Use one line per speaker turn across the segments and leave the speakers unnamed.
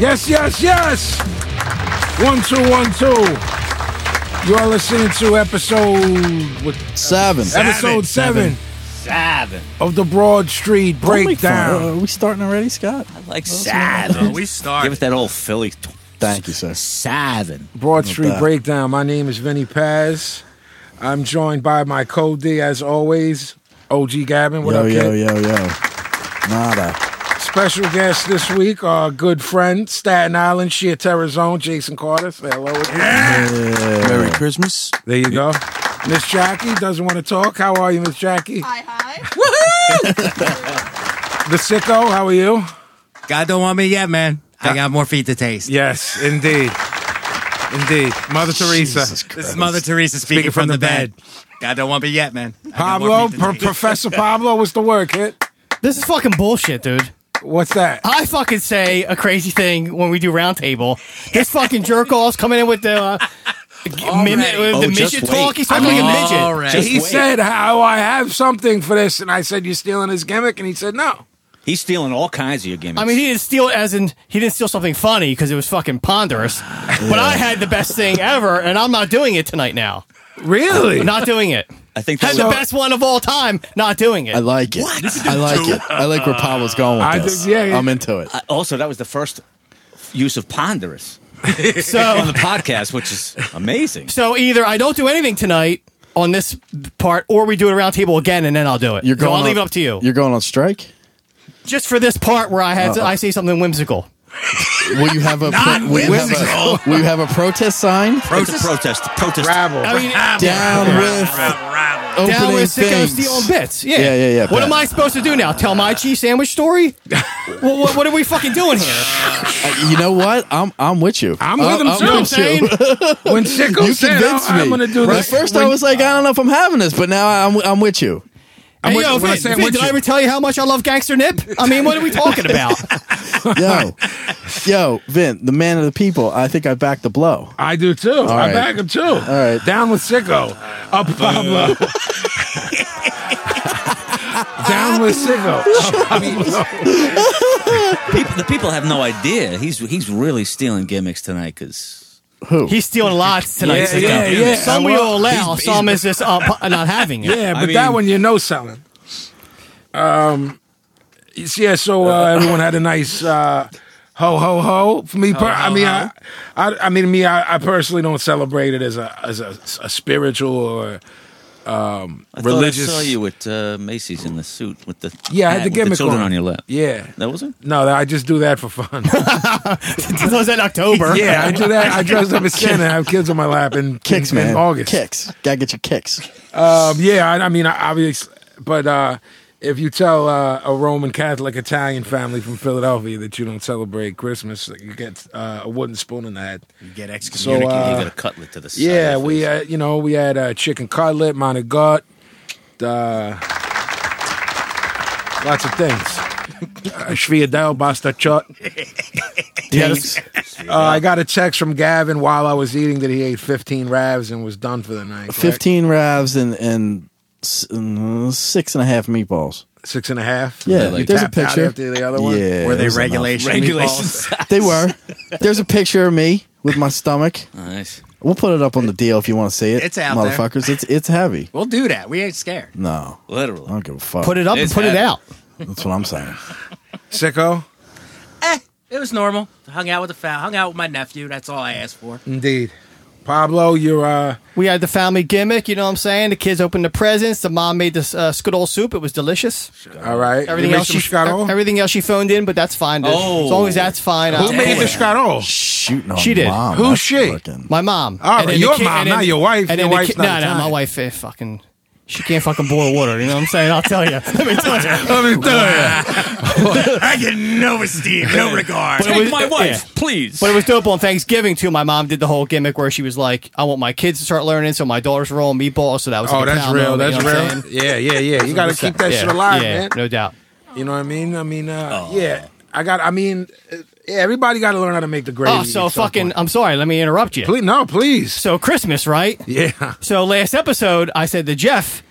Yes, yes, yes. One, two, one, two. You are listening to episode what,
Seven.
episode seven,
Seven.
of the Broad Street
Don't make fun.
Breakdown.
Are Uh, we starting already, Scott?
Like
So
seven.
we
Give
start.
us that old Philly. T-
Thank you, sir.
seven.
Broad Street
bad.
Breakdown. My name is Vinny Paz. I'm joined by my co-D as always, OG Gavin. What
yo,
up,
yo,
kid?
yo, yo. Nada.
Special guest this week, our good friend, Staten Island, Sheer Terror Zone, Jason Carter. Say hello. Yeah.
Yeah.
Christmas.
There you go. Miss Jackie doesn't want to talk. How are you, Miss Jackie?
Hi, hi.
The sicko, how are you?
God don't want me yet, man. I got more feet to taste.
Yes, indeed. Indeed. Mother
Jesus
This is
Christ.
Mother Teresa speaking,
Speaking
from, the bed. God don't want me yet, man. I got more
Pablo,
feet to
Pro-
taste.
Professor Pablo, what's the word, kid?
This is fucking bullshit, dude.
What's that?
I fucking say a crazy thing when we do roundtable. This fucking jerk off's coming in with the uh, midget, with
Oh,
the
just
midget
wait.
talk. He's talking like a midget.
All right.
he said, "How I have something for this," and I said, "You stealing his gimmick?" And he said, "No."
He's stealing all kinds of your gimmicks.
I mean, he didn't steal as in he didn't steal something funny because it was fucking ponderous. But I had the best thing ever, and I'm not doing it tonight. Now,
Really?
not doing it.
I think
Had
that
the
was,
best one of all time. Not doing it.
I like it. I like it. I like where Pablo's going with
I
this.
think- yeah, yeah.
I'm into it.
I- uh, also that was the first use of ponderous on
So,
the podcast, which is amazing.
so either I don't do anything tonight on this part, or we do it around table again, and then I'll do it.
You're going
so I'll
on,
leave it up to you.
You're going on strike.
just for this part where I had
Uh-uh.
to, I say something whimsical.
Will you have a pro- will, you have a will you have a protest sign?
Protest, protest, protest.
Rabble.
I mean,
Down with
Rabble.
opening
down with sicko
things.
stealing bits. Yeah,
Yeah, yeah, yeah,
What
bet.
am I supposed to do now? Tell my cheese sandwich story? well, what, what are we fucking doing here?
Uh, You know what? I'm I'm with you.
I'm with him
I'm
too.
You know what I'm
with you.
saying?
when Sicko
You
said, "Oh,
convinced me.
"I'm going to do
At
this,"
first, I
when-
was like, I don't know if I'm having this, but now I'm I'm with you.
I'm
Hey,
with-
yo,
when I
Vin,
say I'm
Vin,
with
did
you.
I ever tell you how much I love Gangster Nip? I mean, what are we talking about?
Yo, yo, Vin, the man of the people. I think I backed the blow.
I do too. I
right.
back him too. All
right.
Down with Sicko. Up Pablo. Down with Sicko. Up Pablo.
People, the people have no idea. He's he's really stealing gimmicks tonight because
He's stealing
Yeah,
lots tonight. Sicko.
yeah, yeah.
Some we will allow, some is just uh, p- not having it.
Yeah,
I
but that
mean-
one you know selling. Um, it's- um, yeah. So uh, everyone had a nice uh, ho ho ho. For me, per- I mean, I, I, I mean, me, I, I personally don't celebrate it as a as a, a spiritual or
I
Religious-
Thought I saw you at uh, Macy's in the suit with the
Yeah, I had
hat
the
with
gimmick
children
on.
on. your lap.
yeah.
That wasn't.
No, I just do that for fun.
That was in October.
yeah, I do that. I dress up as Santa. I have kids on my lap and
Kicks,
in,
man.
in August.
Kicks. Gotta get your kicks.
Um, yeah, I, I mean, I, obviously, but uh, if you tell uh, a Roman Catholic Italian family from Philadelphia that you don't celebrate Christmas, you get uh, a wooden spoon in the head.
You get
So,
excommunicated.
you
uh,
got a cutlet to the side.
yeah,
of
we
it.
uh, you know we had uh, chicken cutlet, Monte gut, uh, lots of things. Uh, Schwiedel, Bastachot.
Yes.
Uh, I got a text from Gavin while I was eating that he ate 15 ravs and was done for the night. correct?
Fifteen ravs and and s- mm, six and a half meatballs.
Six and a half.
Yeah,
You
there's a
tapped out
picture.
After the other one.
Yeah,
Were
it
they
was
regulation?
regulations.
meatballs?
enough. They were. There's a picture of me with my stomach.
nice.
We'll put it up on the deal if you want to see it.
It's out there.
motherfuckers. It's it's heavy.
We'll do that. We ain't scared.
No, I
Literally.
don't give a fuck.
Put it up and
It's
put it
happening.
out.
That's what I'm saying.
Sicko.
Eh, it was normal. Hung out with the fam. Hung out with my nephew. That's all I asked for.
Indeed. Pablo, you're uh
We had the family gimmick, you know what I'm saying? The kids opened the presents. The mom made this uh, skittle soup. It was delicious.
all right.
Everything
You
else, she,
made some Scarol?
everything else she phoned in, but that's fine. dude.
Oh.
As long as that's fine.
Who
I'll
made
do
the
it.
Scarol?
Shooting on
She did.
Mom.
Who's
That's
she?
fucking-
My mom.
All right,
And then the
Ah, your
kid-
mom,
and then-
not your wife.
And
Your
then the
wife's
kid-
not
no, no, my
Italian.
wife eh, fucking. She can't fucking boil water. You know what I'm saying? I'll tell you. Let me tell you.
Let me tell you.
I get no esteem, no regard.
But it
Take
was-
my wife,
yeah.
please.
But it was dope on Thanksgiving too. My mom did the whole gimmick where she was like, "I want my kids to start learning," so my daughters were all meatballs. So that was
Oh,
like a
that's
pound
real.
moment, you
That's
know what I'm
real.
saying?
Yeah, yeah, yeah. You got to keep that
Yeah,
shit alive,
yeah,
man.
no Oh. doubt.
You know what I mean? I mean, uh, yeah. I got. I mean, uh, yeah, everybody got to learn how to make the gravy.
Oh, so
at some
fucking.
point.
I'm sorry. Let me interrupt you.
Please, no, please.
So Christmas, right?
yeah.
So last episode, I said to Jeff,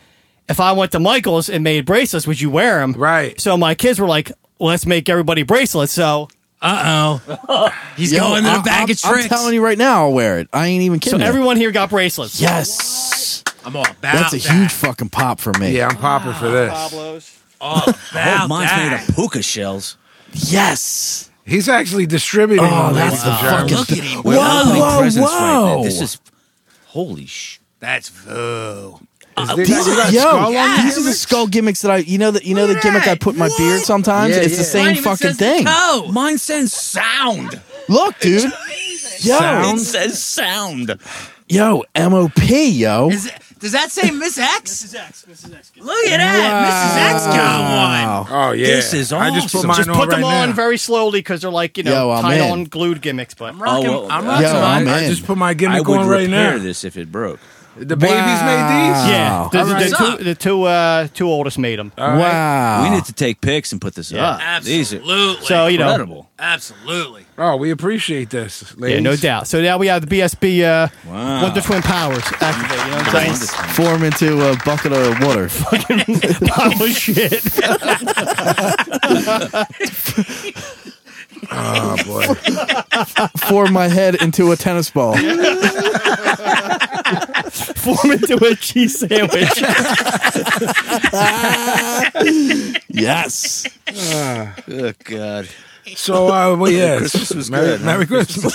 if I went to Michael's and made bracelets, would you wear them?
Right.
So my kids were like, let's make everybody bracelets. So
Uh oh. He's going to
I-
the bag
I'm,
of tricks.
I'm telling you right now, I'll wear it. I ain't even
So
kidding. you.
everyone here got bracelets.
yes,
I'm all about
that's a
that.
huge fucking pop for me.
Yeah, I'm popping for
Ah,
this.
All about
Oh, mine's
that.
made of puka shells.
Yes.
He's actually distributing.
Oh,
them,
that's
ladies
the
and gentlemen.
fucking.
Look at him.
Whoa,
We're opening
whoa,
presents right
whoa.
now. This is holy sh.
That's Voo.
Is
These,
there- you got
yo,
skull on
these are the skull gimmicks that I, you know that you know the
Look at
gimmick I
that.
put in my
What?
beard sometimes.
Yeah,
it's the
yeah.
same
Mine even
fucking
says the
thing.
Toe.
Mine says sound.
Look, dude. Yo,
Sound.
It says sound.
yo, MOP, yo.
Is it, does that say Miss X? Mrs. X. Mrs. X. Look at that. Mrs. X got one.
Oh yeah,
This is
I just put
awesome.
mine
Just
on
put them
right
on
now.
very slowly because they're like you know
Yo, I'm
tied
in.
on glued gimmicks. But
I'm rocking.
well,
I'm
yeah.
rocking
Yo,
mine.
Oh, I'm in.
I just put my
I
gimmick
would
on right
repair
now.
this if it broke.
The babies made these.
yeah,
Wow.
the, the-
Alright.
the two the two uh, two oldest made them.
All right.
Wow.
We need to take pics and put this up. These are
Absolutely.
So you know,
incredible.
Absolutely.
Oh, we appreciate this,
yeah,
ladies.
no doubt. So now we have the BSB uh,
Wow.
Wonder Twin Powers activate. You know what I'm saying?
Wonderful.
form into a bucket of water.
Pile of shit.
Oh boy.
form my head into a tennis ball.
Form into a cheese sandwich.
Yes.
Oh God.
So, uh, well, yeah.
Christmas was
Merry,
good, huh?
Merry Christmas.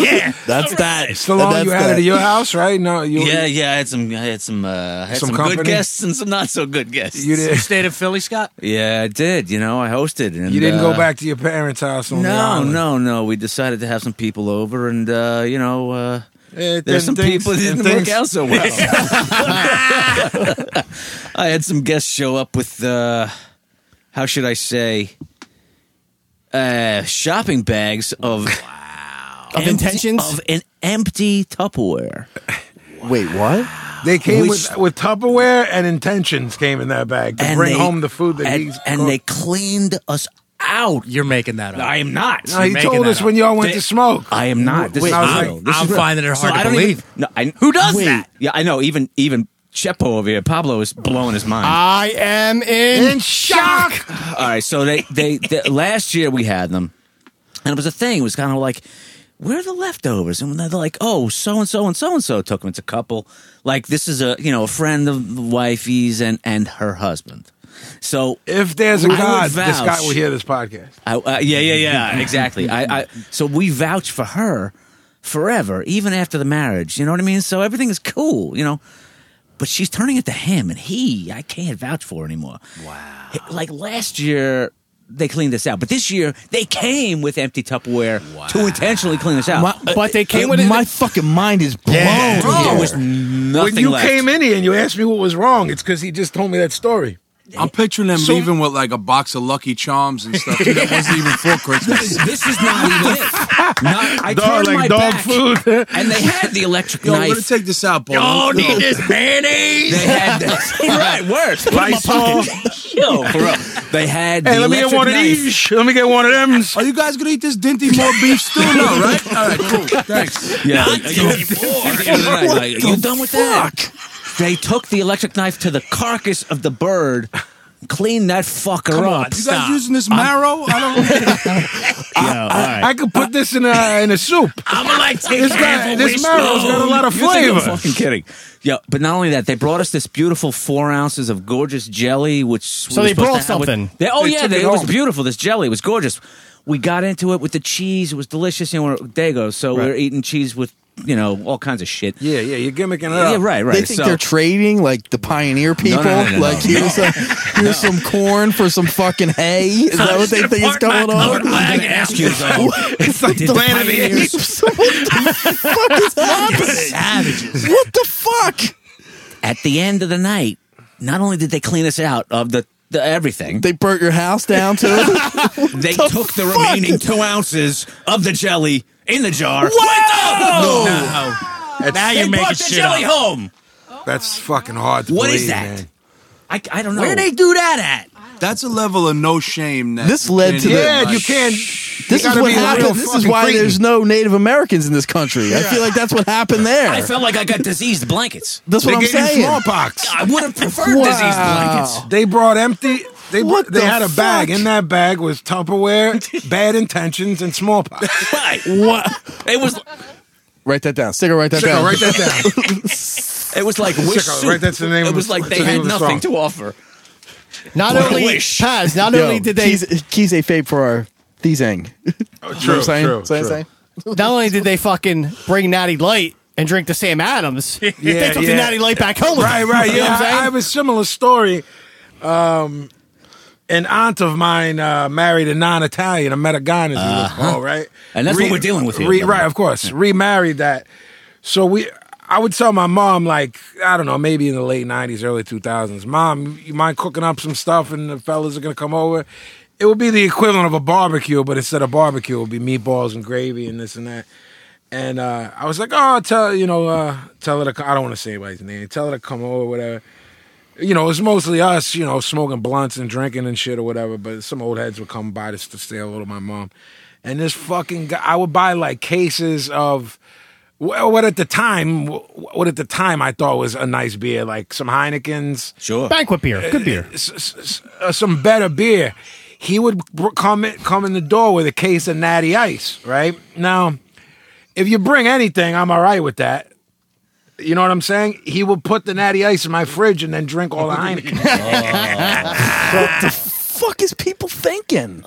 yeah.
That's that.
Stallone,
That's
you had it
that.
at your house, right? No, you.
Yeah, yeah. I had some. I had some. Uh, I had
Some
some,
company?
good guests and some not so good guests.
You
You
did.
stayed in Philly, Scott?
Yeah, I did. You know, I hosted. And,
You didn't
uh,
go back to your parents' house on the
No,
island.
no, no. We decided to have some people over, and uh, you know, uh,
Eh, then
there's some
things-
people that
then
didn't
things-
work out so well. I had some guests show up with, uh, how should I say, uh, shopping bags of
Of
empty-
intentions?
of an empty Tupperware.
Wait, what?
They came
Which-
with with Tupperware and intentions came in that bag to bring
they-
home the food that
and,
he's
and they cleaned us out.
You're making that up.
I am not.
No, he
making
told
that
us
up.
when y'all went
They-
to smoke.
I am not. This
Wait,
is
I'm-
real. This
I'm
is real.
finding it hard to
I don't even-
believe.
no, I,
Who does
Wait.
that?
Yeah, I know. Even even Chepo over here, Pablo is blowing his mind.
I am in.
shock.
All right, so they, they they last year we had them, and it was a thing. It was kind of like, where are the leftovers? And they're like, oh, so and so and so and so took them. It's a couple. Like this is a you know a friend of the wifey's and and her husband. So
If there's a
I would
God, this
vouch-
guy will hear this podcast.
I, uh, yeah, yeah, yeah, exactly. I, I so we vouch for her forever, even after the marriage. You know what I mean? So everything is cool, you know. But she's turning it to him, and he, I can't vouch for anymore. Wow. Like last year, they cleaned us out, but this year they came with empty Tupperware to intentionally clean us out.
But they came with it.
My fucking mind is blown.
Bro,
here.
uh, there was nothing
When you
left.
came in here and you asked me what was wrong, it's because he just told me that story.
I'm picturing them
So-
leaving with like a box of Lucky Charms and stuff. too. that wasn't even for Christmas.
this is not even it. Not, I
Dog,
turned
like
my
dog
back,
food.
and they had the electric
Yo, I'm gonna
knife.
take this out, boy.
Y'all need Oh, this mayonnaise.
They had right worse.
Lysol.
Yo, for real. They had.
Hey,
the
let me get
electric
one of
knife.
these. Let me get one of them.
Are you guys gonna eat this Dinty more beef stew? No, right? All right, cool. Thanks.
Yeah, like, you- Like, like, you done with that? They took the electric knife to the carcass of the bird, cleaned that fucker up.
You guys using this marrow? I don't.
I could put this in a in a soup.
I'm gonna like take
This
half
guy,
a
this
wish
marrow's
bone.
got a lot of
You think I'm
flavor.
fucking kidding? Yeah, but not only that, they brought us this beautiful four ounces of gorgeous jelly, which
So
we
they
were supposed
brought
to have with-
something.
they, oh
They
yeah,
took
they,
it
it was
home.
beautiful. This jelly was gorgeous. We got into it with the cheese; it was delicious. And we're Dago, so we're eating cheese with you know all kinds of shit.
Yeah, yeah, you're gimmicking it
Yeah,
up.
right, right.
They think
so,
they're trading like the pioneer people.
no, no,
like
no,
here's a, here's some corn for some fucking hay. Is that what they think is going on?
I'm gonna ask you though.
It's like
Did
the
the
Planet of the
pioneers-
Apes.
savages.
What the fuck?
at the end of the night, not only did they clean us out of the, the everything,
They burnt your house down too.
they took the remaining two ounces of the jelly in the jar.
Whoa!
Now
That's,
you're
They
making
brought the
shit
jelly
up.
home.
that's fucking hard to
What
believe,
is that?
man.
I, I don't know.
Where they do that at?
That's a level of no shame. That
This
you
led
can't
to the-
even,
Yeah,
like-
you can't.
This is
gotta
what
be a real
happened. This is
fucking
why
cretin.
there's no Native Americans in this country. I feel like that's what happened there.
I felt like I got diseased blankets.
that's
They
what I'm
gave you
saying.
smallpox.
I would have preferred diseased blankets.
They brought empty. They
What
they
the
had a bag.
fuck?
In that bag was Tupperware, bad intentions, and smallpox.
Right.
What?
It was
Write that down. Sticker, write that
Sicko,
down.
write that down.
it was like wish
Sicko,
soup.
right, that's the name
It
of
was
the-
like
that's
they
the name
had
of the
nothing
song.
to offer.
Uh, Not
What a
only
wish.
Paz, not
Yo,
only did they
Keys, keys a fave for our thesang.
True,
You know what I'm saying?
true,
So I'm
true.
saying?
not only did they fucking bring Natty Light and drink the Sam Adams, they took
yeah.
the Natty Light back home. with
Right,
them.
right.
You know
Yeah,
what I'm
I, I
saying?
have a similar story. Um, an aunt of mine uh, married a non-Italian, a Metagana, all right.
Uh-huh. And that's what we're dealing with here, by the way.
right, of course. Remarried that. So we, I would tell my mom, like I don't know, maybe in the late '90s, early 2000s, Mom, you mind cooking up some stuff, and the fellas are gonna come over. It would be the equivalent of a barbecue, but instead of barbecue, it would be meatballs and gravy and this and that. And uh, I was like, oh, I'll tell you know, uh, tell her to. co- I don't want to say anybody's name. Tell her to come over, whatever. You know, it's mostly us, you know, smoking blunts and drinking and shit or whatever. But some old heads would come by just to say hello to my mom. And this fucking guy, I would buy like cases of well, what at the time, what at the time I thought was a nice beer, like some Heinekens,
Sure.
Banquet beer, good beer.
s- s- s- uh, some better beer. He would br- come in, come in the door with a case of Natty Ice. Right now, if you bring anything, I'm all right with that. You know what I'm saying? He would put the Natty Ice in my fridge and then drink all the Heineken.
Fuck is people thinking?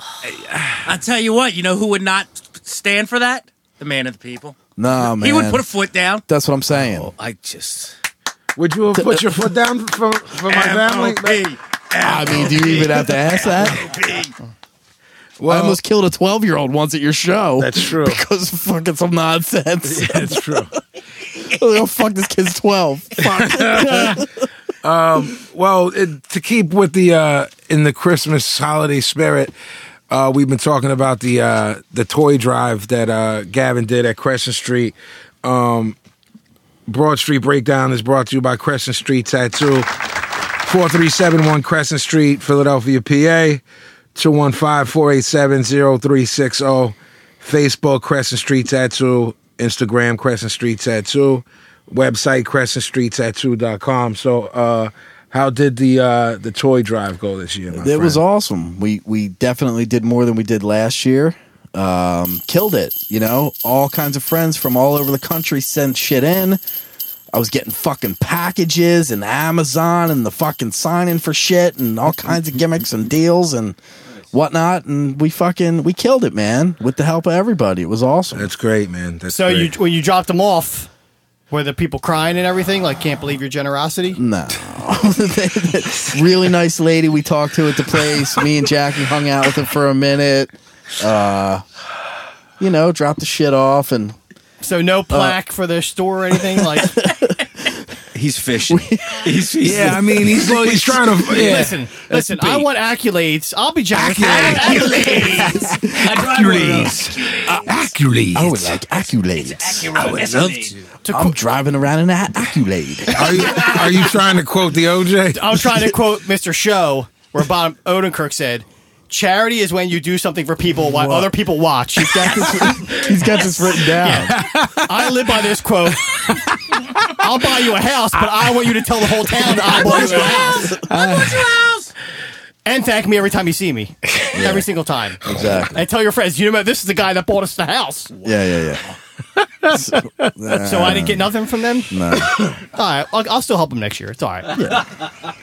I tell you what, you know who would not stand for that? The man of the people.
Nah, man.
He would put a foot down.
That's what I'm saying.
Oh,
I just
would you have put your foot down for, for my family?
I mean, do you even have to ask that? I almost killed a 12 year old once at your show.
That's true.
Because fucking some nonsense.
That's true.
oh, fuck, this kid's 12. Fuck.
Well, it, to keep with the uh, in the Christmas holiday spirit, uh, we've been talking about the uh, the toy drive that uh, Gavin did at Crescent Street. Um, Broad Street Breakdown is brought to you by Crescent Street Tattoo, four three seven one Crescent Street, Philadelphia, PA, 215-487-0360. Facebook Crescent Street Tattoo, Instagram Crescent Street Tattoo, website crescentstreettattoo.com. So, uh, how did the uh, the toy drive go this year? my
it was
friend?
awesome. We, we definitely did more than we did last year. Um, killed it. You know, all kinds of friends from all over the country sent shit in. I was getting fucking packages and Amazon and the fucking signing for shit and all kinds of gimmicks and deals and whatnot. And we fucking, we killed it, man, with the help of everybody. It was awesome.
That's great, man. That's
So
great.
you when you dropped them off, were the people crying and everything? Like, can't believe your generosity.
No. really nice lady we talked to at the place. Me and Jackie hung out with her for a minute. Uh, you know, dropped the shit off and
So
Uh,
no plaque for the store or anything. Like,
he's fishing. he's, he's
yeah, I mean, he's, he's trying to. Yeah.
listen, listen. I want accolades. I'll be Jackie.
Acculate.
I would Oh, like accolades.
I would love to.
I'm driving around in an accolade.
Are you, are you trying to quote the OJ?
I'm trying to quote Mr. Show, where Bob Odenkirk said, "Charity is when you do something for people while other people watch."
He's got this written down.
I live by this quote. I'll buy you a house, but I want you to tell the whole town that I bought you a house. And thank me every time you see me, every single time.
Exactly.
And tell your friends, you know, this is the guy that bought us the house.
Yeah, yeah, yeah. So, uh,
So I didn't get nothing from them.
no.
All right, I'll, I'll still help them next year. It's all right.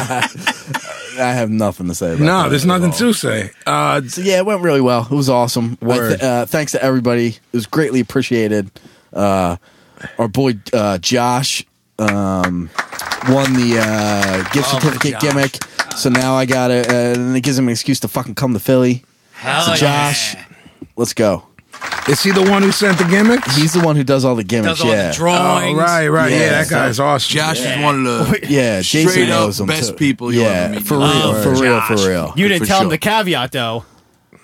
I have nothing to say about that.
No, there's nothing to say. Uh,
So yeah, it went really well. It was awesome. I
Word.
th- uh, thanks to everybody. It was greatly appreciated. Uh, our boy uh, Josh um, won the uh,
Oh
gift certificate gimmick, so now I got it, uh, and it gives him an excuse to fucking come to Philly.
Hell
so
Oh,
yeah.
Josh, let's go.
is he the one who sent the gimmicks?
He's the one who does all the gimmicks.
Does all
yeah,
the drawings.
Oh, right, right. Yeah,
Yeah,
that
so-
guy's awesome.
Josh is one of the
Oh, yeah. Jason
straight up
knows him
best
too.
people you'll
yeah,
ever meet.
for
in
real,
your life. Oh,
for real, Oh, for
Josh.
real.
You didn't
For
tell him
sure.
the caveat though.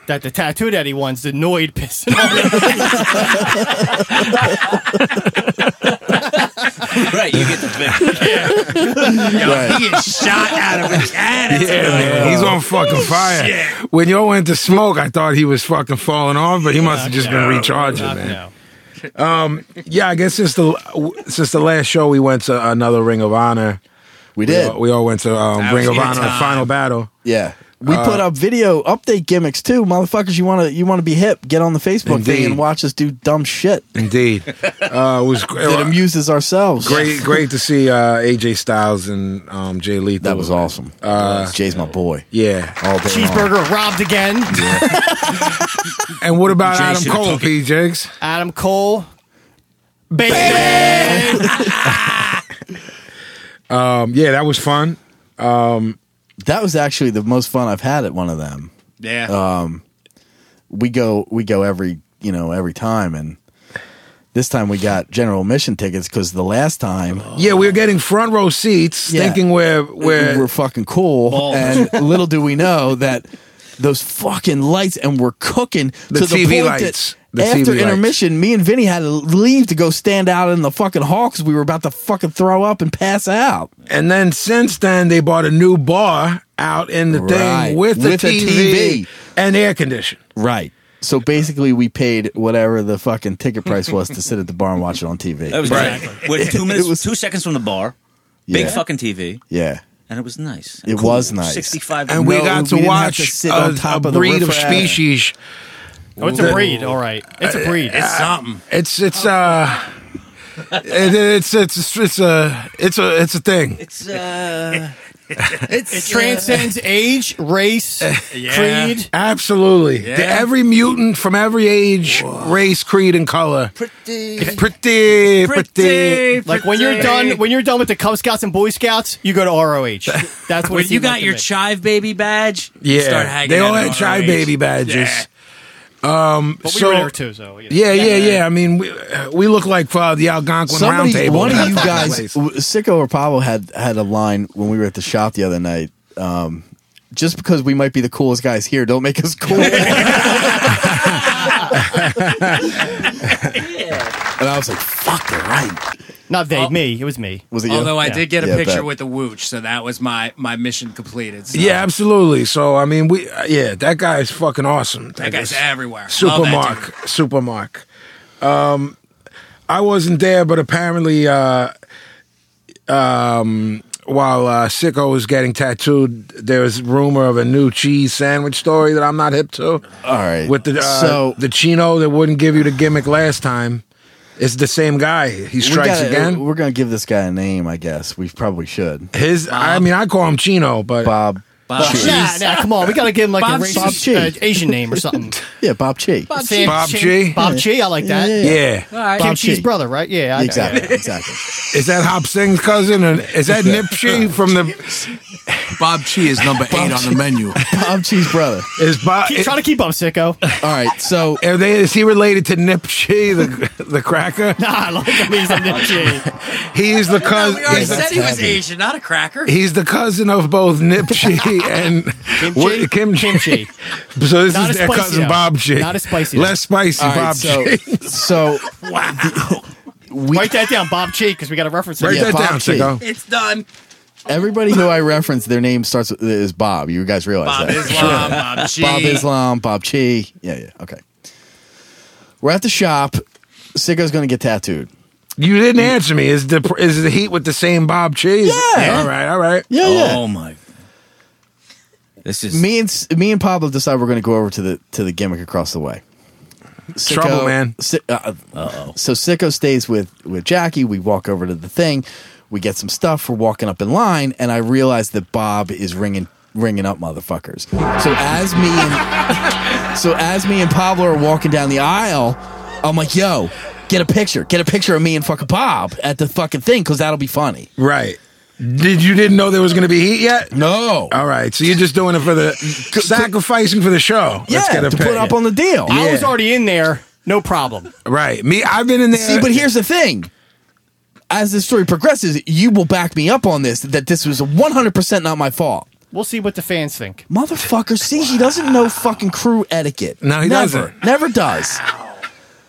That the tattoo that he wants, the Noid pissing on him.
Right, you get the
Right.
He is shot out of his head.
Yeah, man. He's on fucking fire. When you went to smoke, I thought he was fucking falling off, but he must have just been recharging, man.
Fuck no.
Yeah, I guess since the since the last show, we went to another Ring of Honor
We did.
We all went to um, Ring of
your
Honor
time.
Final Battle.
yeah. We put
Uh,
up video update gimmicks too, motherfuckers. You wanna you wanna be hip? Get on the Facebook thing
Indeed.
and watch us do dumb shit
Indeed, uh, it was
that
great.
amuses ourselves.
Great, great to see uh, AJ Styles and um, Jay Lethal.
That was awesome.
Uh,
Jay's my boy.
Yeah, all day.
Cheeseburger robbed again.
And what about
Jay
Adam
should've
Cole, P. Jigs?
Adam Cole. Baby.
Um, yeah, that was fun.
That was actually the most fun I've had at one of them.
Yeah.
we go we go every you know every time and this time we got general admission tickets because the last time
Yeah, we were getting front row seats,
Yeah.
thinking we're
we
we're
were fucking cool and little do we know that those fucking lights and we're cooking
The
to the
TV
point
lights.
that
The
after
TV lights.
intermission me and Vinny had to leave to go stand out in the fucking hall because we were about to fucking throw up and pass out
And then since then, they bought a new bar out in the
Right.
thing with the
With a
TV,
TV.
and air condition.
right so basically we paid whatever the fucking ticket price was to sit at the bar and watch it on TV
That was
Right.
exactly. We're two minutes,
It was-
two seconds from the bar.
Yeah.
Big fucking TV,
yeah
and it was nice.
It was nice.
Sixty-five.
And we
No,
got to
we didn't have
watch
to sit
a,
on top
a
of the
breed of
riffraff.
species.
Oh, it's a breed. All right. It's a breed.
it's something.
It's it's uh, it, it's it's it's a it's a it's a thing.
It's uh,
It transcends age, race, creed.
Absolutely, The- every mutant from every age, race, creed, and color.
pretty.
Pretty, pretty.
Like when you're done, when you're done with the Cub Scouts and Boy Scouts, you go to ROH. That's what it
When you
seemed like
got
to
your
me.
chive baby badge, you
Yeah,
start hanging
they all
out
had
at
tri
ROH.
baby badges.
Yeah.
But we
so-
were there too, so you know.
Yeah, yeah, yeah. I mean, we, we look like uh, the Algonquin
Somebody,
Roundtable.
one of you
Place.
guys, w- Sicko or Pablo had had a line when we were at the shop the other night. Um, just because we might be the coolest guys here, don't make us cool. and I was like, "Fuck, they're right."
Not they, me. It was me.
Was it you?
Although I
Yeah.
did get a
Yeah,
picture
bet.
with the Wooch, so that was my my mission completed. So
Yeah, absolutely. So I mean, we uh, yeah, that guy is fucking awesome.
that guy's everywhere. Love that
Supermark,
dude.
Supermark. Um, I wasn't there, but apparently, uh, um, while uh, Sicko was getting tattooed, there was rumor of a new cheese sandwich story that I'm not hip to.
all right.
With the uh,
so
the chino that wouldn't give you the gimmick last time, it's the same guy. He
we
strikes
gotta- uh,
again.
We're gonna give this guy a name, I guess. We probably should.
His, I mean, I call him Chino, but
Bob.
Bob,
Nah, nah, come on. We gotta give him like
Bob
a
Cheek.
Bob
racist,
Cheek.
uh, Asian name or something.
Yeah, Bob Chi.
Sam-
Bob
Sam-
G?
Bob Chi. I like that.
Yeah.
yeah.
All right.
Bob
Bob Chi's
Cheek.
brother, right? Yeah, I know.
Exactly. Exactly.
Is that Hop Singh's cousin? And is that Nipsey from the?
Bob Chi is number eight on the menu.
Bob Chi's brother.
Is Bob?
Keep, try to keep up, sicko. nah,
All right. So
Are they, is he related to Nipsey the the cracker?
I like him. He's a Nipsey.
He's the
No,
cousin.
we already
Yeah,
said
that's
he was
heavy.
Asian, not a cracker.
He's the cousin of both Nipsey and
Kim
what-
Chi?
Kim Chi.
Kim Chi.
So this
Not
is
a
their
spicy
cousin
though.
Bob Chi.
Not a spicy though.
Less spicy
all right,
Bob
so,
Chi.
so
Write that down, Bob Chi, because we got to reference it.
Write
yeah,
that
Bob
down,
Chi.
Sicko.
It's done.
Everybody who I reference, their name starts with, is Bob. You guys realize
Bob
that?
Islam, Bob G.
Bob Islam, Bob Chi. Yeah, yeah. Okay. We're at the shop. Sicko's gonna get tattooed.
You didn't answer me. Is the is the heat with the same Bob Chi? Is-
Yeah.
All right. All right.
Yeah,
Oh my! This is
Me and S- me and Pablo decide we're gonna go over to the to the gimmick across the way. Sicko-
Trouble, man.
Si- uh, so Sicko stays with with Jackie. We walk over to the thing. We get some stuff. We're walking up in line, and I realize that Bob is ringing ringing up motherfuckers. So as me and so as me and Pablo are walking down the aisle, I'm like, "Yo, get a picture. Get a picture of me and fucking Bob at the fucking thing, because that'll be funny."
Right. Did you didn't know there was going to be heat yet?
No.
All right. So you're just doing it for the sacrificing for the show.
Yeah,
Let's get a
to put
pic.
up on the deal.
I was
Yeah.
already in there. No problem.
Right. Me. I've been in there.
See, but here's the thing. As this story progresses, you will back me up on this that this was 100% not my fault.
We'll see what the fans think.
Motherfucker, see, he doesn't know fucking crew etiquette.
No, he
Never.
doesn't.
Never does.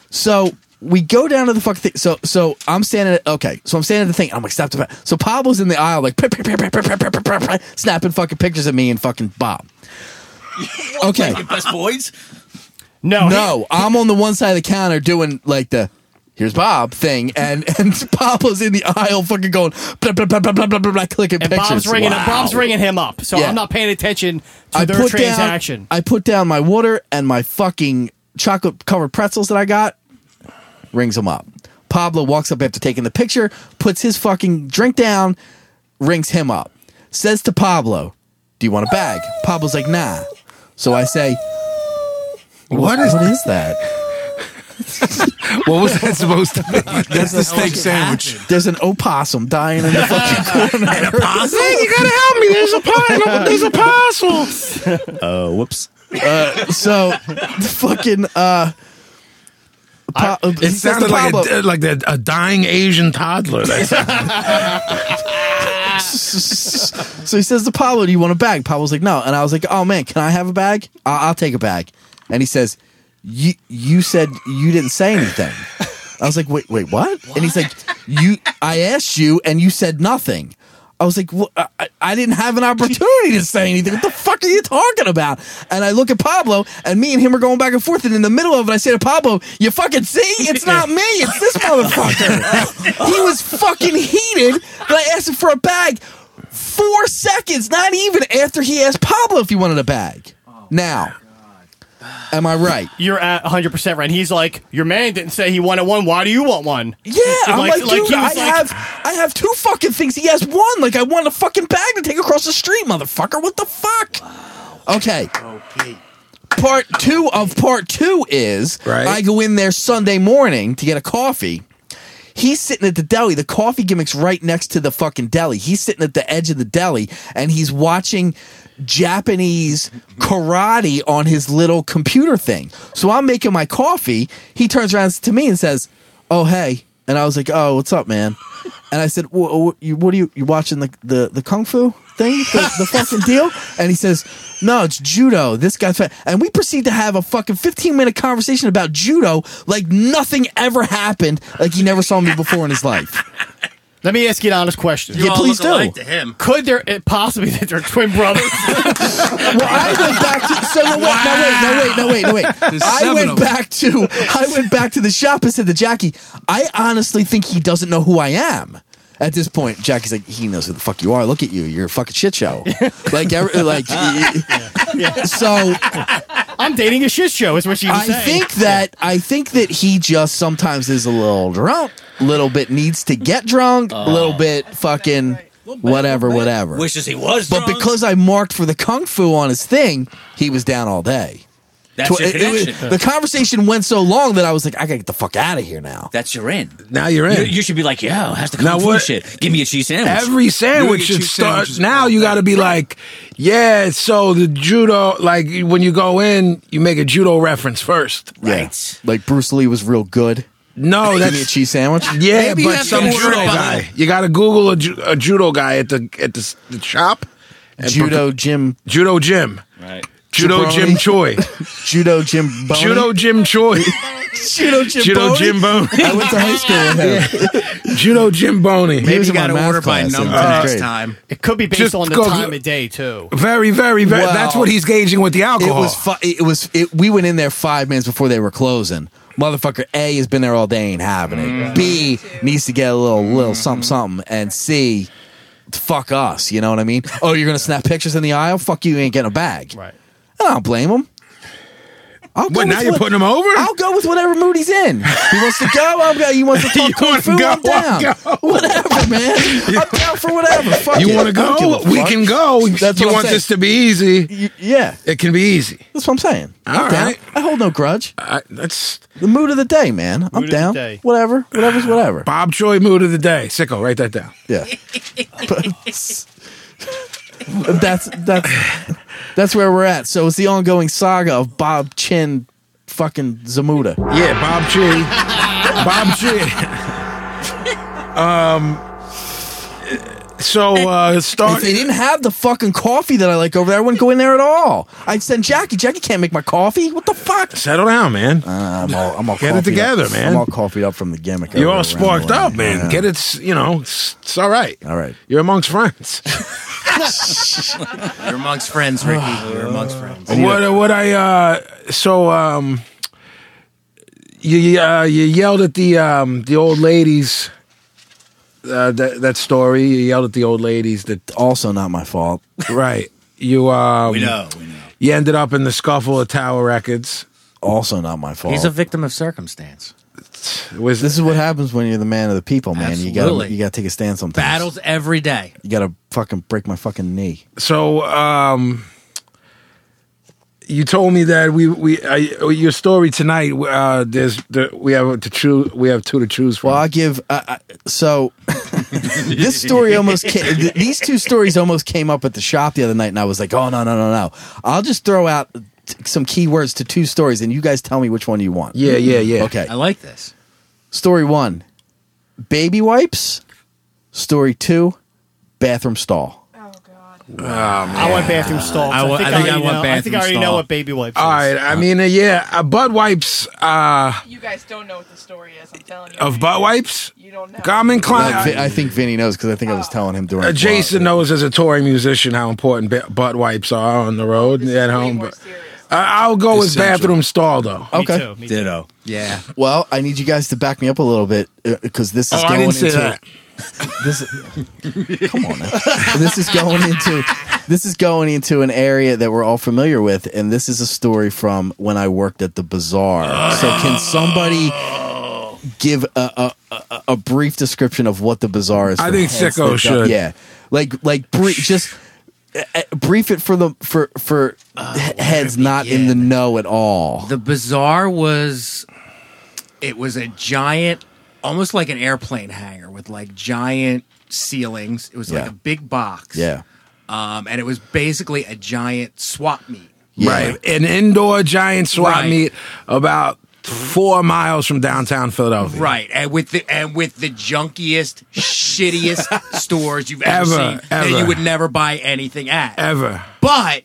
So we go down to the fucking thing. So, so I'm standing at, okay, so I'm standing at the thing. I'm like, stop the, so Pablo's in the aisle, like, "Pip, pip, pip, pip, pip, pip, pip, pip, pip, pip," snapping fucking pictures of me and fucking Bob. Okay.
best boys.
No,
No, I'm on the one side of the counter doing like the here's Bob thing, and and Bob was in the aisle fucking going blah blah blah blah blah blah, blah, blah clicking
And
pictures.
Bob's ringing.
Wow.
Bob's ringing him up. So
Yeah.
I'm not paying attention to their transaction.
Down, I put down my water and my fucking chocolate covered pretzels that I got. Rings him up. Pablo walks up after taking the picture, puts his fucking drink down, rings him up. Says to Pablo, "Do you want a bag?" Pablo's like, "Nah." So I say,
What is
"What is that?"
What was that supposed to be?
That's the steak sandwich.
There's an opossum dying in the fucking corner.
Hey, you gotta help me. There's a pine. There's a parcel.
Oh, whoops.
so fucking uh Pa- he
It
says to
sounded like
Pablo,
a, like a, a dying Asian toddler. That's
so he says to Pablo, "Do you want a bag?" Pablo's like, "No," and I was like, "Oh man, can I have a bag? I- I'll take a bag." And he says, "You you said you didn't say anything." I was like, "Wait, wait, what?" And he's like, "You, I asked you, and you said nothing." I was like, well, I, I didn't have an opportunity to say anything. What the fuck are you talking about? And I look at Pablo, and me and him are going back and forth. And in the middle of it, I say to Pablo, You fucking see? It's not me. It's this motherfucker. he was fucking heated. And I asked him for a bag four seconds, not even after he asked Pablo if he wanted a bag. now, am I right?
You're at 100 percent right. He's like, your man didn't say he wanted one. Why do you want one?
Yeah, I'm like,
Like- like
dude,
he
I
was like-
have I have two fucking things. He has one. Like I want a fucking bag to take across the street, motherfucker. What the fuck? Okay. Part two of part two is
Right.
I go in there Sunday morning to get a coffee. He's sitting at the deli. The coffee gimmick's right next to the fucking deli. He's sitting at the edge of the deli and he's watching Japanese karate on his little computer thing. So I'm making my coffee. He turns around to me and says, "Oh hey," and I was like, "Oh, what's up, man?" And I said, "Wha- wha- you- "What are you? You watching the the, the kung fu thing, the, the fucking deal?" And he says, "No, it's judo. This guy's fat." And we proceed to have a fucking fifteen minute conversation about judo, like nothing ever happened, like he never saw me before in his life.
Let me ask you an honest question.
Yeah,
all
please
look alike
do.
To him.
Could there it possibly that they're twin brothers?
Well, I went back to so no wait, no wait, no wait, no wait, no wait.
There's
I
seven
went
of 'em.
back to I went back to the shop and said to Jackie, "I honestly think he doesn't know who I am." At this point, Jackie's like, "He knows who the fuck you are. Look at you. You're a fucking shit show." like, every, like. So
I'm dating a shit show. Is what she was
I
saying.
think that I think that he just sometimes is a little drunk, little bit needs to get drunk,
Oh.
a little bit fucking whatever, whatever.
Wishes he was.
but
drunk.
because I marked for the kung fu on his thing, he was down all day.
that's
Tw-
your
it- it was-
connection.
the conversation went so long that I was like, I gotta get the fuck out of here now.
that's your in.
now you're
You,
in.
you should be like, yo, how's the
Now
kung fu
what-
shit? Give me a cheese sandwich.
Every sandwich
You get
should
two
start
sandwiches.
now. You got to be like, yeah. So the judo, like when you go in, you make a judo reference first.
right.
Yeah. Like Bruce Lee was real good.
No,
Give me a
Oh, that's
cheese sandwich.
yeah,
Maybe you
but
have
some
to
judo
work behind
guy. You got to Google a, ju- a judo guy at the at the, s- the shop. And
Judo Jim
pro- judo gym,
Right.
judo
Jabroni.
Jim Choi,
Judo Jim Boney.
judo Jim Choi,
Judo Jim
judo
Boney?
Jim Boney,
I went to high school with him.
judo Jim Boney.
He was
Maybe you
in my
got to
math
order by
class in
number
tenth
next
grade.
time.
it could be based
Just
on the
go-
time of day too.
Very, very, very.
Wow.
That's what he's gauging with the
It
alcohol.
was fu- it was it we went in there five minutes before they were closing. Motherfucker A has been there all day ain't having it.
Mm.
B needs to get a little little something something and C fuck us, you know what I mean? Oh, you're gonna snap pictures in the aisle? Fuck you, you ain't getting a bag.
Right.
And I don't blame him. I'll go
what
with
now? You're
what-
putting him over?
I'll go with whatever mood he's in. He wants to go. I'm go. He wants to talk
You
kung
wanna
fu.
go,
I'm down.
I'll
Whatever, man. I'm down for whatever. Fuck
You
it.
want
I
to
don't
go?
give a
We
fuck.
can go.
That's
you
what I'm
want
saying.
this to be easy?
Y- Yeah,
It can be easy.
that's what I'm saying. I'm
All
down.
right.
I hold no grudge.
I, that's
The mood of the day, man. I'm
of the
down.
day.
Whatever. Whatever's whatever.
Bob Choi mood of the day. Sicko, write that down.
Yeah. that's that's that's where we're at. So it's the ongoing saga of Bob Chin fucking Zamuda.
Yeah, Bob Choi. Bob Choi. um. So uh,
If
start.
they didn't have the fucking coffee that I like over there, I wouldn't go in there at all. I'd send Jackie. Jackie can't make my coffee. What the fuck?
Settle down, man.
I'm all, I'm all
Get it
coffeed
together,
up.
man.
I'm all coffeed up from the gimmick.
You're
over
all
around
sparked
the
up,
line.
man.
Yeah.
Get it. You know, it's, it's all right.
All right.
You're amongst friends.
You're amongst friends, Ricky.
Oh,
You're amongst friends.
what? What I? uh So um. you you, uh, you yelled at the um, the old ladies. Uh, that that story you yelled at the old ladies that
Also, not my fault.
right you um
We know, we know.
you ended up in the scuffle at Tower Records.
Also, not my fault.
He's a victim of circumstance.
It was
this is what happens when you're the man of the people, man. You
Absolutely.
gotta you gotta take a stand sometimes.
Battles every day.
You gotta fucking break my fucking knee.
so um you told me that we we uh, your story tonight uh there's there, we have to choose we have two to choose from.
Well, I'll give. Uh, so this story almost came, th- these two stories almost came up at the shop the other night, and I was like, oh no no no no. I'll just throw out t- some keywords to two stories, and you guys tell me which one you want.
yeah, yeah, yeah.
Okay.
I like this.
Story one, baby wipes. Story two, bathroom stall.
Oh God.
I want bathroom stalls.
I wa-
think
I think I
already
want
know- I think I
bathroom
already know
stall.
what baby wipes.
All
is.
right. I mean, uh, yeah, uh, butt wipes uh
You guys don't know what the story is. I'm telling you.
of butt wipes.
You don't know.
Common Klein.
Like, Vi- I think Vinny knows because I think I was telling him during.
Uh,
the
Jason
vlog.
knows as a touring musician how important ba- butt wipes are on the road
This
and
is
at
way
home.
more
But
serious.
I- I'll go with
Essential.
bathroom stall though.
Me
Okay.
too, me too.
Ditto.
Yeah.
Well, I need you guys to back me up a little bit because this is
Oh,
going
I didn't say
into
that.
come on. now. this is going into this is going into an area that we're all familiar with, and this is a story from when I worked at the bazaar. So can somebody give a a, a, a brief description of what the bazaar is?
I
for
think Sicko
heads that don't-
should.
Yeah, like like brief just. uh, uh, Brief it for the for for
Oh,
he- heads not in the know at all.
The bazaar was, it was a giant, almost like an airplane hangar with like giant ceilings. It was like
Yeah.
a big box.
yeah,
Um, and it was basically a giant swap meet.
Yeah.
Right. An indoor giant swap
Right.
meet about four miles from downtown Philadelphia.
Right, and with the and with the junkiest, shittiest stores you've ever,
Ever,
seen that
ever.
you would never buy anything at.
Ever.
but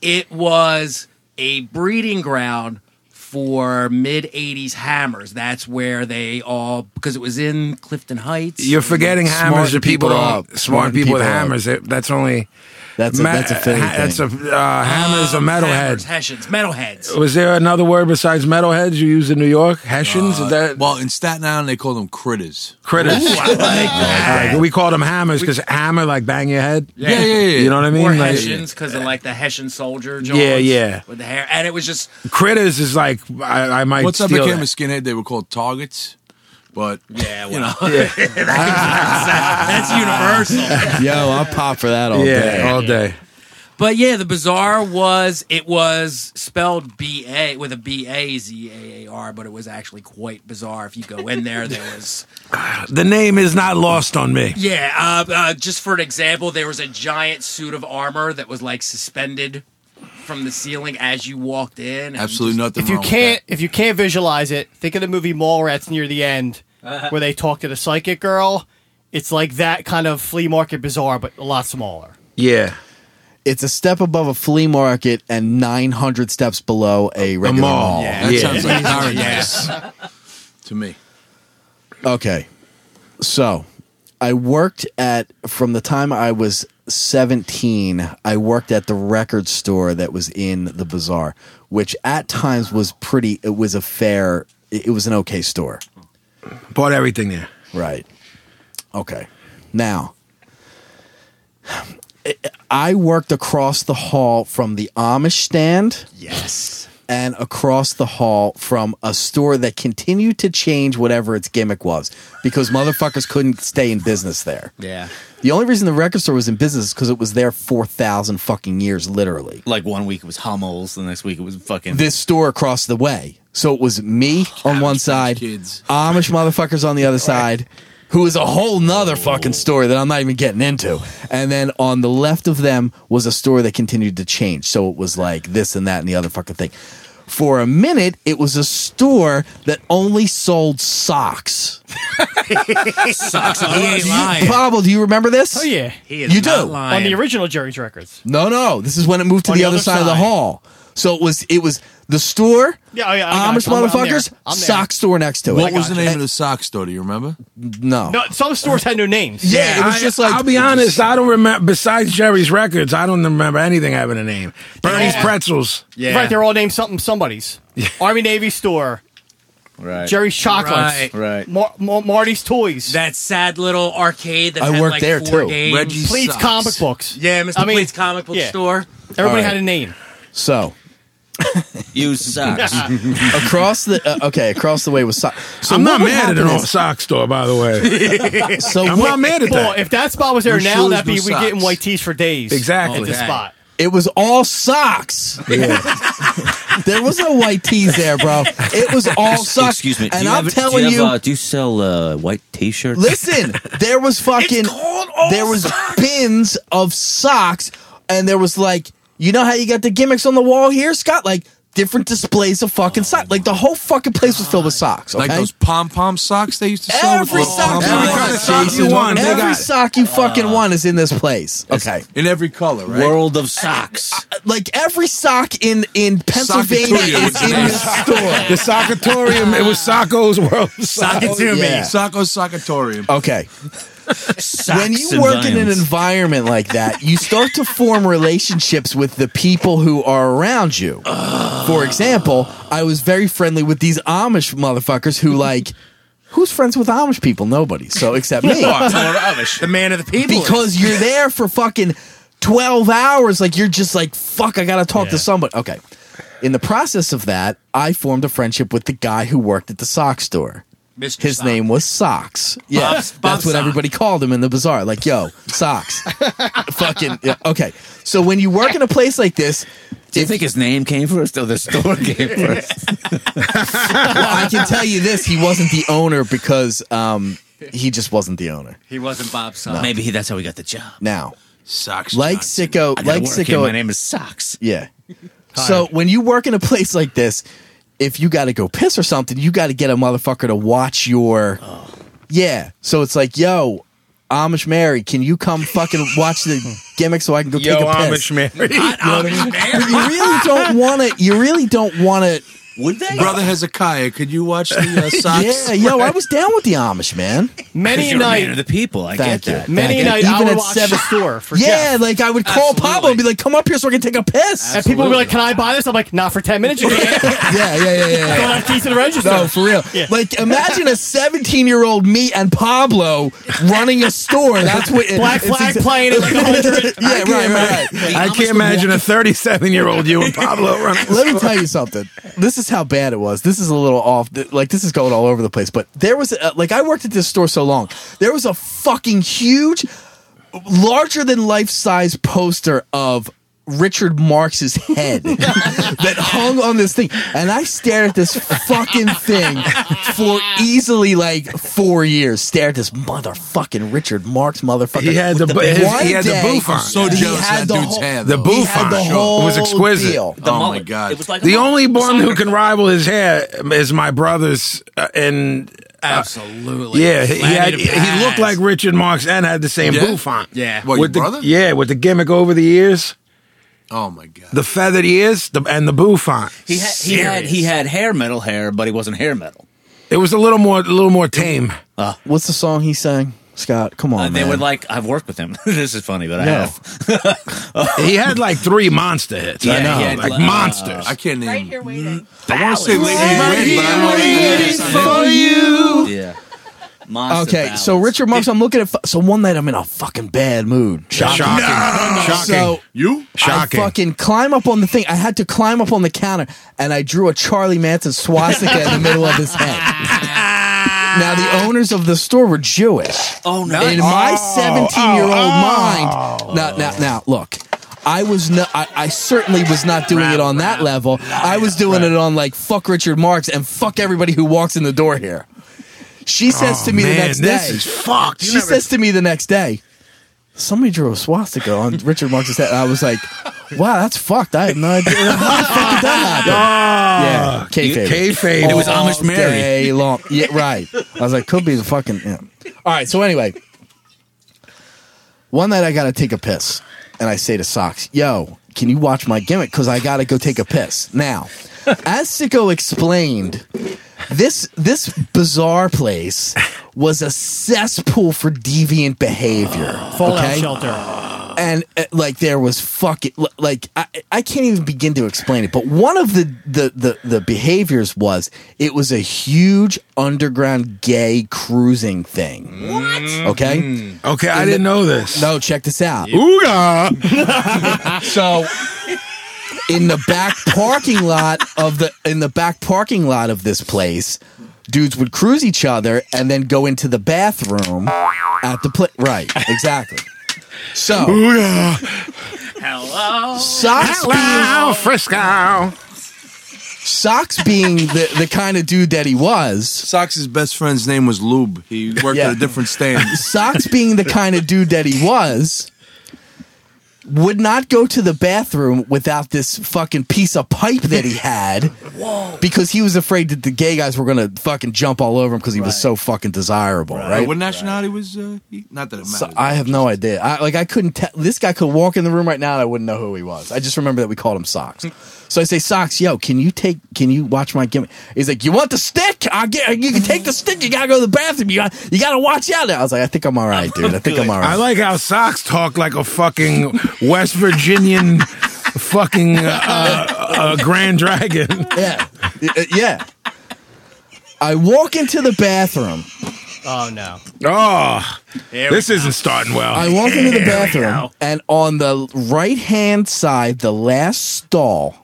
it was a breeding ground for mid 80s hammers. That's where they all, because it was in Clifton Heights.
You're forgetting hammers.
Smarting
The people, don't
people up.
smart,
Smarting
people with
people up.
hammers. It- That's only
that's a,
ma-
that's a Philly
ha- That's a
thing. Um,
uh, hammers or
Hammers,
metalhead.
Hessians, metalheads.
Was there another word besides metalheads you used in New York? Hessians?
Uh,
Is that
Well, in Staten Island, they call them critters.
critters. All right, we called them hammers because hammer like bang your head.
Yeah, yeah, yeah.
You know what I mean?
Or
Like,
Hessians because of like the Hessian soldier. Joints
Yeah, yeah.
With the hair, and it was just
critters is like I, I might
Once I
steal
became a
that.
skinhead, they were called targets. But yeah, you know,
that's universal.
Yo, I'll pop for that all
yeah,
day.
all day.
But yeah, the bazaar was it was spelled B A with a B A Z A A R, but it was actually quite bizarre. If you go in there, there was
The name is not lost on me.
yeah. Uh, uh, just for an example, there was a giant suit of armor that was like suspended from the ceiling as you walked in. and
absolutely nothing.
If you
wrong with
can't if you can't visualize it, think of the movie Mallrats near the end, where they talk to the psychic girl. It's like that kind of flea market bazaar, but a lot smaller.
Yeah.
it's a step above a flea market and 900 steps below a regular
mall.
mall.
that. That
Yeah.
sounds like paradise to me.
Okay. So, I worked at from the time I was 17, I worked at the record store that was in the bazaar, which at times was pretty it was a fair it it was an okay store.
Bought everything there.
Right. Okay. Now, I worked across the hall from the Amish stand. Yes. And across the hall from a store that continued to change whatever its gimmick was because motherfuckers couldn't stay in business there.
Yeah.
The only reason the record store was in business is because it was there 4,000 fucking years, literally
Like one week it was Hummels, the next week it was fucking.
this store across the way. So it was me on one side,
kids.
Amish motherfuckers on the other side, who is a whole nother fucking story that I'm not even getting into. And then on the left of them was a store that continued to change. So it was like this and that and the other fucking thing. For a minute, it was a store that only sold socks.
Sucks. He ain't lying.
Pablo, do you remember this?
Oh yeah,
He is
You
not
do.
on
lying.
the original Jerry's records.
No, no. This is when it moved to
On
the, other, side, of the hall. So it was it was the store,
Yeah, oh, yeah, I got
Amish
you. I'm- I'm there.
motherfuckers,
I'm there.
sock store next to it.
What was the name
And-
of the sock store? Do you remember?
No.
No, some stores had no names.
Yeah, it was
I-
just like
I'll be honest. I don't remember. Besides Jerry's records, I don't remember anything having a name. Bernie's pretzels.
Yeah.
Right, they're all named something somebody's. Army Navy store,
Right.
Jerry's Chocolates,
Right.
Right.
Mar- Mar- Marty's Toys,
That sad little arcade that
I
had
worked
like
there,
four
too.
games.
Reggie
Pleats
sucks.
comic books.
Yeah, Mr.
I mean,
Pleats comic book
yeah.
store.
Everybody
All right.
had a name.
So
You suck.
across the uh, okay, across the way was so. so
I'm
what
not
would
mad at
happen
an old
is-
sock store, by the way.
So
I'm
what-
not mad at
Well,
that.
if that spot was there
Your
now,
shoes,
that'd be
your
we
socks.
getting white tees for days.
Exactly.
At the
Exactly.
spot.
It was all socks. there was no white tees there, bro. It was all socks.
Excuse me. do
And
you
I'm
have- do you,
telling
have,
you,
uh, do you sell uh, white T-shirts?
listen, there was fucking there was bins of socks, and there was like, you know how you got the gimmicks on the wall here, Scott? Like different displays of fucking socks. Like the whole fucking place was filled with socks. Okay?
Like those pom pom socks they used to sell. with
Every
little
sock,
pom-pom
Every
you
kind of
want,
sock
Jason.
you want, they got
every
it. Uh,
sock you fucking want is in this place. Okay,
in every color, right?
World of socks.
like every sock in in Pennsylvania
Sockatoria
is
was
in
there.
this store.
the Sockatorium, it was
Ah.
Socko's World. Sock.
to me. Yeah.
Socko Sockatorium.
Okay.
Socks
when you
and
work in an
violence.
environment like that, you start to form relationships with the people who are around you. For example, I was very friendly with these Amish motherfuckers who like who's friends with Amish people? Nobody. So except me.
The man of the people.
because you're there for fucking 12 hours like you're just like fuck i gotta talk to somebody okay in the process of that i formed a friendship with the guy who worked at the sock store
Mr.
his
Sock.
name was Socks. Yeah,
Bob
that's what
Sock.
everybody called him in the bazaar. Like, yo, Socks. Fucking yeah, okay. So when you work in a place like this,
Do you think his name came first or the store came first?
well, I can tell you this: he wasn't the owner because um, he just wasn't the owner.
He wasn't Bob Sock.
Maybe he, that's how he got the job.
Now,
Socks.
like
Johnson.
sicko,
I gotta
like
work here.
sicko,
My name is Socks.
Yeah. So when you work in a place like this, if you got to go piss or something, you got to get a motherfucker to watch your. Yeah. So it's like, yo, Amish Mary, can you come fucking watch the gimmick so I can go
Yo,
take a
Amish
piss?
Mary.
But you really don't want to. You really don't want to.
Would they?
Brother Hezekiah, could you watch the uh, socks?
Yeah, yo, I was down with the Amish man.
Many
You're a man of
night,
the people. I
Thank
get
you.
that.
many
Thank you.
night, I
Even
would
at
watch
seven-
the store for
yeah,
Jeff.
like I would call Pablo and be like, "Come up here so I can take a piss."
and people would be like, "Can I buy this?" I'm like, "Not for ten minutes. You can't.
Yeah, yeah, yeah, yeah. yeah.
don't have keys to the register."
No, for real.
Yeah.
Like, imagine a 17 year old me and Pablo running a store. That's what
Black
it's
flag
exa-
playing at like hundred.
yeah, right, right, right.
I can't imagine a 37 year old you and Pablo running.
Let me tell you something. This is how bad it was. This is a little off. th- Like this is going all over the place. But there was a, like I worked at this store so long. There was a fucking huge, larger than life size poster of Richard Marx's head that hung on this thing, and I stared at this fucking thing for easily like four years. Stared at this motherfucking Richard Marx motherfucker.
He had the,
with
bu- his-
one
he had the
day-
boof on.
so
He
jealous
had
that
the
dude's
whole-
hair.
the
though.
boof
He had
on.
the whole
it was exquisite.
deal.
oh my god!
The only one who can rival his hair is my brother's, uh, and
Absolutely.
yeah, he, he had,
Planet of
he looked
Paz.
like Richard Marx and had the same
Yeah?
boof on.
Yeah.
What, your
with the,
brother?
Yeah, with the gimmick over the ears,
Oh my god!
the feathered ears, the, and the boof on.
He had, he had he had hair metal hair, but he wasn't hair metal.
It was a little more, a little more tame.
What's the song he sang? Scott, come on,
Uh, they
man.
would like. I've worked with him. this is funny, but I
No.
have.
He had like three monster hits.
Yeah,
I know,
he had,
like
uh,
monsters.
I can't name.
Right here waiting.
Mm-hmm.
I want to say Lady Red, but I don't
Yeah.
okay, so Richard Marx, I'm looking at. Fu- so one night I'm in a fucking bad mood. Shocking.
Shocking. Shocking.
So
You?
Shocking.
I fucking climb up on the thing. I had to climb up on the counter, and I drew a Charlie Manson swastika in the middle of his head. Now the owners of the store were Jewish.
Oh no!
In my 17 year old
Oh.
mind, now, now, now, look, I was no, I, I certainly was not doing it on that level. I was doing it on like fuck Richard Marx and fuck everybody who walks in the door here. She says
Oh,
to me
man,
the next
this
day,
is fucked. You
she
never-
says to me the next day, somebody drew a swastika on Richard Marx's head. And I was like, wow, that's fucked. I had no idea. How the fuck did that happen? Yeah, kayfabe.
Kayfabe.
All day long. Yeah, right. I was like, could be the fucking. Yeah. All right. So anyway, one night I gotta take a piss, and I say to Socks, "Yo, can you watch my gimmick? Cause I gotta go take a piss now." As Sicko explained, this this bizarre place was a cesspool for deviant behavior.
Fallout
okay?
shelter.
and uh, like there was fucking li- like I, I can't even begin to explain it but one of the, the the the behaviors was it was a huge underground gay cruising thing what okay
Okay, I didn't know this.
no check this out
Ooga.
so in the back parking lot of the in the back parking lot of this place, dudes would cruise each other and then go into the bathroom at the place. Right, exactly. So
Ooga.
socks being,
Hello, Frisco.
socks being the, the kind of dude that he was.
Sox's best friend's name was Lube. He worked
Yeah.
at a different stand.
Socks being the kind of dude that he was would not go to the bathroom without this fucking piece of pipe that he had. Whoa. Because he was afraid that the gay guys were gonna fucking jump all over him because he was so fucking desirable, right?
What nationality was uh, he? Not that it matters.
So I have no idea. I, like I couldn't tell. This guy could walk in the room right now, and I wouldn't know who he was. I just remember that we called him Socks. So I say, Socks, yo, can you take? Can you watch my gimmick? He's like, you want the stick? I get. You can take the stick. You gotta go to the bathroom. You got. You gotta watch out. I was like, I think I'm all right, dude. I think I'm all
I
right.
like how socks talk like a fucking West Virginian fucking uh, uh, Grand Dragon.
yeah, Y- uh, yeah. I walk into the bathroom.
Oh no.
Oh, this isn't starting well.
I walk into the bathroom, and on the right hand side, the last stall,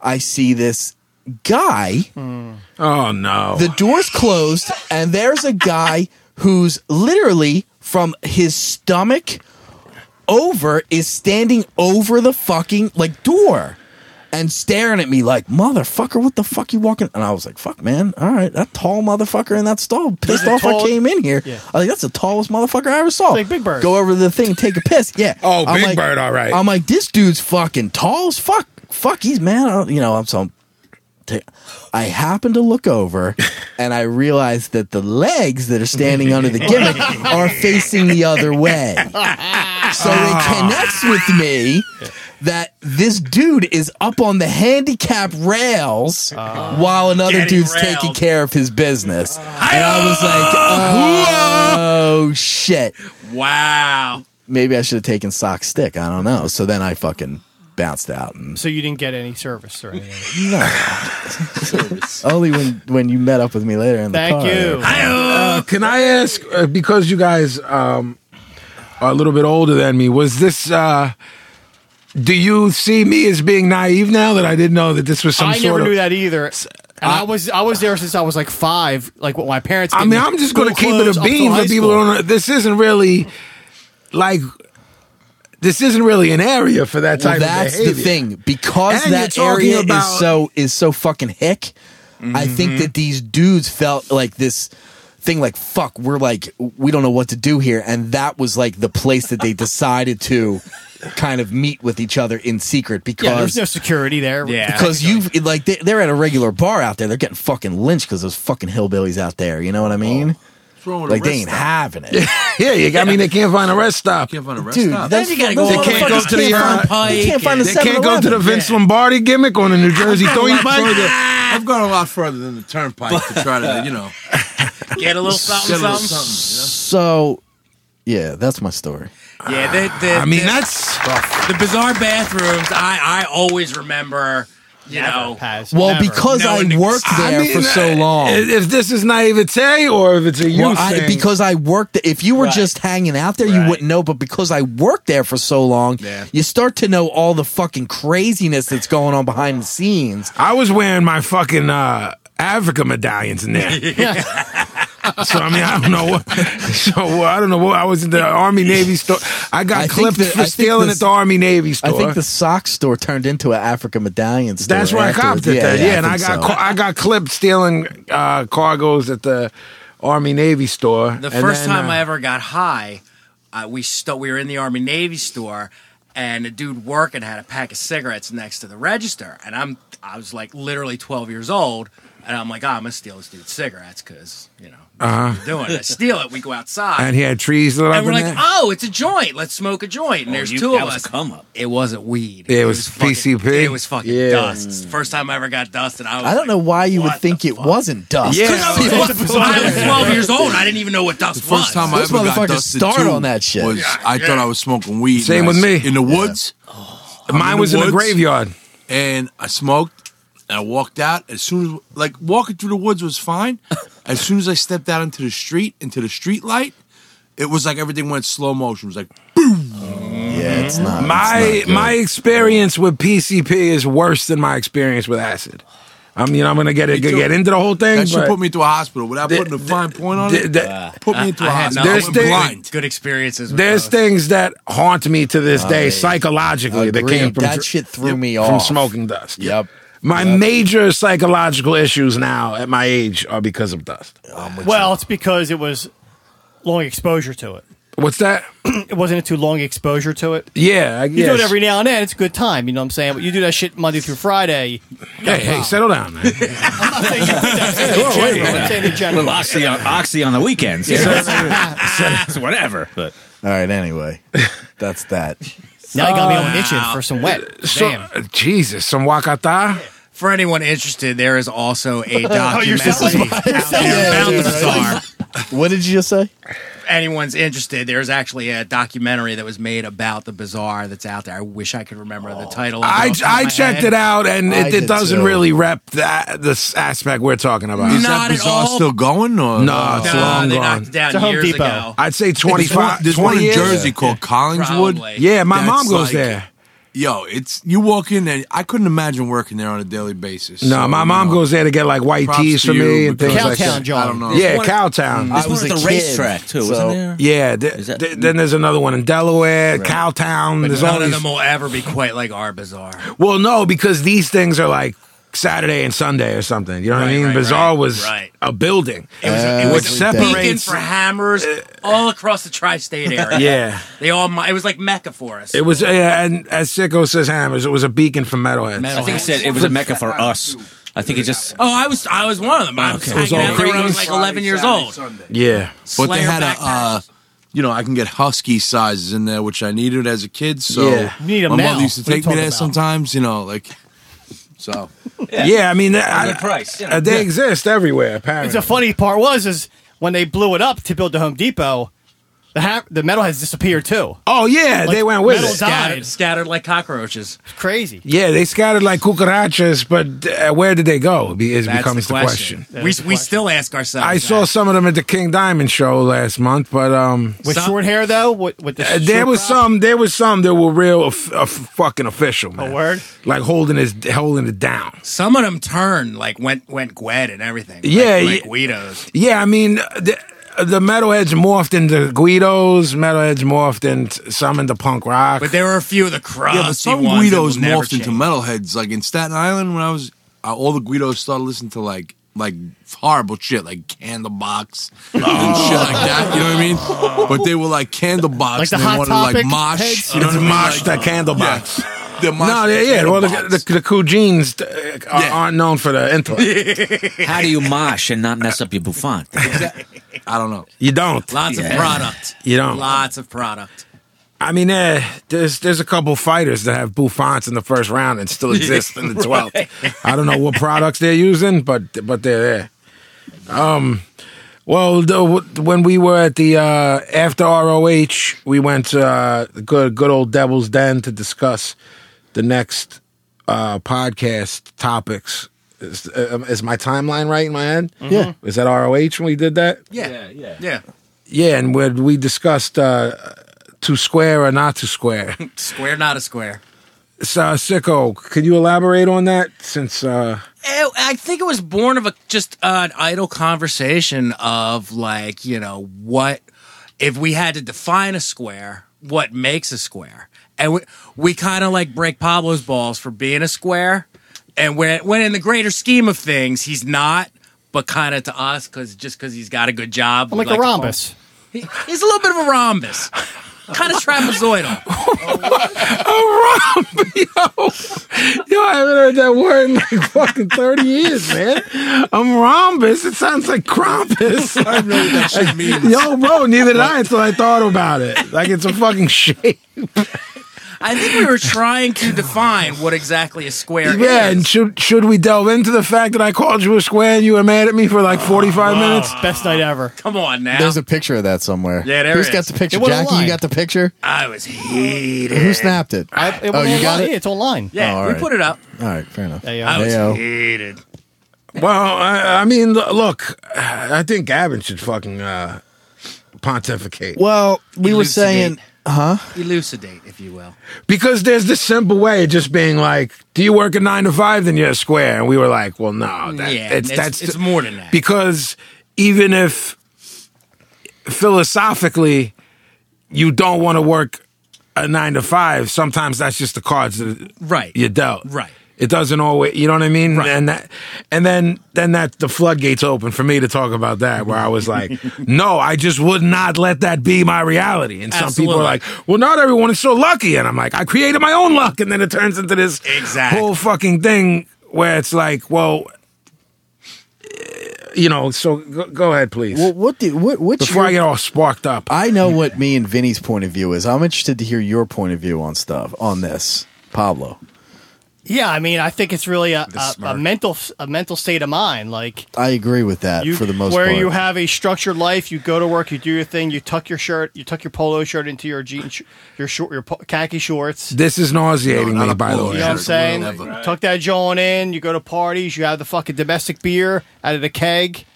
I see this guy.
oh no.
The door's closed, and there's a guy who's literally from his stomach over is standing over the fucking like door and staring at me like motherfucker what the fuck you walking and i was like fuck man all right that tall motherfucker in that stall pissed
the
off
tall-
i came in here i
Yeah.
was like that's the tallest motherfucker i ever saw
like Big Bird.
go over to the thing and take a piss yeah
Oh,
I'm
Big
like-
Bird, all right.
i'm like this dude's fucking tall as fuck fuck he's man I don't- you know i'm so ta- I happen to look over and I realize that the legs that are standing under the gimmick are facing the other way. So it
Ah.
connects with me that this dude is up on the handicap rails
Ah.
while another
Getting
dude's
railed.
taking care of his business. and I was like,
Ah.
oh shit.
Wow.
Maybe I should have taken sock stick. I don't know. So then I fucking bounced out and
So you didn't get any service or anything.
only when when you met up with me later in the
Thank
car.
you.
Uh, can I ask uh, because you guys um, are a little bit older than me? Was this? Uh, do you see me as being naive now that I didn't know that this was some
I
sort
never
of?
knew that either. And I, was I was there since I was like five. Like what my parents.
I
gave me
mean, I'm just going to
school
keep it
clothes
a
up till
bean
high
for people who
school.
don't know. This isn't really like this isn't really an area for that
Well,
type
that's
of behavior.
the thing because
And
that
you're talking
area
about-
is so is so fucking hick. I
Mm-hmm.
think that these dudes felt like this thing like fuck we're like we don't know what to do here and that was like the place that they decided to kind of meet with each other in secret
Yeah, there's
because
no security there.
Yeah.
because you've like they, they're at a regular bar out there they're getting fucking lynched because there's fucking hillbillies out there you know what i
Oh,
mean
What's wrong with
like
a
they
rest
ain't
stop?
having it
Yeah, you, I mean, they can't find a rest stop.
Can't find a rest
dude
stop.
that's,
you gotta go
those
They can't go
motherfuckers
to the,
find-
uh,
they can't find a
They can't go to the
7-Eleven.
Vince Lombardi gimmick on the New Jersey throwing
I've gone a lot further-
bike.
I've gone a lot further than the turnpike to try to, you know,
Get a little something,
get a little
something.
something.
So, yeah, that's my story.
Yeah, the, the,
I mean,
the,
that's
the bizarre bathrooms. I I always remember. You know,
Has,
Well,
never.
because
No
I
one
worked there
I mean,
for so long.
i- If this is naivete or if it's a you
Well, I-
thing,
because I worked. If you were just hanging out there, you wouldn't know. But because I worked there for so long, you start to know all the fucking craziness that's going on behind the scenes.
I was wearing my fucking uh, Africa medallions in there. so I mean, I don't know what. So uh, I don't know what. I was in the Army Navy store. I got
I think
clipped
the- I
for
think
stealing
the-
at the Army Navy store.
I think the sock store turned into an Africa medallion store.
That's where I
afterwards.
copped it. then. Yeah, and I
think
got
so.
ca- I got clipped stealing uh, cargos at the Army Navy store. uh,
The first time I ever got high, uh, we sto- we were in the Army Navy store, and a dude working had a pack of cigarettes next to the register, and I'm I was like literally 12 years old. And I'm like, oh, I'm gonna steal this dude's cigarettes because you know
Uh-huh.
we're doing it. I steal it. We go outside,
And he had trees lit up
and we're
in
like,
there.
oh, it's a joint. Let's smoke a joint. And there's
Oh, you-
two
that
of
was a
us.
come up.
It wasn't weed.
It was
fucking-
PCP?
It was fucking
Yeah.
dust. It's the First time I ever got dusted. I, was
I don't
like,
know why you would
what the
think it
fuck?
wasn't dust.
Yeah.
'Cause I was, I was 12 years old. I didn't even know what dust was.
First time I
Those
ever
motherfuckers
got dusted
start
too
on that shit.
was
Yeah,
I
yeah.
thought I was smoking weed.
Same
and I
with
s-
me.
in the woods. I'm
Mine was in the
woods,
graveyard.
and I smoked. And I walked out as soon as like walking through the woods was fine. as soon as I stepped out into the street, into the street light, it was like everything went slow motion. It was like
Yeah, it's not.
my my experience with PCP is worse than my experience with acid. I mean, I'm gonna get it,
Me too.
get into the whole thing.
that should
but
put me into a hospital without
The-
putting a
the-
fine point on
the-
it.
the-
put me into a
I had
hospital. I
nothing.
went
There's
blind.
Good experiences. With
there's
those.
things that haunt me to this day psychologically that
Agreed.
came from
that
dr-
shit threw me
from
off.
smoking dust.
Yep.
My major psychological issues now at my age are because of dust.
Well, it's because it was long exposure to it.
What's that?
It wasn't a too long exposure to it.
Yeah, I
You
guess.
do it every now and then. It's a good time. You know what I'm saying? But you do that shit Monday through Friday.
Hey, hey, settle down, man.
I'm saying you do that shit in general. I'm saying in
Oxy
general.
on, oxy on the weekends. you know? So whatever. But
All right, anyway, that's that.
Now you got me on itching for some wet.
so,
Damn.
Jesus, some wakata.
For anyone interested, there is also a
Oh,
documentary
selling
out there about the bazaar.
What did you just say?
If anyone's interested, there's actually a documentary that was made about the bazaar that's out there. I wish I could remember
Oh.
the title. of it
I,
off the top
I
of my
checked
head.
it out, and
I
it,
did
it doesn't
too.
really rep that this aspect we're talking about.
Is
Not
that
at
bizarre
all.
still going or
No, it's
Nah,
long
they
gone.
knocked it down
It's a Home
years
Depot.
ago.
I'd say
There's one,
25,
there's
20
one in
years.
Jersey called Collingswood.
Probably.
Yeah, my mom
That's
goes
like-
there.
Yo, it's you walk in and I couldn't imagine working there on a daily basis.
No,
So,
my
you
mom
know,
goes there to get like white
uh, props
teas
to
for
you
me and things
because
like
Cowtown,
that.
John.
I don't know.
Yeah,
one-
Cowtown.
I was
one at the
a kid,
racetrack too,
so-
isn't there?
yeah, th-
that-
th- then there's another one in Delaware, Cowtown.
But
there's
none
all
of
these.
them will ever be quite like our bazaar.
Well, no, because these things are like Saturday and Sunday or something. You know what I
Right,
mean?
right,
Bazaar
right,
was
right.
a building.
It was, it was Uh,
Which
a beacon
separates-
for hammers all across the tri-state area.
Yeah.
they all. mi- It was like Mecca for us.
It was, yeah, and as Sicko says, hammers. It was a beacon for metalheads.
Metal
I think it
heads.
said it was a mecca for us. I think it just.
Oh, I was I was one of them. I was,
Okay.
hanging
all
out there when I was
Cretans?
like 11 years old.
Yeah,
But they
Slayer
had a,
backpacks.
uh, you know, I can get husky sizes in there, which I needed as a kid. So
Yeah.
You need 'em
my
now.
mother used to
What are you
take me
talking
there
about?
sometimes. You know, like so.
yeah. I mean, I,
good price, you know.
uh, they exist everywhere. Apparently,
It's a funny part was is when they blew it up to build the Home Depot, the ha- the metal has disappeared too.
oh yeah,
Like,
they went with
metal
it.
died.
Scattered, scattered like cockroaches.
It's crazy.
Yeah, they scattered like cucarachas, but uh, where did they go? Be- Is
That's
becomes
the question. We,
is the
we
question.
still ask ourselves.
I saw
that.
some of them at the King Diamond show last month, but um,
With
Some-
short hair though, with, with the
uh, there
short
was
crop.
some, there was some that were real, of of fucking official, man.
word?
like holding his, holding it down.
some of them turned like went went Gwed and everything. Like-
Yeah,
like
yeah.
Guidos.
Yeah, I mean the, the metalheads morphed into Guidos, metalheads morphed into some into punk rock.
But there were a few of the crusty
Yeah, but some
ones that will
Guidos
never
morphed into
change.
metalheads. Like in Staten Island, when I was, I, all the Guidos started listening to like like horrible shit, like Candlebox and shit
Oh.
like that. You know what I mean? But they were like Candlebox,
Like the
and they
Hot
wanted
Topic
like mosh.
heads?
You know what I mean?
mosh
Like,
that candle box.
they're mosh
No,
to
they, yeah, well, the,
Candlebox.
the, the cool jeans uh, are,
Yeah.
aren't known for the intellect.
How do you mosh and not mess up your bouffant?
I don't know.
You don't.
Lots of product.
You don't.
Lots of product.
I mean, eh, there's there's a couple fighters that have bouffants in the first round and still exist in the twelfth. I don't know what products they're using, but but they're there. Um, well, the, when we were at the uh, after ROH, we went to uh, the good good old Devil's Den to discuss the next uh, podcast topics. Is, uh, is my timeline right in my head?
Yeah.
Is that ROH when we did that?
Yeah, yeah, yeah.
Yeah, and when we discussed uh, to square or not to square.
Square, not a square.
So, Sicko, could you elaborate on that? Since uh,
Eh, I think it was born of a just an idle conversation of like you know what if we had to define a square, what makes a square, and we we kind of like break Pablo's balls for being a square, and when when in the greater scheme of things he's not, but kind of to us because just because he's got a good job,
I'm
we
like a
to call-
rhombus.
He- he's a little bit of a rhombus. kind of trapezoidal.
A romp, Oh, yo. Yo, I haven't heard that word in like fucking 30 years, man. I'm rhombus. It sounds like crompus.
I don't know what that shit means.
Yo, bro, neither did I until I thought about it. Like it's a fucking shape.
I think we were trying to define what exactly a square
Yeah, and
is.
should should we delve into the fact that I called you a square and you were mad at me for like 45 minutes?
Best night ever.
Come on now.
There's a picture of that somewhere.
Yeah, there
Who's
is.
got the picture?
It went
Jackie, you
online.
got the picture?
I was heated.
Who snapped it?
I, it
oh,
went
you got
online. Yeah,
it?
it's online.
Yeah,
Oh, all
we
right.
put it up.
All right, fair enough.
There you
I
go.
was
Ayo.
heated.
Well, I, I mean, lo- look, I think Gavin should fucking uh, pontificate.
Well, we were
Elucidate.
saying, huh?
Elucidate, if you will.
Because there's this simple way of just being like, do you work a nine to five? Then you're a square. And we were like, well, no, that,
yeah,
it's,
it's,
that's
it's more than that.
because even if philosophically you don't want to work a nine to five, sometimes that's just the cards that
Right.
you're dealt.
Right.
It doesn't always, you know what I mean,
Right.
and that, and then then that the floodgates open for me to talk about that, where I was like, no, I just would not let that be my reality. And some people are
Absolutely.
like, well, not everyone is so lucky, and I'm like, I created my own luck, and then it turns into this
Exactly.
whole fucking thing where it's like, well, eh, you know, so go, go ahead, please.
Well, what do what what's
Before
your-
I get all sparked up,
I know what me and Vinny's point of view is. I'm interested to hear your point of view on stuff on this, Pablo.
Yeah, I mean, I think it's really a, a, a
smirk.
mental a mental state of mind. Like
I agree with that
you,
for the most
where
part.
you have a structured life, you go to work, you do your thing, you tuck your shirt, you tuck your polo shirt into your jean, sh- your short, your po- khaki shorts.
this is nauseating
No, not
me,
a
by the
blow,
way.
You know what I'm
Sure,
saying?
whatever.
Right. Tuck that joint in. You go to parties. You have the fucking domestic beer out of the keg,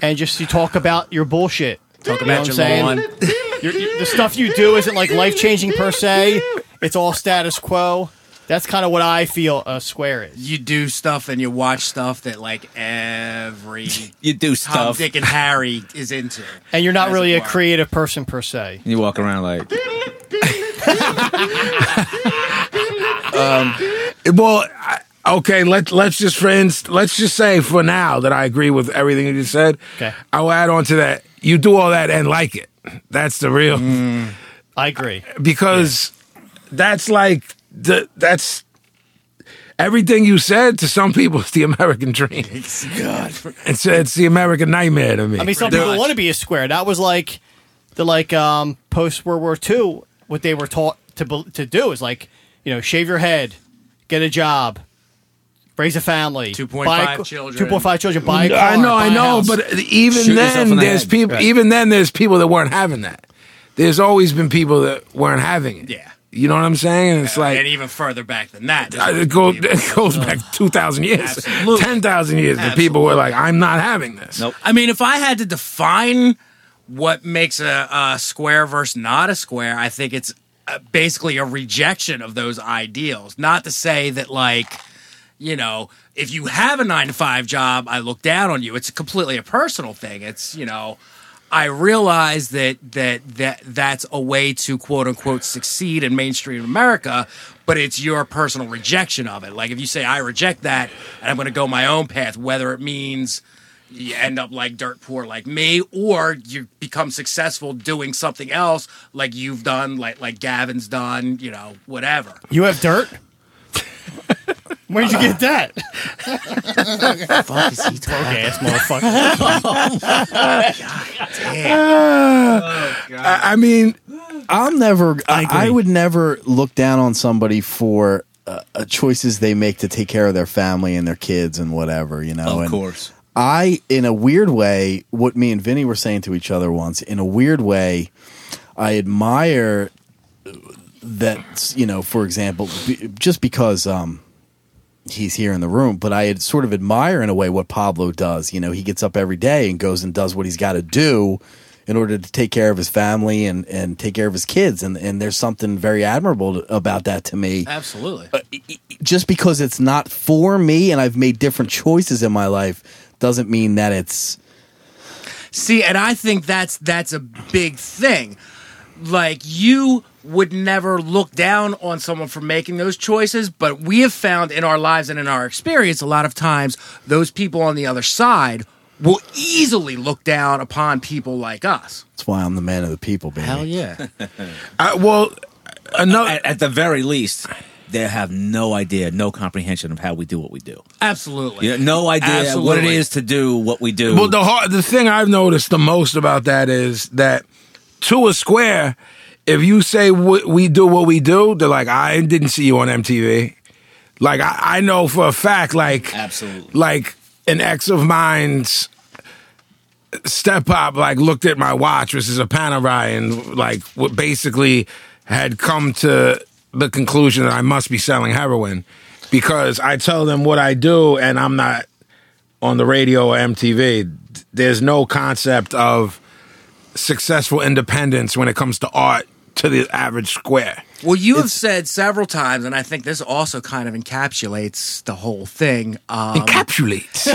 and just you talk about your bullshit. Talk
about your lawn.
Your- your- the stuff you do isn't like life changing per se. It's all status quo. That's kind of what I feel a square is.
You do stuff and you watch stuff that like every
You do
Tom,
stuff.
Dick, and Harry is into.
And you're not
As
really
it
a
were.
creative person per se.
You walk around like
Well, I, okay, let let's just for inst- let's just say for now that I agree with everything you just said.
Okay.
I will add on to that. You do all that and like it. That's the real
Mm.
I agree.
because that's like the that's everything you said to some people is the American dream. It's it's the American nightmare to me.
I mean, some people want to be a square. That was like the like um, post World War II. What they were taught to bel- to do is like you know shave your head, get a job, raise a family,
2.5
two
children.
point five children, buy a car,
I know,
buy
I
a
know,
house.
but even
Shoot yourself
then
in the
there's
head.
people
Right.
even then there's people that weren't having that. There's always been people that weren't having it.
Yeah.
You know what I'm saying? And it's like
and even further back than that.
I- it, go, it goes back 2,000 years,
Absolutely.
10,000 years. The people were like, I'm not having this.
Nope.
I mean, if I had to define what makes a, a square versus not a square, I think it's uh, basically a rejection of those ideals. Not to say that, like, you know, if you have a nine to five job, I look down on you. It's completely a personal thing. It's, you know, I realize that that that that's a way to quote unquote succeed in mainstream America, but it's your personal rejection of it. Like if you say I reject that and I'm going to go my own path, whether it means you end up like dirt poor like me or you become successful doing something else like you've done like like Gavin's done, you know, whatever.
you have dirt. Where'd you get that?
fuck is he talking?
Okay, that's motherfucker.
I, I mean,
I'm never. I,
agree.
I would never look down on somebody for uh, uh, choices they make to take care of their family and their kids and whatever. You know,
Of
And
course.
I, in a weird way, what me and Vinny were saying to each other once. In a weird way, I admire that. You know, for example, b- just because. um he's here in the room, but I sort of admire in a way what Pablo does. You know, he gets up every day and goes and does what he's got to do in order to take care of his family and, and take care of his kids. And, and there's something very admirable to, about that to me.
Uh, Absolutely.
Just because it's not for me and I've made different choices in my life doesn't mean that it's.
See, and I think that's that's a big thing. Like you would never look down on someone for making those choices, but we have found in our lives and in our experience a lot of times those people on the other side will easily look down upon people like us.
That's why I'm the man of the people, baby.
Oh, yeah.
I, well, another.
At, at the very least, they have no idea, no comprehension of how we do what we do.
Absolutely.
You know, no idea what it
Absolutely.
is to do what we do.
Well, the hard, the thing I've noticed the most about that is that to a square, if you say what we do what we do, they're like, I didn't see you on MTV. Like I, I know for a fact, like
Absolutely.
like an ex of mine's step pop like looked at my watch, which is a Panerai, and like what basically had come to the conclusion that I must be selling heroin because I tell them what I do and I'm not on the radio or MTV. There's no concept of successful independence when it comes to art to the average square.
Well, you have said several times, and I think this also kind of encapsulates the whole thing. Um,
Encapsulates.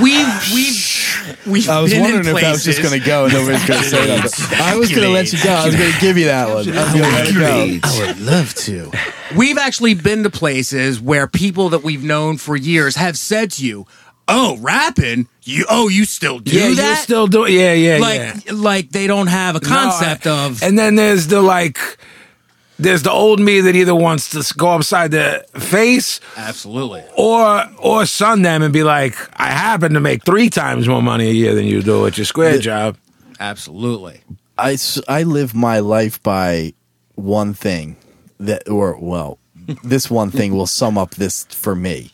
we've we've we've
I was
been
wondering
in
if
places.
that was just going to go and nobody was going to say that. but I was going to let you go. I was going to give you that one. I was going to let it go.
I would love to. We've actually been to places where people that we've known for years have said to you, "Oh, rapping? You oh, you still do
yeah,
that?
you're still doing. Yeah, yeah,
like
yeah.
like they don't have a concept
No, I-
of
And then there's the like, there's the old me that either wants to s- go upside the face
absolutely."
or or sun them and be like, I happen to make three times more money a year than you do at your square job.
Absolutely.
I, s- I live my life by one thing that, or well, this one thing will sum up this for me.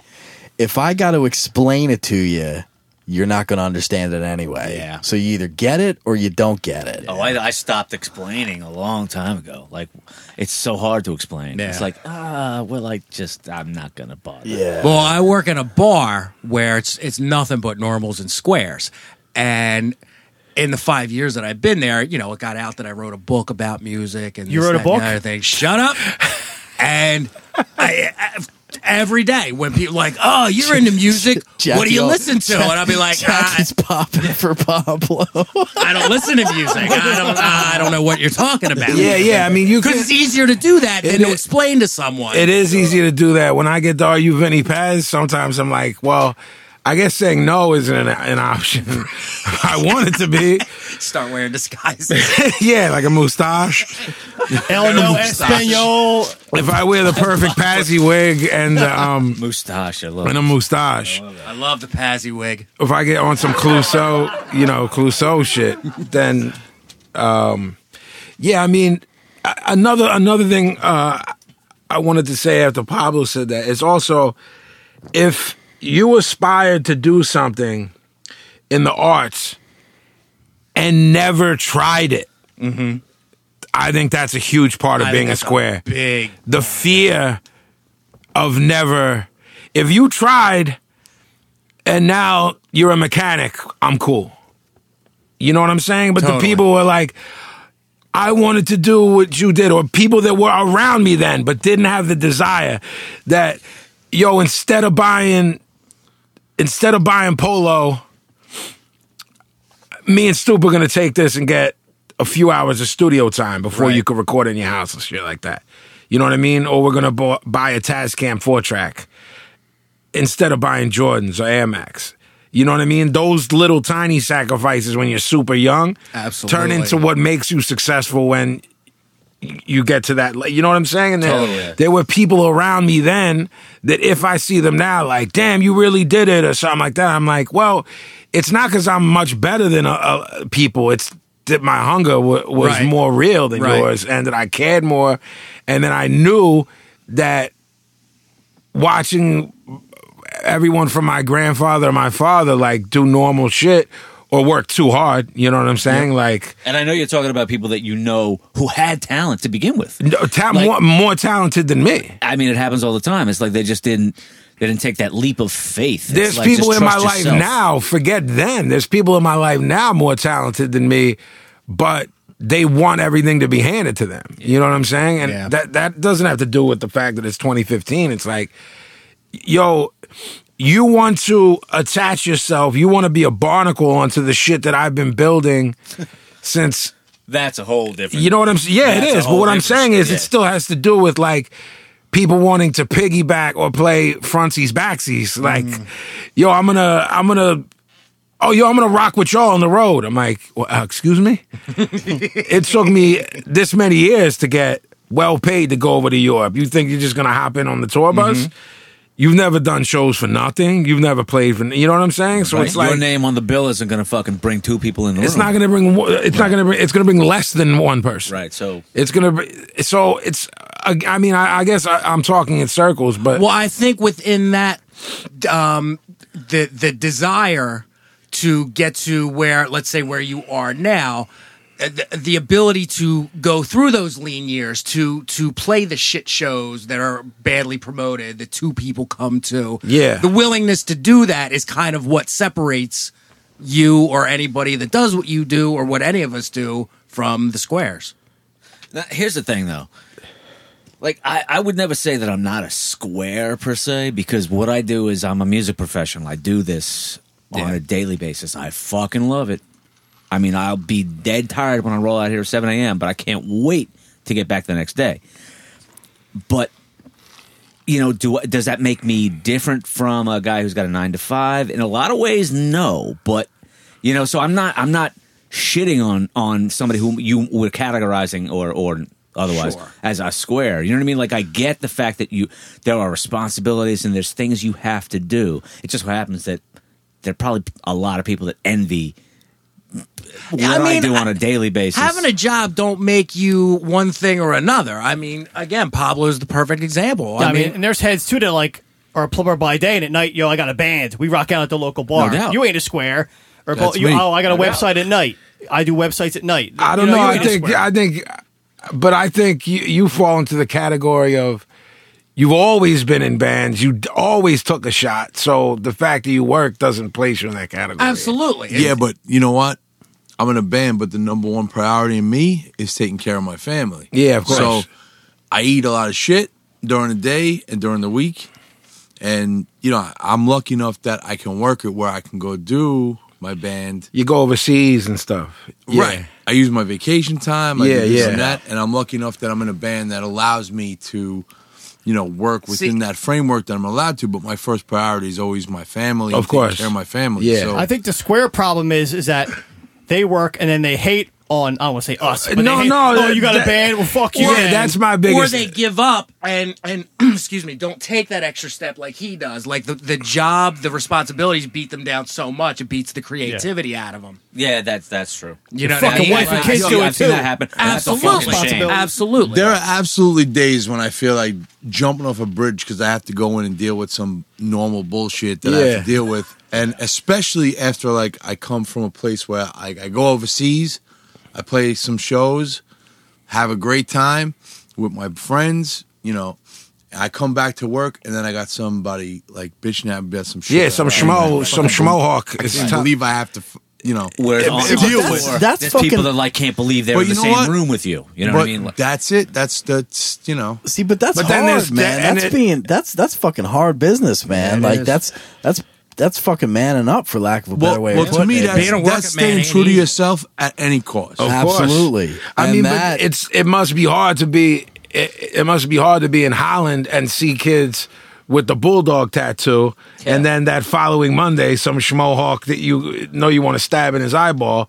If I got to explain it to you, you're not going to understand it anyway.
Yeah.
So you either get it or you don't get it.
Oh, I, I stopped explaining a long time ago. Like, it's so hard to explain. It's like, ah, well, I just, I'm not going to bother.
Yeah.
Well, I work in a bar where it's it's nothing but normals and squares, and in the five years that I've been there, you know, it got out that I wrote a book about music and
You
this,
wrote a
that, and the
book?
other thing. Shut up! and I, I- every day when people like, oh, you're into music, what do
Jackie
you
O-
listen to? And I'll be like, ah,
Jackie's popping for Pablo.
I don't listen to music. I don't, I don't know what you're talking about.
Yeah, yeah. I mean, you
Because
could.
it's easier to do that than
It
to
is-
explain to someone.
It is easy to do that. When I get to Are You Vinny Paz, sometimes I'm like, well, I guess saying no isn't an, an option. I want it to be.
Start wearing disguises.
yeah, like a mustache.
El no Espanol.
If I wear the perfect Pazzy wig and um,
Mustache, I love
and a mustache.
I love the Pazzy wig.
If I get on some Clouseau, you know, Clouseau shit, then, um, yeah, I mean, a- another another thing uh, I wanted to say after Pablo said that is also if you aspire to do something in the arts and never tried it, I think that's a huge part of
Mm-hmm. I think
being a
that's a
square
Big
the fear of never if you tried and now you're a mechanic i'm cool you know what i'm saying but the
Totally.
people were like i wanted to do what you did or people that were around me then but didn't have the desire that yo instead of buying instead of buying polo me and Stoop are gonna take this and get a few hours of studio time before you could record in your house and shit like that. You know what I mean? Or we're gonna bu- buy a Tascam four track instead of buying Jordans or Air Max. You know what I mean? Those little tiny sacrifices when you're super young turn
Absolutely.
into what makes you successful when you get to that. le- You know what I'm saying? And there,
Totally.
there were people around me then that if I see them now, like, damn, you really did it or something like that. I'm like, well, it's not because I'm much better than uh, uh, people. It's that my hunger wa was
Right.
more real than
Right.
yours and that I cared more. And then I knew that watching everyone from my grandfather and my father like do normal shit or work too hard, you know what I'm saying? Like,
And I know you're talking about people that you know who had talent to begin with.
no, ta-
Like-
more, more talented than me.
I mean, it happens all the time. It's like they just didn't, they didn't take that leap of faith. It's
There's
like, just
people in my
trust
life
yourself.
now, forget them. There's people in my life now more talented than me, but they want everything to be handed to them. You know what I'm saying? And
Yeah.
that that doesn't have to do with the fact that it's 2015. It's like, yo, you want to attach yourself, you want to be a barnacle onto the shit that I've been building since
That's a whole different.
you know what I'm saying? Yeah,
That's
it
a
is. But
whole
what I'm
different
saying is,
story.
it still has to do with like people wanting to
Mm.
piggyback or play frontsies backsies. Like, yo, I'm gonna, I'm gonna oh, yo, I'm gonna rock with y'all on the road. I'm like, well, uh, excuse me. it took me this many years to get well paid to go over to Europe. You think you're just gonna hop in on the tour bus?
Mm-hmm.
You've never done shows for nothing. You've never played for. You know what I'm saying? So it's like
Your name on the bill isn't going to fucking bring two people in the
it's
room.
not gonna bring. one- It's not gonna bring. It's gonna bring less than one person.
Right. So
It's gonna be so. It's. I I mean, I, I guess I, I'm talking in circles, but
Well, I think within that, um, the the desire to get to where, let's say, where you are now, uh, the, the ability to go through those lean years, to to play the shit shows that are badly promoted, that two people come to,
Yeah.
the willingness to do that is kind of what separates you or anybody that does what you do or what any of us do from the squares.
Now, here's the thing, though. Like, I, I would never say that I'm not a square per se, because what I do is I'm a music professional. I do this on a daily basis. I fucking love it. I mean, I'll be dead tired when I roll out here at 7 a.m., but I can't wait to get back the next day. But, you know, do I- does that make me different from a guy who's got a nine to five? In a lot of ways, no. But you know, so I'm not I'm not shitting on on somebody whom you were categorizing or or otherwise as a square. You know what I mean? Like I get the fact that you there are responsibilities and there's things you have to do. It just so happens that there are probably a lot of people that envy what I,
mean,
do on a daily basis.
Having a job don't make you one thing or another. I mean, again, Pablo is the perfect example.
I mean, and there's heads too that like are a plumber by day and at night, yo, I got a band. We rock out at the local bar.
No doubt.
You ain't a square. Or
That's
you,
me.
oh, I got a website at night. I do websites at night.
I don't
You
know.
you
I
ain't a
think
square.
I think, but I think you, you fall into the category of you've always been in bands. You d- always took a shot. So the fact that you work doesn't place you in that category.
absolutely.
Yeah, but you know what? I'm in a band, but the number one priority in me is taking care of my family.
Yeah, of course.
So I eat a lot of shit during the day and during the week. And, you know, I'm lucky enough that I can work it where I can go do my band.
You go overseas and stuff. Yeah.
Right. I use my vacation time. I
Yeah,
do this
yeah.
and that. And I'm lucky enough that I'm in a band that allows me to, you know, work within
See-
that framework that I'm allowed to. But my first priority is always my family.
Of
and taking
course.
Care of my family.
Yeah.
So,
I think the square problem is is that they work and then they hate on I don't want to say us. But
No,
they hate,
no,
Oh, you got
that-
a band? Well, fuck you.
Yeah,
then."
that's my
Or
biggest.
they give up and and excuse me, don't take that extra step like he does. Like the, the job, the responsibilities beat them down so much it beats the creativity out of them.
yeah, that's that's true.
You know,
fucking
what I mean?
wife and
Like,
kids
I've
do
seen-
it
I've seen
too.
that happen. That's a fucking
absolutely,
shame.
responsibility.
absolutely.
There are absolutely days when I feel like jumping off a bridge because I have to go in and deal with some normal bullshit that I
Yeah.
have to deal with, and especially after like I come from a place where I, I go overseas, I play some shows, have a great time with my friends, you know. I come back to work and then I got somebody like bitching at me about some shit.
yeah, some
I-
schmo, some schmo hawk.
I
It's
can't
tough.
believe I have to, f- you know.
Whereas on,
deal
on the
with-
floor,
That's
there's
fucking-
people that like can't believe they're
But
in the
you know
same
what?
room with you. You know
but
what I mean? Like-
that's it. That's that's you know.
See, but that's
But then
hard,
there's-
man.
and
that's
it-
being that's that's fucking hard business, man.
Yeah, it
like
is.
that's that's that's fucking manning up for lack of a better way.
well,
of
to
putting
me,
it.
that's,
Being a
that's
working man
staying
ain't
true to
easy.
yourself at any cost.
Of course.
Absolutely.
I
And
mean,
that-
but it's it must be hard to be it, it must be hard to be in Holland and see kids with the bulldog tattoo, and then that following Monday, some schmo hawk that you know you want to stab in his eyeball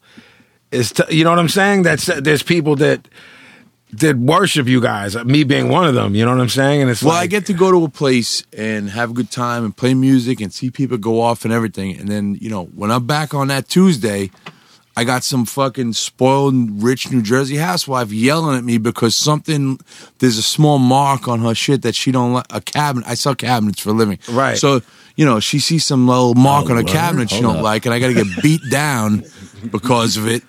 is t- you know what I'm saying? That's there's people that that worship you guys. Me being one of them. You know what I'm saying? And it's
Well,
like
I get to go to a place and have a good time and play music and see people go off and everything. And then, you know, when I'm back on that Tuesday, I got some fucking spoiled, rich New Jersey housewife yelling at me because something there's a small mark on her shit that she don't like. A cabinet. I sell cabinets for a living,
Right.
So you know, she sees some little mark
Oh,
on a
word?
cabinet she
Hold
don't
up.
like, and I got to get beat down because of it.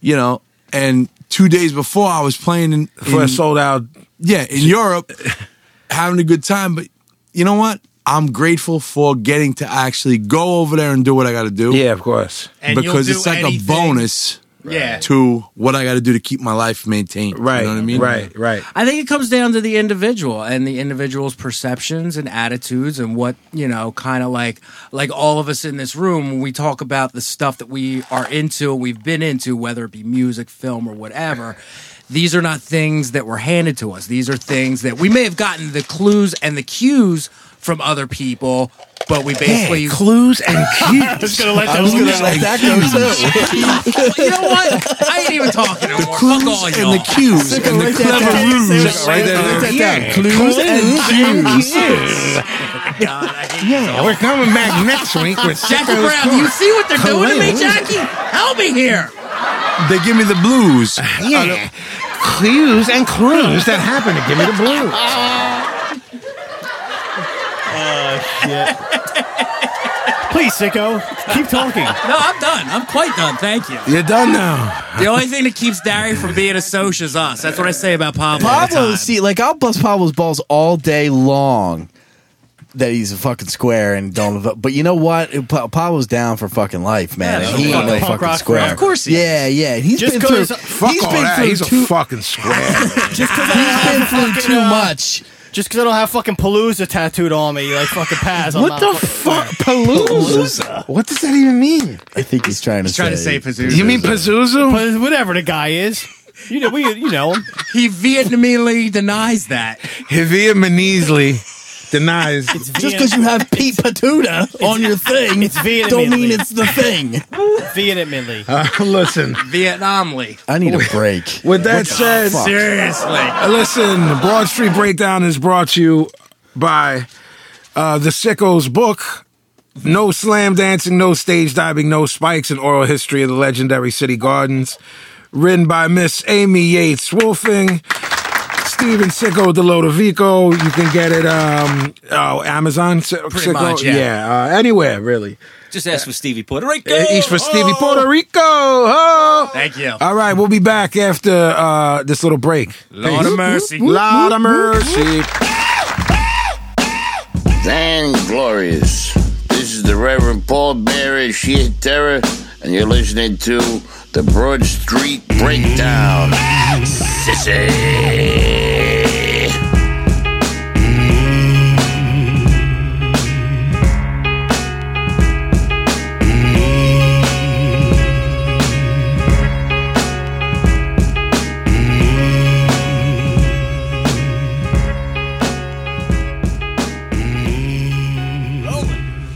You know, and two days before I was playing in,
for a
in-
sold out.
yeah, in Europe, having a good time. But you know what? I'm grateful for getting to actually go over there and do what I got to do.
Yeah, of course.
And you'll
because
do
it's like
anything-
a bonus
Yeah.
to what I got to do to keep my life maintained.
Right.
You know what I mean?
Right. Right.
I think it comes down to the individual and the individual's perceptions and attitudes and what, you know, kind of like like all of us in this room when we talk about the stuff that we are into, we've been into whether it be music, film or whatever. these are not things that were handed to us. These are things that we may have gotten the clues and the cues from other people, but we basically
clues and cues.
gonna let that
Let that go too.
you know what? I ain't even talking no more. Fuck all
clues
y'all.
and the cues and the
Write that
clever
down.
ruse.
Write that down. Clues and cues.
God, I hate
Yeah, we're coming back next week with
Jackie Brown, do you see what they're doing to me, Jackie? Help me here.
They give me the blues.
Yeah, clues and clues that happen to give me the blues.
Please, sicko, keep talking.
No, I'm done. I'm quite done. Thank you.
You're done now.
The only thing that keeps Dari from being a soch is us. That's what I say about Pablo. all the
Pablo,
time.
see, like I'll bust Pablo's balls all day long that he's a fucking square and don't. But you know what? Pa- Pablo's down for fucking life, man.
Yeah,
and he
he's a
ain't no
fucking
punk
fucking
rock
square.
rock.
Of course he is.
yeah, yeah. He's
Just
been
'cause-
through.
Fuck
he's
all
been
that.
through
He's
too.
a fucking square.
Just because
he's been through too
uh,
much.
Just because I don't have fucking Palooza tattooed on me, like fucking Paz. I'm
What
not
the fuck, Palooza? What does that even mean?
I think he's trying to
He's trying to
say.
save Pazuzu.
You mean Pazuzu?
But whatever the guy is, you know, we, you know him.
he vehemently denies that?
Hevia Meneasley denies.
Just because you have Pete Patuda on your thing,
it's
don't mean
vehemently.
it's the thing.
vehemently.
Uh, listen,
Vietnamly.
I need a break.
with that said,
Seriously.
Uh, Listen, Broad Street Breakdown is brought to you by uh, the Sickos book. No slam dancing, no stage diving, no spikes, an oral history of the legendary city gardens. Written by Miss Amy Yates Wolfing, Steven Sicko DeLodovico. You can get it um oh, Amazon Si- Sicko.
much, yeah.
uh, anywhere really.
Just ask for Stevie Puerto Rico.
Oh,
Uh, East for Stevie Puerto Rico. Oh.
Thank you.
All right, we'll be back after uh, this little break.
Lord of mercy.
Lot of mercy.
Dang glorious. This is the Reverend Paul Barry, Sheer Terror, and you're listening to the Broad Street Breakdown. Sissy!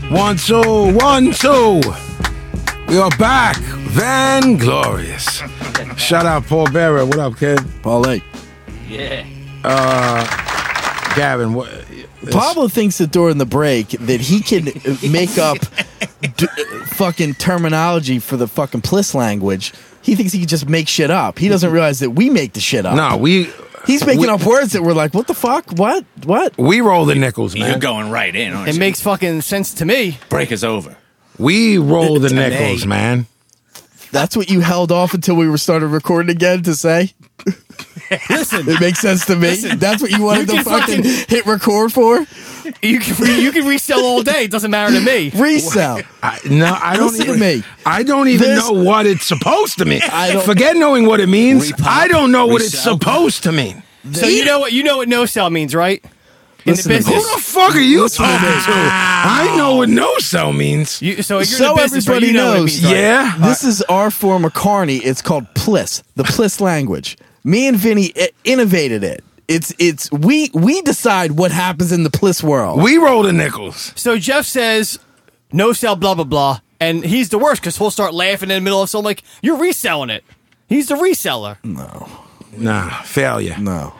One, two, one, two. We are back. Van Glorious. Shout out Paul Bearer. What up, kid?
Paul A.
Yeah.
Gavin, what?
Pablo thinks that during the break that he can make up d- fucking terminology for the fucking pliss language. He thinks he can just make shit up. He doesn't realize that we make the shit up.
No, we
He's making
we-
up words that we're like, what the fuck? What? What?
we roll the nickels,
You're
man.
going right in, aren't
It
you?
makes fucking sense to me.
Break is over.
We roll the
Today.
nickels, man.
That's what you held off until we were started recording again to say?
Listen,
It makes sense to me. That's what you wanted
You
to
can
fucking,
fucking-
hit record for?
you can re- you can resell all day. It doesn't matter to me.
Resell.
I, no, I don't
Listen to
even.
me.
I don't even
This-
know what it's supposed to mean.
I don't-
Forget knowing what it means.
Repop,
I don't know what it's
resell.
supposed to mean.
So you know what you know what no sell means, right? In
Listen to
the
me.
Who
business,
the fuck are you talking to? I know what no sell means.
you, so you're
So
in the business, right?
everybody
you know what it
knows.
means, right?
Yeah.
This is our form of carny. It's called pliss, the pliss language. Me and Vinny i- innovated it. It's it's we we decide what happens in the pliss world.
We roll the nickels.
So Jeff says no sell blah blah blah, and he's the worst because he'll start laughing in the middle of something like you're reselling it. He's the reseller.
Nah, failure.
no.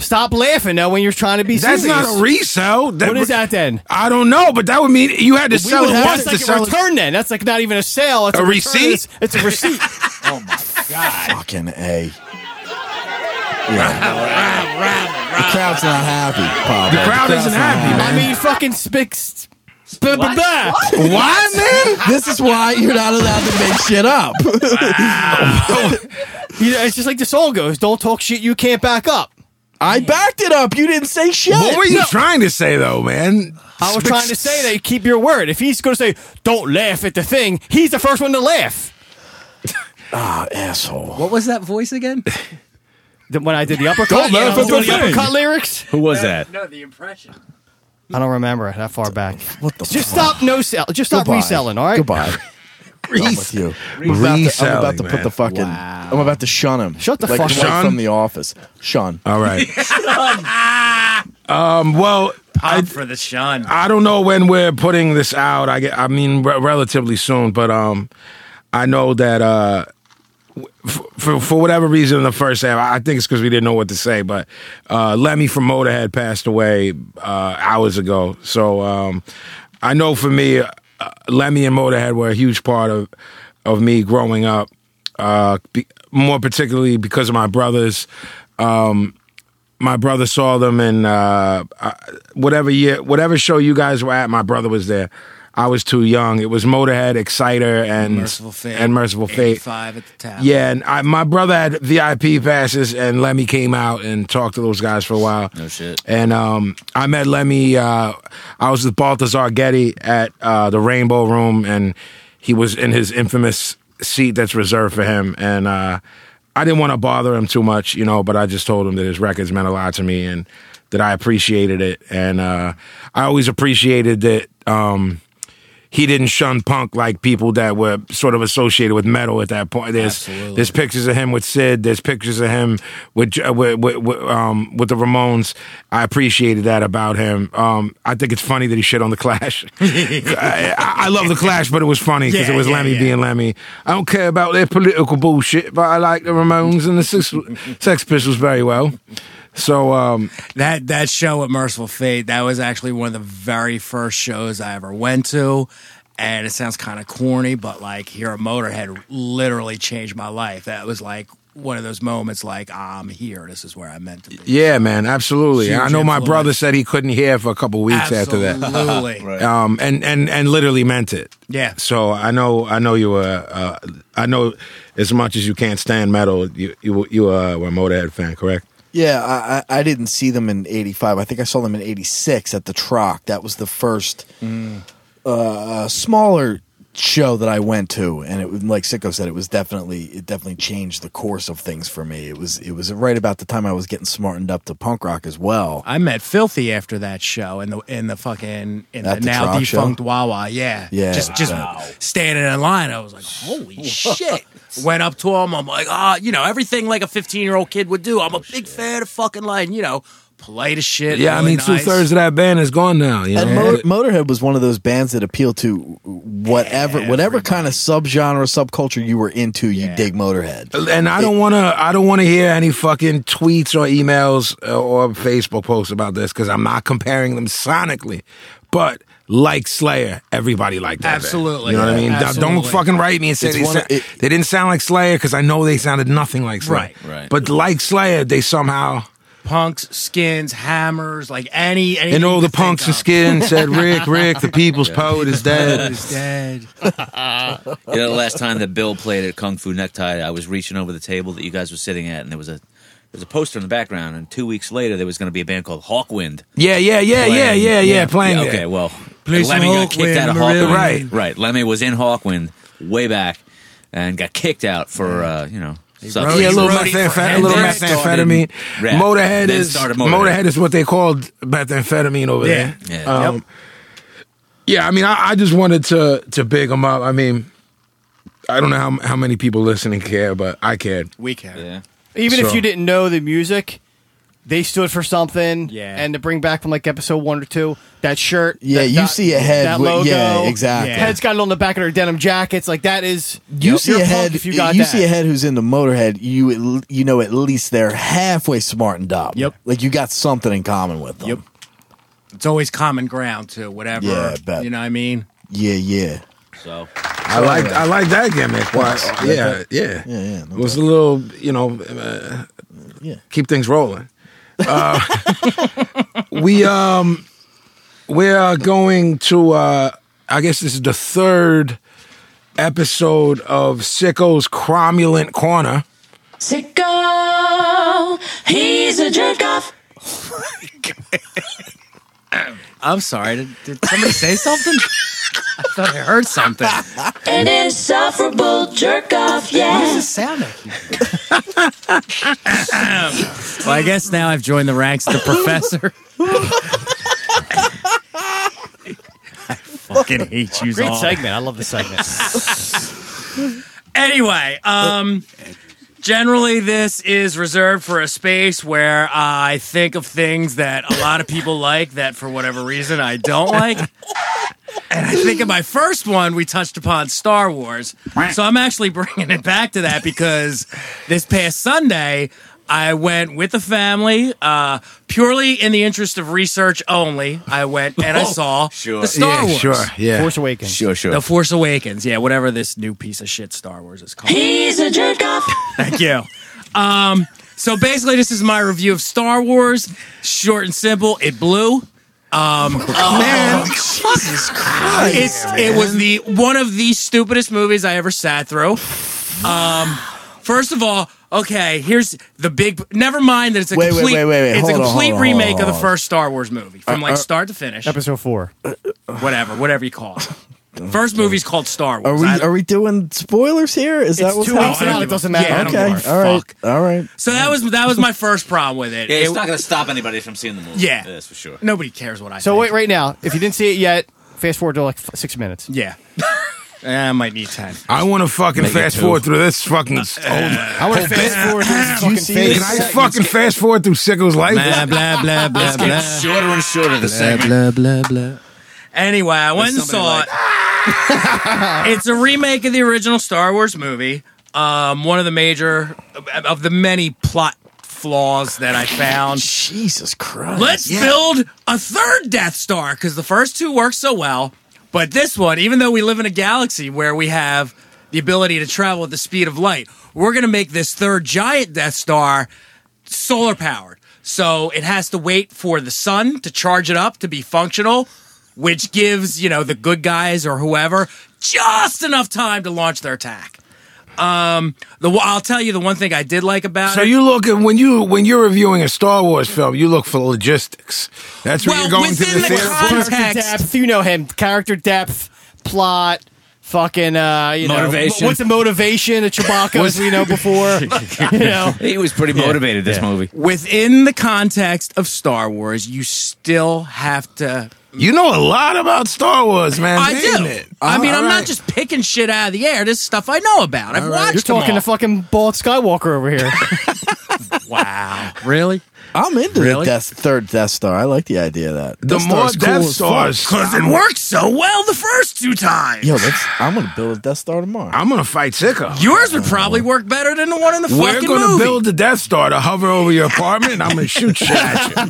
Stop laughing though when you're trying to be
That's
serious.
not a resell. That
What is that then?
I don't know, but that would mean you had to sell it
would have
once
That's
to sell
like a
it.
return then. That's like not even a sale. It's
A
a, return.
receipt?
It's, it's a receipt.
Fucking A. Yeah. the crowd's not happy, Pablo.
The crowd isn't happy,
I
man.
mean, fucking spick. sp- blah, blah, blah.
Why, man?
This is why you're not allowed to make shit up.
You know, it's just like the song goes: "Don't talk shit you can't back up."
I backed it up. You didn't say shit.
What were you trying to say, though, man?
I was trying to say that you keep your word. If he's going to say, "Don't laugh at the thing," he's the first one to laugh.
Ah, asshole.
What was that voice again?
Then When I did the uppercut,
Don't laugh
when I
at
was doing
the
the
thing.
uppercut lyrics.
Who was that?
No, the impression.
I don't remember that far back.
What the
Just
fuck?
stop no sell. Just stop
Goodbye.
reselling. All right.
Goodbye. I'm with you. I'm about to, I'm about to put the fucking. I'm about to shun him.
Shut the
like,
fuck
like
up.
from the office. Shun.
All right. um, well,
Pop for the shun.
I don't know when we're putting this out. I get, I mean, re- relatively soon, but um, I know that uh, f- for for whatever reason, in the first half, I I think it's because we didn't know what to say. But uh, Lemmy from Motorhead passed away uh, hours ago, so um, I know for me, uh, Lemmy and Motorhead were a huge part of of me growing up. Uh, be, more particularly because of my brothers. Um, my brother saw them and uh, I- whatever year, whatever show you guys were at, my brother was there. I was too young. It was Motorhead, Exciter, and
Merciful Fate.
and Merciful Fate.
85 at the tap.
Yeah, and I, my brother had VIP passes, and Lemmy came out and talked to those guys for a while.
No shit.
And um, I met Lemmy. Uh, I was with Baltazar Getty at uh, the Rainbow Room, and he was in his infamous seat that's reserved for him. And uh, I didn't want to bother him too much, you know, but I just told him that his records meant a lot to me and that I appreciated it. And uh, I always appreciated that. Um, he didn't shun punk like people that were sort of associated with metal at that point. There's there's pictures of him with Sid. There's pictures of him with J- uh, with with, with, um, with the Ramones. I appreciated that about him. Um, I think it's funny that he shit on the Clash. I, I- I love the Clash, but it was funny because it was Lemmy being Lemmy. I don't care about their political bullshit, but I like the Ramones and the Sex, Sex Pistols very well. So um,
That that show at Merciful Fate, that was actually one of the very first shows I ever went to. And it sounds kind of corny, but like here at Motorhead literally changed my life. That was like one of those moments like "Ah, I'm here. This is where I meant to be.
yeah, man, absolutely.
Huge
I know my
influence.
brother said he couldn't hear for a couple weeks after that.
Absolutely.
um, and and and literally meant it.
Yeah.
So I know I know you were uh, I know as much as you can't stand metal, you you you uh, were a Motorhead fan, correct?
Yeah, I, I I didn't see them in '85. I think I saw them in '86 at the Troc. That was the first Mm. uh, smaller show that I went to, and it was like Sicko said, it was definitely it definitely changed the course of things for me. It was it was right about the time I was getting smartened up to punk rock as well.
I met Filthy after that show in the in the fucking in
At
the,
the
now
Troc show?
defunct Wawa. Yeah,
Yeah.
Just just
Wow.
standing in line, I was like, holy shit. Went up to him. I'm like, ah, you know, everything like a 15 year old kid would do. I'm a big fan of fucking like, you know, polite as shit.
Yeah, I
really
mean
nice.
two thirds of that band is gone now. You
And
know?
Mo- Motorhead was one of those bands that appealed to whatever whatever kind of subgenre subculture you were into. You dig Motorhead.
and I don't want to. I don't want to hear any fucking tweets or emails uh, or Facebook posts about this because I'm not comparing them sonically. But like Slayer, everybody liked that. band.
Absolutely.
you know what I
Yeah,
mean. Now, Don't
absolutely.
fucking write me and say
It's
they,
one of-
sa-
it-
they didn't sound like Slayer because I know they sounded nothing like Slayer.
Right,
right.
But like Slayer, they somehow
punks, skins, hammers, like any anything
and all
you
the
could think
punks and
of.
skin said, "Rick, Rick, the people's poet is dead."
Is dead.
You know, the last time that Bill played at Kung Fu Necktie, I was reaching over the table that you guys were sitting at, and there was a there was a poster in the background. And two weeks later, there was going to be a band called Hawkwind.
Yeah, yeah, yeah, yeah,
playing-
yeah, yeah, playing.
Yeah, okay,
there.
well,
Play some
Lemmy got kicked out of
Hawkwind,
Hawkwind.
Right.
right. Lemmy was in Hawkwind way back and got kicked out for uh, you know. substance
Yeah, a little
abuse.
Brody for
methamphetamine. A
Hendrix
little
started
methamphetamine.
rap,
Motorhead
then
is
started
Motorhead.
Motorhead.
is what they called methamphetamine over
Yeah.
there.
Yeah.
Um, yeah. I mean, I, I just wanted to to big them up. I mean, I don't know how how many people listening care, but I cared.
We can.
Yeah.
Even if
Sure.
you didn't know the music, they stood for something.
Yeah.
And to bring back from like episode one or two, that shirt.
Yeah,
that-
you
that-
see a head
That
with-
logo.
yeah, exactly.
Head's got it on the back of their denim jackets. Like that is.
You
you're-
see
you're
a
punk
head.
If you got that.
see a head who's into Motorhead. You at l- you know at least they're halfway smartened up.
Yep.
Like you got something in common with them. Yep.
It's always common ground to whatever.
Yeah, I bet.
You know what I mean?
Yeah. Yeah.
So
I like I like that gimmick. Why- yeah, yeah,
Yeah, yeah, no
it was a little, you know, uh,
Yeah.
keep things rolling. Uh, we um, we are going to. Uh, I guess this is the third episode of Sicko's Cromulent Corner.
Sicko, he's a jerk off.
I'm sorry. Did, did somebody say something? I thought I heard something. What
An insufferable jerk off,
does
yeah.
this sound like? well, I guess now I've joined the ranks of the professor. I fucking hate you
Great
all.
segment. I love the segment.
Anyway, um, generally this is reserved for a space where I think of things that a lot of people like that for whatever reason I don't like. And I think in my first one we touched upon Star Wars, so I'm actually bringing it back to that because this past Sunday I went with the family, uh, purely in the interest of research only. I went and I saw
sure.
the Star
yeah,
Wars.
sure. Yeah.
Force Awakens.
Sure, sure.
The Force Awakens, yeah, whatever this new piece of shit Star Wars is called.
He's a jerk off.
Thank you. Um, so basically, this is my review of Star Wars. Short and simple. It blew. Um,
Oh,
oh,
man, Jesus Christ.
It's it was the one of the stupidest movies I ever sat through. Um, first of all, okay, here's the big. Never mind that it's a
Wait, wait,
complete.
wait, wait, wait.
It's a
Hold on,
complete
hold on,
remake
hold
of
on. Uh,
the first Star Wars movie from like start to finish.
Episode four.
Whatever, whatever you call it. First movie's called Star
Are
Wars.
we
I-
are we doing spoilers here? Is that
It's
what's
two
I
hours
don't
happening?
out.
give
It
a-
doesn't matter.
yeah, I don't
Okay,
give a
all right,
fuck.
all right.
So that was that was my first problem with it.
Yeah,
It-
it's not going to stop anybody from seeing the movie.
Yeah.
that's for sure.
Nobody cares what I.
So
think.
wait, right now, if you didn't see it yet, fast forward to like f- six minutes.
Yeah. I might need 10.
I want to fucking fast forward through this fucking. old-
I want to fast forward to his
you
fucking
see
Can
face.
I fucking fast forward through Sicko's life?
Blah, blah, blah, blah, blah.
Shorter and shorter the segment.
Blah, blah, blah. Anyway, I went and
somebody
saw it. it's a remake of the original Star Wars movie. Um, one of the major, of the many plot flaws that I found.
Jesus Christ.
Let's build a third Death Star because the first two work so well. But this one, even though we live in a galaxy where we have the ability to travel at the speed of light, we're going to make this third giant Death Star solar powered. So it has to wait for the sun to charge it up to be functional, which gives, you know, the good guys or whoever just enough time to launch their attack. Um, the I'll tell you the one thing I did like about
So
it.
you look at when you when you're reviewing a Star Wars film, you look for logistics. That's where
Well,
you're going to
within
the
the
theater. for.
con-
Character
Context.
depth. You know him. Character depth, plot, fucking, uh, you know.
Motivation.
What's the motivation of Chewbacca, as we know before? you know.
He was pretty motivated this movie.
within the context of Star Wars, you still have to.
You know a lot about Star Wars, man.
I
Damn
do.
It.
I mean,
All
I'm
right.
not just picking shit out of the air. This is stuff I know about. I've watched.
You're talking to
them all.
fucking bald Skywalker over here.
wow, really?
I'm into
Really?
the death, third Death Star. I like the idea of that.
The
Death
more
Star's cool
Death
as fuck.
Stars,
Because it worked so well the first two times.
Yo, let's, I'm gonna build a Death Star tomorrow.
I'm gonna fight Sicko.
Yours would probably work better than the one in the
We're
fucking
gonna
movie.
build the Death Star to hover over your apartment, and I'm gonna shoot shit at you.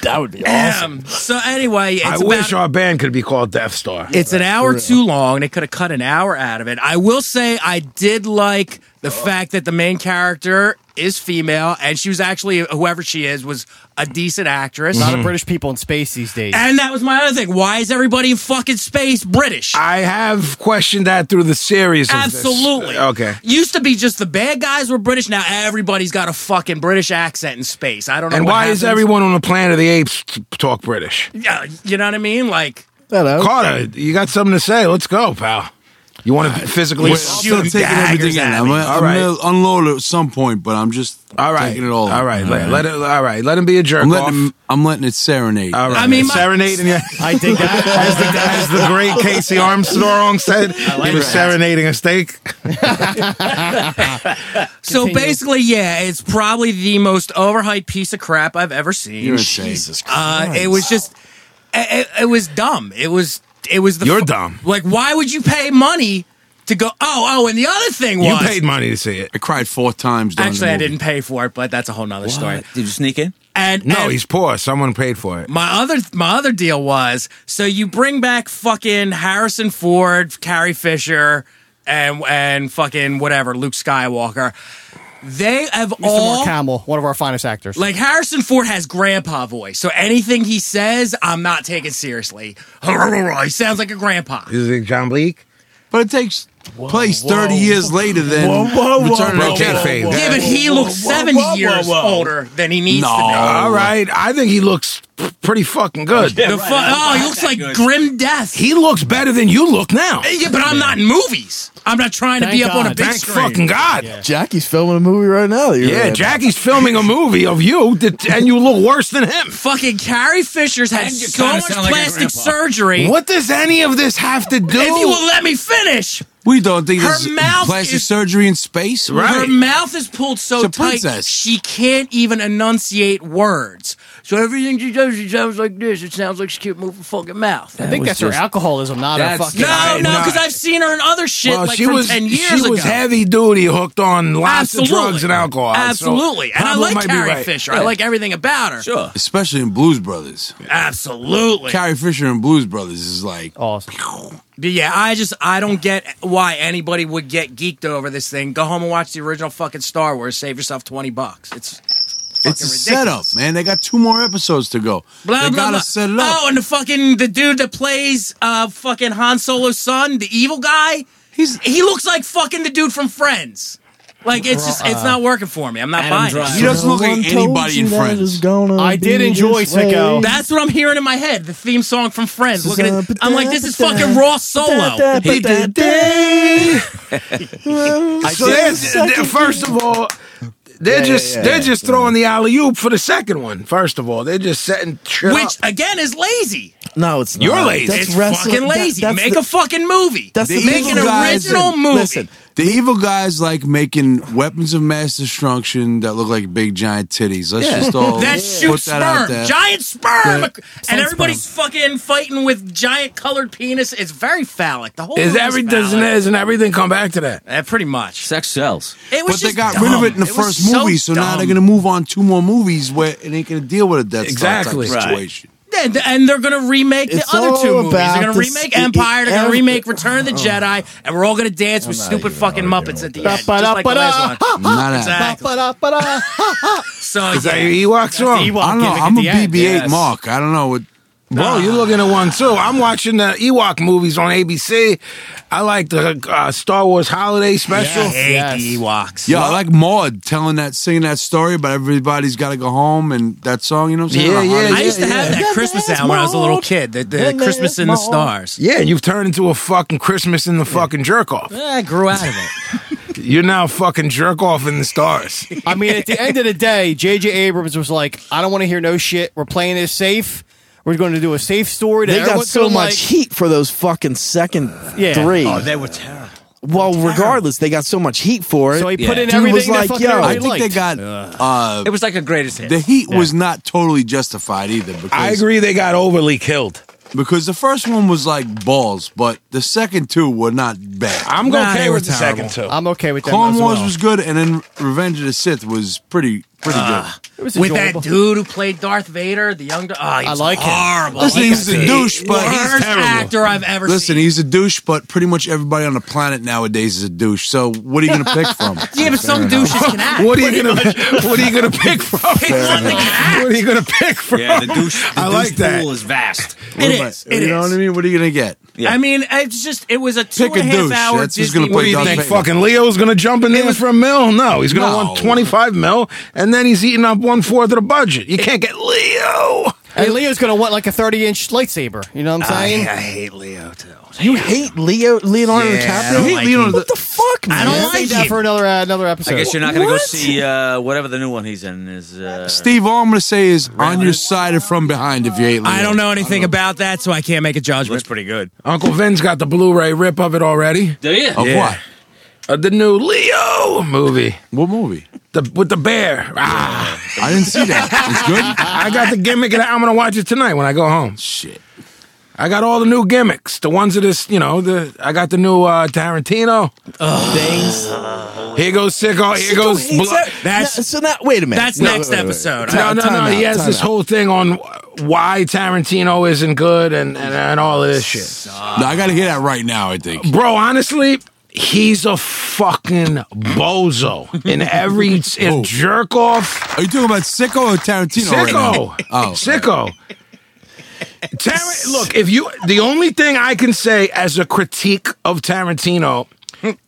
that would be awesome.
Damn. So anyway, it's
I
about
wish our band could be called Death Star.
It's an hour too long. They could have cut an hour out of it. I will say I did like the fact that the main character is female and she was actually whoever she is was a decent actress.
A lot of British people in space these days.
And that was my other thing. Why is everybody in fucking space British?
I have questioned that through the series. Of this.
Absolutely.
Okay.
Used to be just the bad guys were British. Now everybody's got a fucking British accent in space. I don't know.
And
what
why is
happens.
everyone on the planet of the apes t- talk British?
Yeah, you know what I mean? Like
Hello.
Carter, you got something to say? Let's go, pal. Uh, You want to physically?
Wait,
assault
I'm
shoot
taking everything
daggers
in.
at
I'm,
me.
gonna-
All
I'm
right.
gonna unload at some point, but I'm just
All right.
taking it all.
All right. Let, let it. All right. Let him be a jerk.
I'm
off.
letting, him- I'm letting it serenade.
all right.
I mean, my-
serenading.
I dig that.
as, the, as the great Casey Armstrong said, he was serenading a steak.
so basically, yeah, it's probably the most overhyped piece of crap I've ever seen.
You're insane.
Jesus
Uh,
Christ.
it was just, it, it, it was dumb. It was, it was the.
You're dumb.
Like, why would you pay money to go? Oh, oh, and the other thing
You
was.
paid money to see it.
I cried four times. during
Actually,
the
I
movie.
didn't pay for it, but that's a whole nother story.
Did you sneak in?
And
No,
and
he's poor. Someone paid for it.
my other my other deal was so you bring back fucking Harrison Ford, Carrie Fisher, and and fucking whatever Luke Skywalker. They have
Mr. Mark
all
Hamill, one of our finest actors.
like Harrison Ford has grandpa voice, so anything he says, I'm not taking seriously. He sounds like a grandpa.
Is it John Bleak?
But it takes place 30 years later than
Whoa, whoa, whoa,
Return
whoa,
of the King.
whoa, whoa,
Yeah, but he looks 70 years older than he needs
No.
to be.
All right. I think he looks p- pretty fucking good.
The fu- oh, he looks like grim death.
He looks better than you look now.
yeah, but I'm not in movies. I'm not trying to
Thank
be up on a
God.
big
Thank
screen.
fucking God.
Jackie's filming a movie right now. that you're
Yeah,
in.
Jackie's filming a movie of you, that, and you look worse than him.
Fucking Carrie Fisher's had
And you
so
kinda
much
sound like a
plastic
grandpa.
surgery.
What does any of this have to do?
If you will let me finish,
We don't think
Her
this is
mouth
plastic
is-
surgery in space,
Her mouth is pulled so
It's a
tight
princess.
she can't even enunciate words. So everything she does, she sounds like this. It sounds like she can't move her fucking mouth.
I think
was
that's her
just-
alcoholism, not her
That's-
fucking.
No, no,
no.
because I've seen her in other shit
Well,
like
she
from
was
ten years
she
ago.
was heavy duty, hooked on lots
Absolutely.
of drugs and alcohol. so
Absolutely, and I
Pablo
like
might be
Carrie
right.
Fisher. I like everything about her.
Sure.
especially in Blues Brothers.
Absolutely.
Carrie Fisher and Blues Brothers is like
Oh,
Awesome.
But yeah, I just I don't get why anybody would get geeked over this thing. Go home and watch the original fucking Star Wars. Save yourself twenty bucks. It's fucking
it's a setup,
ridiculous.
man. They got two more episodes to go.
Blah
they
blah
gotta
blah.
set it up.
Oh, and the fucking the dude that plays uh fucking Han Solo's son, the evil guy.
He's-
he looks like fucking the dude from Friends. Like it's just it's not working for me. I'm not
Adam
buying. it.
Driver.
he doesn't look like anybody in Friends.
I did enjoy Sicko.
That's what I'm hearing in my head. The theme song from Friends. Looking at,
Ba-da,
I'm like, this is
ba-da,
fucking Raw Solo.
He did
So they're, they're- first of all, they're just
yeah,
they're
yeah,
just throwing the alley oop for the second one. First of all, they're just setting shit
Which
up.
again is lazy.
No, it's not.
You're lazy.
That's
it's
wrestling-
fucking
that-
lazy.
that's
Make
the-
a fucking movie.
that's the
Make an
evil guys
original
that-
movie.
Listen,
The evil guys like making weapons of mass destruction that look like big giant titties. Let's just all
that
put
shoots
that out there.
sperm, giant sperm,
Yeah.
and everybody's fucking fighting with giant colored penis. It's very phallic. The whole
Is
movie's
every
phallic.
doesn't doesn't everything come back to that?
Eh, pretty much.
Sex sells.
It was
but they
just
got rid of it in the
dumb. was
first movie, so now
dumb.
they're gonna move on two more movies where it ain't gonna deal with a death Star type
Exactly.
Right.
situation.
And, and they're going to remake
It's
the other
all
two movies. They're
about
going to
this-
remake
it- it-
Empire. They're going
ev-
to remake Return of the
Oh.
Jedi, and we're all going to dance with stupid fucking Muppets at the end, just like the last one.
Not a-
Exactly.
Ba-da-ba-da.
So
Is that
yeah.
your Ewoks
the
song?
Ewok
I don't know.
gimmick
I'm a
at the end.
BB-8 Mark. I don't know what.
Bro, you're looking at one too. I'm watching the Ewok movies on ABC. I like the uh, Star Wars Holiday Special.
I hate
Yes.
E
the Ewoks.
Yeah, I like Maud telling that, singing that story about everybody's got to go home and that song. You know what I'm saying?
Yeah,
About
yeah,
holidays.
I used to have that Christmas album when I was a little kid. The, the Christmas in the Stars.
Yeah, you've turned into a fucking Christmas in the fucking jerk off.
I grew out of it.
You're now fucking jerk off in the stars.
I mean, at the end of the day, J.J. Abrams was like, "I don't want to hear no shit. We're playing this safe. We're going to do a safe story." That
They got
everyone's
so
gonna
much
like."
heat for those fucking second
Yeah.
three.
they were terrible.
well, regardless, they got so much heat for it.
So he
Yeah.
put in
Dude was
everything.
like,
Like, that
yo,
yo,
I think they got uh,
It was like a greatest hit.
the heat was not totally justified either. Because,
I agree they got overly killed.
because the first one was like balls, but the second two were not bad.
I'm
Nah,
okay
they
with
were
the
terrible. Uh,
second two.
I'm okay with that.
Clone
as
Wars
well.
was good, and then Revenge of the Sith was pretty pretty good.
It was
With that
enjoyable.
dude who played Darth Vader, the young. Oh, he's
I like him.
horrible.
Listen,
Like
he's a
the
douche, but he's
worst
terrible.
actor I've ever
Listen,
seen.
he's a douche, but pretty much everybody on the planet nowadays is a douche. So what are you gonna pick from?
yeah, but some douches can act.
What are you gonna What are you gonna pick from?
It's
what
nothing
are you gonna pick from?
yeah, the douche, the
I
douche
like that.
pool is vast.
It is. It
you know what I
is.
mean? What are you gonna get?
Yeah.
I mean, it's just it was a two
Pick a
and a half
douche.
hour
That's who's
Disney
gonna play
What do you
Darth
think?
Vader.
Fucking Leo's gonna jump in there for a mil? No, he's gonna
No.
want 25 mil, and then he's eating up one fourth of the budget. You can't get Leo.
And Leo's going to want like a 30 inch lightsaber. You know what
Uh,
I'm saying?
hate Leo too.
you hate Leo Leonardo
Yeah, I
DiCaprio?
don't like him.
what the fuck, man?
I don't
We'll save
like
that
him.
for another uh, another episode.
I guess you're not going to go
What?
see uh, whatever the new one he's in is. Uh,
Steve, all I'm gonna say is on your side or from behind if you ain't.
I don't know anything about that, so I can't make a
looks
judgment.
pretty good.
Uncle Vin's got the Blu-ray rip of it already.
Do you?
Of what?
Of the new Leo movie,
What movie?
the, with the bear. Ah,
I didn't see that.
I got the gimmick, and I'm gonna watch it tonight when I go home.
It's good. Shit.
I got all the new gimmicks. The ones that is, you know, the I got the new uh, Tarantino.
Things.
Here goes sicko. Here goes.
Hates
Blo-
that-
That's-
No, so now. Wait a minute.
That's
No,
next
wait, wait, wait.
episode.
no, no,
Time
no.
out,
He has
time
this
out.
whole thing on wh- why Tarantino isn't good and and, and all of this shit.
No, I gotta hear that right now. I think.
Bro, honestly. He's a fucking bozo in every in jerk off.
Are you talking about Sicko or Tarantino? right
Sicko.
now? oh,
Sicko. Tar- look, if you the only thing I can say as a critique of Tarantino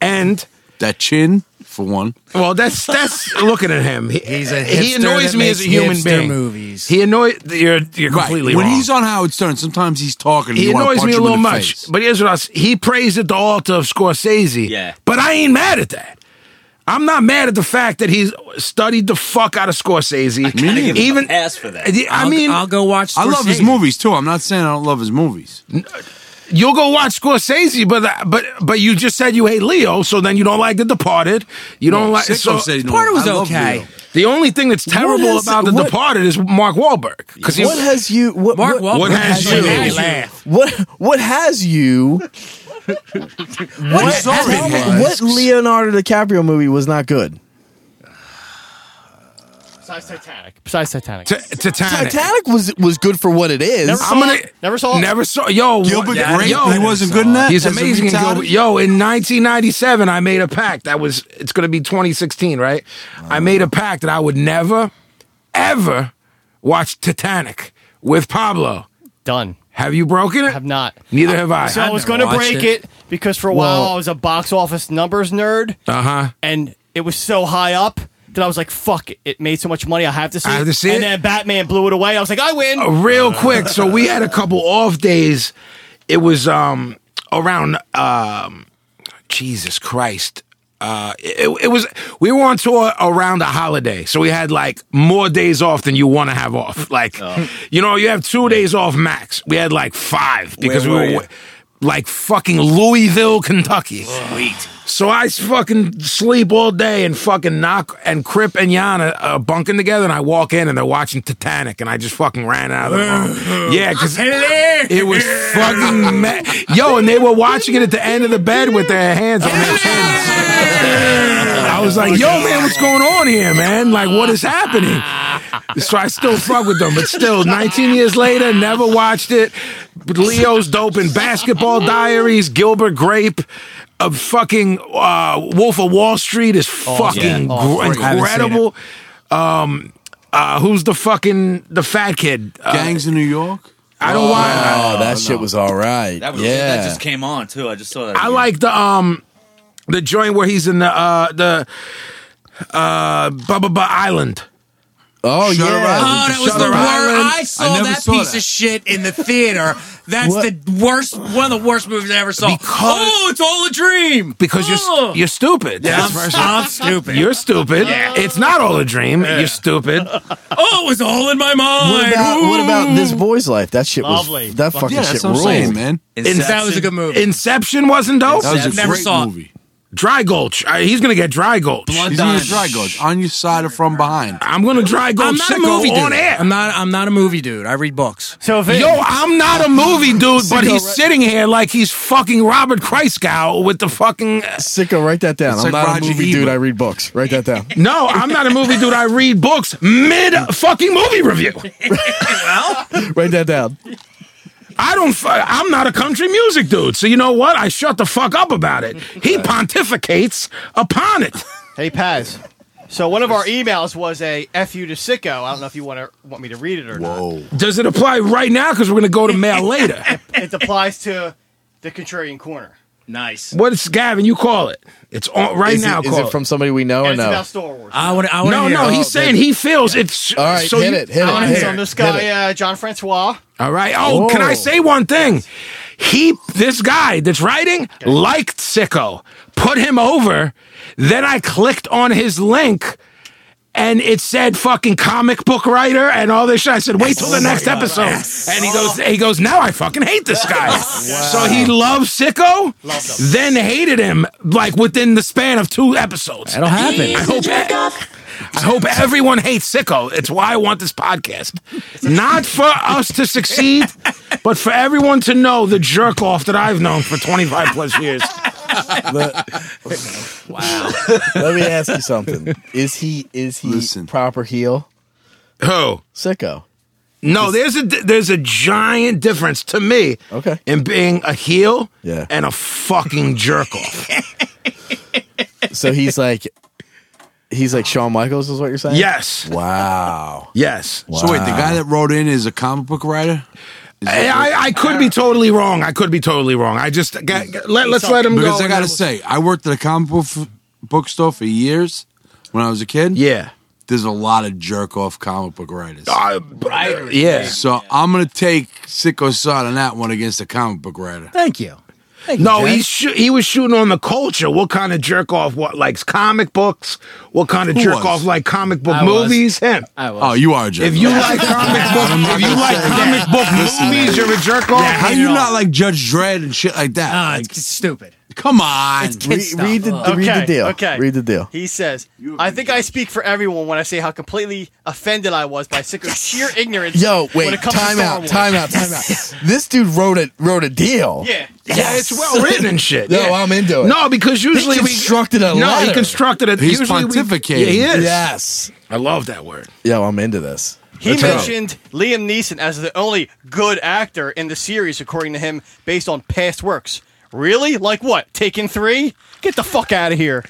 and
that chin for one.
well, that's that's looking at him. He, He's
a
he
hipster
annoys
that
me
makes
as a human
hipster
being.
movies.
He annoys you're you're completely
When
wrong.
he's on Howard Stern, sometimes he's talking. and
he
you wanna
annoys
punch
me a
him in
little
the
much.
face.
But here's what I s- he prays at the altar of Scorsese.
Yeah.
but I ain't mad at that. I'm not mad at the fact that he's studied the fuck out of Scorsese.
I give
Oh,
him
even
a pass for that.
I
I'll-
mean,
I'll go watch.
I love his
Scorsese.
movies too. I'm not saying I don't love his movies.
You'll go watch Scorsese, but but but you just said you hate Leo, so then you don't like The Departed. You don't like so
Sicko said no.
Part was
I love
okay.
Leo.
the only thing that's terrible
has-
about The
what-
Departed is Mark Wahlberg because he
what has you? What,
Mark
what,
Wahlberg
What has you?
made me laugh.
What what has you?
What, has me-
What Leonardo DiCaprio movie was not good?
Besides Titanic. Besides Titanic.
T- Titanic.
Titanic was was good for what it is.
Never
I'm
saw
gonna
it. Never saw it.
Never saw yo
Gilbert
yeah,
Grape,
yo,
he wasn't good in that.
He's
as a
amazing. in
retard?
Gilbert. Yo, in 1997, I made a pact. That was it's going to be 2016, right?
Oh.
I made a pact that I would never, ever watch Titanic with Pablo.
Done.
Have you broken it?
Have not.
Neither have I.
So I, was going to break it. because for a while I was a box office numbers nerd,
Uh huh.
and it was so high up that I was like, "Fuck! it, It made so much money. I have to see."
I have to see
And
it.
then Batman blew it away. I was like, "I win."
Uh, real quick. So we had a couple off days. It was um around um Jesus Christ. Uh, it, it was we were on tour around a holiday, so we had like more days off than you want to have off. Like,
Oh.
you know, you have two days off max. We had like five because
Where
we
were
were like fucking Louisville, Kentucky.
Sweet.
So I s- fucking sleep all day and fucking knock and Crip and Yana are bunking together and I walk in and they're watching Titanic and I just fucking ran out of the room. Yeah, because it was fucking mad. Yo, and they were watching it at the end of the bed with their hands on their shins. I was like, yo, man, what's going on here, man? Like, what is happening? So I still fuck with them, but still, 19 years later, never watched it. Leo's dope in Basketball Diaries, Gilbert Grape, of fucking uh, Wolf of Wall Street is fucking gr- incredible. Um, uh, who's the fucking the fat kid? Uh,
Gangs in New York. Uh,
I don't want. I,
Oh, that shit was all right.
That was
yeah.
that just came on too. I just saw that.
I like the um the joint where he's in the uh the uh Bubba Ba Island.
oh
Shutter
yeah.
Island.
Oh, that was the
Shutter
worst.
Island.
I saw
never
that
saw
piece
that.
of shit in the theater. That's
What?
the worst, one of the worst movies I ever saw.
Because-
oh, it's all a dream.
Because
Oh.
you're you're stupid.
Yeah,
That's
I'm,
first-
I'm stupid.
You're stupid. It's not all a dream. You're stupid.
oh, it was all in my mind.
What about, what
Ooh.
about this boy's life? That shit
Lovely.
was that fucking
Yeah,
shit
that's what I'm
ruled.
saying, man.
That was a good movie.
Inception wasn't dope.
That was a
Never
great
saw it.
movie.
Dry Gulch. Uh, he's gonna get Dry Gulch.
He's in your dry goes on your side or from behind.
I'm gonna Dry Gulch
I'm not a
sicko
movie dude.
on air.
I'm not. I'm not a movie dude. I read books.
So if it,
Yo, I'm not a movie dude, but he's sitting here like he's fucking Robert Kreisgau with the fucking. uh,
Sicko, write that down.
It's
I'm
like
not
Roger
a movie dude.
Ebert.
I read books. Write that down.
No, I'm not a movie dude. I read books mid fucking movie review.
write that down.
I don't. fu- I'm not a country music dude. So you know what? I shut the fuck up about it. He pontificates upon it.
hey Paz. So one of our emails was a "fu to sicko." I don't know if you want to want me to read it or
Whoa.
Does it apply right now? Because we're gonna go to mail later.
not. It applies to the contrarian corner.
Nice.
What's Gavin? You call it. It's on right
Is,
now.
it, is
call
it from somebody we know
And
or
it's
Oh, no?
about Star Wars.
I want. I want
No, no. He's saying he feels it's.
All right,
so
hit
you-
it. Hit it.
wanna
And
hit
it's
hear
on
it,
this
hit it.
guy, uh, John Francois.
All right. Oh, can I
Whoa.
say one thing? He, this guy that's writing, liked Sicko, put him over. Then I clicked on his link, and it said fucking comic book writer and all this shit. I said, wait till the next episode. And he goes, he goes, now I fucking hate this guy. So he loved Sicko, then hated him like within the span of two episodes.
That'll happen.
I hope. I hope everyone hates Sicko. It's why I want this podcast. Not for us to succeed, but for everyone to know the jerk off that I've known for 25 plus years.
Let me ask you something. Is he is he
Listen.
proper heel?
Who?
Sicko.
No, there's a there's a giant difference to me
Okay.
in being a heel
Yeah.
and a fucking jerk off.
So he's like he's like Shawn Michaels is what you're saying?
yes.
Wow.
Yes.
So wait, the guy that wrote in is a comic book writer.
I, I, I could be totally wrong. I could be totally wrong. I just g- g- let, let's let him go.
Because I
and
gotta
then-
say, I worked at a comic book, f- book store for years when I was a kid.
yeah.
there's a lot of jerk off comic book writers.
Oh,
Uh, yeah.
So I'm gonna take sicko side on that one against the comic book writer.
Thank you.
No, he shoo- he was shooting on the culture. What kind of jerk off? What likes comic books? What kind of
Who
jerk
was?
off like comic book
I was.
movies? Him.
I was.
Oh, you are a jerk.
If you like comic book, if you like comic book movies, you're a jerk off.
how you not like Judge Dredd and shit like that?
Ah, it's stupid.
Come on.
Re- read, the, read the deal.
Okay.
Read the deal.
He says, I think I speak for everyone when I say how completely offended I was by sick of sheer ignorance.
Yo,
when
wait,
it comes to
time
Star
out,
Wars."
time out, time out. This dude wrote a wrote a deal.
Yeah.
Yeah, it's well written and shit.
No,
yeah.
I'm into it.
No, because usually we
constructed a
no,
letter.
he constructed it.
He's
usually we-
pontificating.
yeah, he is.
Yes.
I love that word.
Yo, I'm into this.
He
That's right.
mentioned Liam Neeson as the only good actor in the series, according to him, based on past works. Really? Like what? Taken three? Get the fuck out of here.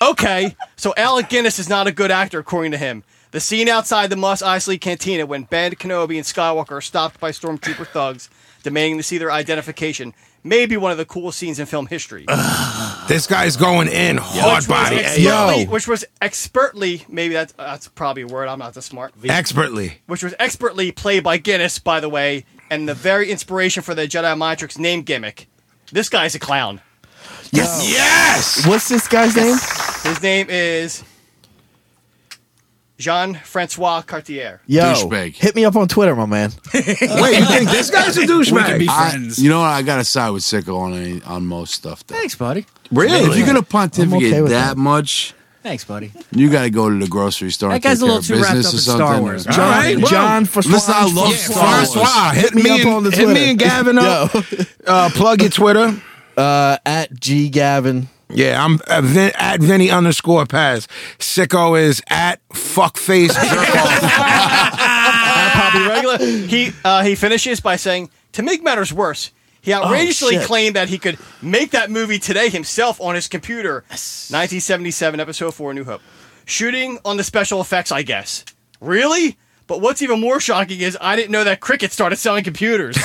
okay, so Alec Guinness is not a good actor, according to him. The scene outside the Mos Eisley Cantina when Ben Kenobi and Skywalker are stopped by stormtrooper thugs demanding to see their identification may be one of the coolest scenes in film history.
This guy's going in hard
which, was
body.
expertly,
Yo,
which was expertly, maybe that's, that's probably a word, I'm not that smart
expertly.
which was expertly played by Guinness, by the way, and the very inspiration for the Jedi Mind Tricks name gimmick. This guy's a clown.
Yes.
Yes.
What's this guy's name?
His name is Jean Francois Cartier.
Yo,
Douchebag.
hit me up on Twitter, my man.
Wait, you think this guy's a douchebag?
I- you know what? I gotta side with Sicko on any, on most stuff. Though.
Thanks, buddy.
Really?
If you're gonna pontificate
okay
that,
with that.
much,
Thanks, buddy.
you gotta go to the grocery store.
That
and take
guy's a little
care
too
of
wrapped
business
up
or
in
something.
Star Wars.
All right, well,
John for
Listen, I love Francois.
Francois, hit
me
me,
up
and,
on the
hit me
Twitter.
and Gavin up. uh, plug your Twitter.
Uh, at G Gavin.
Yeah, I'm at, Vin, at Vinny underscore Paz. Sicko is at fuckface jerkoff.
Probably Ah! regular. He uh, he finishes by saying, to make matters worse, he outrageously
shit.
claimed that he could make that movie today himself on his computer. 1977, episode four, New Hope. Shooting on the special effects, I guess. Really? But what's even more shocking is I didn't know that Cricket started selling computers.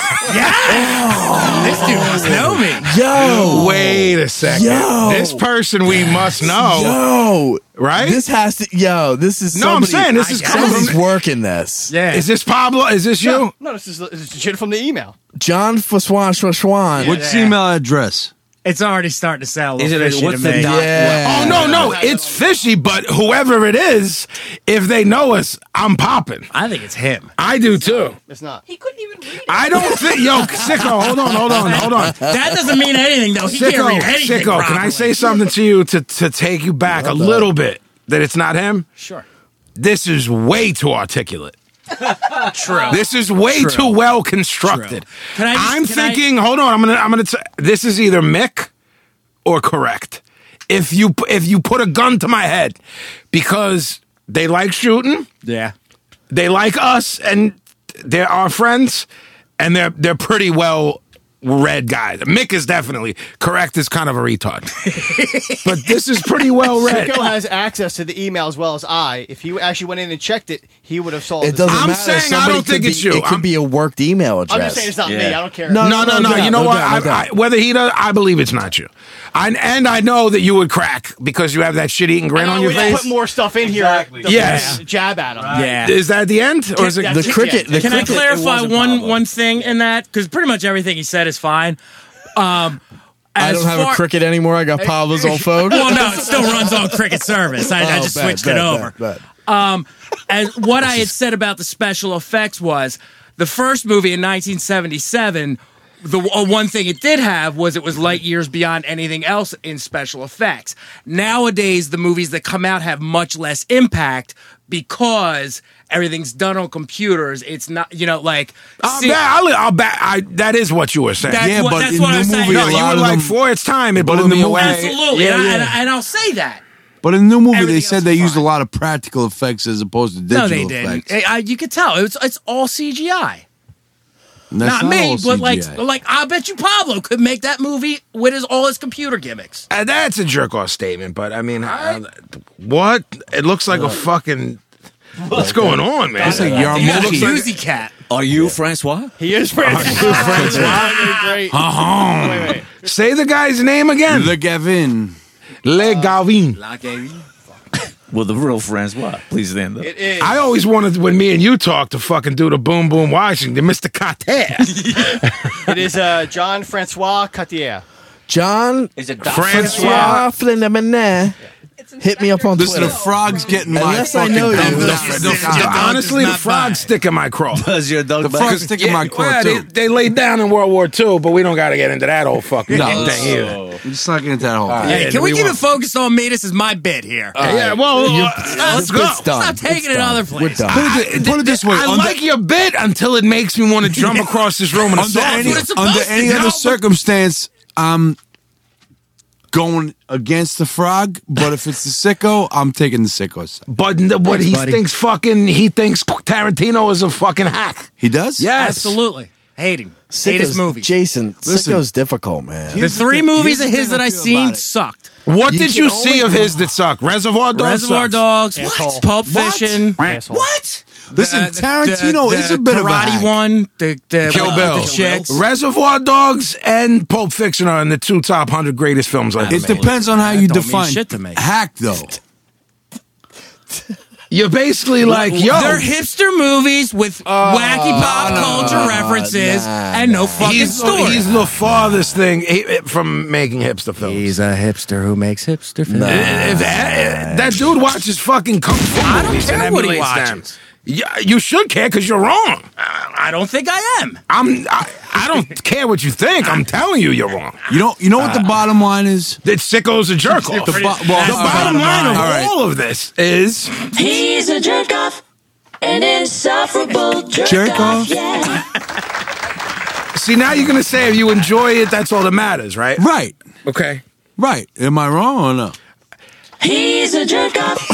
This dude must know me.
Yo.
Wait a second.
Yo.
This person we must know,
Yo.
right?
This has to. Yo, this is.
No, I'm
somebody-
saying this is coming
Somebody's
from-
working this.
Yeah.
Is this Pablo? Is this you?
no, this is, this is shit from the email.
John for Swan Swan Swan.
What's his email address?
It's already starting to sound a
Is
little
it a-
fishy
what's
to
the
me.
dot-
Yeah.
Oh no, no, it's fishy. But whoever it is, if they know us, I'm popping.
I think it's him.
I do too.
It's not.
He couldn't even read it.
I don't think. Yo, sicko, hold on, hold on, hold on.
That doesn't mean anything, though. He can't
Sicko,
read anything.
sicko. Can I
properly.
say something to you to to take you back a little bit? That it's not him.
Sure.
This is way too articulate.
True.
This is way too well constructed.
Can I just-
I'm
can I-
thinking. Hold on. I'm gonna. I'm gonna. T- this is either Mick or correct. If you p- if you put a gun to my head, because they like shooting,
yeah.
they like us, and they're our friends, and they're they're pretty well read guys. Mick is definitely correct. Is kind of a retard, but this is pretty well read.
Rico has access to the email as well as I. If he actually went in and checked it, he would have saw
It doesn't
I'm
matter.
saying I
Somebody
don't
could
think
be-
it's you.
It could
I'm-
be a worked email address.
I'm just saying it's not me.
Yeah.
I don't care.
No,
No, no, no.
doubt,
you know
no
what?
doubt, no
I, I,
doubt.
whether he does, I believe it's not you. I, and I know that you would crack because you have that shit-eating grin
And I
on your
would
face.
put more stuff in here.
Exactly.
to
Yes.
Jab at him.
Yeah.
Is that the end, or is it?
That's
the cricket. The
Can I
cricket, it
clarify
wasn't
one
Pablo.
one thing in that? Because pretty much everything he said is fine. Um,
I
as
don't have
far-
a cricket anymore. I got Pablo's old phone.
Well, no, it still runs on cricket service. I, I just
Oh, bad,
switched
bad,
it over.
bad, bad.
as what I had said about the special effects was the first movie in 1977. The uh, one thing it did have was it was light years beyond anything else in special effects. Nowadays, the movies that come out have much less impact because everything's done on computers. It's not, you know, like
I'll
see-
bet. I'll, I'll bet. I, that is what you were saying.
That's
yeah,
what-
but
that's
in
what
the
I'm saying.
movie,
no,
a
you
lot
were
of
like
them-
for its time. It blew
in
me
the movie-
away.
absolutely,
Yeah,
and, I,
yeah.
and, I- and I'll say that.
But in the new movie, they
Everything else
said they
is
used a
fine.
lot of practical effects as opposed to digital
no, they
effects.
didn't. I, I- you could tell it's it's all CGI.
And that's
not, me,
all
but like,
CGI.
like I bet you Pablo could make that movie with his all his computer gimmicks.
Uh, that's a jerk off statement, but I mean, I- what? It looks like a fucking. What's going on, man?
It's like
You got a
Yarmulke.
Jersey cat.
Are you Francois?
He is French. Great. Wait, wait.
Say the guy's name again.
the Gavin.
Le Gavin.
Well, the real Francois. Please stand up.
It is.
I always wanted when me and you talk to fucking do the boom boom Washington, Mr. Carter.
it is uh, John Francois Cartier.
John
Is it
Francois Flindemane hit me up on
Listen,
Twitter.
the frog's getting my
Unless I
fucking
know you.
The,
Unless-
the- the- the-
Honestly, the frog's sticking my craw.
Does your dog
the
bite?
frog's sticking my
Yeah,
core
they,
too.
they laid down in World War II, but we don't got to get into that old fucking
No.
thing here.
We're just not getting into that whole thing.
Yeah,
Hey,
do
can we,
we
keep
want-
it focused on me? This is my bit here.
yeah, well,
You're-
uh, let's
it's
go.
done.
Stop taking
It's
it
done.
other places.
We're done.
Put it, thi- put it this way.
I
under-
like your bit until it makes me want to jump across this room and
under
assault
any,
you.
under
to
any
do.
other circumstance, I'm going against the frog. But if it's the sicko, I'm taking the sicko. side.
But n- what he
buddy.
thinks fucking he thinks Tarantino is a fucking hack.
He does.
Yes,
Absolutely. Hate him. Hate
Sicko's-
his movies.
Jason,
Listen.
Sicko's difficult, man.
The
Here's the
three
thing-
movies
here's
of
the
his
thing
that
I
I
feel
seen
about it.
sucked.
What
You
did
can
you see of his that suck? Reservoir Dogs.
Reservoir
sucks.
Dogs.
Asshole.
What? Pulp Fiction.
Asshole.
What?
Listen,
The- the-
Tarantino
the-
is a bit
the
of a
karate
hack.
one. The, the
Kill
uh,
Bill.
The chicks.
Reservoir Dogs and Pulp Fiction are in the two top hundred greatest films
Oh,
I've
It
ever made.
depends on how you
don't mean
define
shit to me.
hack, though.
You're basically like, yo,
They're hipster movies with wacky pop culture references and no fucking
he's, oh,
story.
he's the farthest thing he- from making hipster films.
a hipster who makes hipster films.
If that, that dude watches fucking kung fu
I don't
movies and
care what he
emulates them.
watches.
Yeah, you should care because you're wrong.
I don't think I am.
I'm. I, I don't care what you think. I'm telling you, you're wrong.
You know. You know what the
Uh,
bottom line is.
That sicko's a jerk off.
The bo- well,
the
all right.
bottom line of
All right.
all of this is
He's a jerk off, an insufferable jerk,
Jerk off?
Yeah.
see now you're gonna say if you enjoy it, that's all that matters, right?
Right.
Okay.
Right. Am I wrong or no?
He's a jerk off.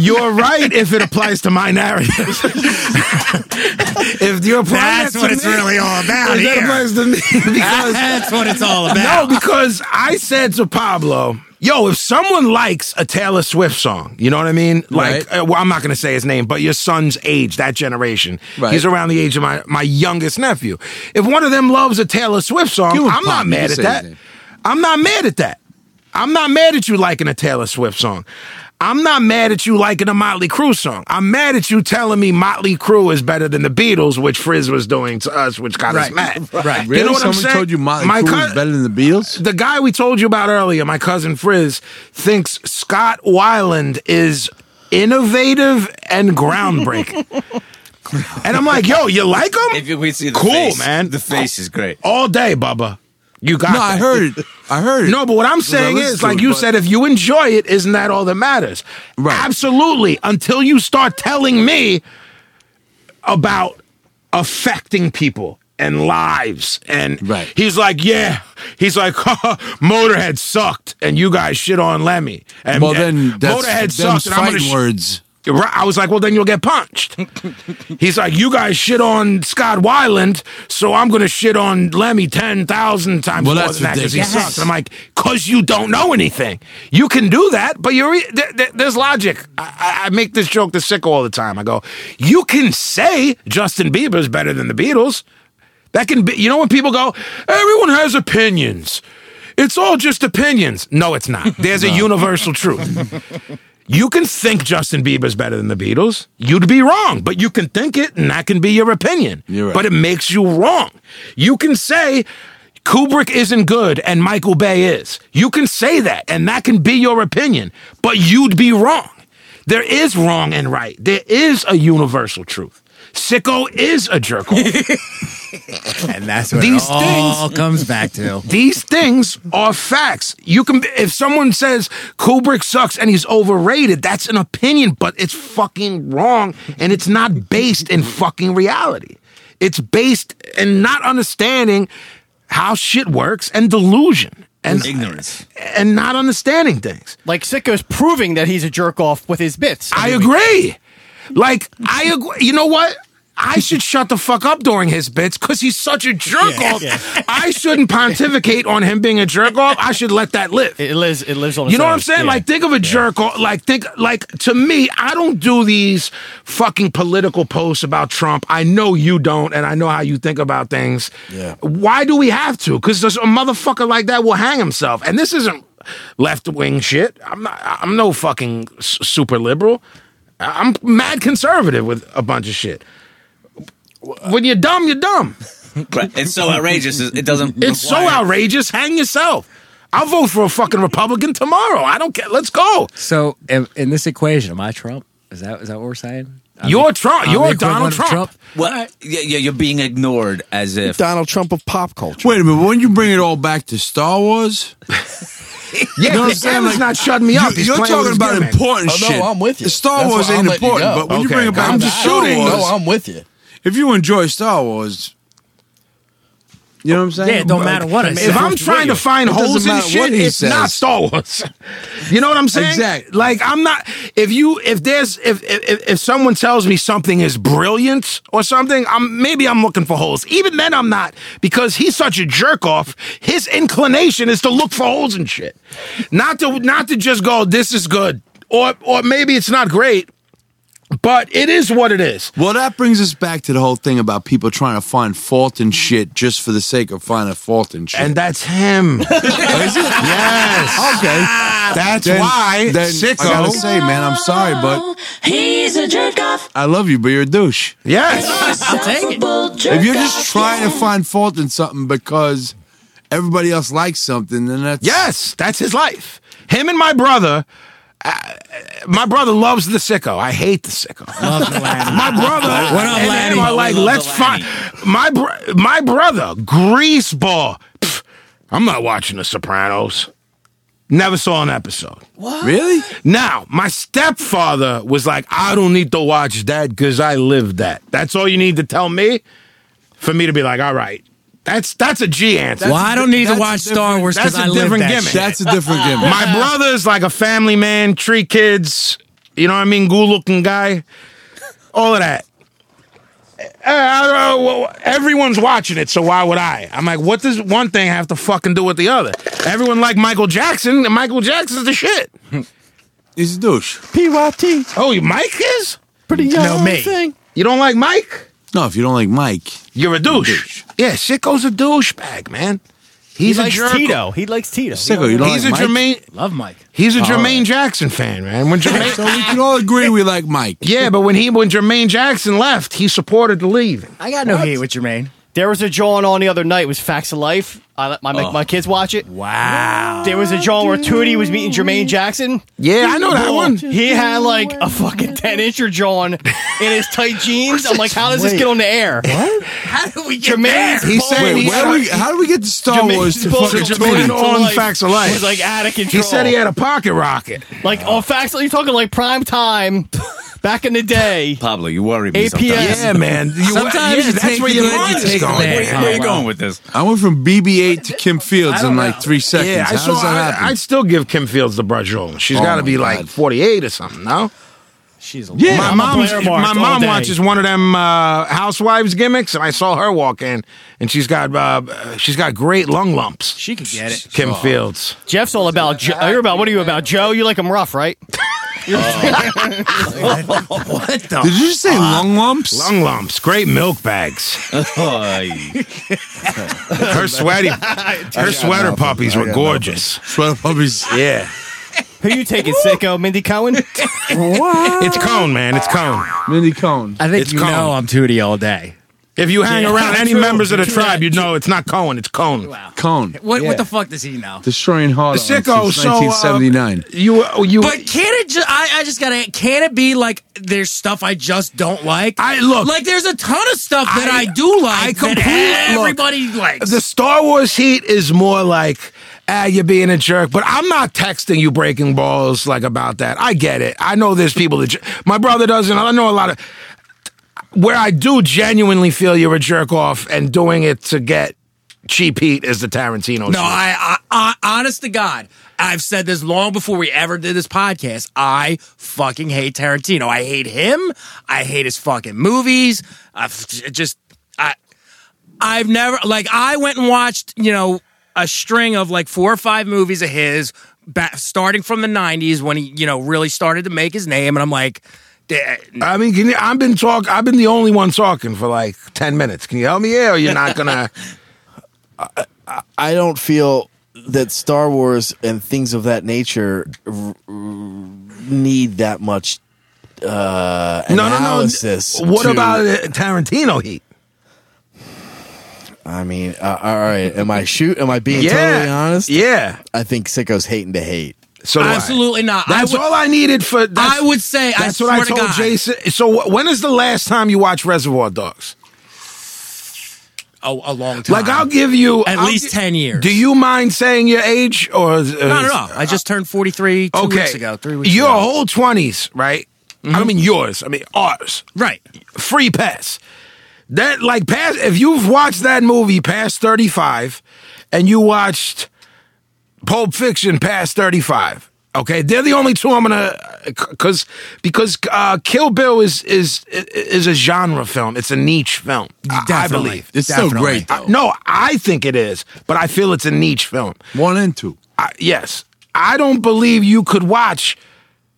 You're right if it applies to my narrative. if you're applying
That's
that to
what it's
me,
really all about
if that
here.
applies to me because
That's what it's all
No,
about.
because I said to Pablo, yo, if someone likes a Taylor Swift song, you know what I mean? Like,
Right.
uh, well, I'm not going to say his name, but your son's age, that generation.
Right.
He's around the age of my, my youngest nephew. If one of them loves a Taylor Swift song,
You and
I'm not
Pop, you can
mad at
say
that.
his name.
I'm not mad at that. I'm not mad at you liking a Taylor Swift song. I'm not mad at you liking a Motley Crue song. I'm mad at you telling me Motley Crue is better than the Beatles, which Frizz was doing to us, which got us mad. Right.
Really?
You know what
Someone
I'm saying?
told you Motley
My
Crue
cou-
is better than the Beatles.
the guy we told you about earlier, my cousin Frizz, thinks Scott Weiland is innovative and groundbreaking. and I'm like, yo, you like him?
If you, we see the
Cool,
face,
man.
The face is great.
All day, Bubba. You got
No, I
that.
heard it. I heard it.
No, but what I'm saying
listened
is,
to
like
it,
you
but-
said, if you enjoy it, isn't that all that matters?
Right.
Absolutely. Until you start telling me about affecting people and lives, and
Right.
he's like, yeah, he's like, Motorhead sucked, and you guys shit on Lemmy, and
Well, then that's
Motorhead
them's
sucked, and I'm
fighting
gonna sh-
words.
Right. I was like, well, then you'll get punched. He's like, you guys shit on Scott Weiland, so I'm going to shit on Lemmy 10,000 times
Well,
more
that's
than that because he
ridiculous.
sucks. I'm like, because you don't know anything. You can do that, but you're th- th- there's logic. I-, I I make this joke to Sicko all the time. I go, you can say Justin Bieber's better than the Beatles. That can be, you know, when people go, everyone has opinions. It's all just opinions. No, it's not. There's a universal truth. You can think Justin Bieber's better than the Beatles. You'd be wrong, but you can think it, and that can be your opinion.
You're right.
But it makes you wrong. You can say Kubrick isn't good and Michael Bay is. You can say that, and that can be your opinion, but you'd be wrong. There is wrong and right. There is a universal truth. Sicko is a jerk.
And that's what
These
it all comes back to.
These things are facts. You can if someone says Kubrick sucks and he's overrated, that's an opinion, but it's fucking wrong and it's not based in fucking reality. It's based in not understanding how shit works and delusion and
Ignorance.
and not understanding things.
Like Sicko's proving that he's a jerk off with his bits.
I agree. Like I agree. You know what? I should shut the fuck up during his bits because he's such a jerk off. I shouldn't pontificate on him being a jerk off. I should let that live.
It lives. It lives on.
You
its
know what
own.
I'm saying?
Yeah.
Like, think of a jerk. Or, like, think like to me, I don't do these fucking political posts about Trump. I know you don't, and I know how you think about things.
Yeah.
Why do we have to? Because a motherfucker like that will hang himself, and this isn't. left wing shit. I'm not. I'm no fucking s- super liberal. I- I'm mad conservative with a bunch of shit. When you're dumb, you're dumb.
Right. It's so outrageous. It doesn't.
It's so
require-
outrageous. Hang yourself. I'll vote for a fucking Republican tomorrow. I don't care. Let's go.
So in, in this equation, am I Trump? Is that is that what we're saying? I'm
You're
the-
Trump.
I'm the
You're
equivalent
Donald
of
Trump.
Well, yeah, yeah, you're being ignored as if.
Donald Trump of pop culture.
Wait a minute. When you bring it all back to Star Wars,
Yeah,
You know what I'm
because
saying?
Adam's
Like,
not shutting me up. He's
you, are
playing with
talking
his
about
gimmick.
important
Oh, no,
shit.
I'm with you.
Star
That's
Wars
why I'm
ain't
letting you
important,
go.
but when you
Okay,
bring it back
I'm
to
just
Star
shooting.
Wars,
No, I'm with you.
if you enjoy Star Wars, you know what I'm saying?
Yeah, it don't matter what I say.
If I'm trying to find
It doesn't
holes in
matter
shit,
what he
it's not
says.
Star Wars. you know what I'm saying?
Exact-
Like I'm not. If you, if there's, if if if someone tells me something is brilliant or something, I'm maybe I'm looking for holes. Even then, I'm not because he's such a jerk off. His inclination is to look for holes in shit, not to not to just go. This is good, or or maybe it's not great, but it is what it is.
Well, that brings us back to the whole thing about people trying to find fault in shit just for the sake of finding fault in shit.
And that's him.
Oh,
Yes.
okay,
That's
Then-
why.
Then
sicko.
I gotta say, man, I'm sorry, but
He's a jerk off.
I love you, but you're a douche.
Yes.
I'll take it.
If you're just trying to find fault in something because everybody else likes something, then that's
Yes, that's his life. Him and my brother. uh, my brother loves the sicko. I hate the sicko. my brother
What up,
and
Lanny?
him are like,
We love
let's
the
find my br- my brother greaseball. Pff, I'm not watching The Sopranos. Never saw an episode.
Really?
Now, my stepfather was like, I don't need to watch that because I lived that. That's all you need to tell me for me to be like, all right, that's that's a G answer.
well, I don't need to
that's
watch Star
different-
Wars because
that's
I
a
live
different
that
gimmick.
shit.
That's a different gimmick.
My brother's like a family man, three kids, you know what I mean? Good looking guy, all of that. Uh, I don't know, well, everyone's watching it, so why would I? I'm like, what does one thing have to fucking do with the other? Everyone like Michael Jackson, and Michael Jackson's the shit.
He's a douche.
PYT,
Oh, you Mike is?
pretty young
No, me.
thing.
You don't like Mike?
No, if you don't like Mike,
You're a douche. Yeah, Sicko's a douchebag, man. He's
he
a
likes
jerk.
Tito. He likes Tito.
sicko, you don't
He's a
like Mike.
Jermaine.
Love Mike.
He's a Jermaine Jackson fan, man. When Jermaine,
so we can all agree we like Mike.
Yeah, but when he when Jermaine Jackson left, he supported the leaving.
I got no hate with Jermaine.
There was a drawing on the other night. It was Facts of Life. I let my, my kids watch it.
Wow.
There was a drawing where Tootie was meeting Jermaine Jackson.
Yeah, I know that one.
He had like a fucking 10 incher drawing in his tight jeans. I'm like, how does this get on the air? What?
How did we get
Jermaine's
He's
bald-
saying
Wait,
he-
where we, how do we get to Star Wars
Jermaine's
to
bald-
fucking
Jermaine
Tony?
Bald- on Facts of Life.
was like out of
He
control.
said he had a pocket rocket.
like on Facts. You're talking like prime time back in the day.
Pablo, you worry me.
APS.
Sometimes.
Yeah, man. You,
Sometimes
yeah,
you
that's
take
where
the
your
good, you
mind is
take the
going.
bad.
man.
Where are
Oh,
you
wow.
going with this?
I went from BB-8 to Kim Fields in like three seconds.
Yeah, I
how
saw.
does that
I,
happen?
I'd still give Kim Fields the brajol. She's
Oh
got to
my
be like
God.
48 or something. No.
She's a
Yeah, my mom.
Blair Marks
My
all
mom
day.
watches one of them uh, housewives gimmicks, and I saw her walk in, and she's got uh, uh, she's got great lung lumps.
She could get it.
Kim Fields.
Jeff's all about Joe. You're about what are you about Joe? You like him rough, right?
What the?
Did you just say lung lumps?
Lung lumps, great milk bags. Her sweaty, her sweater puppies were gorgeous.
Sweater puppies.
Yeah,
Who you taking, sicko? Mindy Cohen?
it's cone, man. It's cone.
Mindy Cohen.
I think
It's
you
Cohen.
know I'm Tootie all day.
If you hang
Yeah,
around any
true.
members of the tribe, you know it's not Cohen. It's cone.
Cohen.
What,
Yeah.
what the fuck does he know?
Destroying Heart
The sicko.
since
So uh,
1979.
you you.
But can it just? I, I just gotta. Can it be like there's stuff I just don't like?
I look.
like there's a ton of stuff that
I-
I, do like.
I
I
complete-
that
look,
everybody likes.
the Star Wars heat is more like, ah, you're being a jerk. But I'm not texting you breaking balls like about that. I get it. I know there's people that ju- my brother doesn't. I know a lot of where I do genuinely feel you're a jerk off and doing it to get cheap heat is the Tarantino.
No, I, I, I, honest to God, I've said this long before we ever did this podcast. I fucking hate Tarantino. I hate him. I hate his fucking movies. I f- just, I, I've never like I went and watched you know a string of like four or five movies of his, back, starting from the '90s when he you know really started to make his name, and I'm like. "Th-
I mean, can you, I've been talk. I've been the only one talking for like ten minutes. Can you help me here, or you're not gonna?
I don't feel that Star Wars and things of that nature r- r- need that much uh,
No, no, no.
analysis.
What
to-
about uh, Tarantino heat?
I mean, uh, all right. Am I shoot? Am I being totally honest?
Yeah.
I think Sicko's hating to hate.
So do I.
Absolutely not.
That's
I would,
all I needed for. That's,
I would say.
That's
I
what I
swear
told
to God.
Jason. So wh- when is the last time you watched Reservoir Dogs?
Oh, a long time.
Like I'll give you
At
I'll
least
gi-
10 years.
Do you mind saying your age or uh,
Not at all. I just turned 43 two weeks ago, three weeks
your
ago. Mm-hmm.
whole twenties, right? I don't mean yours. I mean ours.
Right.
Free pass. That like past. If you've watched that movie past thirty five, and you watched Pulp Fiction past thirty five. Okay, they're the only two I'm gonna, because because uh, Kill Bill is is is a genre film. It's a niche film. I- I
Definitely.
believe
It's so
Definitely.
great,
I-
though.
no, I think it is, but I feel it's a niche film.
One and two.
I, yes, I don't believe you could watch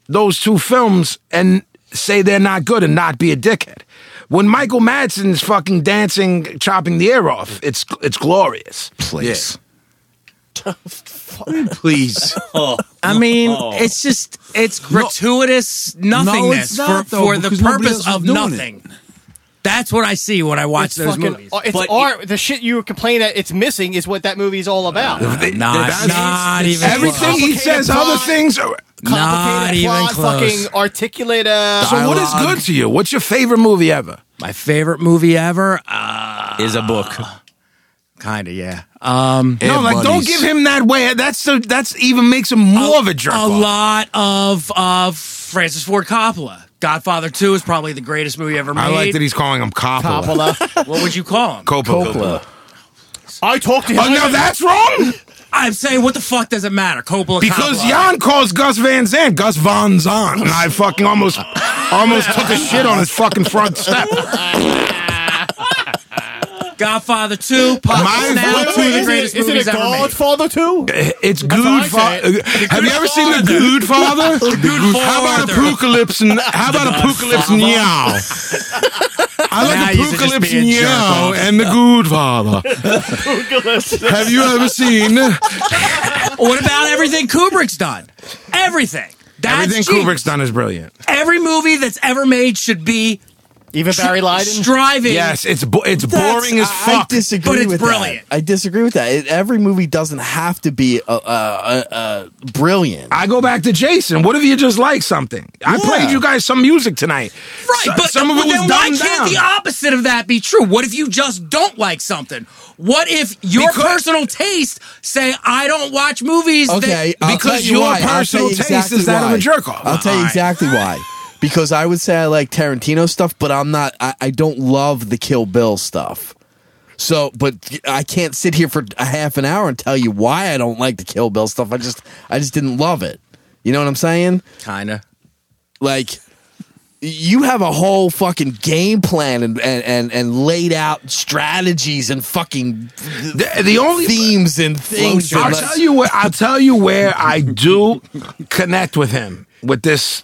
those two films and say they're not good and not be a dickhead. When Michael Madsen's fucking dancing, chopping the air off, it's it's glorious.
Please.
Please.
I mean, it's just it's gratuitous nothingness
it's not,
for,
though,
for the
because nobody
purpose
else is
of
doing it.
nothing. That's what I see when I watch
It's
those
fucking.
movies.
uh, It's art. The shit you complain that it's missing is what that movie's all about.
not, not even
Everything he
Complicated
says, other
plot.
things. Are,
Complicated
even
plot,
close.
Fucking articulate. Uh,
so, what is good to you? What's your favorite movie ever?
my favorite movie ever. Uh,
Is a book.
kind of, yeah.
no, like don't give him that way. That's the, that's even makes him more of a jerk.
a
off.
lot of of Francis Ford Coppola. Godfather Two is probably the greatest movie ever made.
I like that he's calling him Coppola. Coppola.
What would you call him?
Coppola.
I talked to him.
Oh, now that's wrong.
I'm saying, what the fuck does it matter? Coppola,
Because
Coppola.
Jan calls Gus Van Zandt Gus Von Zahn, and I fucking almost almost took a shit on his fucking front step.
Godfather Two, Pop
My
now
vote
two of the
is-
greatest
Is it
movies
a
ever made.
Godfather too?
It's
how I
good.
say
Fa-
it.
Have you ever seen the Good Father? How about a
Father.
Pookalypse and how about a Pookalypse Meow? I like
Now
the
you should just
Pookalypse
be a jerk
Meow
off.
and the Good Father. Have you ever seen
What about everything Kubrick's done? Everything. That's
everything
cheap.
Kubrick's done is brilliant.
Every movie that's ever made should be
Even Barry Lyndon.
striving.
Yes, it's bo- it's
That's-
boring as
I- I
fuck.
disagree
but it's
with
brilliant.
that. I disagree with that. It, every movie doesn't have to be uh, uh, uh, uh, brilliant.
I go back to Jason. What if you just like something? I
Yeah.
played you guys some music tonight.
Right,
So-
but
some of it
but
was
then why
dumbed
can't
down.
the opposite of that be true? What if you just don't like something? What if your
Because-
personal taste say I don't watch movies?
Okay,
that,
I'll
because
tell you
your
why. I'll tell
personal
you
taste
exactly
is that of a
why.
jerk-off.
I'll tell you exactly why. Because I would say I like Tarantino stuff, but I'm not. I, I don't love the Kill Bill stuff. So, but I can't sit here for a half an hour and tell you why I don't like the Kill Bill stuff. I just, I just didn't love it. You know what I'm saying?
Kinda.
like you have a whole fucking game plan and and and, and laid out strategies and fucking
The, the only
themes and things.
I'll
and
tell you where I'll tell you where I do connect with him with this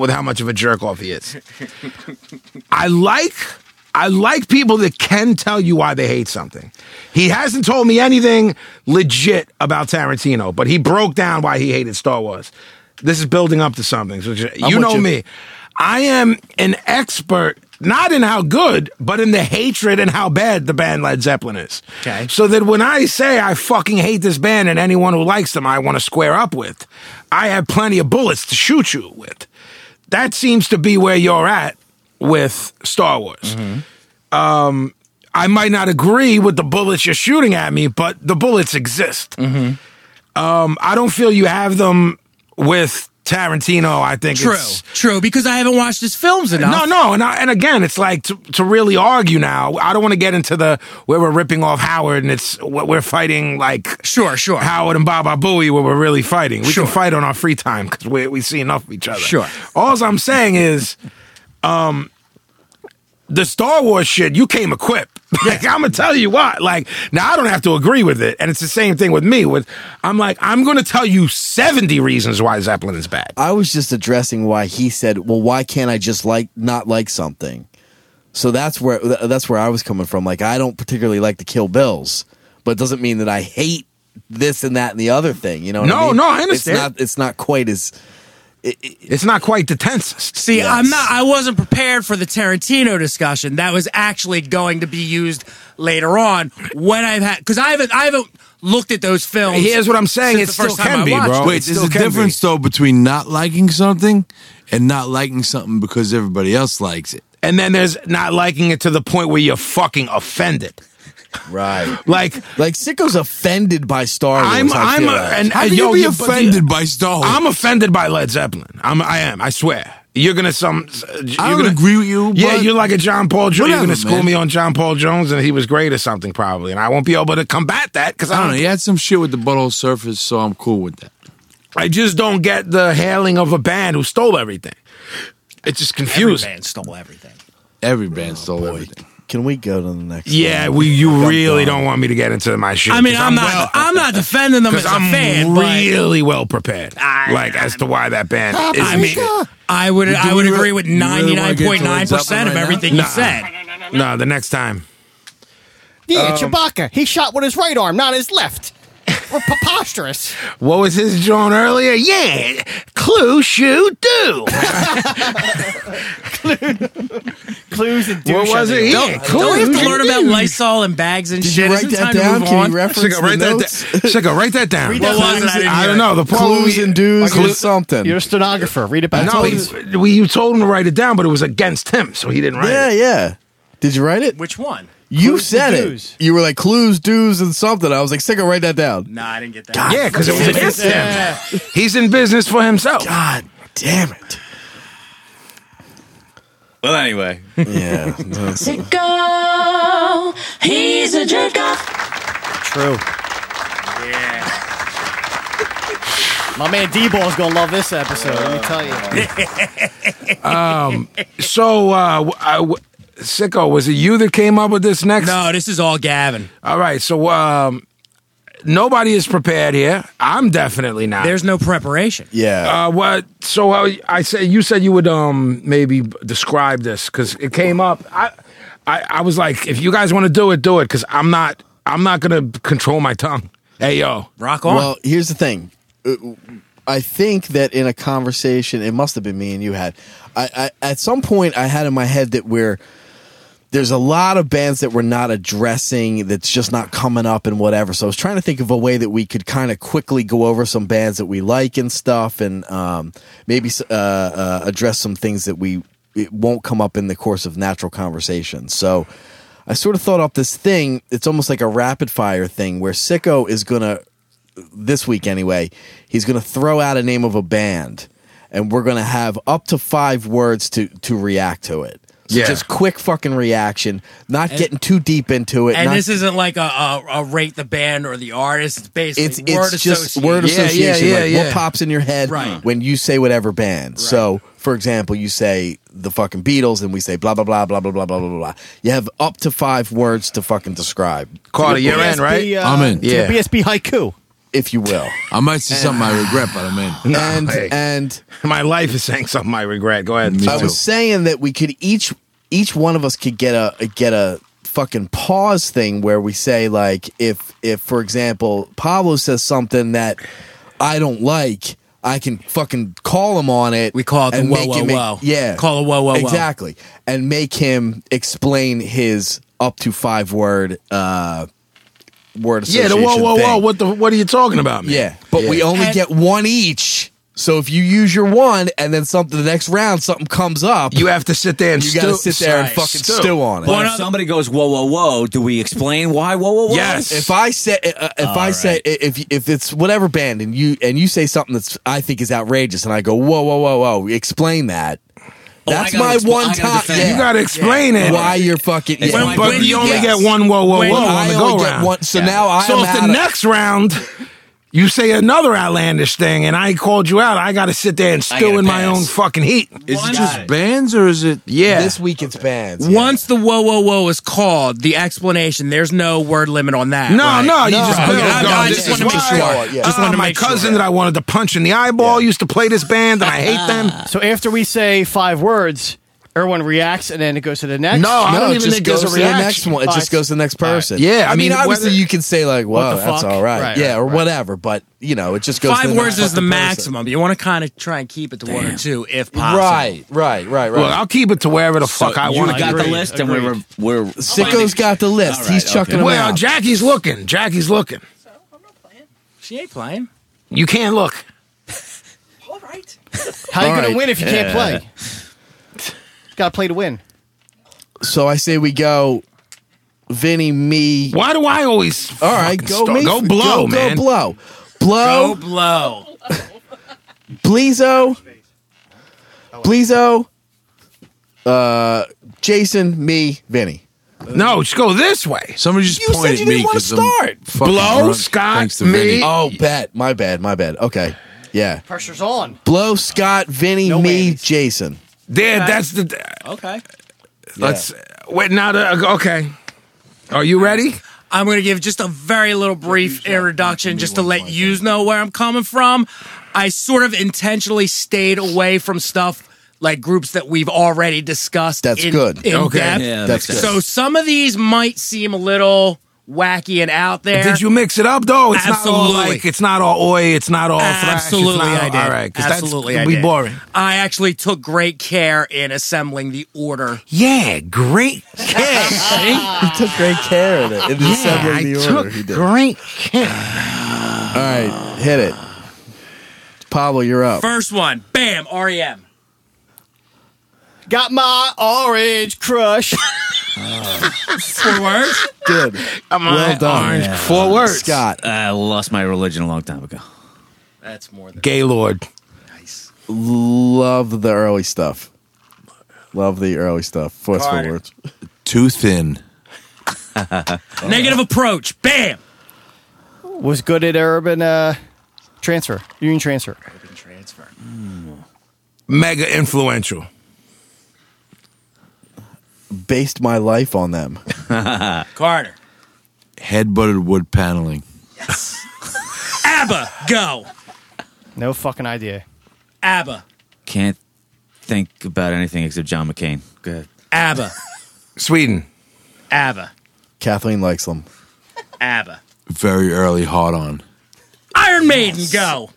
with how much of a jerk off he is. I like I like people that can tell you why they hate something. He hasn't told me anything legit about Tarantino, but he broke down why he hated Star Wars. This is building up to something. So ju- you
with
know
you.
me. I am an expert not in how good, but in the hatred and how bad the band Led Zeppelin is.
Okay.
So that when I say I fucking hate this band and anyone who likes them I want to square up with, I have plenty of bullets to shoot you with that seems to be where you're at with Star Wars. Um, I might not agree with the bullets you're shooting at me, but the bullets exist. Um, I don't feel you have them with Tarantino. I think
True.
it's
True. Because I haven't watched his films enough.
no, no, and I, and again, it's like to, to really argue now. I don't want to get into the where we're ripping off Howard and it's what we're fighting like
Sure, sure.
Howard and Baba Booey where we're really fighting. We
Sure.
can fight on our free time because we we see enough of each other.
Sure.
All I'm saying is, um, the Star Wars shit you came equipped. Like I'm gonna tell you what. Like now I don't have to agree with it, and it's the same thing with me. With I'm like I'm gonna tell you 70 reasons why Zeppelin is bad.
I was just addressing why he said, "Well, why can't I just like not like something?" So that's where th- that's where I was coming from. Like I don't particularly like the Kill Bills, but it doesn't mean that I hate this and that and the other thing. You know? what
No,
I mean?
no, I understand.
It's not. It's not quite as.
It's not quite the tensest.
See,
Yes.
I'm not. I wasn't prepared for the Tarantino discussion. That was actually going to be used later on when I've had because I haven't. I haven't looked at those films.
Here's what I'm saying.
Since
It
the
still
first time
can
I
be,
watched
bro. Oh,
Wait,
It
there's
still
a
can be.
difference though between not liking something and not liking something because everybody else likes it.
And then there's not liking it to the point where you're fucking offended.
Right.
Like
Like Sicko's offended by Star Wars.
I'm,
I
I'm,
feel
a,
like.
and
How
and
can
yo,
you be
you-
offended by Star Wars?
I'm offended by Led Zeppelin. I'm, I am. I swear. You're gonna some. uh, You're
I don't
gonna,
agree with you.
Yeah,
but
you're like a John Paul Jones. You're
Whatever,
gonna school
man.
me on John Paul Jones, and he was great or something probably, and I won't be able to combat that because
I
I
don't know. He had some shit with the butthole surface, so I'm cool with that.
I just don't get the hailing of a band who stole everything. It's just confusing.
Man stole everything.
Every band stole
Oh,
everything.
Can we go to the next?
Yeah,
one?
we. You really don't want me to get into my shit.
I mean,
'cause
I'm, not.
well-
I'm not defending them as
because
a
I'm
fan. but
really well prepared, like as to why that band is.
I mean, I would. I
we
would
re-
agree with
you really wanna
ninety-nine
get to Led
point nine percent
Zeppelin
of
right
everything
now?
you said.
no, the next time.
Yeah, Chewbacca. He shot with his right arm, not his left. We're preposterous.
What was his John earlier? Yeah, clue, shoe, do.
Clues and douche.
What was
I
it?
think.
Yeah,
Don't we
clue.
have to learn about Lysol and bags and
Did
shit?
you write
Isn't
that
time to
down?
move
Can
on?
you reference
Sugar, write
the
that
notes?
down. Sugar, write that down.
Read
What
that
was it? I didn't
I
hear
don't
it.
know. The part where
Clues
we-
and dues
Clue-
or something.
You're a stenographer. Read it back.
No,
please.
he- we you told him to write it down, but it was against him, so he didn't write
yeah,
it.
yeah. Did you write it?
Which one?
You
Clues
said
and
it.
dues.
You were like clues, dues, and something. I was like, Sicko, write that down.
No, I didn't get that.
Yeah, because it was against him. He's in business for himself.
God damn it.
Well, anyway,
Yeah. that's-
Sicko, he's a jerk off.
True. My man D Ball's gonna love this episode. let me tell you.
So, uh, w- I w- Sicko, was it you that came up with this next?
No, this is all Gavin.
All right. So, um, nobody is prepared here. I'm definitely not.
There's no preparation.
yeah.
Uh, what? So I, I said you said you would um maybe describe this because it came up. I, I I was like, if you guys want to do it, do it because I'm not I'm not gonna control my tongue. Hey yo,
Rock on.
Well, here's the thing. Uh, I think that in a conversation, it must have been me and you had. I, I at some point I had in my head that we're there's a lot of bands that we're not addressing that's just not coming up and whatever. So I was trying to think of a way that we could kind of quickly go over some bands that we like and stuff, and um, maybe s- uh, uh, address some things that we it won't come up in the course of natural conversation. So I sort of thought up this thing. It's almost like a rapid fire thing where Sicko is gonna this week anyway, he's going to throw out a name of a band, and we're going to have up to five words to to react to it. So
Yeah.
just quick fucking reaction, not getting too deep into it.
and
not-
this isn't like a, a, a rate the band or the artist. It's
it's
basically word
it's just
association.
word
Yeah, yeah,
association.
yeah,
like
yeah.
What pops in your head
Right.
when you say whatever band? So, for example, you say the fucking Beatles, and we say blah blah blah blah blah blah blah blah blah. You have up to five words to fucking describe,
Carter, you're in, right?
BSB, uh,
I'm in.
Yeah.
BSB haiku.
if you will.
I might say something I regret, but I'm in.
No,
and
hey,
and
my life is saying something I regret. Go ahead.
I was saying that we could each each one of us could get a get a fucking pause thing where we say like if if for example Pablo says something that I don't like, I can fucking call him on it.
We call it the
and
whoa,
make
whoa,
him-
whoa.
Yeah,
Call it whoa, whoa, whoa.
exactly, and make him explain his up to five word uh word
yeah, the whoa,
association
whoa, whoa.
thing.
What the? What are you talking about, man?
Yeah, but we only
And-
get one each. So if you use your one and then something the next round something comes up,
You have to sit there and
you
stew-
gotta sit there and
Right,
fucking stew, on it.
but if somebody goes whoa whoa whoa, do we explain why whoa whoa whoa?
Yes.
If I say uh, if I say if if it's whatever band and you and you say something that's I think is outrageous and I go whoa whoa whoa whoa explain that. That's
gotta
my
expl- Oh, I
one
gotta
top.
defend
yeah.
it.
You gotta explain it.
why you're fucking.
It's
yeah.
my
But
When
you
you
only
guess.
get one whoa, whoa,
When-
whoa on
I
the
only
go
get
round.
one. So now I
So
am
if the
out of-
next round you say another outlandish thing and I called you out, I got to sit there and stew
gotta
in my
pass.
own fucking heat.
Is it just bands or is it?
Yeah.
this week it's bands. yeah.
Once the whoa whoa whoa is called, the explanation. There's no word limit on that.
no,
right?
no, you just
Right.
build.
Yeah,
No,
I- I
this
just
is
wanna make
why-
sure. Yeah. Just
Ah,
wanna
my
make
cousin
sure.
that I wanted to punch in the eyeball used to play this band, and I hate them.
So after we say five words, Everyone reacts, and then it goes to the next.
No, I
no,
don't
it
even
just
think there's
goes
a
to the next
reaction.
one. It
Alright.
just goes to the next person.
Yeah,
I,
I
mean,
mean,
obviously
whether-
you can say like, "Whoa,
the
that's
fuck?"
all right.
Right,
yeah,
right,
or
right.
whatever." But you know, it just goes to
Five
the
words
next
is the
fucking person.
maximum. You want to kind of try and keep it to one or two, if possible.
Right, right, right, right.
Look, I'll keep it to wherever the fuck I
you
want to
got
get
the
it.
list, and we're we're
Sicko's got the list.
Alright,
He's chucking
okay.
them
Well,
out.
Jackie's looking. Jackie's looking.
So I'm not playing.
She ain't playing.
You can't look.
All right.
How you gonna
Alright.
win if you can't play? Got to play to win.
so I say we go, Vinny, me.
Why do I always?
All right,
fucking
go
start-
me.
Go blow,
go,
man.
Go blow, blow,
blow.
Bleezo, Bleezo, uh, Jason, me, Vinny.
No, just go this way.
Somebody just
You said
pointed
you
at me
didn't wanna
'cause I'm
start.
fucking
Blow,
drunk,
Scott,
thanks to
me.
Vinny.
Oh, bet. My bad. My bad. Okay. Yeah.
Pressure's on.
Blow, Scott, Vinny,
No
me,
whammies.
Jason.
There, that's the.
Okay.
Let's wait now. The, okay, are you ready?
I'm going to give just a very little brief introduction just to let you know where I'm coming from. I sort of intentionally stayed away from stuff like groups that we've already discussed.
That's
in-
good.
in
Okay.
depth.
Yeah, that
That's
makes
good.
So some of these might seem a little wacky and out there.
Did you mix it up though? It's not all
Absolutely.
like it's not all oi. It's not all thrash. it's
Absolutely,
not all-
I did.
All right, 'cause that's
Absolutely, I
gonna be
did.
boring.
I actually took great care in assembling the order.
Yeah, great care.
He took great care of it in
yeah,
assembling
I
the order.
took
He did. All
great care.
right, hit it. Pablo, you're up.
First one, bam, E REM.
Got my orange crush.
Four words.
Good.
Come on,
Well done.
Orange. Four words.
Scott,
I lost my religion a long time ago.
That's more than
Gaylord.
love the early stuff. Love the early stuff. Forceful words.
Too thin.
negative approach. Bam.
Was good at urban uh, transfer, union transfer.
Mega influential.
Based my life on them.
Carter.
Head butted wood paneling.
ABBA. Go.
No fucking idea.
ABBA.
Can't think about anything except John McCain. Go ahead.
ABBA.
Sweden.
ABBA.
Kathleen likes them.
ABBA.
Very early, hard on.
Iron Maiden. Go.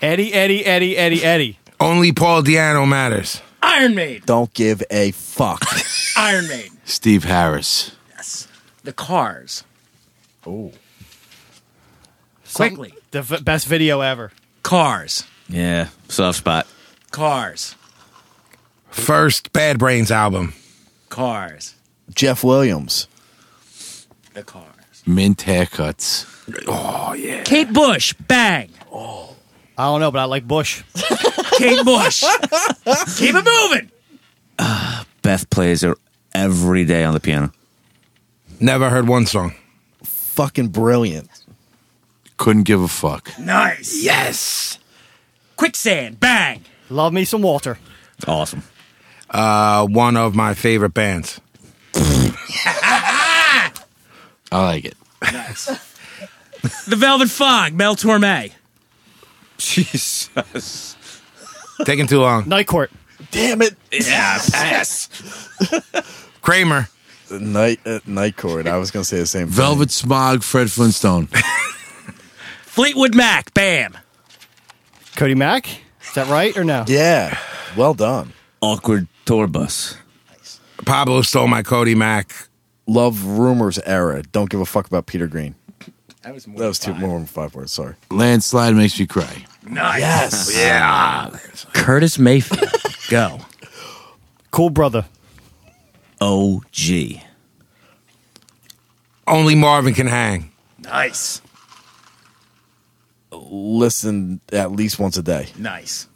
Eddie, Eddie, Eddie, Eddie, Eddie.
Only Paul Diano matters.
Iron Maiden.
Don't give a fuck.
Iron Maiden.
Steve Harris.
The Cars.
Something-
Quickly.
the v- best video ever.
Cars.
Yeah, soft spot.
Cars.
First Bad Brains album.
Cars.
Jeff Williams.
The Cars.
Mint haircuts.
Kate Bush. Bang.
I don't know, but I like Bush.
Kate Bush. Keep it moving.
Beth plays her every day on the piano.
Never heard one song.
Fucking brilliant.
Couldn't give a fuck.
Nice.
Yes.
Quicksand. Bang.
Love me some Walter.
It's awesome.
Uh, one of my favorite bands.
I like it.
The Velvet Fog. Mel Torme.
Jesus.
Taking too long.
Night Court.
Damn it.
Yeah, pass.
Kramer.
Night uh, Night Court. I was gonna say the same. thing.
Velvet Smog, Fred Flintstone.
Fleetwood Mac. Bam.
Cody Mack. Is that right or no?
Yeah. Well done.
Awkward tour bus.
Pablo stole my Cody Mac.
Love rumors era. Don't give a fuck about Peter Green.
That was more.
That was two more than five words. Sorry.
Landslide makes me cry.
Yes.
Curtis Mayfield. Go.
Cool brother.
OG.
Only Marvin can hang.
Nice.
Listen at least once a day.
Nice.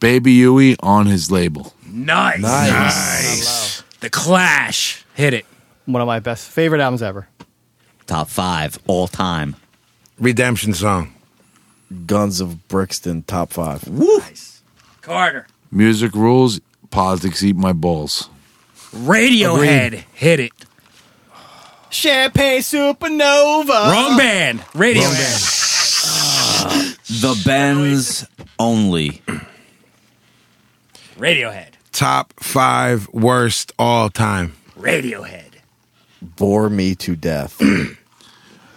Baby Huey on his label.
Nice.
Nice.
The Clash. Hit it.
One of my best favorite albums ever.
Top five all time.
Redemption song.
Guns of Brixton top five.
Carter.
Music rules, politics eat my balls.
Radiohead. Hit it.
Champagne Supernova.
Wrong band. Radiohead.
The Benz only.
Radiohead.
top five worst all time.
Radiohead.
Bore me to death.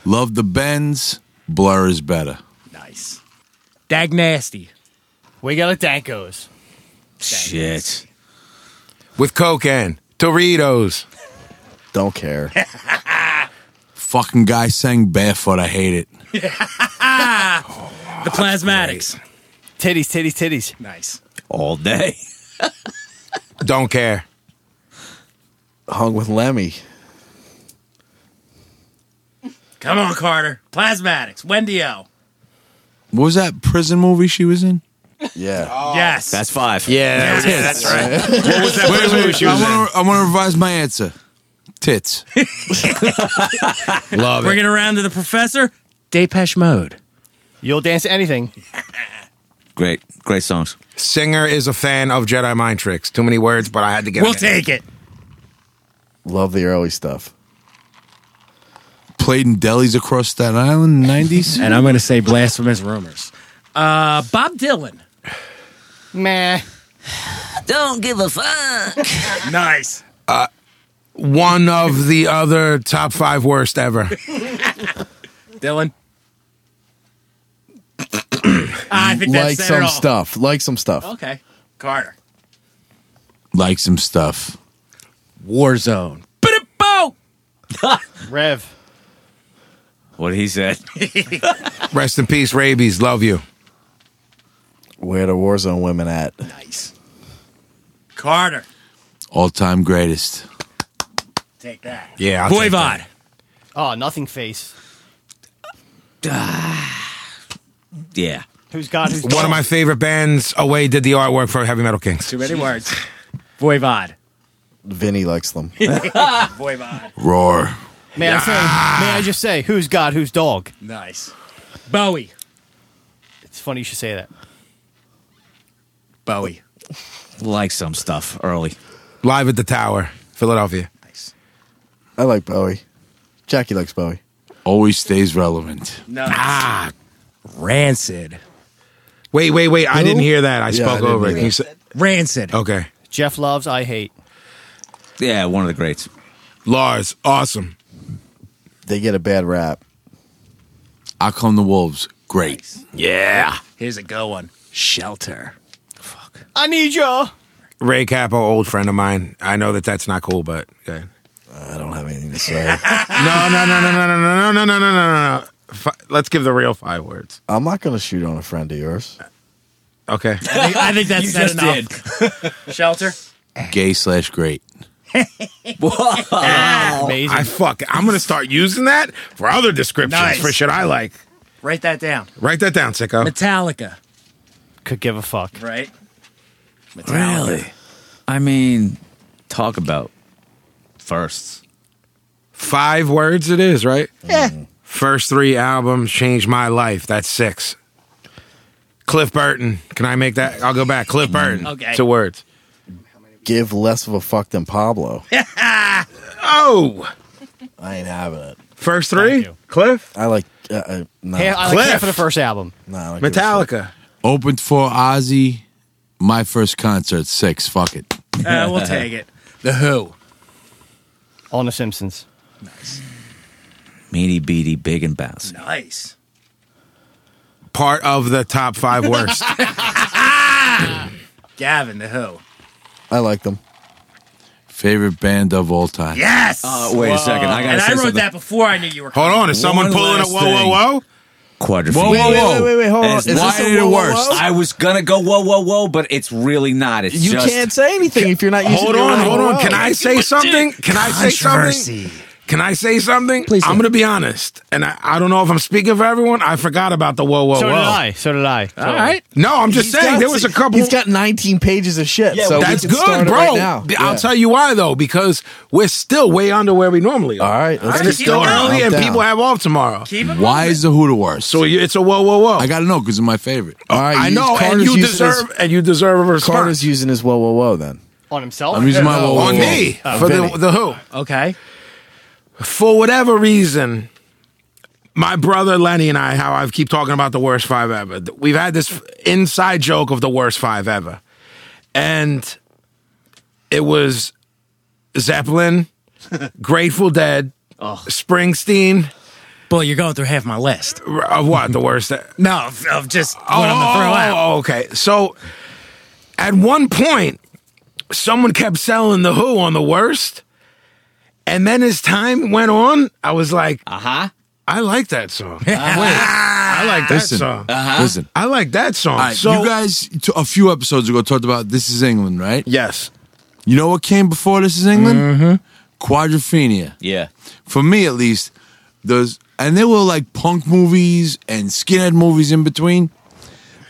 Love the bends. Blur is better.
Nice.
Dag nasty.
We got a Danko's.
Shit.
With cocaine, Doritos.
Don't care.
Fucking guy sang barefoot. I hate it.
The plasmatics.
Titties, titties, titties.
Nice.
All day.
Don't care.
Hung with Lemmy.
Come on, Carter. Plasmatics. Wendy O.
What was that prison movie she was in?
Yeah.
Yes.
That's five.
Yeah,
that's right.
Wait, wait, I want to. I want to revise my answer. Tits.
love
Bring it around to the professor. Depeche Mode.
You'll dance to anything.
Great. Great songs.
Singer is a fan of Jedi mind tricks. Too many words, but I had to get.
We'll
it. in.
take it.
Love the early stuff.
Played in delis across Staten Island in the 90s.
And I'm going to say blasphemous rumors. Uh, Bob Dylan.
Meh.
Don't give a fuck.
Nice.
one of the other top five worst ever.
Dylan. I think that
Like
said
some
it all.
stuff. Like some stuff.
Okay. Carter.
Like some stuff.
Warzone. Ba-da-bo!
Rev.
What he said.
Rest in peace, rabies. Love you.
Where the Warzone women at?
Nice. Carter.
All time greatest.
Take that.
Yeah, I'll take that.
Voivod.
Oh, nothing face.
yeah.
Who's God? Who's
One of my favorite bands, Away, did the artwork for Heavy Metal Kings.
Too many words. Voivod.
Vinny likes them.
Voivod.
Roar.
May I say? May I just say? Who's God? Who's dog?
Nice. Bowie.
It's funny you should say that.
Bowie.
Like some stuff early.
Live at the Tower, Philadelphia.
I like Bowie. Jackie likes Bowie.
Always stays relevant.
Ah. Rancid.
Wait, wait, wait. I didn't hear that. I
Yeah, I
spoke
didn't
over it.
hear
Can you
that.
say-
Rancid.
Oh.
okay.
Jeff loves. I hate.
Yeah, one of the greats.
Lars, awesome.
They get a bad rap.
I come the wolves. Great.
Here's a good one. Shelter.
I need you.
Ray Capo, old friend of mine. I know that that's not cool, but. Okay.
I don't have anything to say.
No, no, no, no, no, no, no, no, no, no, no, no, no. Fi- Let's give the real five words.
I'm not going to shoot on a friend of yours.
Okay.
I think, I think that's said enough. Shelter.
Gay slash great.
Amazing.
I fuck. I'm going to start using that for other descriptions
Nice.
for shit I like.
Write that down.
Write that down, sicko.
Metallica.
Could give a fuck.
Right.
Really? I mean, talk about firsts.
Five words it is, right? Yeah. First three albums changed my life. That's six. Cliff Burton. Can I make that? I'll go back. Cliff Burton.
Okay.
Two words.
Give less of a fuck than Pablo.
Oh.
I ain't having it.
First three?
you.
Cliff?
I like. Uh, uh, no,
Hey, I like
Cliff.
half of the first album.
no, I don't give a shit.
Metallica.
Opened for Ozzy. My first concert. Six. Fuck it.
Uh, we'll take it. The Who.
On The Simpsons.
Meaty, beady, big, and bouncy.
Nice.
Part of the top five worst.
Gavin, The Who.
I like them.
Favorite band of all time.
Yes.
Uh, wait a second. I gotta
and
say
I wrote
something.
that before I knew you were.
Hold on. Is someone
One
pulling a
last
whoa, whoa, whoa?
Quadrophenia.
Whoa, whoa, whoa.
hold
And it's
Why
not-
did it worse?
I was gonna go whoa, whoa, whoa, but it's really not. It's
You
just
can't say anything if you're not using
Hold
your
on.
right
Hold
to
on.
vote.
Can I say something? Can I say something? Can I say something?
Please
I'm
do.
going to be honest. And I, I don't know if I'm speaking for everyone. I forgot about the whoa, whoa,
So
whoa.
did I. So did I.
All right.
No, I'm just
He's
saying
got-
there was a couple.
He's got 19 pages of shit. so we
That's
can start
good,
it
bro.
Right now.
B- I'll tell you why though, because we're still way under where we normally
All
are.
right, let's
And
get
it's still
started.
early,
I'm
and
down.
people have off tomorrow.
Why is the Who the worst?
So Oh, you- it's a whoa, whoa, whoa.
I gotta know because it's my favorite.
All right,
I
you-
know, and
Carter's
you
using his-
deserve, and you deserve a response
Carter's using his whoa, whoa, whoa. Then
On himself.
I'm using my whoa, whoa,
on
whoa.
me for
Oh, Vinny.
the, the who.
Okay.
For whatever reason, my brother Lenny and I, how I keep talking about the worst five ever. We've had this inside joke of the worst five ever, and It was Zeppelin, Grateful Dead, Springsteen.
Boy, you're going through half my list.
Of what? The worst? e-? that-
No, of, of just what I'm gonna throw out.
oh, okay. So at one point, someone kept selling the Who on the worst, and then as time went on, I was like,
Uh huh.
I like that song. Uh-huh. Wait, I like that
Listen,
song.
listen.
I like that song.
All right,
uh, so
you guys t- a few episodes ago talked about this is England, right?
yes,
You know what came before this is England? Mm-hmm. Quadrophenia.
Yeah.
For me, at least, those and there were like punk movies and skinhead movies in between.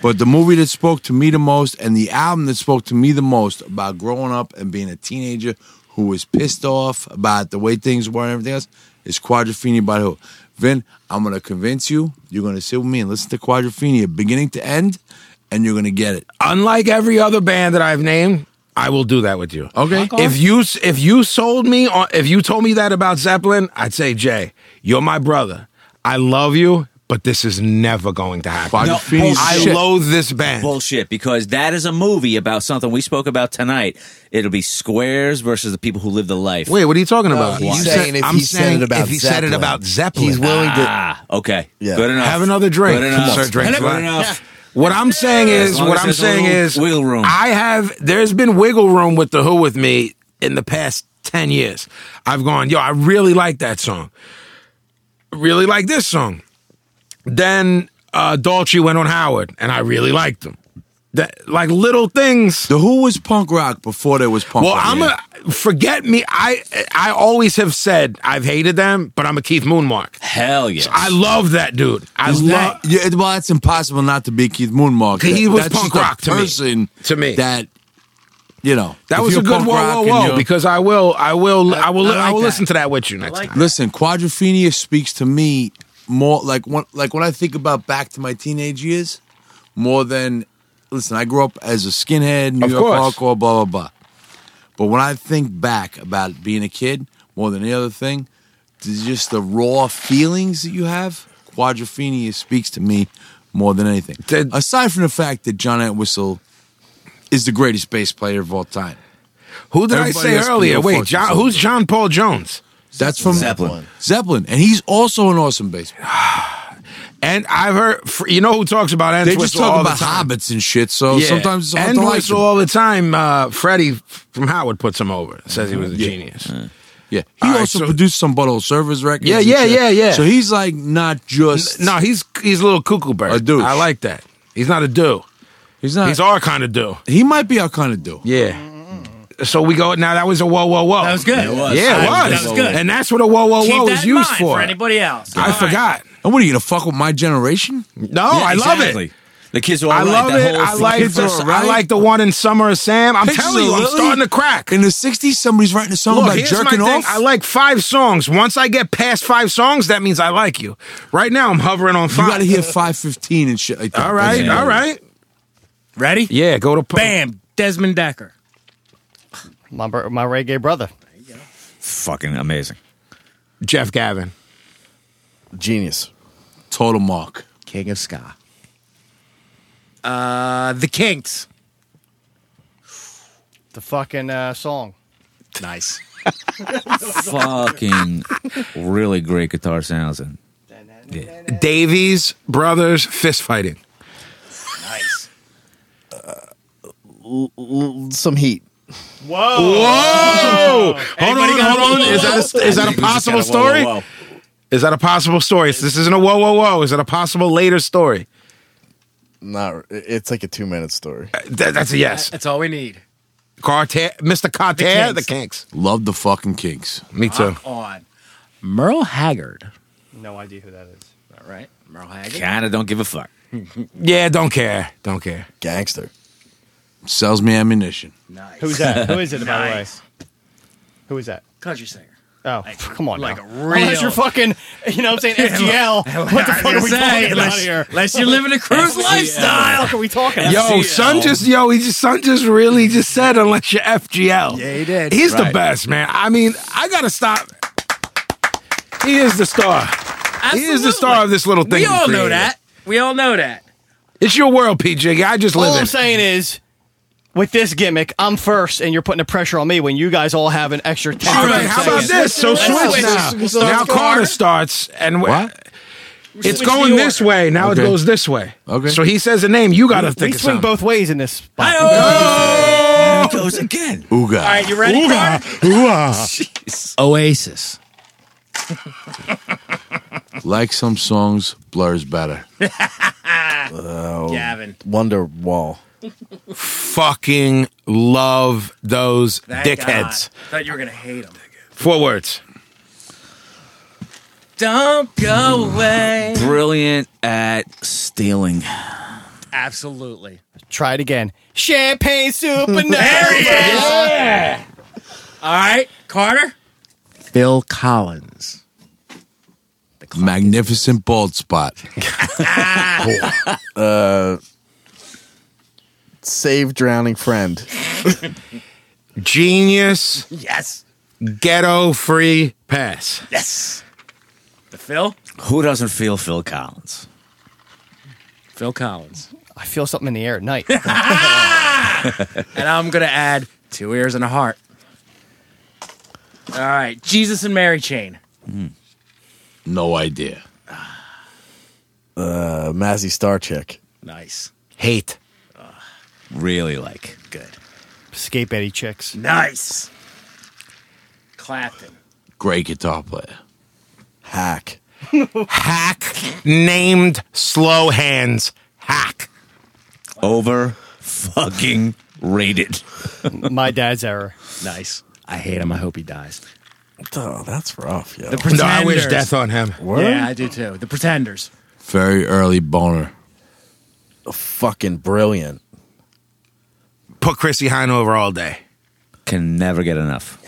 But the movie that spoke to me the most and the album that spoke to me the most about growing up and being a teenager who was pissed off about the way things were and everything else is Quadrophenia by Who. Vin, I'm going to convince you. You're going to sit with me and listen to Quadrophenia beginning to end, and you're going to get it.
unlike every other band that I've named, I will do that with you.
Okay.
If you if you sold me on if you told me that about Zeppelin, I'd say Jay, you're my brother. I love you, but this is never going to happen.
Quadrophenia is
I
shit.
loathe this band.
Bullshit, because that is a movie about something we spoke about tonight. It'll be squares versus the people who live the life.
Wait, what are you talking about?
he's
Uh, You
saying if
I'm
he said
saying
it about
if he said it
Zeppelin.
about Zeppelin.
He's willing to.
Ah, okay.
Yeah.
Good enough.
Have another drink.
Good
Come
enough.
on, sir, drink
Good
flat.
enough.
What I'm saying
As
is,
long
what
as
I'm
there's a
saying
little
is,
wiggle room.
I have there's been wiggle room with the Who with me in the past ten years. I've gone, yo, I really like that song. Really like this song. Then uh, Dolce went on Howard, and I really liked them. That like little things.
The Who was punk rock before there was punk
Well,
rock.
I'm a forget me. I I always have said I've hated them, but I'm a Keith Moonmark.
Hell yes.
I love that dude. I
Is
love.
that- yeah, well, it's impossible not to be Keith Moonmark.
He was
That's
punk
just a
rock to me.
person
To me.
that you know
That
if
was
you're
a good
punk
whoa,
rock
whoa,
and
whoa!
you're-
Because I will, I will, I will, I,
like
will
that.
listen to that with you next time.
listen, Quadrophenia speaks to me more like when like when I think about back to my teenage years more than listen. I grew up as a skinhead, New
Of
York
course.
hardcore, blah blah blah. But when I think back about being a kid, more than any other thing, there's just the raw feelings that you have. Quadrophenia speaks to me more than anything.
Did-
Aside from the fact that John Entwistle is the greatest bass player of all time.
Who did I
Everybody
say
else can
earlier?
go
Wait,
fuck
John,
themselves.
who's John Paul Jones?
That's from
Zeppelin.
Zeppelin, and he's also an awesome bass. player.
And I've heard, fr- you know, who talks about
They just
Entwistle
talk
all the
about
time.
hobbits and shit. So sometimes it's hard to like
Entwistle
them.
all the time. Uh, Freddie from Howard puts him over. Says he was a genius.
Yeah, he
All right,
also
so-
produced some Butthole Servers records.
Yeah,
and
yeah,
shit.
yeah, yeah.
So he's like not just
No, he's he's a little cuckoo bird.
A douche.
I like that. He's not a do.
He's not.
He's our kind of do.
he might be our kind of dude.
Yeah. So we go now. That was a whoa, whoa, whoa.
That was good.
It was.
Yeah, it
That
was.
was good.
And that's what a whoa, whoa,
Keep
whoa
that
is
in
used
mind
for.
for anybody else.
I forgot.
And what are you gonna fuck with my generation?
No, I love it.
The kids are all
I
right.
love
That
it.
whole
I like
kids
the,
are alright.
I like the one in Summer of Sam. I'm
Pictures
telling you,
of
I'm
Lily?
starting to crack.
In the '60s, somebody's writing a song
Look,
about
here's my
jerking
thing.
off.
I like five songs. Once I get past five songs, that means I like you. Right now, I'm hovering on
you
five.
gotta hear 515 and shit like that.
all right,
Yeah.
all right.
Ready?
Yeah, go to
Bam. Desmond Decker.
My, br- my reggae brother.
fucking amazing.
Jeff Gavin.
Genius.
Total mark.
King of Ska.
Uh, the Kinks.
The fucking uh, song.
Nice.
fucking really great guitar sounds. And
Davies brothers fist fighting.
Some heat.
Whoa! hold on,
got a
hold
whoa,
on. Is that a, is that a possible story? Is that a possible story? This isn't a whoa, whoa, whoa. Is that a possible later story?
Not. It's like a two minute story.
That- that's a yes.
That's all we need.
Carter, Mr. Carter, the
The
Kinks.
Love the fucking Kinks.
Me too.
On.
Merle Haggard.
No idea who that is.
All right. Merle Haggard.
Kind of don't give a fuck.
Yeah, don't care. Don't care.
Gangster.
Sells me ammunition.
Nice.
Who's that? Who is it, by the way?
Nice.
Who is that?
Country singer.
Oh, come on.
like
now.
a real-
Unless you're fucking, you know what I'm saying, FGL. what the fuck are we talking about
unless,
here?
unless you're living a cruise
What the
lifestyle.
fuck are we talking about?
Yo, son just yo, he just son just really just said unless you're FGL. Yeah, he did. He's the
Right.
best, man. I mean, I gotta stop. He is the star. He is the star of this little
We
thing. we
all know
created.
that. We all know that.
It's your world, PJ. I just
All
live
I'm
in. it.
saying is, with this gimmick, I'm first, and you're putting the pressure on me when you guys all have an extra ten.
All right,
seconds.
how about this? So
Let's
switch
switch.
now.
We'll start
now
with
Carter starts, and we-
What?
it's going this way. Now it
Okay.
goes this way.
Okay.
So he says a name. You got to
We
think of
swing
something.
both ways in this spot.
It goes again.
Ooga.
All right, you ready? Carter? Oasis.
Like some songs, blurs better.
Gavin.
Wonder Wall.
Fucking love those dickheads.
Thought you were gonna hate him.
Four words.
Don't go away.
Brilliant at stealing.
Absolutely.
Try it again. Champagne supernova.
All right, Carter. Phil Collins.
Magnificent bald spot.
Save drowning friend.
Genius,
Yes.
ghetto free pass.
Yes. The Phil.
Who doesn't feel Phil Collins?
Phil Collins.
I feel something in the air at night.
And I'm gonna add two ears and a heart. All right, Jesus and Mary chain.
No idea.
Uh, Mazzy Star Chick.
Nice.
Hate.
Really like.
Good.
Skate Betty chicks.
Nice. Clapton.
Great guitar player.
Hack.
Hack named Slow Hands Hack.
Over fucking rated.
My dad's error.
Nice. I hate him. I hope he dies.
Oh, that's rough. Yeah.
The Pretenders.
No, I wish death on him.
Yeah, I do too. The Pretenders.
Very early boner.
Fucking brilliant.
Put Chrissy Hine over all day.
Can never get enough.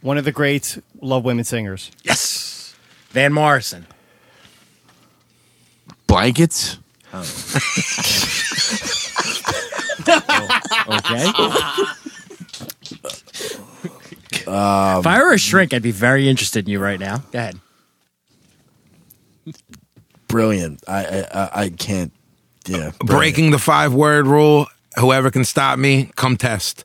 One of the greats. Love women singers.
Yes. Van Morrison.
Blankets?
Okay. if I were a shrink, I'd be very interested in you right now. Go ahead.
Brilliant. I I, I- I can't. Yeah. brilliant.
Breaking the five word rule. Whoever can stop me, come test.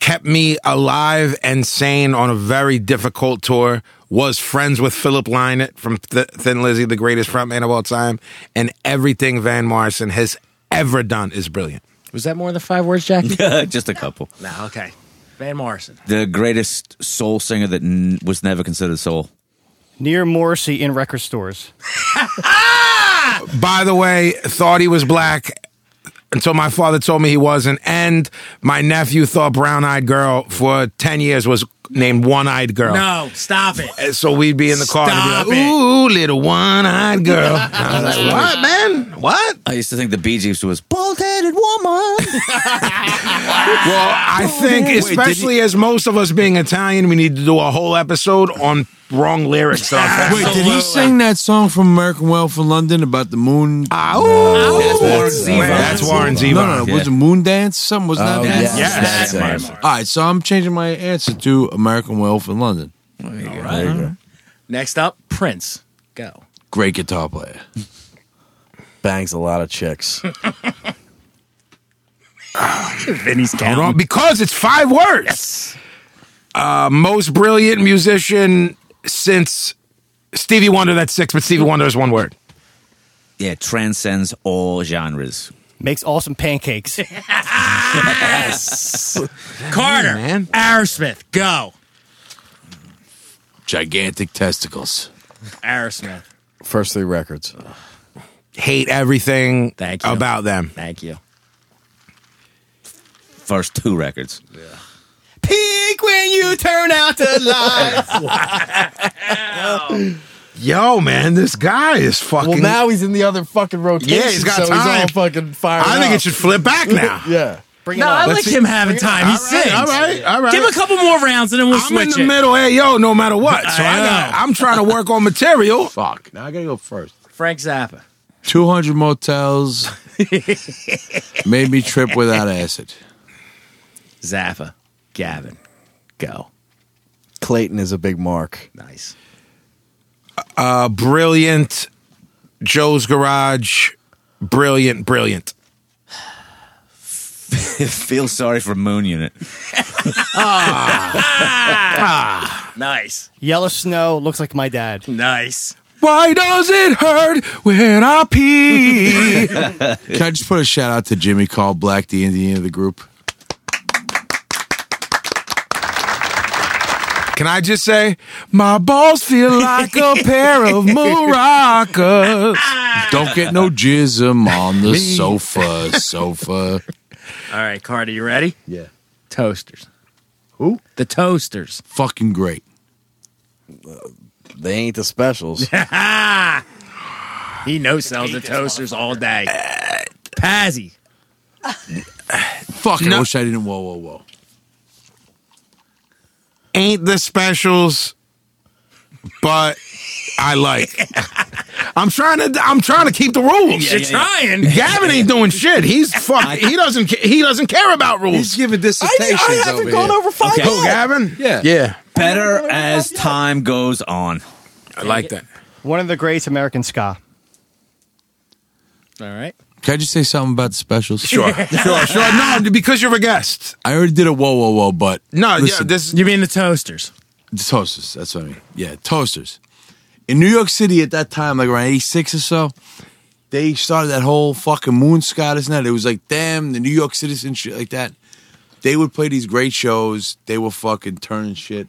Kept me alive and sane on a very difficult tour. Was friends with Philip Lynott from Th- Thin Lizzy, the greatest frontman of all time. And everything Van Morrison has ever done is brilliant.
Was that more than five words, Jackie?
Just a couple.
no, okay. Van Morrison.
The greatest soul singer that n- was never considered soul.
Near Morrissey in record stores.
By the way, thought he was black until my father told me he wasn't. And my nephew thought brown eyed girl for 10 years was named one eyed girl.
No, stop it.
And so we'd be in the car
Stop
and be like,
it.
ooh, little one eyed girl. And I was like, what, man? What?
I used to think the Bee Gees was bald headed woman.
Well, I think, especially as most of us being Italian, we need to do a whole episode on wrong lyrics. that are
Wait, did he sing that song from American Well for London about the moon?
Ow. That's Warren
Zevon.
Zevon. That's Warren
no,
Zevon.
no, no.
Yeah.
Was it Moon Dance? Something was
Oh,
not that.
yes,
Yes.
that's it.
All right, so I'm changing my answer to American Wealth in London.
There
Uh-huh.
you go.
Next up, Prince. Go.
Great guitar player.
Bangs a lot of chicks.
Vinny's
Hold on, because it's five words. Uh, most brilliant musician since Stevie Wonder. That's six, but Stevie Wonder is one word.
yeah, transcends all genres.
Makes awesome pancakes.
Carter.
man.
Aerosmith. Go.
Gigantic testicles.
Aerosmith.
First three records.
Hate everything
Thank you.
about them.
Thank you.
First two records.
Peak when you turn out the light.
Yo, man, this guy is fucking.
Well, now he's in the other fucking rotation.
Yeah, he's got
so
time.
He's all fucking fired.
I think
up.
it should flip back now.
Yeah.
Bring
No,
it on.
I like him having time. He sings.
All right, all right.
Give him a couple more rounds and then we'll
I'm in
switch
the
it.
middle, hey yo, no matter what. So I,
I
got,
know.
I'm trying to work on material.
Fuck. Now I gotta go first.
Frank Zappa.
200 motels made me trip without acid.
Zappa. Gavin. Go.
Clayton is a big mark.
Nice.
A brilliant Joe's Garage, brilliant, brilliant.
Feel sorry for Moon Unit.
Nice.
Yellow snow looks like my dad.
Nice.
Why does it hurt when I pee?
Can I just put a shout out to Jimmy Call Black, the Indian of the group?
Can I just say, my balls feel like a pair of maracas.
Don't get no jism on the sofa, sofa.
All right, Carter, you ready?
Yeah.
Toasters.
Who?
The Toasters.
Fucking great.
They ain't the specials.
He no sells the Toasters all day. Pazzy.
Fuck, I wish I didn't. Whoa, whoa, whoa.
Ain't the specials, but I like. I'm trying to. I'm trying to keep the rules.
You're trying.
Gavin ain't doing shit. He's fuck. He doesn't. ca- He doesn't care about
He's
rules.
giving dissertations over here.
over five.
Okay.
Oh, Gavin.
Yeah.
Yeah.
Better as time goes on.
I like that.
One of the greats, American ska.
All right.
Can I just say something about the specials?
Sure. sure. Sure. No, because you're a guest.
I already did a whoa, whoa, whoa, but
No. Yeah.
Listen.
This.
You mean the Toasters?
toasters. That's what I mean. Yeah, toasters. In New York City at that time, like around '86 or so, they started that whole fucking moon scout, isn't that? It was like them, the New York citizen shit like that. They would play these great shows. They were fucking turning shit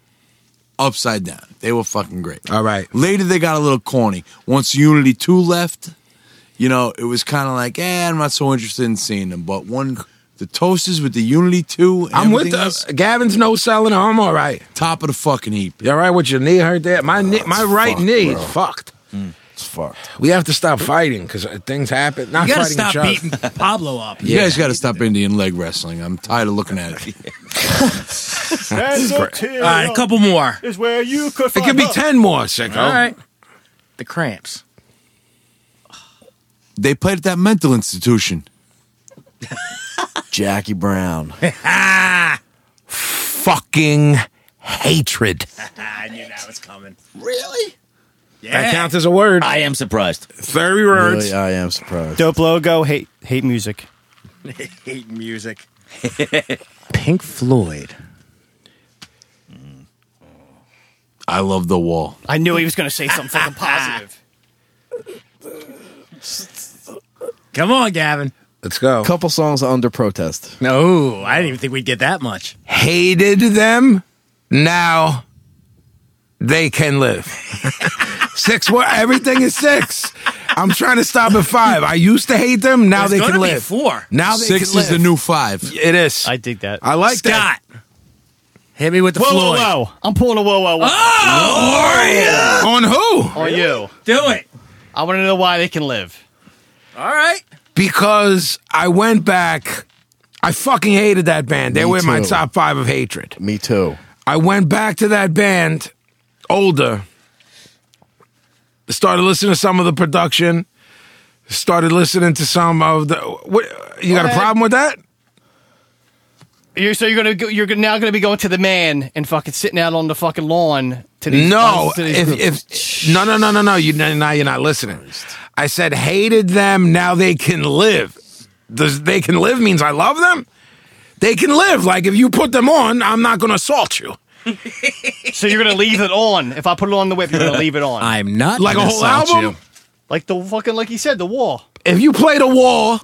upside down. They were fucking great.
All right.
Later, they got a little corny. Once Unity 2 left, you know, it was kind of like, eh, I'm not so interested in seeing them. But one, the Toasters with the Unity 2, and
I'm with
everything
the,
else,
Gavin's no selling. I'm all right.
top of the fucking heap.
You all right with your knee hurt there? My knee, my right
fucked,
knee
bro.
is fucked.
It's fucked.
We have to stop fighting because things happen. Not
You gotta
fighting
stop
each other.
beating Pablo up.
You guys got to stop Indian leg wrestling. I'm tired of looking at it.
All right, a couple more.
is where you could.
It could be ten more, sicko.
All right. The Cramps.
They played at that mental institution.
Jackie Brown.
Fucking hatred.
I knew that was coming.
That counts as a word.
I am surprised.
Thirty words.
Really, I am surprised.
Dope logo. Hate hate music.
Hate music. Pink Floyd.
I love the wall.
I knew he was going to say something fucking positive.
Come on, Gavin.
Let's go.
Couple songs under protest.
No, I didn't even think we'd get that much.
Hated them. Now they can live. six. What? Everything is six. I'm trying to stop at five. I used to hate them. Now
There's
they
gonna
can
be
live.
four.
Now they
Six
can live.
is the new five.
It is.
I dig that.
I like that.
Scott. Hit me with the
whoa, whoa,
Floyd.
whoa! I'm pulling a whoa, whoa, whoa
On who?
on you.
Do it.
I want to know why they can live.
All right.
Because I went back. I fucking hated that band. They
Me
were in my
too.
top five of hatred.
Me too.
I went back to that band, older. Started listening to some of the production. Started listening to some of the. What, you got a
ahead.
problem with that?
You're, so you're gonna go, you're gonna- now gonna be going to the man and fucking sitting out on the fucking lawn to these
No,
to these groups.
if, if no, no, no, no, no. You now you're not listening. I said hated them. Now they can live. Does they can live means I love them? They can live. Like if you put them on, I'm not going to assault you.
so you're gonna leave it on. If I put it on the whip, you're gonna leave it on.
I'm not
Like a
gonna
whole
insult
album?
like the fucking like he said, the wall.
If you play the wall,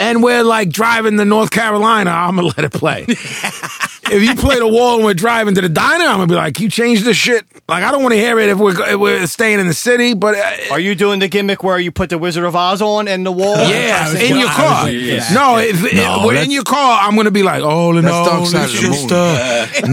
and we're like driving to North Carolina, I'm gonna let it play. if you play the wall and we're driving to the diner, I'm gonna be like, you changed this shit. Like I don't want to hear it if we're if we're staying in the city, but. Uh,
Are you doing the gimmick where you put the Wizard of Oz on and the wall?
Yeah, in your car. No, if, if
No,
we're
that's-
in your car, I'm gonna be like, oh, no,
That's Dark Side of
it's
the
just
Moon.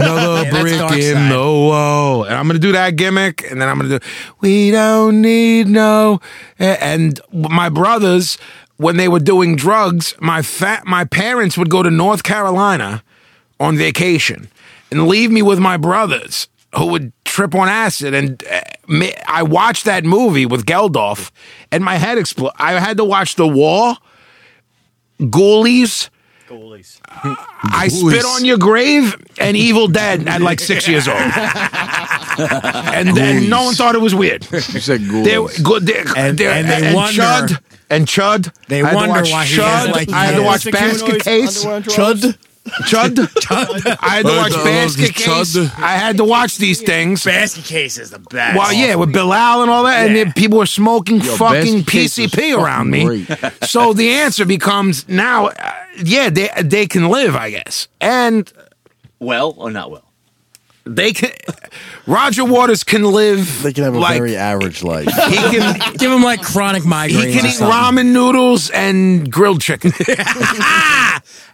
uh, another brick in the wall, and I'm gonna do that gimmick, and then I'm gonna do, we don't need no. a- And my brothers, when they were doing drugs, my fat, my parents would go to North Carolina on vacation and leave me with my brothers who would trip on acid and uh, ma- I watched that movie with Geldof and my head exploded. I had to watch The Wall, Ghoulies, I spit on your grave and Evil Dead at like six years old, and then no one thought it was weird.
You said
They
ghouls.
good, they,
And-
they,
and they wonder-
Chud, and Chud.
They
I had to
wonder
watch
why he is
Chud.
like
I had
he
to
is.
watch Basket Case.
Chud.
Chud. Chud. I had to
I
watch
love
Basket
the
Case.
Chud.
I had to watch these things.
Basket case is the best.
Well, yeah, with Bilal and all that, and
Yeah.
then people were smoking
Yo,
fucking
Basket Case was
PCP around me.
fucking great.
so the answer becomes now, uh, yeah, they they can live, I guess, and
Well or not well?
they can. Roger Waters can live.
They can have a
like,
very average life.
He can
Give him like chronic migraines.
he can
or
eat
something.
ramen noodles and grilled chicken.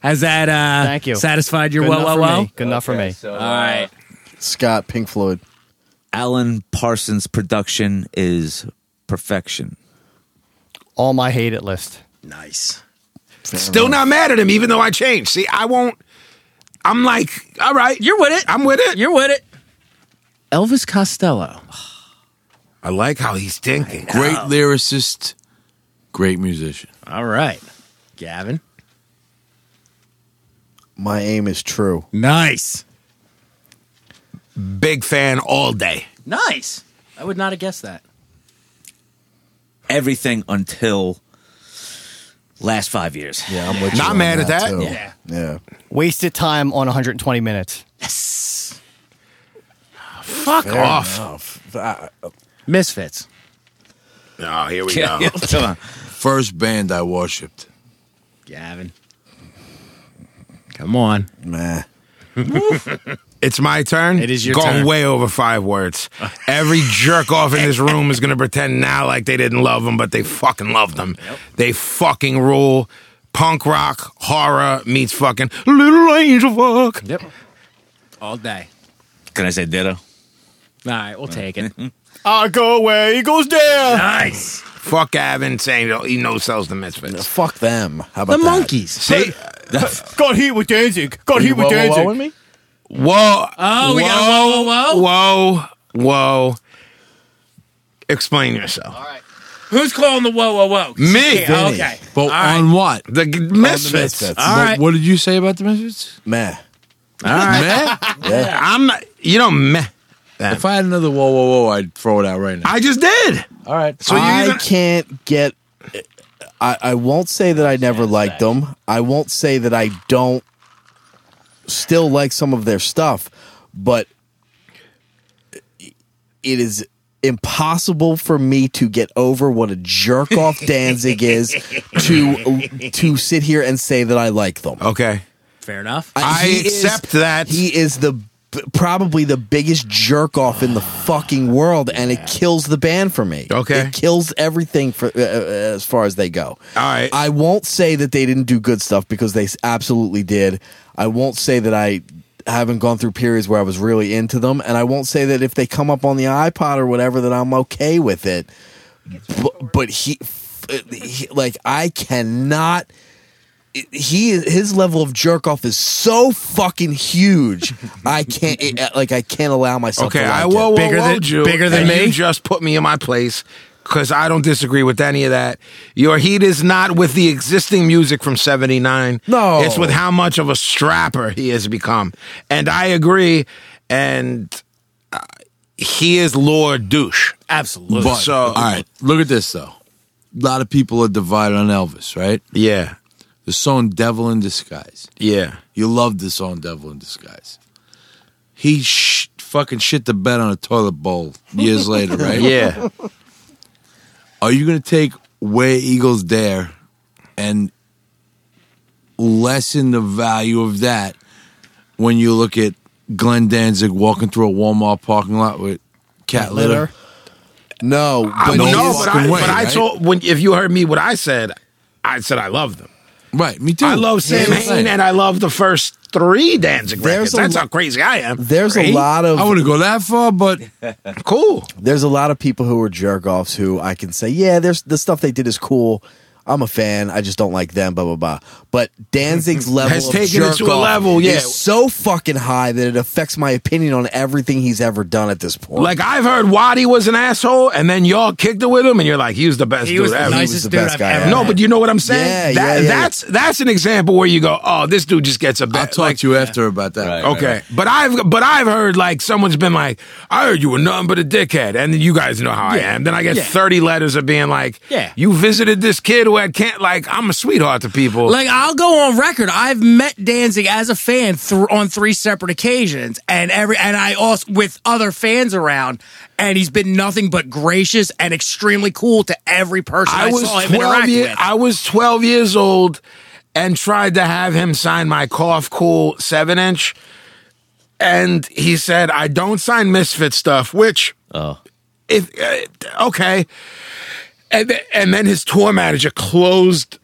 Has that uh,
Thank you.
satisfied your
Good
well,
enough
well,
for
well?
me. Good enough for me.
All right.
Scott, Pink Floyd.
Alan Parsons' production is perfection.
All my hate it list.
Nice.
Still not mad at him, even though I changed. See, I won't. I'm like, all right,
You're with it.
I'm with it.
You're with it.
Elvis Costello.
I like how he's thinking.
Great lyricist, great musician.
All right. Gavin.
My aim is true.
Nice.
Big fan all day.
Nice. I would not have guessed that.
Everything until last five years.
Yeah, I'm with you.
Not
on
mad at that.
too.
Yeah.
yeah.
Wasted time on 120 minutes.
Fuck off.
Misfits.
Oh, here we go.
Come on.
First band I worshipped.
Gavin. Come on.
Meh.
It's my turn.
It is your
Gone
turn.
way over five words. Every jerk off in this room is going to pretend now like they didn't love them, but they fucking love them. They fucking rule. Punk rock, horror meets fucking little angel fuck.
Yep. All day.
Can I say ditto?
All right, we'll take it.
I go away. He goes there.
nice.
Fuck Gavin saying he no sells the misfits.
Fuck them. How about that?
See,
Got hit with Danzig. Got hit with
Whoa, whoa, whoa,
Danzig.
and me?
whoa,
Oh, we got a whoa, whoa, whoa.
whoa, whoa. Explain yourself.
Who's calling the whoa, whoa, whoa?
Me,
Yeah, okay.
But on what?
the g- misfits.
Misfits.
But What did you say about the Misfits?
Meh.
Man,
Yeah.
I'm not. You know, meh.
if I had another whoa, whoa, whoa, I'd throw it out right now.
I just did.
All right.
So you
I
even-
can't get. I, I won't say that I never liked them. I won't say that I don't still like some of their stuff, but it is impossible for me to get over what a jerk off Danzig is to to sit here and say that I like them.
Okay.
Fair enough.
I
He is-
accept that.
He is the probably the biggest jerk off in the fucking world, and it kills the band for me.
Okay.
it kills everything for uh, uh, as far as they go.
All right.
I won't say that they didn't do good stuff because they s- absolutely did. I won't say that I haven't gone through periods where I was really into them, and I won't say that if they come up on the iPod or whatever that I'm okay with it. But, but he, f- he, like, I cannot he his level of jerk off is so fucking huge. I can't it, uh, like I can't allow myself.
okay.
to like
I will.
It.
Bigger
than-
you,
bigger than
and
me?
You just put me in my place because I don't disagree with any of that. Your heat is not with the existing music from '79.
No.
it's with how much of a strapper he has become, and I agree. And uh, he is Lord Douche.
Absolutely.
But,
So-
all right, look at this though. A lot of people are divided on Elvis, right?
Yeah,
The song "Devil in Disguise."
yeah.
You love the song "Devil in Disguise." He sh- fucking shit the bed on a toilet bowl years later, right?
Yeah,
Are you gonna take "Where Eagles Dare" and lessen the value of that when you look at Glenn Danzig walking through a Walmart parking lot with cat litter?
No,
I,
but
no,
no
but I,
fucking way,
but I
right?
told when if you heard me what I said, I said I love them.
Right, me too.
I love Sam
Here's the
Hain
thing.
and I love the first three Danzig records.
There's a
That's
lo-
how crazy I am.
there's a
Three?
lot of
I wouldn't go that far, but
Cool.
there's a lot of people who are jerk offs who I can say, yeah, there's the stuff they did is cool. I'm a fan. I just don't like them. Blah blah blah. But Danzig's level
Has
of
taken it
jerk
to a
off
level, yeah.
is so fucking high that it affects my opinion on everything he's ever done at this point.
Like I've heard Waddy was an asshole, and then y'all kicked it with him, and you're like, he was the best
he
dude
was the
ever.
nicest
nicest
the
dude
best
I've
guy
ever
ever.
no, but you know what I'm saying?
Yeah,
That-
yeah, yeah.
That's that's an example where you go, oh, this dude just gets a
I'll
bad.
talk to you after about that.
Right.
Okay, but I've but I've heard like someone's been like, I heard you were nothing but a dickhead, and then you guys know how I am. Then I get thirty letters of being like,
Yeah.
you visited this kid who duet can't like I'm a sweetheart to people.
Like I'll go on record. I've met Danzig as a fan thr on three separate occasions, and every and I also with other fans around, and he's been nothing but gracious and extremely cool to every person I,
I was
saw him interact
twelve year,
with.
I was twelve years old and tried to have him sign my cough cool seven inch. And he said, I don't sign misfit stuff, which
Oh.
if uh, okay. And th- and then his tour manager closed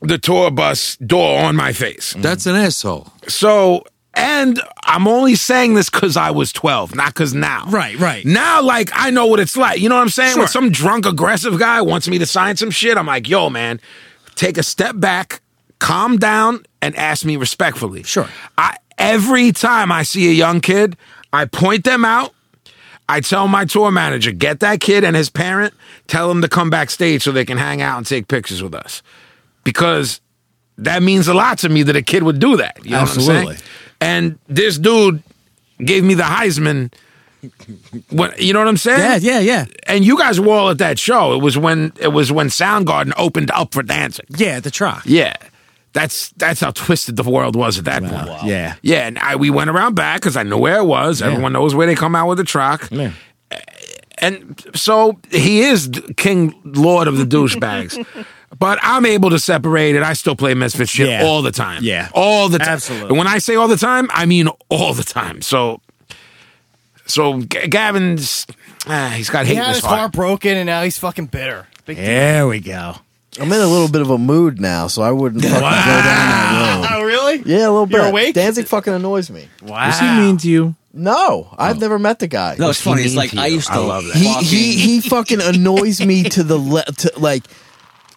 the tour bus door on my face.
That's an asshole.
So, and I'm only saying this because I was 12, not because now.
Right, right.
Now, like, I know what it's like. You know what I'm saying?
Sure.
When some drunk, aggressive guy wants me to sign some shit, I'm like, yo, man, take a step back, calm down, and ask me respectfully.
Sure.
I, every time I see a young kid, I point them out. I tell my tour manager, get that kid and his parent, tell them to come backstage so they can hang out and take pictures with us. Because that means a lot to me that a kid would do that. You know what
Absolutely.
I'm saying? And this dude gave me the Heisman. When, you know what I'm saying?
Yeah, yeah, yeah.
And you guys were all at that show. It was when it was when Soundgarden opened up for dancing.
yeah, the truck.
Yeah. That's that's how twisted the world was at that point.
Yeah.
Yeah, and I, we went around back because I knew where it was. Everyone knows where they come out with the truck.
Yeah.
And so he is d- king, lord of the douchebags. But I'm able to separate it. I still play misfit shit
Yeah.
all the time.
Yeah.
all the time.
Absolutely.
And when I say all the time, I mean all the time. So, so G- Gavin's ah, he's got hate in
He had
his
his
heart.
heart broken, and now he's fucking bitter. Big deal.
There we go.
I'm in a little bit of a mood now, so I wouldn't fucking go down that road.
Oh, really?
Yeah, a little bit.
You're awake?
Danzig fucking annoys me.
Wow.
Does he mean to you?
No,
Oh.
I've never met the guy.
No, it's funny. It's like I used to. love that.
he, he he fucking annoys me to the le- to like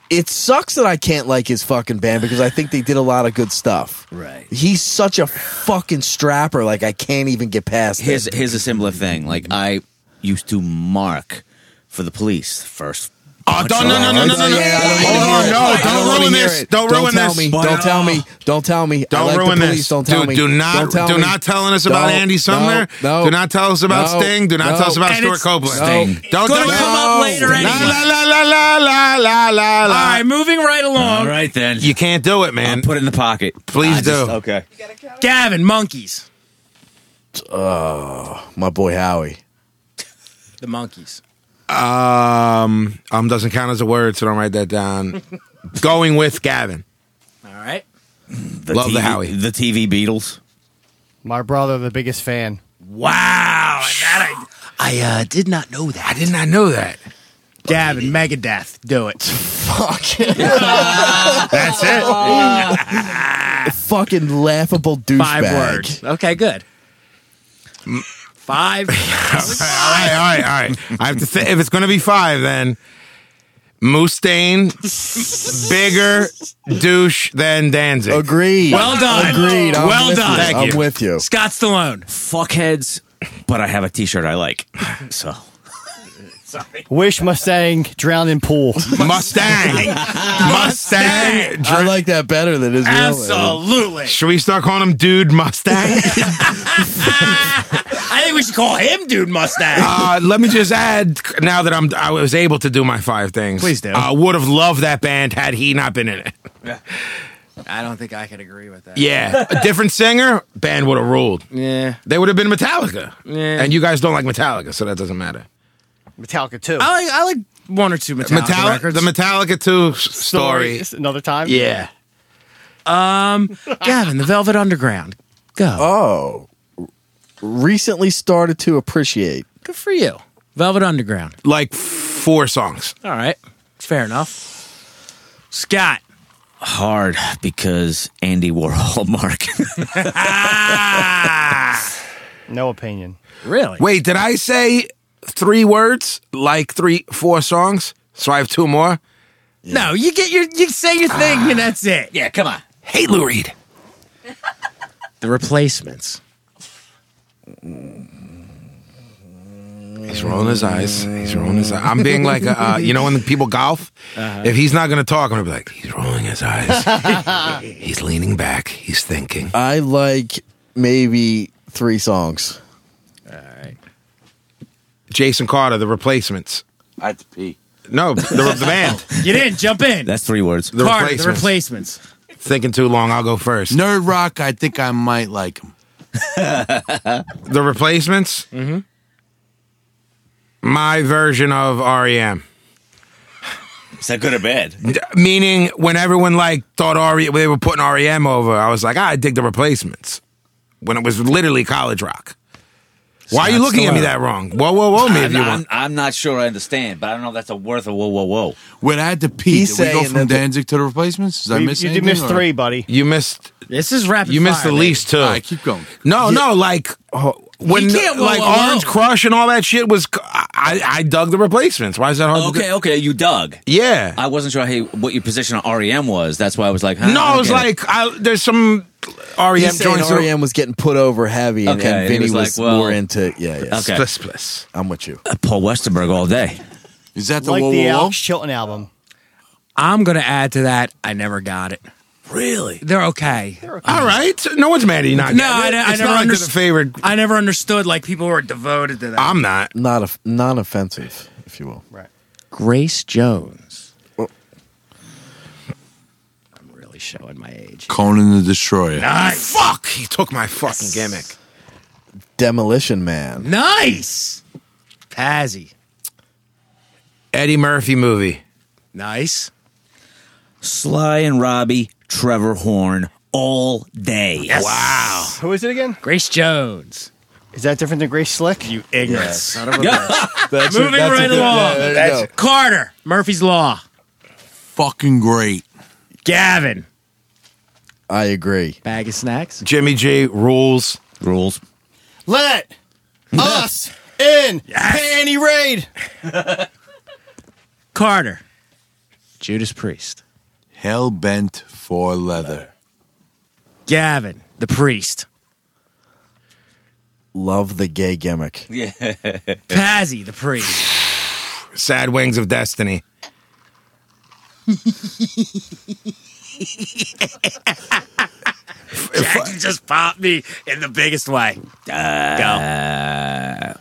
it sucks that I can't like his fucking band because I think they did a lot of good stuff.
Right.
He's such a fucking strapper like I can't even get past
here's
it.
here's a similar thing. Like I used to mark for the police first.
Oh, don't, no, no, no, no, no, no.
Yeah, I
Hold
wanna
on, no,
hear it. I
don't
wanna
ruin
hear
this.
it.
Don't ruin
tell
this.
Me. Don't tell me. Don't tell me. I
Don't
like the
ruin
police.
this.
Don't tell
Dude,
me.
do not-
Don't tell
do
me.
not tell us about
Don't-
Andy
no,
Sumner.
No,
Do not tell us about
no,
Sting. Do not
no.
tell us about
And
Stuart
it's-
Copeland.
Sting.
Don't
Gonna
don't-
come up later
La
anyway.
la la la la la la la
All
la.
right, moving right along.
All right then.
You can't do it, man.
I'll put it in the pocket.
Please
I just-
do.
okay.
You gotta count.
Gavin, monkeys.
My boy Howie.
The monkeys.
Um, um doesn't count as a word, so don't write that down. Going with Gavin.
All right.
The
Love the
TV,
Howie.
The TV Beatles.
My brother, the biggest fan.
Wow. That I, I uh, did not know that.
I did not know that.
Gavin, Megadeth, do it.
That's it.
Fucking laughable douchebag.
Five words. Okay, good. Five.
all right, all right, all right. I have to say, if it's going to be five, then Mustaine, bigger douche than Danzig.
Agreed.
Well done.
Agreed. I'm
Well
with
done.
You.
Thank
I'm
you.
with you.
Scott Stallone.
Fuckheads. But I have a T-shirt I like. So
Wish Mustang drowned in pool.
Mustang. Mustang.
I like that better than his real name.
Absolutely.
Should we start calling him Dude Mustang?
I think we should call him Dude Mustang.
uh, let me just add, now that I'm, I was able to do my five things.
Please do.
I would have loved that band had he not been in it.
I don't think I could agree with that.
Yeah, a different singer, band would have ruled.
Yeah.
They would have been Metallica.
Yeah.
And you guys don't like Metallica, so that doesn't matter.
Metallica too.
I like, I like one or two Metallica,
Metallica,
records.
the Metallica two s- story.
Another time.
Yeah.
Gavin, the Velvet Underground. Go.
Oh, recently started to appreciate.
Good for you. Velvet Underground.
Like four songs.
All right. Fair enough. Scott.
hard because Andy Warhol mark.
No opinion.
Really?
Wait, did I say three words? Like three, four songs? So I have two more?
No, you get your you say your thing and that's it.
Ah. yeah, come on.
Hey, Lou Reed.
The replacements.
He's rolling his eyes. He's rolling his eyes. I'm being like, uh, you know, when the people golf,
Uh-huh.
if he's not going to talk, I'm going to be like, he's rolling his eyes. he's leaning back. He's thinking.
I like maybe three songs.
Jason Carter, The Replacements.
I had to pee.
No, the, the band.
You didn't jump in.
That's three words.
The
Carter,
replacements.
the replacements.
Thinking too long, I'll go first.
Nerd rock, I think I might like him.
The replacements. Mm-hmm. My version of E REM.
Is that good or bad?
D- Meaning, when everyone like thought REM, they were putting REM over. I was like, ah, I dig the replacements. When it was literally college rock. Why are you
that's
looking
the
at me
way.
that wrong? Whoa, whoa, whoa, me if
I'm,
you
I'm,
want.
I'm not sure I understand, but I don't know if that's a worth of whoa, whoa, whoa.
When I had to pee,
He's
did we go
saying
from
that the-
Danzig to the replacements? Did I
You,
miss
you did
anything,
miss
or-
three, buddy.
You missed.
This is rapid
You missed
fire,
the
baby.
least too.
All right, keep going.
No, no, like oh, when
You can't- whoa,
like
whoa, whoa.
Orange Crush and all that shit was. c- I, I dug the replacements. Why is that hard? to do?
Okay, okay, you dug.
Yeah.
I wasn't sure hey, what your position on REM was. That's why I was like, huh,
no,
I
it
don't
was
get
like I, there's some REM
He's saying E
joints. that-
REM was getting put over heavy, and,
Okay,
and
he
Vinny
was
was,
like, well-
more into yeah. yeah.
Okay.
Bliss, bliss.
I'm with you.
Paul Westerberg all day.
Is that the
Like
whoa,
the
whoa, whoa?
Alex Chilton album.
I'm gonna add to that. I never got it. Really? They're okay.
All right, no one's mad at you. Not
No,
getting it.
I- I
It's
never
not like
underst-
the favorite.
I never understood like people were devoted to that.
I'm not.
Not a, non-offensive, if you will. Right.
Grace Jones.
Well-
I'm really showing my age.
Conan the Destroyer.
Nice. Fuck, he took my fucking gimmick.
Demolition Man.
Nice. Pazzy.
Eddie Murphy movie.
Nice.
Sly and Robbie, Trevor Horn all day. Wow.
Who is it again?
Grace Jones.
Is that different than Grace Slick? You
Ignorance.
That's
Moving
that's
right
good-
along.
yeah, there you
That's-
go.
Carter. Murphy's Law.
Fucking great.
Gavin.
I agree.
Bag of snacks.
Jimmy G rules.
Rules.
let us in panty raid.
Carter. Judas Priest.
Hell bent for leather.
Gavin. The priest.
Love the gay gimmick.
Pazzy. The priest.
Sad Wings of Destiny.
Jack, you just popped me in the biggest way.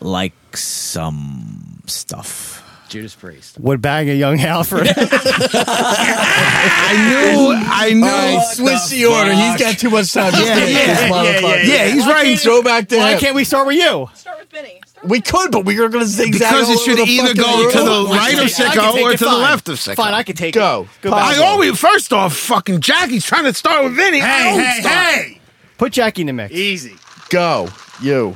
Like some stuff.
Judas Priest.
Would bang a young Alfred.
I knew. I knew.
Oh,
Switch the order. He's got too much time. yeah, yeah,
yeah, he's right.
Throw back to
Why
him.
can't we start with you?
Start with Benny. Start
We could, but we were going to zigzag
Because
all
it
over
should
the
either
fucking
go to
room.
the
I
right
can
of
take- I can
sicko
take
or
it,
to the
fine.
left of sicko.
Fine, I can take
Go.
it. Go.
I
back.
always first off, fucking Jackie's trying to start with Vinny. I
Hey,
always
hey,
start.
hey.
Put Jackie in the mix.
E-
Easy.
Go. You.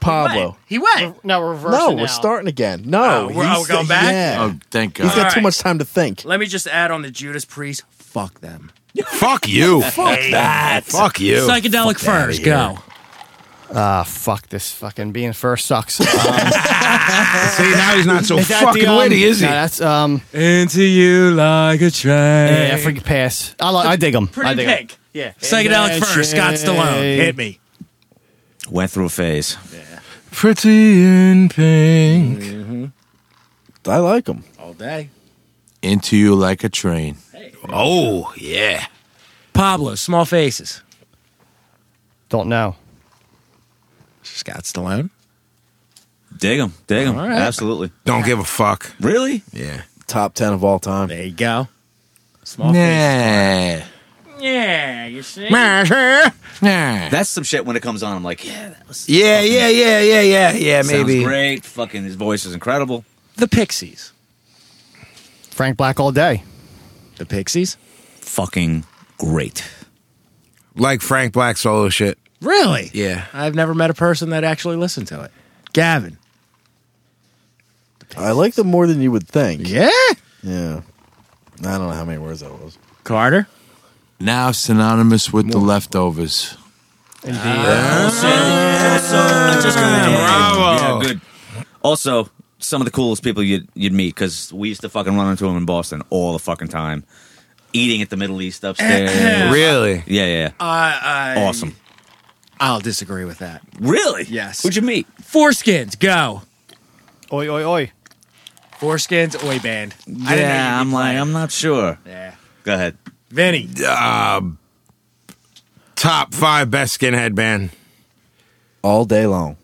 Pablo.
He went.
No, we're reversing.
No,
now.
we're starting again. No.
Oh, we're- oh,
he's-
going back?
Yeah.
Oh, thank
He's
God.
got too
Alright.
much time to think.
Let me just add on the Judas Priest. Fuck them.
Fuck you. Fuck that. Fuck you.
Psychedelic first. Go.
Ah, fuck this fucking being first sucks. Um,
See, now he's not so
is that
fucking
the, um,
witty, is he?
No, that's um.
Into you like a train.
Yeah, freaking pass. I, li- I dig him. I
Pretty
dig 'em.
pink. Yeah. Psychedelic first. Scott Stallone. Hit me.
Went through a phase.
Pretty in pink.
Mm-hmm. I like him.
All day.
Into you like a train.
Oh, yeah.
Pablo. Small faces.
Don't know.
Scott Stallone.
Dig him. Dig him. Absolutely.
Don't give a fuck.
Really?
Yeah.
Top 10 of all time.
There you go. Small
Nah.
Yeah, you see.
Yeah,
Nah.
That's some shit when it comes on. I'm like, yeah, that was
yeah, yeah, yeah, yeah, yeah,
sounds
maybe.
great. Fucking his voice is incredible.
The Pixies.
Frank Black all day.
The Pixies?
Fucking great.
Like Frank Black solo shit.
Really?
Yeah.
I've never met a person that actually listened to it. Gavin.
I like them more than you would think.
Yeah.
Yeah. I don't know how many words that was.
Carter.
Now synonymous with the leftovers.
Also, I'm just gonna add-
bravo.
Yeah, good. Also, some of the coolest people you'd, you'd meet because we used to fucking run into them in Boston all the fucking time, eating at the Middle East upstairs. yeah,
Really?
yeah, yeah.
Oh, I,
awesome.
I'll disagree with that.
Really?
Yes.
Who'd you meet?
Foreskins, go.
Oi, oi, oi.
Foreskins, Oi Band.
Yeah, I am like, I'm not sure.
Yeah.
Go ahead.
Vinny.
Top five best skinhead band.
All day long.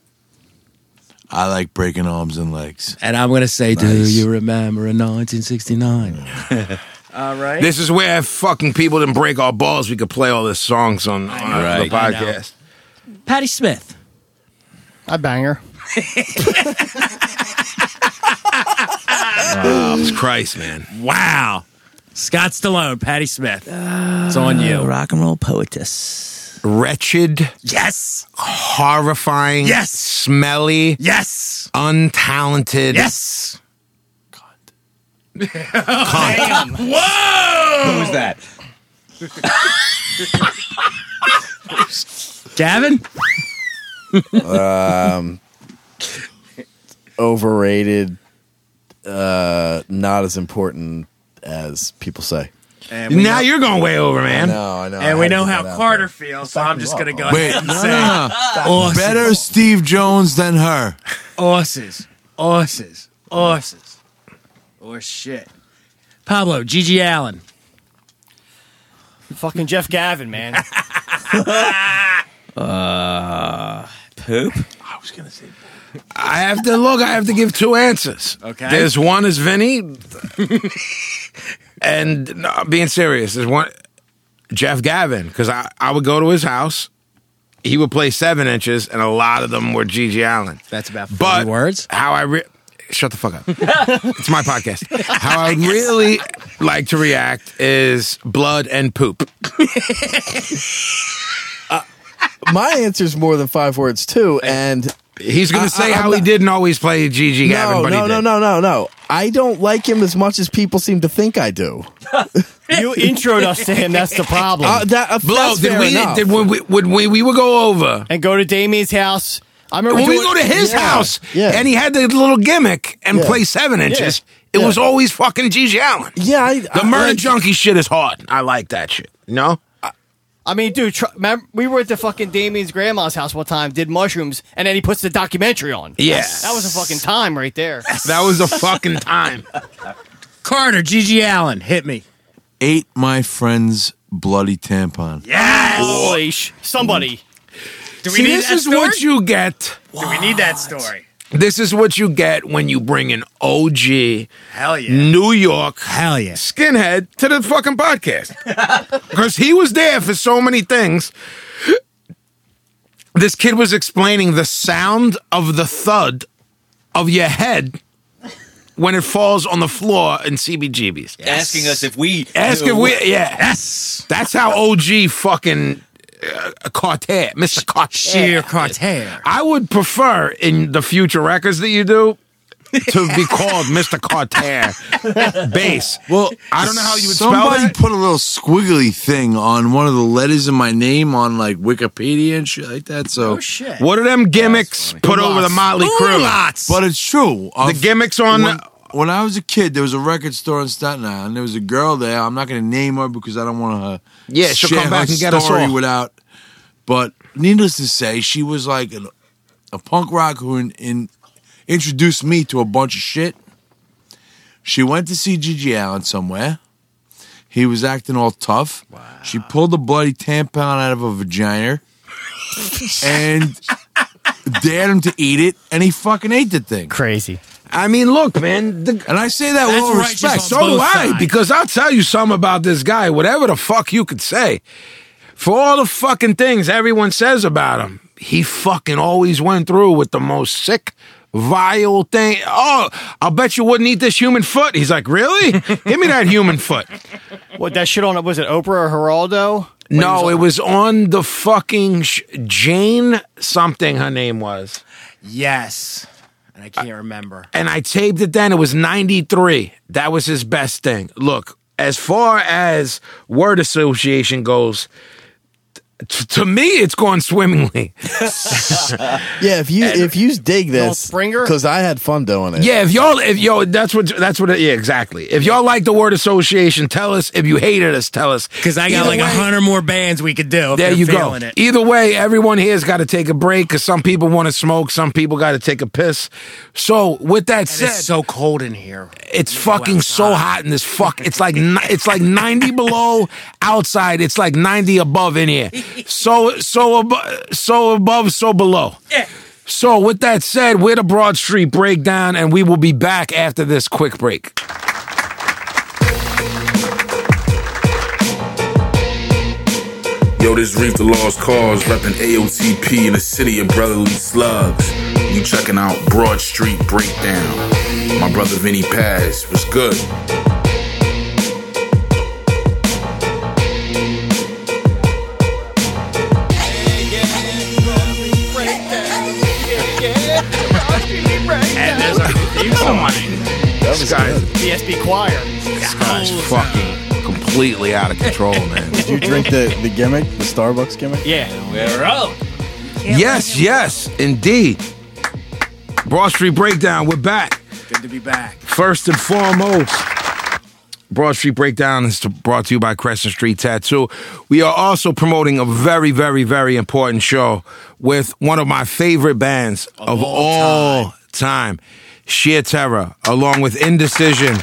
I like breaking arms and legs.
And I'm gonna say, do
Nice.
you remember in 1969?
All right.
This is where fucking people didn't break our balls. We could play all the songs on, on
Right.
the
I
podcast.
Patty Smith.
I bang her.
Jesus Christ, man.
Wow. Scott Stallone, Patty Smith. it's on you.
Rock and roll poetess.
Wretched,
Yes.
horrifying,
Yes.
smelly,
Yes.
untalented.
Yes.
Who was that?
Gavin?
Overrated, uh, not as important as people say.
Now you're going way over,
I
man.
know, I know. I
And we
had to
know
get
how
that out
Carter
there.
feels, so I'm just going to go
Wait,
ahead and
no,
say
no, no. better Steve Jones than her.
horses, horses, horses, or shit. Pablo, Gigi Allen.
Fucking Jeff Gavin, man.
Poop.
I have to look. I have to give two answers.
Okay.
There's one is Vinny, and no, I'm being serious, there's one Jeff Gavin because I I would go to his house. He would play seven inches, and a lot of them were Gigi Allen.
That's about four
But
words.
how I re- shut the fuck up. it's my podcast. How I really like to react is blood and poop.
My answer's more than five words too, and
He's gonna
I-
say
I- I'm
how he
not-
didn't always play Gigi Gavin,
no,
but he
no,
did.
no, no, no, no. I don't like him as much as people seem to think I do.
you introed us to him. That's the problem.
Uh, that, uh,
Blow.
that's
Did
fair
we?
enough.
Did when we? When we, we would go over.
and go to Damien's house. I remember
when we
doing-
go to his
Yeah,
house
yeah.
and he had the little gimmick and
Yeah.
play seven inches, it
yeah.
was always fucking Gigi Allen.
yeah, I,
The
I,
murder
like-
junkie shit is hard. I like that shit. No,
I mean, dude, tr- remember, we were at the fucking Damien's grandma's house one time, did mushrooms, and then he puts the documentary on.
Yes.
That was a fucking time right there.
that was a fucking time.
Carter, Gigi Allen, hit me.
Ate my friend's bloody tampon.
Holy sh- Somebody.
Do we
See,
need
this
that
is
story?
what you get.
Do we need that story?
This is what you get when you bring an OG
Hell yeah.
New York
Hell yeah.
skinhead to the fucking podcast because he was there for so many things. This kid was explaining the sound of the thud of your head when it falls on the floor in CBGBs.
Asking us if we
Ask if
knew-
we, yeah, yes, that's how OG fucking uh, Carter, Mr. Carter,
Sheer Carter.
I would prefer in the future records that you do to be called Mr. Carter Bass. Well, I don't know how you would spell
Somebody
it.
put a little squiggly thing on one of the letters in my name on like Wikipedia and shit like that. So,
Oh,
Shit.
What are them gimmicks put over the Motley Crue? Lots.
but it's true.
The
Of-
gimmicks on.
when, when I was a kid, there was a record store in Staten Island. There was a girl there. I'm not going to name her because I don't want to.
Yeah, she'll come back and get us all.
without. But needless to say, she was like an, a punk rock who in, in, introduced me to a bunch of shit. She went to see Gigi Allen somewhere. He was acting all tough. She pulled a bloody tampon out of a vagina and dared him to eat it, and he fucking ate the thing.
Crazy.
I mean, look, man. The,
And I say that with all
righteous
respect.
on
so do
both
I,
sides.
because I'll tell you something about this guy. Whatever the fuck you could say, for all the fucking things everyone says about him, he fucking always went through with the most sick, vile thing. Oh, I'll bet you wouldn't eat this human foot. He's like, really? Give me that human foot.
What, that shit on, was it Oprah or Geraldo?
No, it was on the fucking sh- Jane something her name was.
Yes. And I can't remember.
and I taped it then. It was 93. That was his best thing. Look, as far as word association goes, t- to me, it's gone swimmingly.
Yeah, if you if you dig this,
Springer?
because I had fun doing it.
Yeah, if y'all, if yo, that's what, that's what. Yeah, exactly. If y'all like the word association, tell us. If you hated us, tell us.
Because I got
Either
like a
way-
hundred more bands we could do. If
There
you're
you go.
feeling It.
Either way, everyone here's got to take a break because some people want to smoke, some people got to take a piss. So with that
And
said,
it's so cold in here.
It's fucking so hot in this fuck. It's like ni- it's like ninety below outside. It's like ninety above in here. So so above so above so below. So, with that said, we're the Broad Street Breakdown, and we will be back after this quick break.
Yo, this Reef the Lost Cause, reppin' AOTP in the city of brotherly slugs. You checking out Broad Street Breakdown. My brother Vinny Paz was good.
And there's our theme
This guy,
BSB Choir.
this guy's fucking completely out of control, man.
Did you drink the, the gimmick, the Starbucks gimmick?
Yeah.
We're out.
Yes, yes, indeed. Broad Street Breakdown, we're back.
Good to be back.
First and foremost, Broad Street Breakdown is to- brought to you by Crescent Street Tattoo. We are also promoting a very, very, very important show with one of my favorite bands of, all time. Sheer Terror, along with Indecision,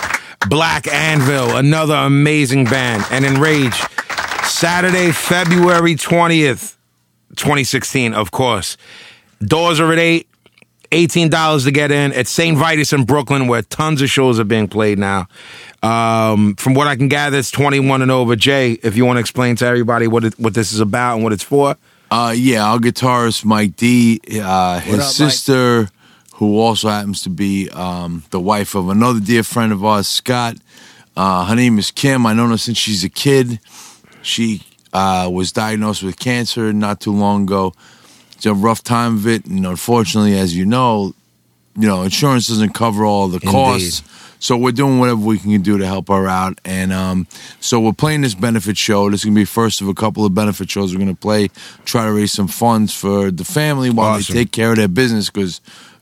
Black Anvil, another amazing band, and Enrage. Saturday, February 20th, 2016, of course. Doors are at 8, $18 to get in at St. Vitus in Brooklyn, where tons of shows are being played now. Um, from what I can gather, it's 21 and over. Jay, if you want to explain to everybody what it, what this is about and what it's for.
Uh, yeah, our guitarist Mike D, uh, his sister, who also happens to be um, the wife of another dear friend of ours, Scott. Uh, her name is Kim. I known her since she's a kid. She uh, was diagnosed with cancer not too long ago. It's a rough time of it, and unfortunately, as you know, you know insurance doesn't cover all the costs. So we're doing whatever we can do to help her out, and um, so we're playing this benefit show. This is gonna be first of a couple of benefit shows we're gonna play. Try to raise some funds for the family while
Awesome.
they take care of their business, because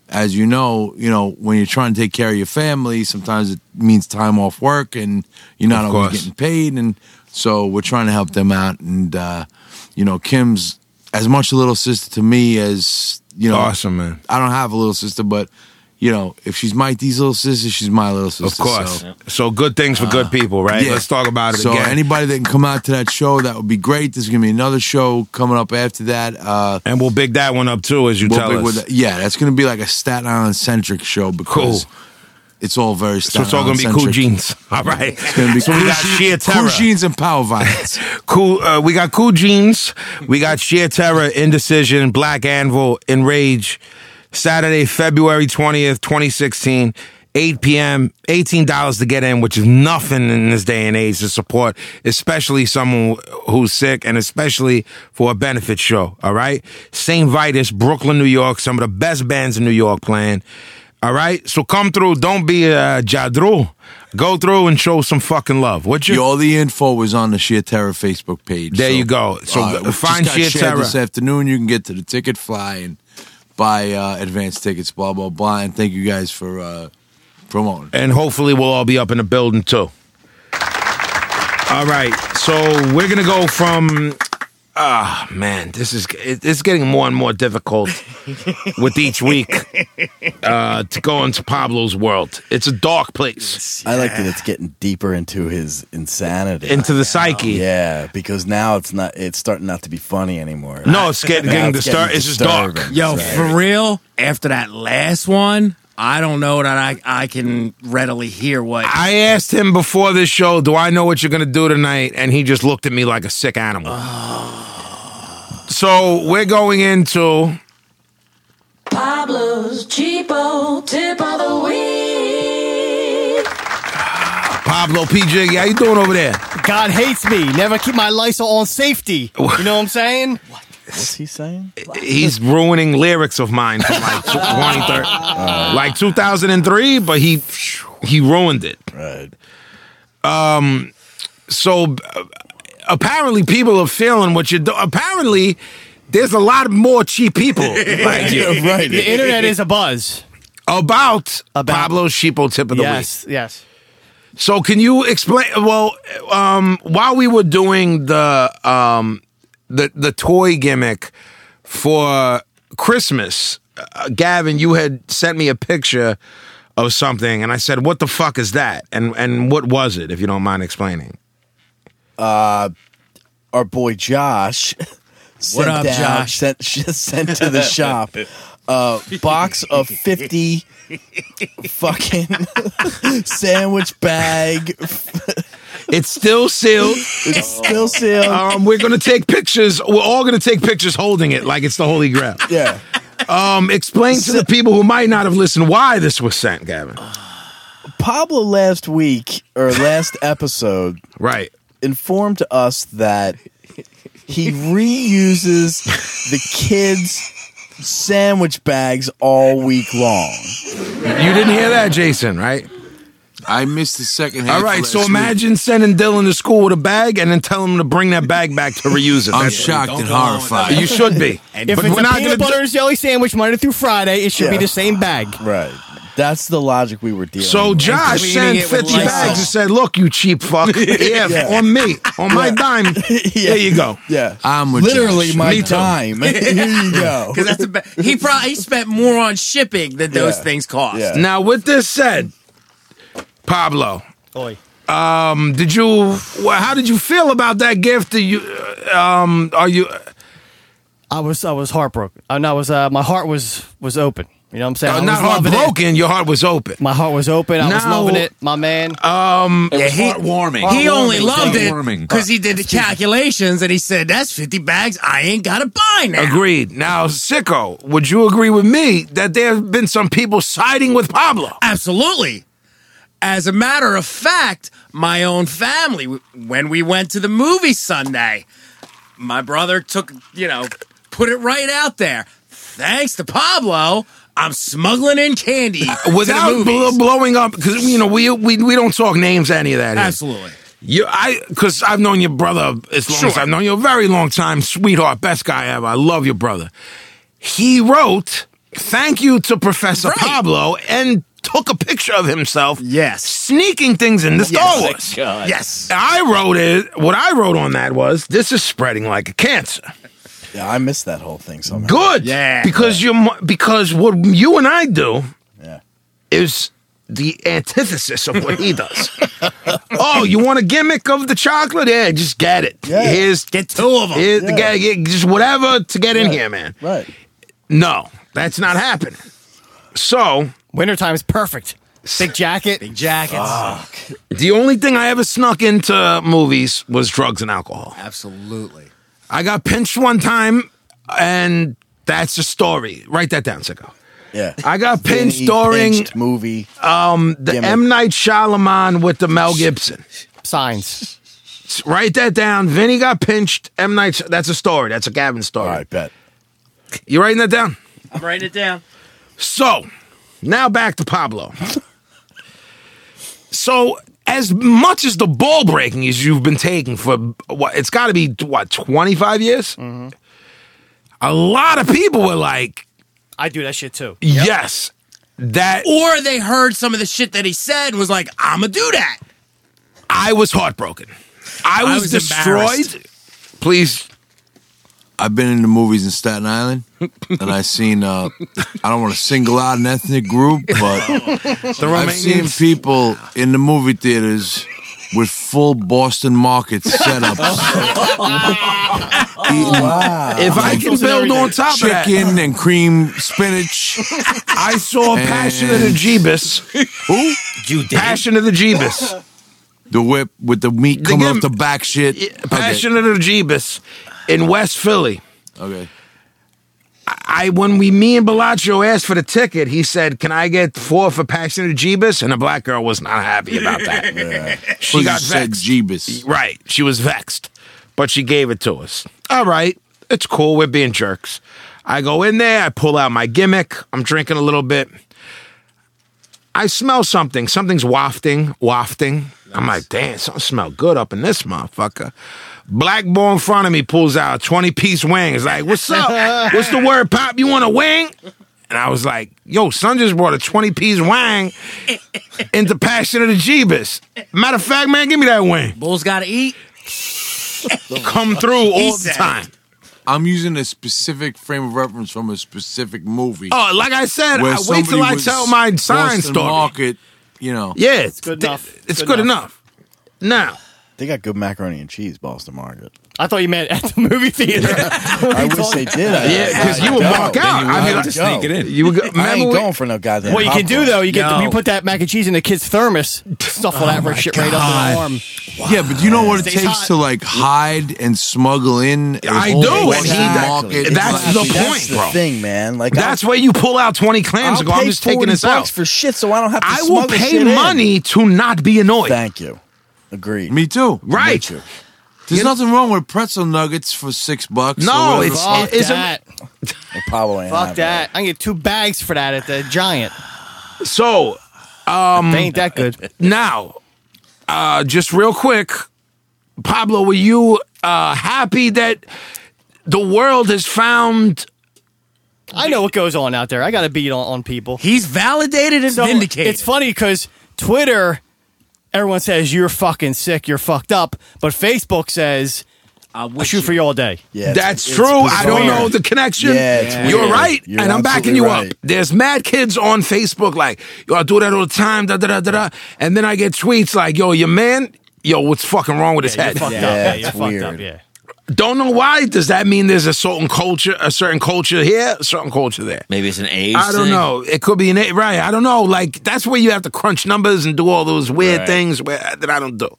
as you know, you know when you're trying to take care of your family, sometimes it means time off work, and you're not
Of
always
course.
getting paid, and so we're trying to help them out. And uh, you know, Kim's as much a little sister to me as you know.
Awesome, man.
I don't have a little sister, but you know, if she's Mike D's little sister, she's my little sister.
Of course.
so-
So, good things for good people, right?
Uh, yeah.
Let's talk about it
So
again.
anybody that can come out to that show, that would be great. There's gonna be another show coming up after that. Uh,
and we'll big that one up too, as you
we'll
tell
be
us.
with- yeah, that's gonna be like a Staten Island centric show because
Cool.
it's all very
so
Staten
it's all gonna
Island
be
centric.
cool jeans. All right. It's
Gonna be
so we
cool
got
jeans-
sheer terror.
cool jeans and power violence.
cool. Uh, we got cool jeans. We got sheer terror, indecision, black anvil, enrage. Saturday, February twentieth, twenty sixteen. 8 p.m., $18 to get in, which is nothing in this day and age to support, especially someone who's sick and especially for a benefit show. All right. St. Vitus, Brooklyn, New York, some of the best bands in New York playing. All right. So come through. Don't be a Jadru. Go through and show some fucking love. What you?
Yeah, all the info was on the Sheer Terror Facebook page.
There you go. So
uh,
g-
we just
find
got
Sheer
shared
Terror.
this afternoon. You can get to the ticket fly and buy uh, advance tickets. Blah blah blah. And thank you guys for uh, promoting.
and hopefully we'll all be up in the building too. All right, so we're gonna go from. Ah man, this is it, it's getting more and more difficult with each week uh, to go into Pablo's world. It's a dark place
I like that it's getting deeper into his insanity.
into the psyche.
yeah, because now it's not. It's starting not to be funny anymore.
No, it's getting,
Now
getting
it's
disturbed.
getting
It's just dark.
disturbing.
Yo,
Right.
for real, after that last one, I don't know that I, I can readily hear what.
I asked him before this show, "Do I know what you're gonna do tonight?" And he just looked at me like a sick animal. so we're going into.
Pablo's cheapo tip of the week.
Pablo PJ, how you doing over there?
God hates me. Never keep my Lysol on safety. You know what I'm saying?
What's he saying?
He's ruining lyrics of mine from like 20, thir- like 2003, but he he ruined it. Um,
Right.
So uh, apparently, people are feeling what you do. Apparently, there's a lot more cheap people like you
right.
The internet is a buzz.
about,
About-
Pablo Sheepo tip of the week.
Yes, yes.
So can you explain? Well, um, while we were doing the um, the the toy gimmick for Christmas, uh, Gavin, you had sent me a picture of something, and I said, "What the fuck is that?" and and what was it? If you don't mind explaining.
our boy Josh. Sent
up,
down,
Josh?
Sent, sent to the shop a box of 50 fucking sandwich bag.
It's still sealed.
It's still sealed.
Um, we're gonna take pictures. We're all gonna take pictures holding it like it's the holy grail.
Yeah.
Um, explain to the people who might not have listened why this was sent, Gavin.
Pablo last week or last episode,
right,
informed us that he reuses the kids' sandwich bags all week long.
You didn't hear that, Jason, right?
I missed the second half.
All right,
last
so
week.
imagine sending Dylan to school with a bag and then telling him to bring that bag back to reuse it.
I'm
That's-
shocked and horrified.
You should be.
If it's a peanut butter and jelly sandwich Monday through Friday, it should be
Yeah.
the same bag.
Right. That's the logic we were dealing
So
with.
Josh sent 50 bags and said, look, you cheap fuck. Yeah,
Yeah.
on me, on my dime. There you go.
Yeah.
I'm with
Literally
Josh.
my
Me too.
time. Here you go.
Because that's the be- he probably he spent more on shipping than those
Yeah.
things cost.
Yeah.
Now, with this said, Pablo,
Oy.
um, did you? wh- How did you feel about that gift? Are you, uh, um, are you?
I was I was heartbroken. And I was uh, my heart was was open. You know what I'm saying?
Uh,
I was
not
loving it.
heartbroken. Your heart was open.
My heart was open. I was
Now-
loving it, my man.
Uh,
It was heartwarming.
He only loved it
Heartwarming.
because he did the calculations and he said, "That's fifty bags. I ain't gotta buy now."
Agreed. Now, Sicko, would you agree with me that there have been some people siding with Pablo?
Absolutely. As a matter of fact, my own family, when we went to the movie Sunday, my brother took, you know, put it right out there. Thanks to Pablo, I'm smuggling in candy
Without
to the
bl-
movies.
blowing up, because you know we, we we don't talk names any of that. Here.
Absolutely.
You, I, because I've known your brother as long as
Sure.
I've known you, a very long time, sweetheart, best guy ever. I love your brother. He wrote, "Thank you to Professor
Right.
Pablo," and took a picture of himself.
Yes. Oh
sneaking things into Star Wars.
Yes.
I wrote it. What I wrote on that was, "This is spreading like a cancer."
Yeah, I missed that whole thing somehow.
Good,
Yeah.
because you are because what you and I do
Yeah.
is the antithesis of what he does. oh, you want a gimmick of the chocolate? Yeah, just get it.
Yeah.
Here's
Get two of them.
here's the
Yeah.
guy, yeah, just whatever to get in here, man.
Right.
No, that's not happening. So
Wintertime's perfect. Big jacket.
Big jackets.
the only thing I ever snuck into movies was drugs and alcohol.
Absolutely.
I got pinched one time, and that's a story. Write that down, sicko.
Yeah.
I got pinched
Vinny
during
pinched movie.
the
Gimmick.
M Night Shyamalan with the Mel Gibson.
Signs.
Write that down. Vinny got pinched. M Night. Sh- That's a story. That's a Gavin story.
All right, bet.
You writing that down?
I'm writing it down.
So, now back to Pablo. so, as much as the ball breaking as you've been taking for what it's got to be what 25 years? A lot of people were like,
I do that shit too.
"Yes, that
Or they heard some of the shit that he said and was like, I'm going to do that.
I was heartbroken. I was,
was
destroyed." Please
I've been in the movies in Staten Island, and I seen. Uh, I don't want to single out an ethnic group, but
the
I've seen people in the movie theaters with full Boston Market setups,
Wow.
If I can build on top of that,
chicken and cream spinach.
I saw Passion of the
And-
Jeebus. Who?
You did.
Passion of the Jeebus.
The whip with the meat coming
gim-
off the back shit.
Passion of the Jeebus in West Philly.
Okay. okay.
I when we me and Bellaccio asked for the ticket, he said, "Can I get four for Passion of the Jeebus?" And the black girl was not happy about that. She
Pussy
got
said
vexed.
Jeebus.
Right, she was vexed, but she gave it to us. All right, it's cool. We're being jerks. I go in there. I pull out my gimmick. I'm drinking a little bit. I smell something. Something's wafting, wafting. I'm like, damn, something smell good up in this motherfucker. Black boy in front of me pulls out a 20 piece wing. It's like, what's up? what's the word, Pop? You want a wing? And I was like, yo, son just brought a 20 piece wang into Passion of the Jeebus. Matter of fact, man, give me that wing.
Bulls got to eat.
Come through all the
said.
time.
I'm using a specific frame of reference from a specific movie.
Oh, like I said,
where
I wait
somebody
till I
was
tell my sign
Boston
story.
Market, you know.
Yeah, it's
good
th-
enough.
It's
Good
good
enough.
enough. Now,
They got good macaroni and cheese, Boston Market.
I thought you meant at the movie theater. I
wish they did. I-
Yeah, 'cause you would walk
Then
out. I
you would
mean,
have
like,
to
sneak
go.
it in. You would go-
I
remember
ain't
when-
going for no goddamn.
what you can do
popcorn.
though, you get
Yo.
you put that mac and cheese in the kid's thermos, stuff all that shit right up their arm.
Yeah, but do you know what it
Stays
takes
hot.
to like hide and smuggle in? a
I
whole
do, and
Western
he-
market?
that's the
Exactly.
point,
That's the
bro.
thing, man. Like
That's where you pull out 20 clams
I'll,
and go,
I'll
I'm
pay
just taking
40
this
bucks
out.
for shit, so I don't have to.
I will
smuggle shit
pay
in.
money to not be annoyed.
Thank you. Agreed.
Me too.
right.
you.
There's nothing wrong with pretzel nuggets for six bucks.
No,
or whatever.
it's-
Fuck
Is it-
that.
They probably ain't
Fuck
having
that. I can get two bags for that at the Giant.
So Mm.
they ain't that good.
now, uh, just real quick, Pablo, were you uh, happy that the world has found
I know what goes on out there. I got to beat on, on people.
He's validated and
So,
vindicated.
It's funny because Twitter, everyone says you're fucking sick, you're fucked up, but Facebook says
I
I
wish
shoot for you all day.
it. Yeah, it's-
that's
it's
true? I don't
bizarre.
know the connection.
Yeah, it's
You're
weird.
right,
You're
and I'm backing
absolutely
you
right.
up. There's mad kids on Facebook like, yo, I do that all the time, da da da da da, and then I get tweets like, yo, your man, yo, what's fucking wrong with his head?
Fucked
Yeah,
up. Yeah,
it's
you're fucked
weird.
up. Yeah.
Don't know why. Does that mean there's a certain culture, a certain culture here, a certain culture there?
Maybe it's an age.
I don't
thing.
know. It could be an A- right. I don't know. Like that's where you have to crunch numbers and do all those weird
Right.
things where, that I don't do.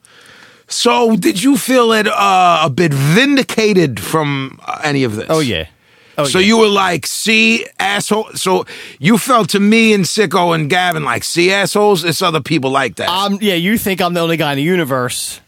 So, did you feel it uh, a bit vindicated from uh, any of this?
Oh yeah.
so you were like, "See, asshole." So you felt to me and Sicko and Gavin like, "See, assholes." It's other people like that.
Um. Yeah. You think I'm the only guy in the universe?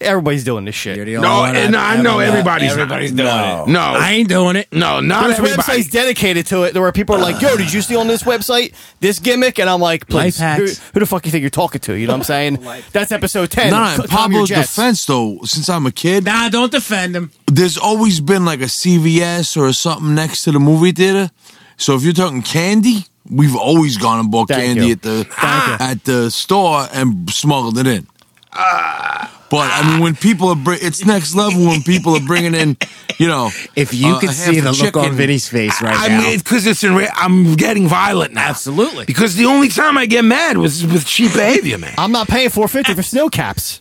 Everybody's doing this shit.
the
no, and I know everybody's not.
everybody's doing
No.
it.
No,
I ain't doing it.
no, not
There's
everybody.
websites dedicated to it, where people are like, "Yo, did you see on this website this gimmick?" And I'm like,
Life
"Please, who,
hacks.
who the fuck you think you're talking to?" You know what I'm saying? That's episode ten.
Nah, in
C- calm your
Pablo's
jets.
defense though, since I'm a kid,
Nah, don't defend him.
there's always been like a CVS or something next to the movie theater. So if you're talking candy, we've always gone and bought
Thank
candy
you.
at the at the store and smuggled it in. But I mean, when people are, bring, it's next level when people are bringing in, you know,
If you
uh,
could
a
see
half a
the look on
chicken.
Vinny's face right
I
now.
mean, because it's in. Re- I'm getting violent now.
Absolutely.
Because the only time I get mad was with cheap behavior, man.
I'm not paying 450 for snow caps.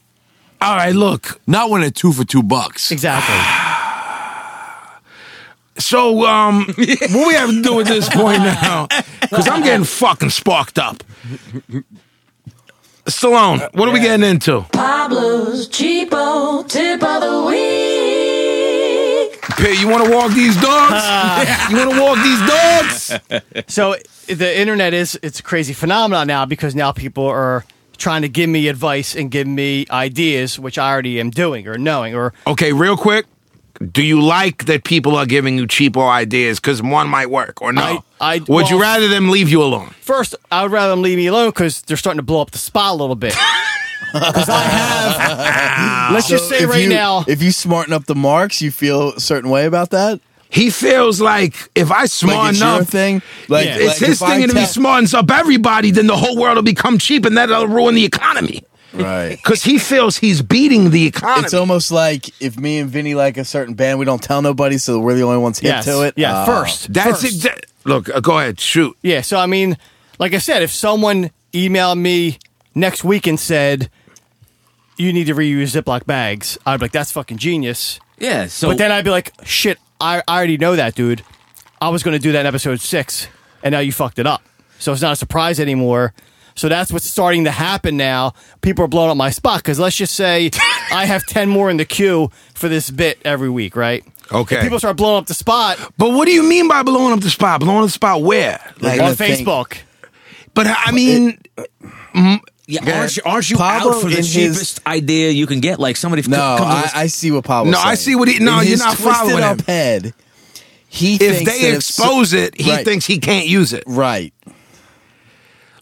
All right, look.
not when they're two for two bucks.
Exactly.
Ah.
So, um, what we have to do at this point now? Because I'm getting fucking sparked up. Stallone, what are we getting into?
Pablo's cheapo tip of the week.
Pay, you want to walk these dogs? you want to walk these dogs?
So the internet is it's a crazy phenomenon now because now people are trying to give me advice and give me ideas, which I already am doing or knowing or
Okay, real quick. Do you like that people are giving you cheapo ideas? Because one might work, or no?
I- I-
Would
well-
you rather them leave you alone?
First, I would rather them leave me alone because they're starting to blow up the spot a little bit. Because I have, let's just say
If
right
you-
now,
if you smarten up the marks, you feel a certain way about that.
He feels like if I
Like
smart
it's
enough,
your thing. Like
Yeah.
it's
like
his
if I
thing, and if he
tell-
smartens up everybody, then the whole world will become cheap, and that'll ruin the economy.
Right.
Because he feels he's beating the economy.
It's almost like if me and Vinny like a certain band, we don't tell nobody, so we're the only ones hip
yes,
to it.
yeah,
Uh,
first,
That's
first.
exa- Look, uh, go ahead, shoot.
Yeah, so I mean, like I said, if someone emailed me next week and said you need to reuse Ziploc bags, I'd be like, that's fucking genius.
Yeah. So
But then I'd be like, shit, I, I already know that, dude. I was going to do that in episode six, and now you fucked it up. So it's not a surprise anymore. So that's what's starting to happen now. People are blowing up my spot because let's just say I have 10 more in the queue for this bit every week, right?
Okay.
People start blowing up the spot
but what do you mean by blowing up the spot? Blowing up the spot where? Like,
gonna
on
think-
Facebook.
but I mean,
Yeah, aren't you, aren't you
Pablo
out for the
in his-
cheapest idea you can get? Like somebody
No,
come
I, I see what Pablo.
No, I see what he- no,
In
you're
his
not
twisted
following
up
him.
head. He
if
thinks that
they
so-
expose it, he
Right.
thinks he can't use it.
right.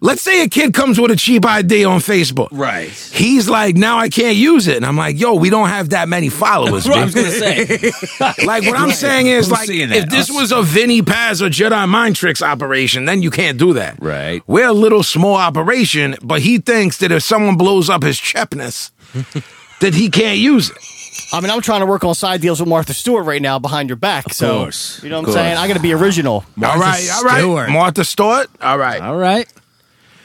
Let's say a kid comes with a cheap idea on Facebook.
Right.
He's like, now I can't use it. And I'm like, yo, we don't have that many followers.
I
bro.
was gonna say.
Like what I'm saying is,
I'm
like,
seeing that.
if this was a Vinny Paz or Jedi Mind Tricks operation, then you can't do that.
Right.
We're a little small operation, but he thinks that if someone blows up his chepness, that he can't use it.
I mean, I'm trying to work on side deals with Martha Stewart right now behind your back. so,
course,
you know what I'm saying? I got to be original.
all right, all right.
Stewart.
Martha Stewart. All right.
All right.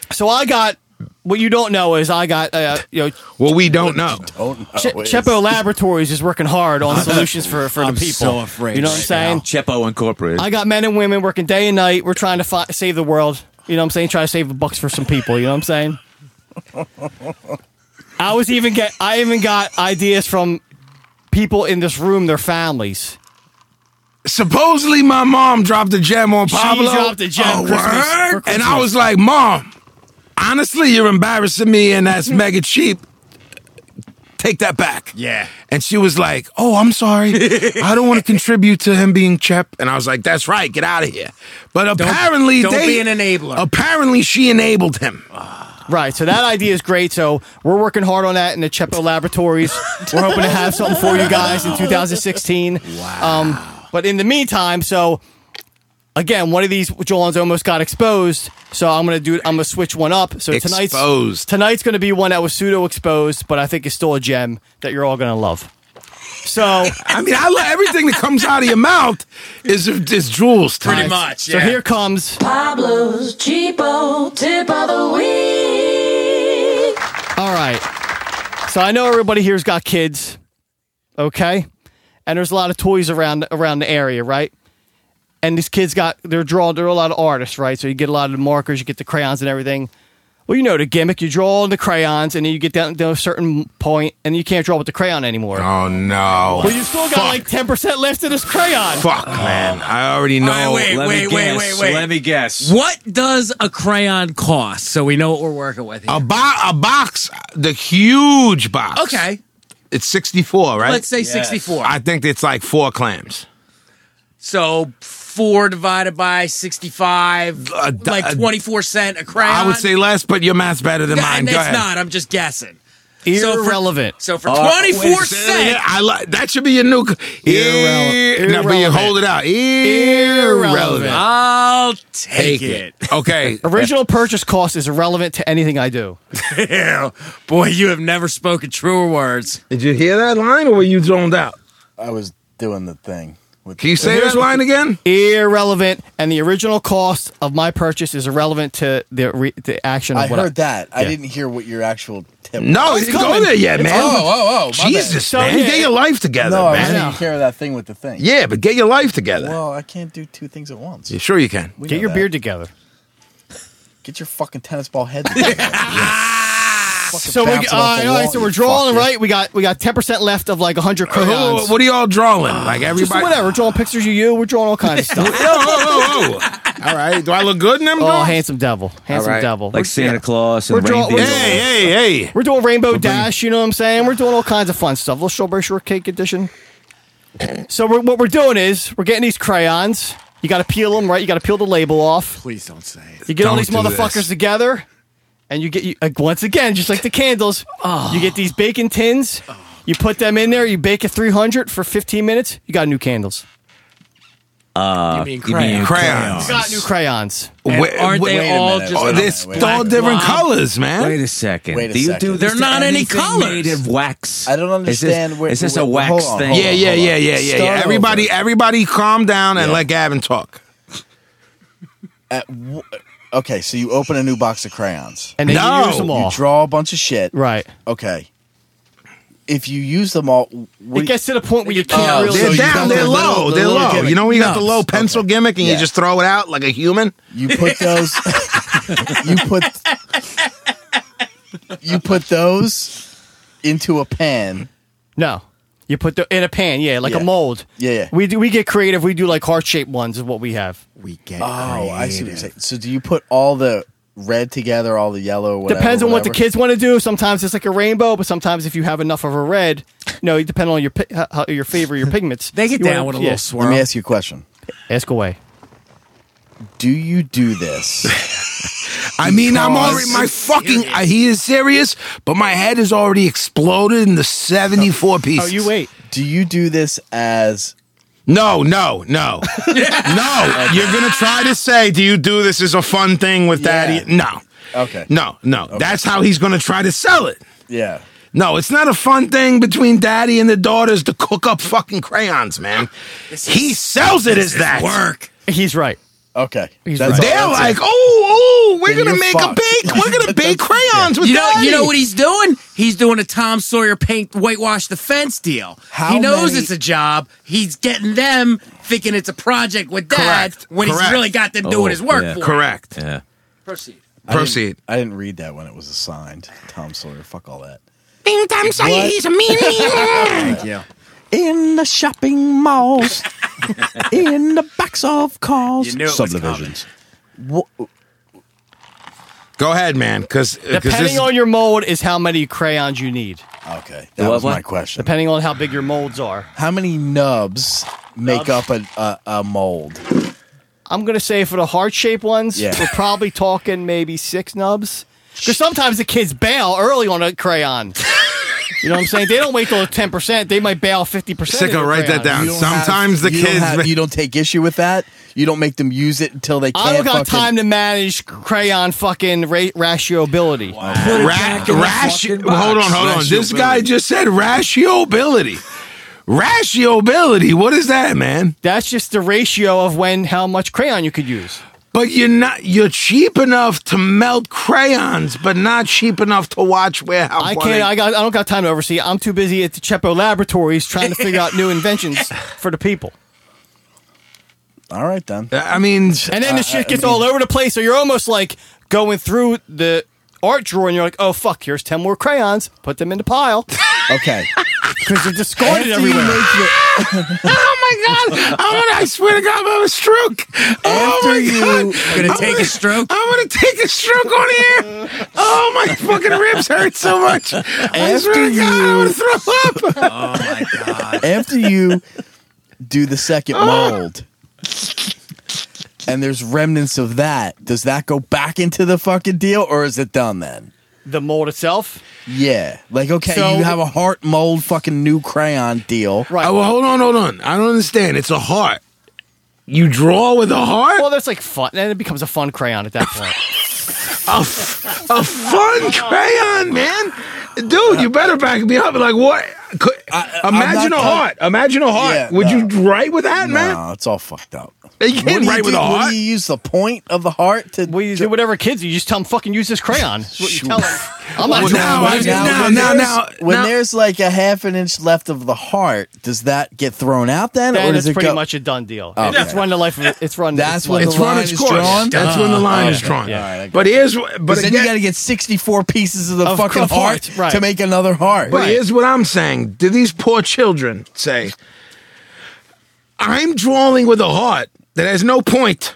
So I got What you don't know is I got uh, you know.
Well, we don't know.
Don't
Che- Chepo Laboratories is working hard on solutions for, for
Oh, I'm
the people.
so afraid.
You know what I'm
right
saying?
now. Chepo Oh, Incorporated.
I got men and women working day and night. We're trying to fi- save the world. You know what I'm saying? Trying to save the bucks for some people. You know what I'm saying? I was even get. I even got ideas from people in this room, their families.
Supposedly, my mom dropped a gem on
She
Pablo.
dropped a gem
Oh,
Christmas- for
word? And I
Christmas.
was like, Mom, honestly, you're embarrassing me, and that's mega cheap. Take that back.
Yeah.
And she was like, Oh, I'm sorry. I don't want to contribute to him being Chep. And I was like, That's right. Get out of here. But apparently,
don't
they,
be an enabler.
Apparently, she enabled him.
Right. So that idea is great. So we're working hard on that in the Chepo Laboratories. we're hoping to have something for you guys in 2016. Wow. Um, but in the meantime, so again, one of these Joel's almost got exposed. So I'm gonna do. I'm gonna switch one up. So tonight's
Exposed.
tonight's gonna be one that was pseudo exposed, but I think it's still a gem that you're all gonna love. So
I mean, I love everything that comes out of your mouth is is jewels. Pretty
much,
So here comes.
Pablo's cheapo tip of the week.
All right. So I know everybody here's got kids, okay? And there's a lot of toys around around the area, right? And these kids got they're drawn. They're a lot of artists, right? So you get a lot of the markers, you get the crayons and everything. Well, you know the gimmick. You draw on the crayons, and then you get down to a certain point, and you can't draw with the crayon anymore.
Oh no!
Well, you still got like ten percent left of this crayon.
Fuck, man. I already know.
All right, wait,
Let me
wait, wait,
guess.
wait, wait.
Let me guess.
What does a crayon cost? So we know what we're working with. Here.
A, bo- a box, the huge box.
okay,
It's 64, right?
let's say sixty-four.
I think it's like four clams.
so four divided by sixty-five,
A do-
like
a-
twenty-four cent a crayon.
uh, I would say less, but your math's better than mine.
and
Go
it's
ahead. Uh,
not. I'm just guessing.
Irrelevant.
So for, so for twenty-four cent,
I li- that should be your new. Irrelevant. No, but you hold it out. Irrelevant.
Irrelevant.
I'll take, it.
Okay.
Original purchase cost is irrelevant to anything I do.
Ew. Boy, you have never spoken truer words.
Did you hear that line or were you zoned out?
I was doing the thing. With
Can you say this line again?
irrelevant, and the original cost of my purchase is irrelevant to the re- the action. Of
I
what
heard
I,
that. I didn't hear what your actual tip.
No, it didn't go there yet, man.
oh, oh, my
Jesus,
So,
man.
yeah,
get your life together,
bad. No, I
man.
didn't hear that thing with the thing.
Yeah, but get your life together.
Well, I can't do two things at once.
Yeah, sure you can.
We
Get
know
your
that.
beard together.
Get your fucking tennis ball head. so
So we all right, all right, so we're drawing right. We got we got ten percent left of like hundred
Who-
crayons.
what are y'all drawing? Like
Just
everybody. Oh,
whatever. We're drawing pictures of you. We're drawing all kinds of stuff.
Yo, whoa, whoa, whoa. All right. Do I look good in them?
oh,
drawings?
handsome devil, handsome
right.
devil.
Like
we're,
Santa Claus
We're
and
draw-
reindeer.
we're-
Hey, hey, hey.
we're doing Rainbow Dash. You know what I'm saying? We're doing all kinds of fun stuff. Little strawberry shortcake edition. So we're, what we're doing is we're getting these crayons. You got to peel them, right? You got to peel the label off.
Please don't say it.
You get all
Don't
these
do
motherfuckers
this.
together, and you get you, like, once again, just like the candles, you get these bacon tins. You put them in there. You bake at 300 for 15 minutes. You got new candles.
you
You
mean
mean
crayon?
Crayons.
You got new crayons.
And
Wait,
aren't
wait-
they
a
all
minute,
just?
Oh,
wait a
they're
minute, wait a
all
minute.
different
Wow.
colors, man.
Wait a second.
Wait a
do you
second.
do this?
They're
to
not any
anything
colors.
Made of wax.
I don't understand
Is this,
where-
is this
where-
a wax
hold on,
thing?
hold
yeah, yeah,
hold on.
yeah, yeah, yeah,
Start
yeah.
over.
Everybody, everybody, calm down and let Gavin talk.
At w- okay, so you open a new box of crayons.
And then
No,
you use them
you
all.
You draw a bunch of shit.
right.
Okay. If you use them all, what
It gets to the point where you can't
Oh,
really.
They're
so you
down.
got
They're
the little-
low.
the
They're
little
low.
gimmick.
You know, when you got the
No.
low pencil gimmick and
Yeah.
you just throw it out like a human.
you put those. you put. You put those into a pan.
no. You put the in a pan, yeah, like
Yeah.
a mold.
Yeah, yeah.
We do, we get creative. We do like heart shaped ones is what we have.
Oh, I see what you're saying. So do you put all the red together, all the yellow? Whatever,
depends on what the
whatever?
kids want to do. Sometimes it's like a rainbow, but sometimes if you have enough of a red, you know, depending on your pi- how, how- your favor, your pigments.
They get
you
down
wanna-
with a
yeah.
little
Let me
swirl.
ask you a question.
Ask away.
Do you do this?
I mean, I'm already my fucking. I, he is serious, but my head is already exploded into 74 pieces.
Oh, you wait.
do you do this as
No, no, no, no. You're gonna try to say, "Do you do this as a fun thing with
Yeah.
that?" No,
okay?
no, no. That's how he's gonna try to sell it.
Yeah.
No, it's not a fun thing between daddy and the daughters to cook up fucking crayons, man. he sells it as that.
Work.
He's right.
Okay.
They're like, oh, oh, we're gonna make a bake. We're gonna bake crayons with
you know,
Daddy.
you know what he's doing? He's doing a Tom Sawyer paint whitewash the fence deal.
How
he knows
many-
it's a job. He's getting them thinking it's a project with dad when he's really got them doing his work for him.
Yeah.
Proceed.
Proceed. I didn't, read that when it was assigned. Tom Sawyer, fuck all that.
Bing Tom Sawyer,
What?
he's a mean
Thank you.
In the shopping malls, in the backs of cars.
Subdivisions.
Go ahead, man. Because
Depending on your mold is how many crayons you need.
Okay. That was my question.
Depending on how big your molds are.
How many nubs make up a, a, a mold?
I'm gonna say for the heart shaped ones,
Yeah.
we're probably talking maybe six nubs. Because sometimes the kids bail early on a crayon. you know what I'm saying? They don't wait till ten percent. They might bail fifty percent.
You don't have- you don't have- you don't take issue with that. You don't make them use it until they can't.
I don't got
fucking-
time to manage crayon fucking ra- ratioability.
Ra- ratio- hold on, hold on. This guy just said ratioability. Ratioability. What is that, man?
That's just the ratio of when how much crayon you could use.
But you're not. You're cheap enough to melt crayons, but not cheap enough to watch warehouse.
I can't. I got. I don't got time to oversee. I'm too busy at the Chepo Laboratories trying to figure out new inventions for the people.
All right then.
I mean,
And then
uh,
the shit
I
gets
mean-
all over the place. So you're almost like going through the art drawer, and you're like, "Oh fuck, here's ten more crayons. Put them in the pile."
Okay.
Because they're discarded
After you
everywhere.
oh my god! I'm gonna, I swear to God, I'm gonna have a stroke. Oh
After
my
you-
god!
You're gonna
I'm
take a
stroke.
I'm gonna take a stroke on here. Oh my fucking ribs hurt so much. I swear to God, I'm gonna throw up.
after you do the second mold and there's remnants of that, does that go back into the fucking deal or is it done then?
The mold itself.
Yeah. Like, okay,
So-
you have a heart mold fucking new crayon deal.
Right.
Oh, well, hold on, hold on. I don't understand. It's a heart. You draw with a heart.
Well, that's like fun. Then it becomes a fun crayon at that point.
A, f- a fun crayon, man. Dude, you better back me up. Like what? Could,
I'm
imagine
not
a
gonna-
heart. Imagine a heart.
Yeah,
Would
no.
you write with that, man?
No, it's all fucked up.
You can't
What do
write with
do-
a
What
heart.
do you use the point of the heart to?
Well, you do whatever kids. You just tell them fucking use this crayon. That's what you tell them. I'm not
Well,
doing
now
what
I-
you
now-
do.
when
now-
there's-
now-
when
now-
there's like a half an inch left of the heart, does that get thrown out then, or
Then
does
it's
it
pretty
go?
much a done deal.
Okay.
It's run the life. Of it. It's run.
That's
it's
when
life.
the
It's run
line
its
is
course.
drawn.
That's when the line
Oh,
is
okay.
drawn.
All right, I
But here's wh- but
But then
again,
you got to get 64 pieces of the
Of
fucking
course,
heart
right.
to make another heart.
but here's what I'm saying. Do these poor children say, "I'm drawing with a heart that has no point"?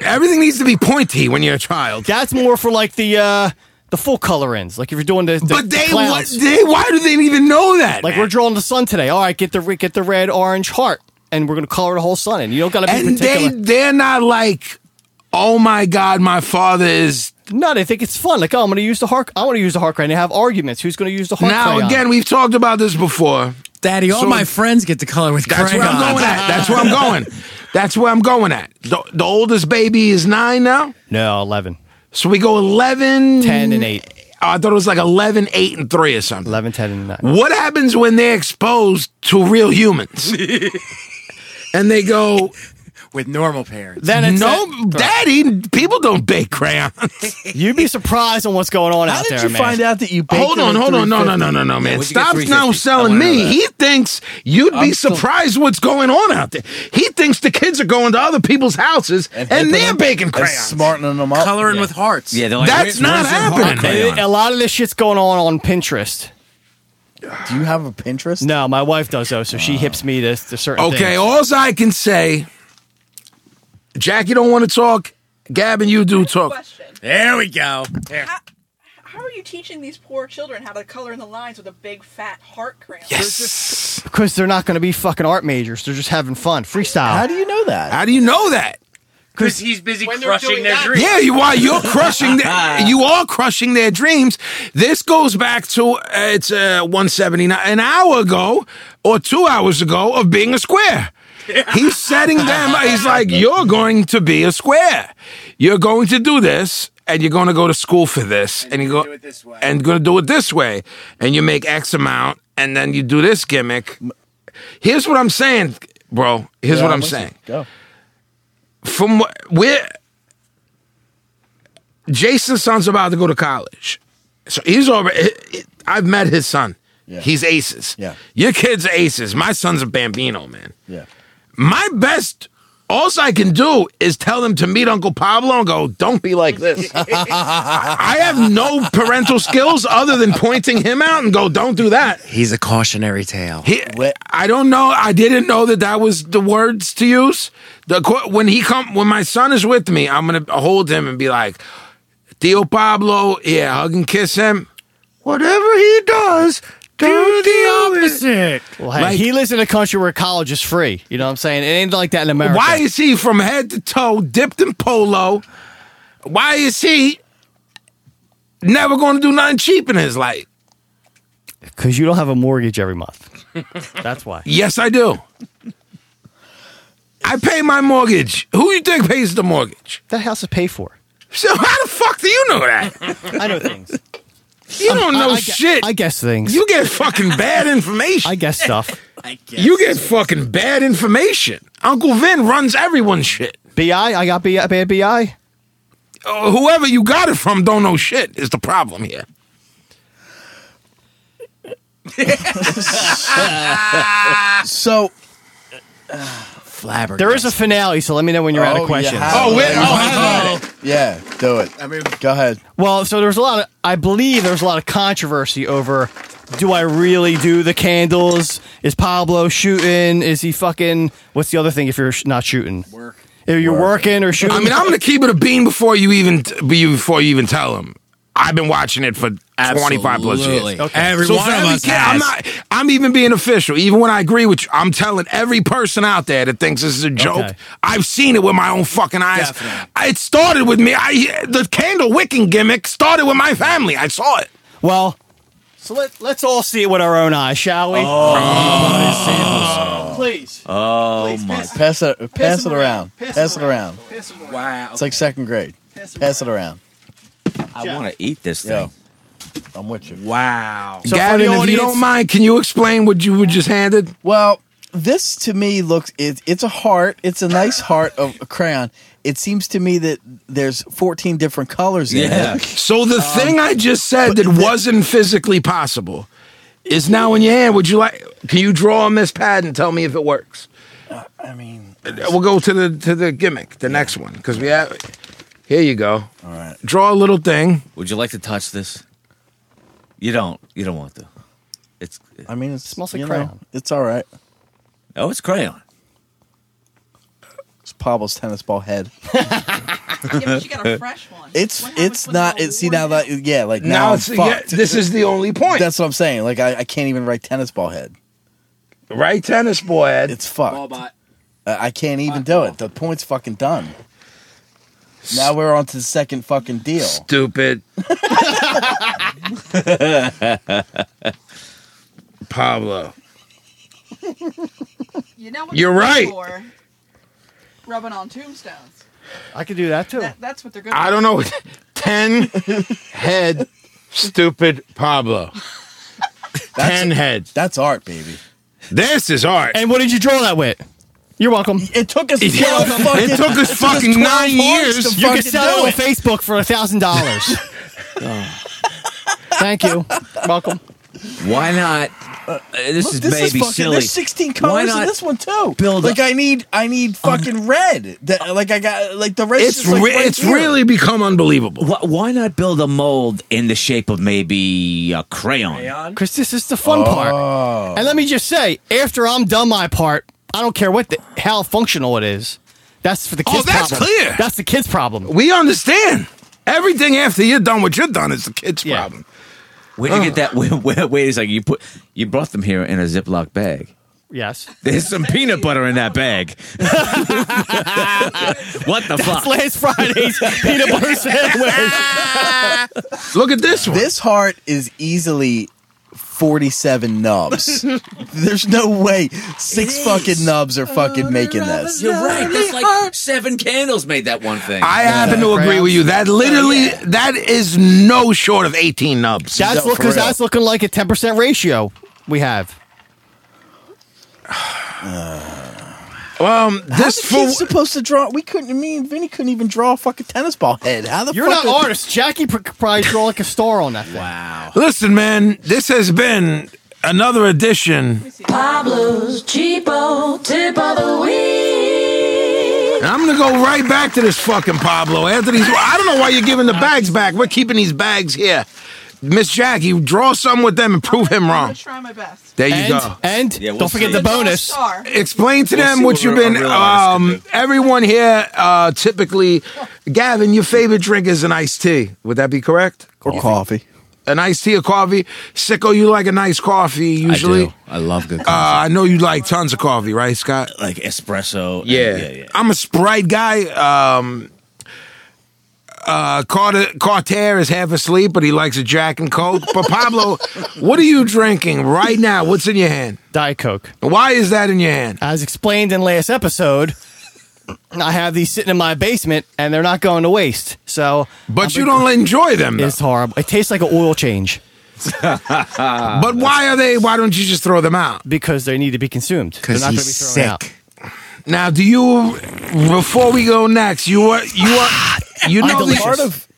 Everything needs to be pointy when you're a child.
That's more for like the uh the full color ends. Like if you're doing the, the
But they, what,
clouds.
they, why do they even know that?
like
man?
we're drawing the sun today. All right, get the re- get the red orange heart, and we're gonna color the whole sun in. You don't gotta be
and they
particular.
they're not like, oh my god, my father is.
no, they think it's fun. Like oh, I'm gonna use the heart. I want to use the heart crayon. They have arguments. Who's gonna use the heart
Now
crayon?
again, we've talked about this before.
Daddy, all
So-
my friends get to color with
That's
crayons.
where I'm going at. That's where I'm going. That's where I'm going at. The, the oldest baby is nine now,
no, eleven.
so we go 11,
10 and 8.
Oh, I thought it was like 11, 8, and three or something.
11, 10, and 9.
What happens when they're exposed to real humans? and they go,
With normal parents.
Then it's
no,
that-
daddy, people don't bake crayons.
You'd be surprised on what's going on
How
out
did
there,
you
man.
find out that you baked
Hold
it
on,
at
hold on. No, no, no,
350?
no, no, man.
what'd you get,
Stop
350?
now
I
selling
wanna know
me.
that.
He thinks you'd be
I'm still-
surprised what's going on out there. He thinks the kids are going to other people's houses and,
they put
they're
them-
baking
they're
crayons.
Smartening them up.
Coloring with hearts.
Yeah, they're like, "Where's-
That's not
where's your heart
happening.
crayon?"
A lot of this shit's going on on Pinterest.
Do you have a Pinterest?
No, my wife does though, so she hips me to, to certain
Uh. Okay,
things.
alls I can say, Jackie don't want to talk. Gab and you do talk.
Question.
There we go. There.
How, how are you teaching these poor children how to color in the lines with a big fat heart crayon?
Yes.
because they're not going to be fucking art majors. They're just having fun,
How
freestyle.
do you know that?
How do you know that?
Because he's busy
When they're doing
crushing their
that-
dreams.
Yeah, you are. You're crushing. The, you are crushing their dreams. This goes back to uh, it's uh, 179 an hour ago or two hours ago of being a square. He's setting them. uh, He's like, you're going to be a square. You're going to do this, and you're going to go to school for this, and, you go
do it this way.
and going to do it this way, and you make X amount, and then you do this gimmick. Here's what I'm saying, bro. Here's what I'm saying
Go.
from wh- where Jason's son's about to go to college, so he's already. I've met his son. He's aces.
Yeah.
Your kid's are aces. My son's a bambino, man.
Yeah.
My best, all I can do is tell them to meet Uncle Pablo and go, don't be like this. I have no parental skills other than pointing him out and go, don't do that.
He's a cautionary tale.
He, I don't know. I didn't know that that was the words to use. The qu- when he come when my son is with me, I'm gonna hold him and be like, "Tio Pablo, yeah, hug and kiss him. Whatever he does, do the opposite."
Well, hey, he lives in a country where college is free. You know what I'm saying? It ain't like that in America.
Why is he from head to toe dipped in polo? Why is he never going to do nothing cheap in his life?
Because you don't have a mortgage every month. That's why.
Yes, I do. I pay my mortgage. Who you think pays the mortgage?
That house is paid for.
So how the fuck do you know that?
I know things.
You don't know
I, I gue-
shit.
I guess things.
you get fucking bad information.
I guess stuff.
You get fucking bad information. Uncle Vin runs everyone's shit.
Bi, I got bi bad bi.
Uh, whoever you got it from don't know shit is the problem here.
So
There is a finale, so let me know when you're out of questions.
Oh, wait. Yeah, do it. I mean, go ahead.
Well, so there was a lot of, I believe there was a lot of controversy over do I really do the candles? Is Pablo shooting? Is he fucking, what's the other thing if you're sh- not shooting? Work. If you're working or shooting?
I mean, I'm gonna keep it a bean before you even before you even tell him. I've been watching it for 25 plus years.
Absolutely. Okay. Every one of
every
us
kid-
has.
I'm not. I'm even being official. Even when I agree with you, I'm telling every person out there that thinks this is a joke.
Okay.
I've seen it with my own fucking eyes.
Definitely.
I- It started with me. I the candle wicking gimmick started with my family. I saw it.
Well, so let, let's all see it with our own eyes, shall we? Please.
Oh my!
Pass it, pass it around. Pass, it around.
Wow.
It's like second grade. Pass, it around.
I want to eat this
Yo,
thing.
I'm with you.
Wow.
So for
Gavin,
the
if you
audience-
don't mind, can you explain what you were just handed?
Well, this to me looks it, it's a heart. It's a nice heart of a crayon. It seems to me that there's 14 different colors in
Yeah.
it.
So the
Um,
thing I just said that wasn't physically possible is now in your hand. Would you like? Can you draw on this pad and tell me if it works? Uh,
I mean,
We'll go to the to the gimmick, the next one, because we have. Here you go.
all right.
Draw a little thing.
Would you like to touch this? You don't. You don't want to. It's
I mean, it's
Smells like
you know,
crayon.
it's all right.
oh, it's crayon.
It's Pablo's tennis ball head.
Yeah, but you got a fresh one.
It's
What happens
it's
when
not.
they're
It, see
worn
now that
out?
yeah, like now,
Now,
I'm
it's, yeah,
fucked.
this is the only point,
That's what I'm saying. Like I, I can't even write tennis ball head.
right? Tennis boy. Ed?
It's fucked. I, I can't even do it. The point's fucking done. Now we're on to the second fucking deal.
Stupid. Pablo.
You know what
You're
they're
right.
For? Rubbing on tombstones.
I could do that too.
That, that's what they're good.
I
for.
don't know. Ten head, stupid Pablo. Ten head.
That's art, baby.
This is art.
And what did you draw that with? You're welcome.
It took us.
It, took us fucking nine years.
You can sell it on Facebook for a thousand dollars. Oh. Thank you. Welcome.
Why not? Uh, this
Look,
is
this is
maybe
fucking.
silly.
There's 16 colors in this one too.
build
like
a-
I need, I need fucking red. That like I got like the red.
It's re- it's really become unbelievable.
Why, why not build a mold in the shape of maybe a crayon?
Chris, this is the fun part. And let me just say, after I'm done my part, I don't care what the how functional it is. That's for the
Oh,
kids.
that's
problem.
clear.
That's the kids' problem.
We understand everything after you're done. What you're done is the kid's
Yeah.
problem.
Where'd you get that? Wait, wait, wait a second. You put you brought them here in a Ziploc bag.
Yes.
There's some peanut butter in that bag. what the fuck?
Last Friday's peanut butter sandwich.
Look at this one.
This heart is easily 47 nubs. There's no way six
It
fucking
is.
nubs are fucking making this.
You're right. There's like seven candles made that one thing.
I happen to agree with you. That literally, that is no short of 18 nubs.
That's
No,
look
for
because
real.
that's looking like a ten percent ratio we have.
Um,
this fool supposed to draw. We couldn't. Me and Vinny couldn't even draw a fucking tennis ball head. How the
You're
fuck
not
would-
artist. Jackie pr- probably draw like a star on that thing. Wow.
Listen, man, this has been another edition.
Pablo's cheapo tip of the
And I'm gonna go right back to this fucking Pablo. After these, I don't know why you're giving the bags back. We're keeping these bags here. Miss Jackie, draw some with them and prove him
I'm
wrong.
gonna try my best.
There you
and,
go.
And
Yeah, we'll
don't forget
see.
the bonus.
Star.
Explain to
We'll
them
see
what
what
you've
we're-
been.
a real
Um, everyone here, uh, typically, Gavin, your favorite drink is an iced tea. Would that be correct?
Or coffee.
An iced tea or coffee. Sicko, you like a nice coffee usually.
I do. I love good. coffee.
Uh, I know you like tons of coffee, right, Scott?
like espresso. and-
Yeah.
yeah, yeah.
I'm a Sprite guy. Um, uh, Carter, Carter is half asleep, but he likes a Jack and Coke. But Pablo, what are you drinking right now? What's in your hand?
Diet Coke.
Why is that in your hand?
As explained in last episode, I have these sitting in my basement and they're not going to waste. So,
But you don't enjoy them, though.
It's horrible. It tastes like an oil change
but why are they? Why don't you just throw them out?
because they need to be consumed. They're
'Cause
not going to be
he's
thrown out.
Now, do you? Before we go next, you are you are you
I'm
know the-
part of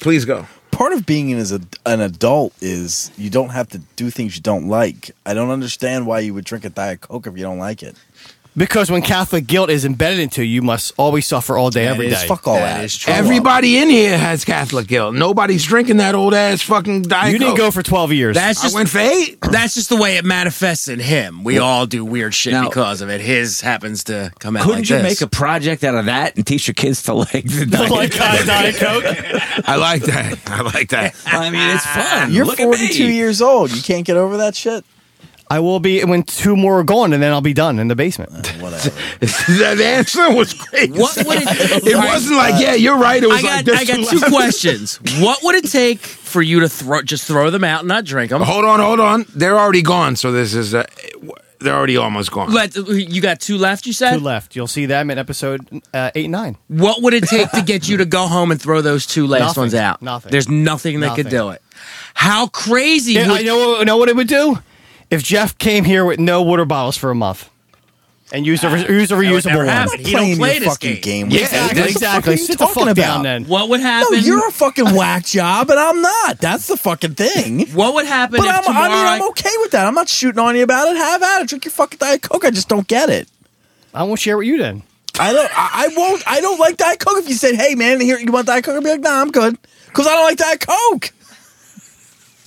Please go.
Part of being as a, an adult is you don't have to do things you don't like. I don't understand why you would drink a diet coke if you don't like it.
Because when Catholic guilt is embedded into you, you must always suffer all day, every day.
is- fuck all that that. is true.
Everybody in here has Catholic guilt. Nobody's drinking that old ass fucking diet.
You didn't
Coke.
go for 12 years.
That's just I went for eight.
That's just the way it manifests in him. We all do weird shit because of it. His happens to come out.
Couldn't
like
you
this.
make a project out of that and teach your kids to like the diet?
like uh, Diet Coke.
I like that. I like that.
I mean, it's fun.
You're
Look at me.
42 years old. You can't get over that shit.
I will be when two more are gone, and then I'll be done in the basement.
Whatever.
that answer was great.
What would it?
It wasn't like yeah, you're right. It was
I got,
like this.
I got
was-
two questions. What would it take for you to throw just throw them out and not drink them?
Hold on, hold on. They're already gone. So this is uh, they're already almost gone.
Let, you got two left. You said.
Two left. You'll see them in episode uh, eight and nine.
What would it take to get you to go home and throw those two last
Nothing.
ones out?
Nothing.
There's nothing that could
Nothing.
do it. How crazy!
Yeah,
would-
I know. Know what it would do if Jeff came here with no water bottles for a month and used
Ah,
a, re- used a
would never
reusable one.
happen. He don't play this game.
with
Yeah,
that. What
Exactly.
the fuck are
exactly.
you
Sit the fuck
talking
down
about?
then.
What would
No,
happen?
Oh, you're a fucking whack job, and I'm not. That's the fucking thing.
what would happen
But
if
I'm,
tomorrow?
I mean, I'm okay with that. I'm not shooting on you about it. Have at it. Drink your fucking diet coke. I just don't get it.
I won't share with you then.
I don't. I, I won't. I don't like diet coke. If you said, "Hey, man, here you want diet coke," I'd be like, "Nah, I'm good," because I don't like diet coke.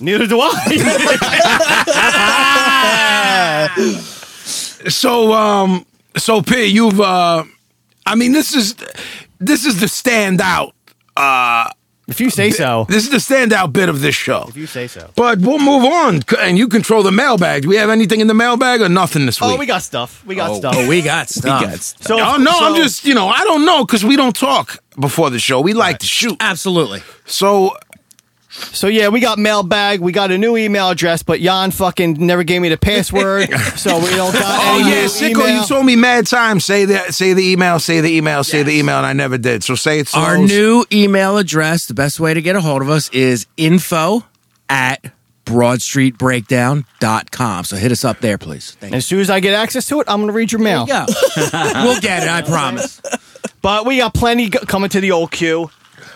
Neither do I.
So um so P, you've uh I mean this is this is the standout
if you say so.
this is the standout bit of this show.
If you say so.
But we'll move on c- and you control the mailbag. Do we have anything in the mailbag or nothing this week?
Oh, we got stuff. We got stuff.
oh, we got
Uh,
stuff.
so,
Oh no, I'm
so-
just, you know, I don't know cuz we don't talk before the show. We like to shoot.
Absolutely.
So
So yeah, we got mailbag. We got a new email address, but Jan fucking never gave me the password, so we don't got.
Oh
any
yeah,
new
sicko!
email.
You told me mad time. Say that. Say the email. Say the email. Say the email, and I never did. So say it. So
Our new email address, the best way to get a hold of us is info at broadstreetbreakdown.com. So hit us up there, please. Thank you.
As soon as I get access to it, I'm gonna read your mail.
Yeah. we'll get it, I promise.
But we got plenty go- coming to the old queue.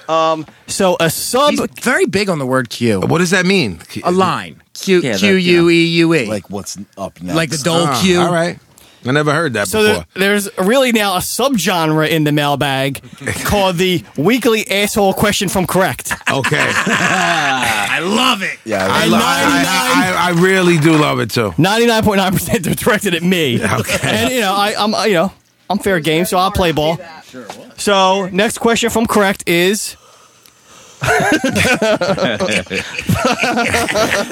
Um, so a sub.
He's very big on the word Q.
What does that mean?
A line. Q
Yeah, that-
Q U E U E.
Like what's up next?
Like the dole
Ah,
Q.
All right. I never heard that
So
before.
there, there's really now a subgenre in the mailbag called the weekly asshole question from correct.
Okay.
I love it.
yeah.
I,
I
love,
like-
I, I, I, I really do love it too.
Ninety nine point nine percent they're directed at me. And you know I, I'm uh, you know I'm fair game, so I'll play ball. So next question from correct is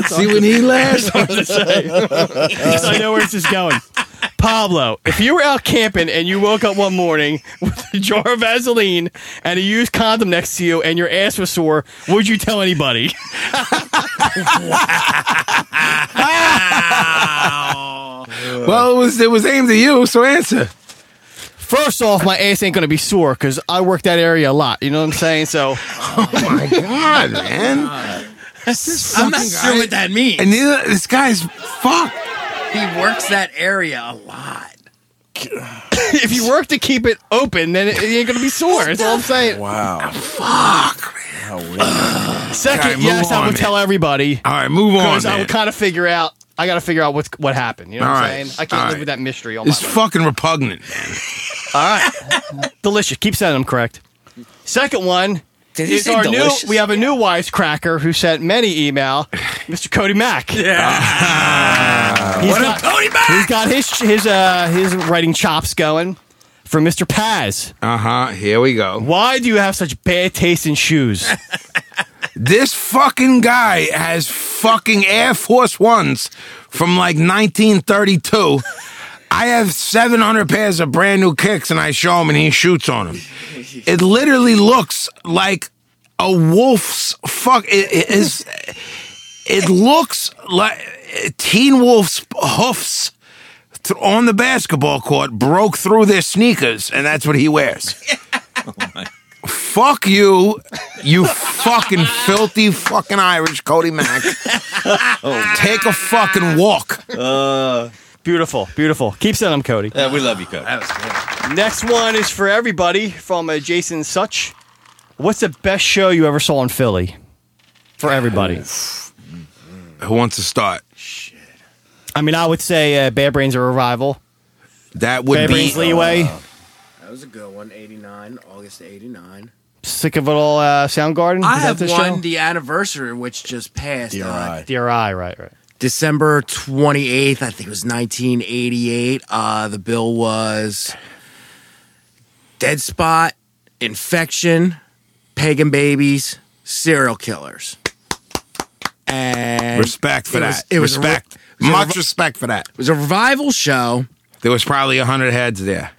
See when he laughs.
because I know where this is going. Pablo, if you were out camping and you woke up one morning with a jar of Vaseline and a used condom next to you and your ass was sore, would you tell anybody?
well, it was it was aimed at you, so answer.
First off, my ass ain't gonna be sore because I work that area a lot. You know what I'm saying? So
My God, man.
I'm not sure what that means.
And neither, this guy's fuck.
He works that area a lot.
if you work to keep it open, then it, it ain't gonna be sore. That's all I'm saying.
Wow.
Fuck. Second,
All right,
yes,
move
I
on,
would
man.
tell everybody.
All right, move on,
I
man.
would kind of figure out. I got to figure out what's what happened. You know what
All
I'm
right,
saying? I can't
all
live
right.
with that mystery all
It's
my life.
fucking repugnant.
all right, delicious. Keep sending them correct. Second one
Did he
is
say
our
delicious?
new. We have a new wisecracker who sent many email, Mr. Cody Mack. Yeah, he's got, Cody Mack. He's got his his uh, his writing chops going from Mr. Paz.
Uh huh. Here we go.
Why do you have such bad taste in shoes?
This fucking guy has fucking Air Force Ones from like 1932. I have 700 pairs of brand new kicks and I show him and he shoots on them. It literally looks like a wolf's fuck. It, it, is- it looks like Teen Wolf's hoofs th- on the basketball court broke through their sneakers and that's what he wears. Fuck you, you fucking filthy fucking Irish Cody Mack. Take a fucking walk.
Uh, beautiful, beautiful. Keep sending them, Cody.
Yeah, we love you, Cody.
That was good.
Next one is for everybody from uh, Jason Such. What's the best show you ever saw in Philly? For everybody.
Who wants to start?
I mean, I would say uh, Bad Brains are a revival.
That
Bad Brains Leeway.
Uh.
That was a good one. 89, August 89.
Sick of it all, uh, Soundgarden.
I
Is that
have
the
one,
show?
the anniversary, which just passed. uh,
DRI, right, right.
December 28th, I think it was 1988. Uh, the bill was Dead Spot, Infection, Pagan Babies, Serial Killers. And
Respect for
it
that.
was- it was a re-
respect.
it was a
Much
re-
respect for that.
It was a revival show.
There was probably a hundred heads there.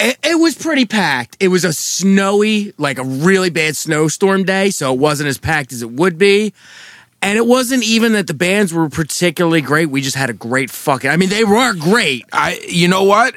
It, it was pretty packed. It was a snowy, like a really bad snowstorm day, so it wasn't as packed as it would be. And it wasn't even that the bands were particularly great. We just had a great fucking. I mean, they were great.
I, you know what?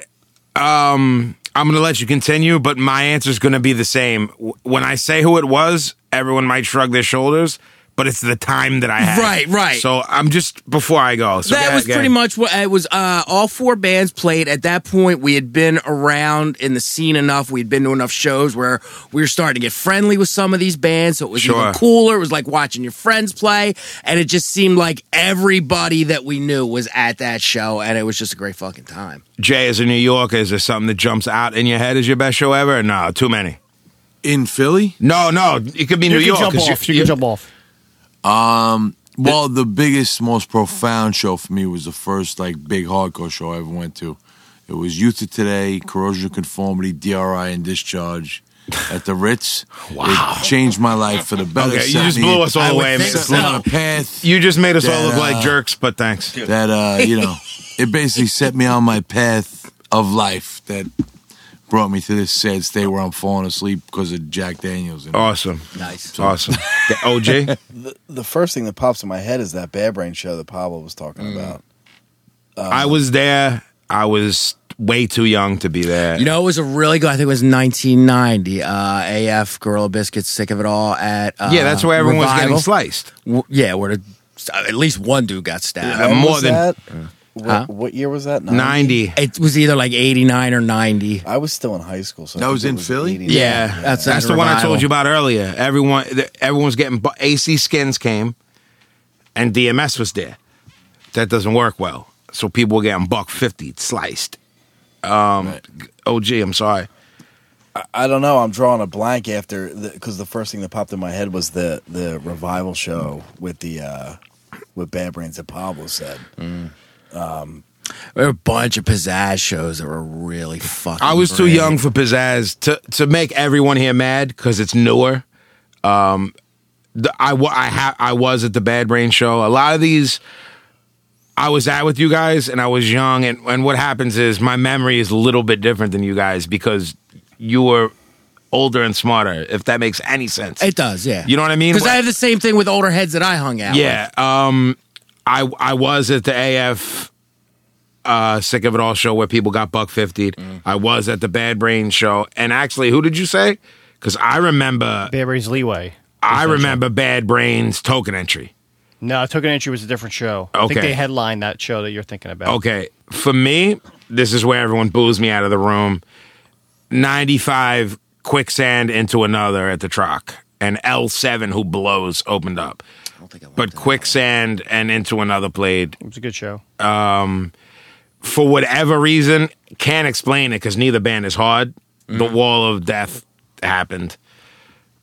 Um, I'm gonna let you continue, but my answer is gonna be the same. W- When I say who it was, everyone might shrug their shoulders, but it's the time that I had.
Right, right.
So I'm just before I go. So
that
go
was
ahead, go
pretty
ahead.
much what it was. Uh, all four bands played at that point. We had been around in the scene enough. We'd been to enough shows where we were starting to get friendly with some of these bands. So it was
Sure.
even cooler. It was like watching your friends play, and it just seemed like everybody that we knew was at that show, and it was just a great fucking time.
Jay, as a New Yorker, is there something that jumps out in your head as your best show ever? No, too many.
In Philly?
No, no, it could be New York. 'cause you- you-
off.
Um. Well, the biggest, most profound show for me was the first like big hardcore show I ever went to. It was Youth of Today, Corrosion of Conformity, DRI, and Discharge at the Ritz. wow, it changed my life for the better.
Okay, you
Set
just
me-
blew us all
I would
away,
think
man.
so. On a path
You just made us all
that,
look like
uh,
jerks, but thanks.
that uh, you know, it basically set me on my path of life that brought me to this sad state where I'm falling asleep because of Jack Daniels. And
Awesome.
Nice.
Awesome. The OJ?
the, the first thing that pops in my head is that Bad Brain show that Pablo was
Mm.
talking about.
I was there. I was way too young to be there.
You know, it was a really good. I think it was 1990. Uh, AF Gorilla Biscuits, sick of it all. At uh,
yeah, that's where everyone was
Revival.
getting sliced.
W- yeah, where the, at least one dude got stabbed.
Uh,
When
more
was
than-
that? What,
Huh?
what year was that?
90.
It was either like 89 or 90.
I was still in high school, so I
That
think
was
it
in Philly?
89.
Yeah, that's
That's the one I told you about earlier. Everyone, th- everyone was getting bu- AC skins came, and DMS was there. That doesn't work well, so people were getting buck fifty sliced. Um, OG, I'm sorry.
I don't know. I'm drawing a blank after because the, first thing that popped in my head was the the revival show with the uh, with Bad Brains that Pablo said. Um,
There were a bunch of pizzazz shows that were really fucking.
I was too
great.
young for pizzazz to to make everyone here mad because it's newer. Um, the, I wa- I ha- I was at the Bad Brain show. A lot of these, I was at with you guys, and I was young. And and what happens is my memory is a little bit different than you guys because you were older and smarter. If that makes any sense,
It does, yeah.
You know what I mean?
Because
Wh-
I had the same thing with older heads that I hung out.
yeah. Um, I I was at the AF uh, Sick of It All show where people got buck fiftied. I was at the Bad Brain show, and actually, who did you say? Because I remember
Bad Brains Leeway.
I remember Bad Brains token entry.
No, Token Entry was a different show. I think
Okay.
they headlined that show that you're thinking about.
Okay, for me, this is where everyone boos me out of the room. 95 quicksand into another at the truck, and L7 who blows opened up. But quicksand and into another played. It
was a good show.
Um, for whatever reason, can't explain it because neither band is hard. The wall of death happened.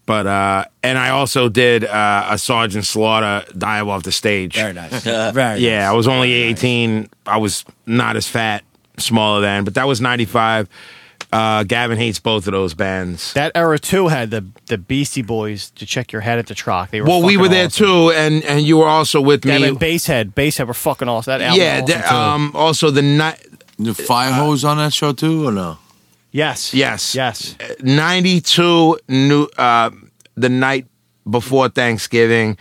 But uh, and I also did uh, a Sergeant Slaughter dive off the stage.
Very nice. Very
yeah,
nice.
I was only eighteen. I was not as fat, smaller then, but that was ninety five. Uh, Gavin hates both of those bands.
That era too had the the Beastie Boys to check your head at the truck. They were
well, we
fucking
were there
awesome.
too, and and you were also with
Them
me.
and Basehead, Basehead were fucking awesome. That album
yeah,
was awesome,
the-
too.
um, also the night.
The fire hose on that show too, or no?
Yes.
Yes. Uh,
Yes.
92 new uh the night before Thanksgiving,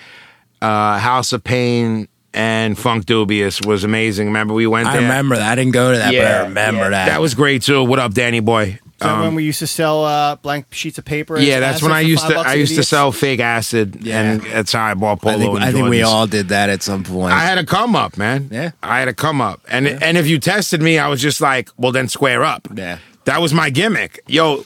uh House of Pain and Funk Dubious was amazing. Remember we went
I
there?
remember that. I didn't go to that, but I remember that.
That was great too. What up, Danny boy?
Is that
Um,
when we used to sell uh, blank sheets of paper? as
yeah, that's when I
assets for
used
five
to
bucks
I
an
used to
idiot?
sell fake acid and that's how I bought polo
I think,
and
I think we
Jordans.
all did that at some point.
I had a come up, man. Yeah. I had a come up. And and if you tested me, I was just like, well then square up.
Yeah.
That was my gimmick. Yo,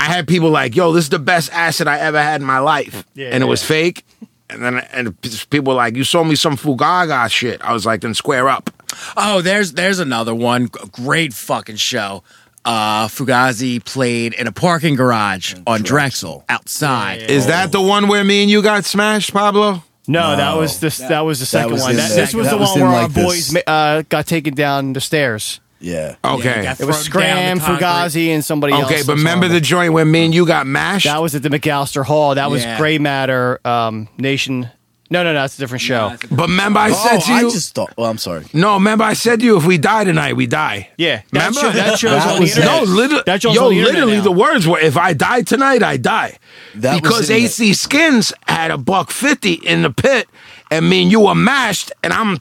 I had people like, yo, this is the best acid I ever had in my life.
Yeah,
and it
yeah.
was fake. And then and p- people were like, you sold me some Fugaga shit. I was like, then square up.
Oh, there's there's another one. G- Great fucking show. Uh, Fugazi played in a parking garage on Drexel outside.
Is that the one where me and you got smashed, Pablo?
No, that was this. That was the second one. That, this was the one where our boys ma- uh, got taken down the stairs.
Yeah.
Okay.
It was Scram, Fugazi, and somebody else.
Okay, but remember the joint where me and you got mashed?
That was at the McAllister Hall. That was
Yeah.
Gray Matter um, Nation. No, no, no, that's a different show.
But remember, Oh,
Oh,
I said to you.
Oh, thought. Well, I'm sorry.
No, remember, I said to you, if we die tonight, we die.
Yeah, that
Remember
show- that show's That on the was internet.
No, literally,
That show's
yo,
on the internet
literally,
now.
the words were, "If I die tonight, I die."
That was
because
in it.
AC Skins had a buck fifty in the pit, and me and you were mashed, and I'm,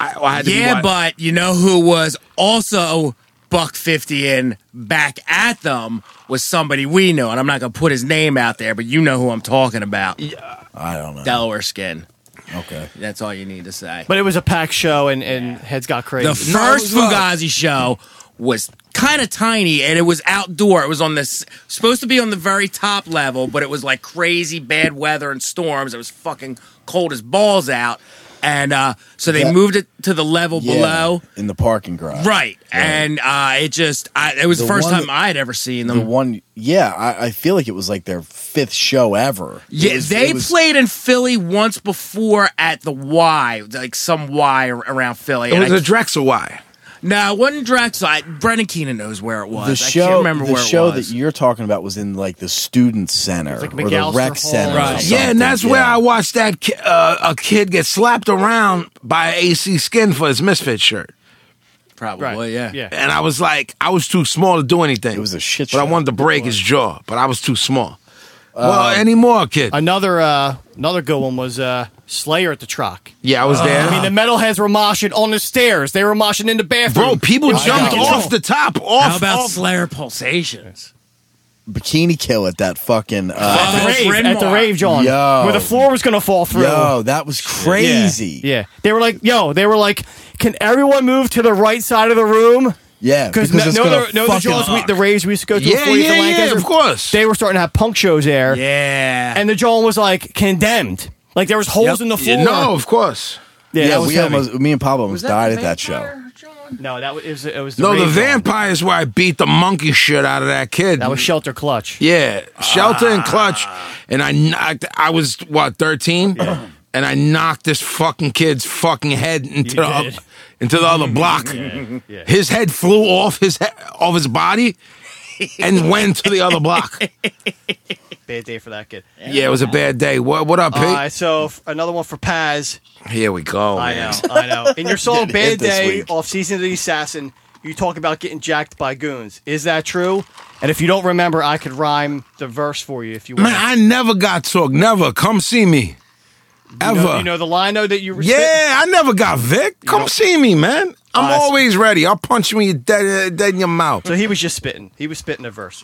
I, I had to be
Yeah,
what?
but you know who was also buck fifty in back at them was somebody we know, and I'm not gonna put his name out there, but you know who I'm talking about.
I don't know.
Delaware skin.
Okay,
that's all you need to say.
But it was a packed show, and, and heads got crazy.
The first Fugazi show was kind of tiny, and it was outdoor. It was on this supposed to be on the very top level, but it was like crazy bad weather and storms. It was fucking cold as balls out, and uh, so they
That-
moved it to the level
Yeah,
below.
in the parking garage.
Right, and uh, it just I, it was the,
The
first
one
time
that-
I had ever seen them.
The one, yeah, I, I feel like it was like their fifth show ever.
Yeah,
It was-
they
it was-
played in Philly once before at the Y, like some Y ar- around Philly.
it
and
was
I-
a Drexel Y.
no, it wasn't Drexel. I, Brennan Keenan knows where it was.
the
I
show.
can't remember
the
where
show
it was.
that you're talking about was in like the student center
like
or the
McAllister
rec
Hall.
center. or
Right.
something,
Yeah, and that's where I watched that ki- uh, a kid get slapped around by AC Skin for his misfit shirt.
Probably, yeah. yeah.
And I was like, I was too small to do anything. It was a shit Um, But I wanted to break his jaw, but I was too small. well, any more, kid?
Another uh, another good one was uh, Slayer at the truck.
Yeah, I was there.
Uh, I mean, the metalheads were moshing on the stairs. They were moshing in the bathroom.
Bro, people
It was
jumped
out of
off
control.
the top. Off,
How about
off.
Slayer Pulsations?
Bikini Kill at that fucking.
at
Uh,
the rave, at the rave John,
Yo.
where the floor was gonna fall through.
Yo, that was crazy.
Yeah. They were like, yo, they were like, can everyone move to the right side of the room?
Yeah,
Because
because
no,
it's
no,
gonna
the, no, the
fucking
Jaws, we,
suck.
the raves we used to go to
Yeah,
before we used to
yeah, yeah,
Lancaster,
of course.
They were starting to have punk shows there.
Yeah.
And the John was like condemned. Like there was holes in the floor.
no, of course.
Yeah, that was
we
heavy.
almost, me and Pablo almost
that
died
the
at that show.
No, that was it was, it was the
No, the
rave John.
vampire is where I beat the monkey shit out of that kid.
That was Shelter Clutch.
Yeah, shelter and
Ah.
clutch. And I knocked, I was, what, 13? And I knocked this fucking kid's fucking head into the,
did.
up, into the other block.
Yeah, yeah.
His head flew off his he- off his body and went to the other block.
Bad day for that kid.
Yeah, it was a bad day. What what up, Pete?
Uh, so f- another one for Paz.
Here we go.
I uh, know,
man.
I know. In your song
Getting hit
"Bad
this
Day"
week.
off "Season of the Assassin," you talk about getting jacked by goons. Is that true? And if you don't remember, I could rhyme the verse for you if you want.
Man, I never got took. Never. Come see me.
You
Ever.
know, you know the line though that you were
yeah, I never got Vic. Come see me, man. I'm
I see.
always ready. I'll punch you in your dead, uh, dead in your mouth.
So he was just spitting. He was spitting a verse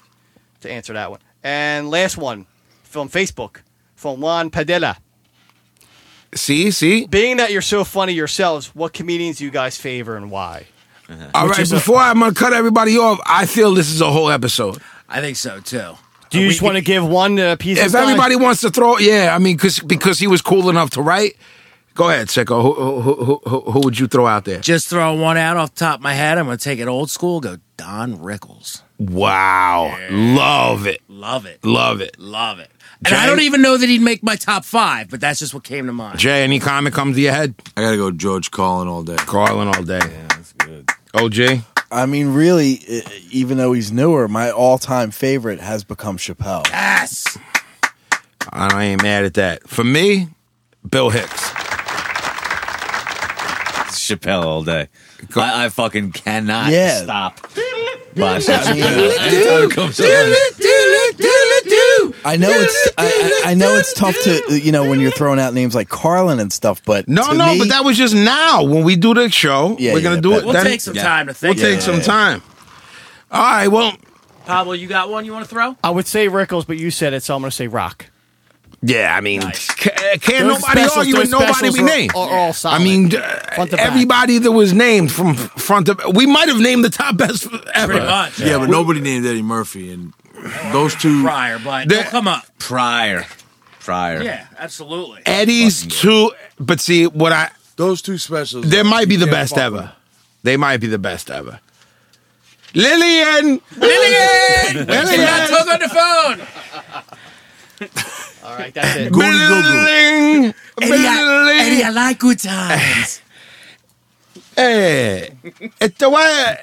to answer that one. And last one from Facebook from Juan Padilla.
See, see.
Being that you're so funny yourselves, what comedians do you guys favor and why?
All right, before i I'm gonna cut everybody off, I feel this is a whole episode.
I think so too.
Do you just want to give one uh, piece?
If
of time?
everybody wants to throw, yeah, I mean, cause, because he was cool enough to write. Go ahead, Sicko. Who, who, who, who, who would you throw out there?
Just throw one out off the top of my head. I'm going to take it old school. Go Don Rickles.
Wow, love it,
Love it.
love it.
Love it. And I don't even know that he'd make my top five, but that's just what came to mind.
Jay, any comment come to your head?
I gotta go George Carlin all day.
Carlin all day. Yeah,
that's
good. OJ?
I mean, really, e- even though he's newer, my all-time favorite has become Chappelle.
Yes.
I ain't mad at that. For me, Bill Hicks.
Chappelle all day. I, I fucking cannot
Yeah.
Ah, stop. Watch that.
I mean,
Anytime it comes on.
I know it's I, I I know it's tough to uh, you know when you're throwing out names like Carlin and stuff, but
No,
to
no,
me-
but that was just now. When we do the show,
Yeah,
we're gonna
yeah,
do
but-
it.
We'll
then.
take some Yeah. time
to think.
We'll take
Yeah,
some
yeah, yeah.
time. All right. Well,
Pablo, you got one you want to throw?
I would say Rickles, but you said it, so I'm going to say Rock.
yeah. I mean, ca- uh, can't nobody
Those specials-
argue with
those
nobody
specials
we
are-
named.
are all solid.
I mean, uh,
Front to back.
everybody that was named from f- front to we might have named the top best ever.
Uh,
Yeah, but nobody named Eddie Murphy, and those two.
Prior, but
The-
they'll come up.
Prior. Prior.
Yeah, absolutely.
Eddie's two, but see what I
Those two specials.
They might be the
Yeah,
best
fuck
ever. They might be the best ever. Lillian, Lillian,
She got
Lillian,
Tug on the phone.
All right, that's it.
Billing,
Eddie, I,
billing.
Eddie, I like good times.
Hey, it's the why,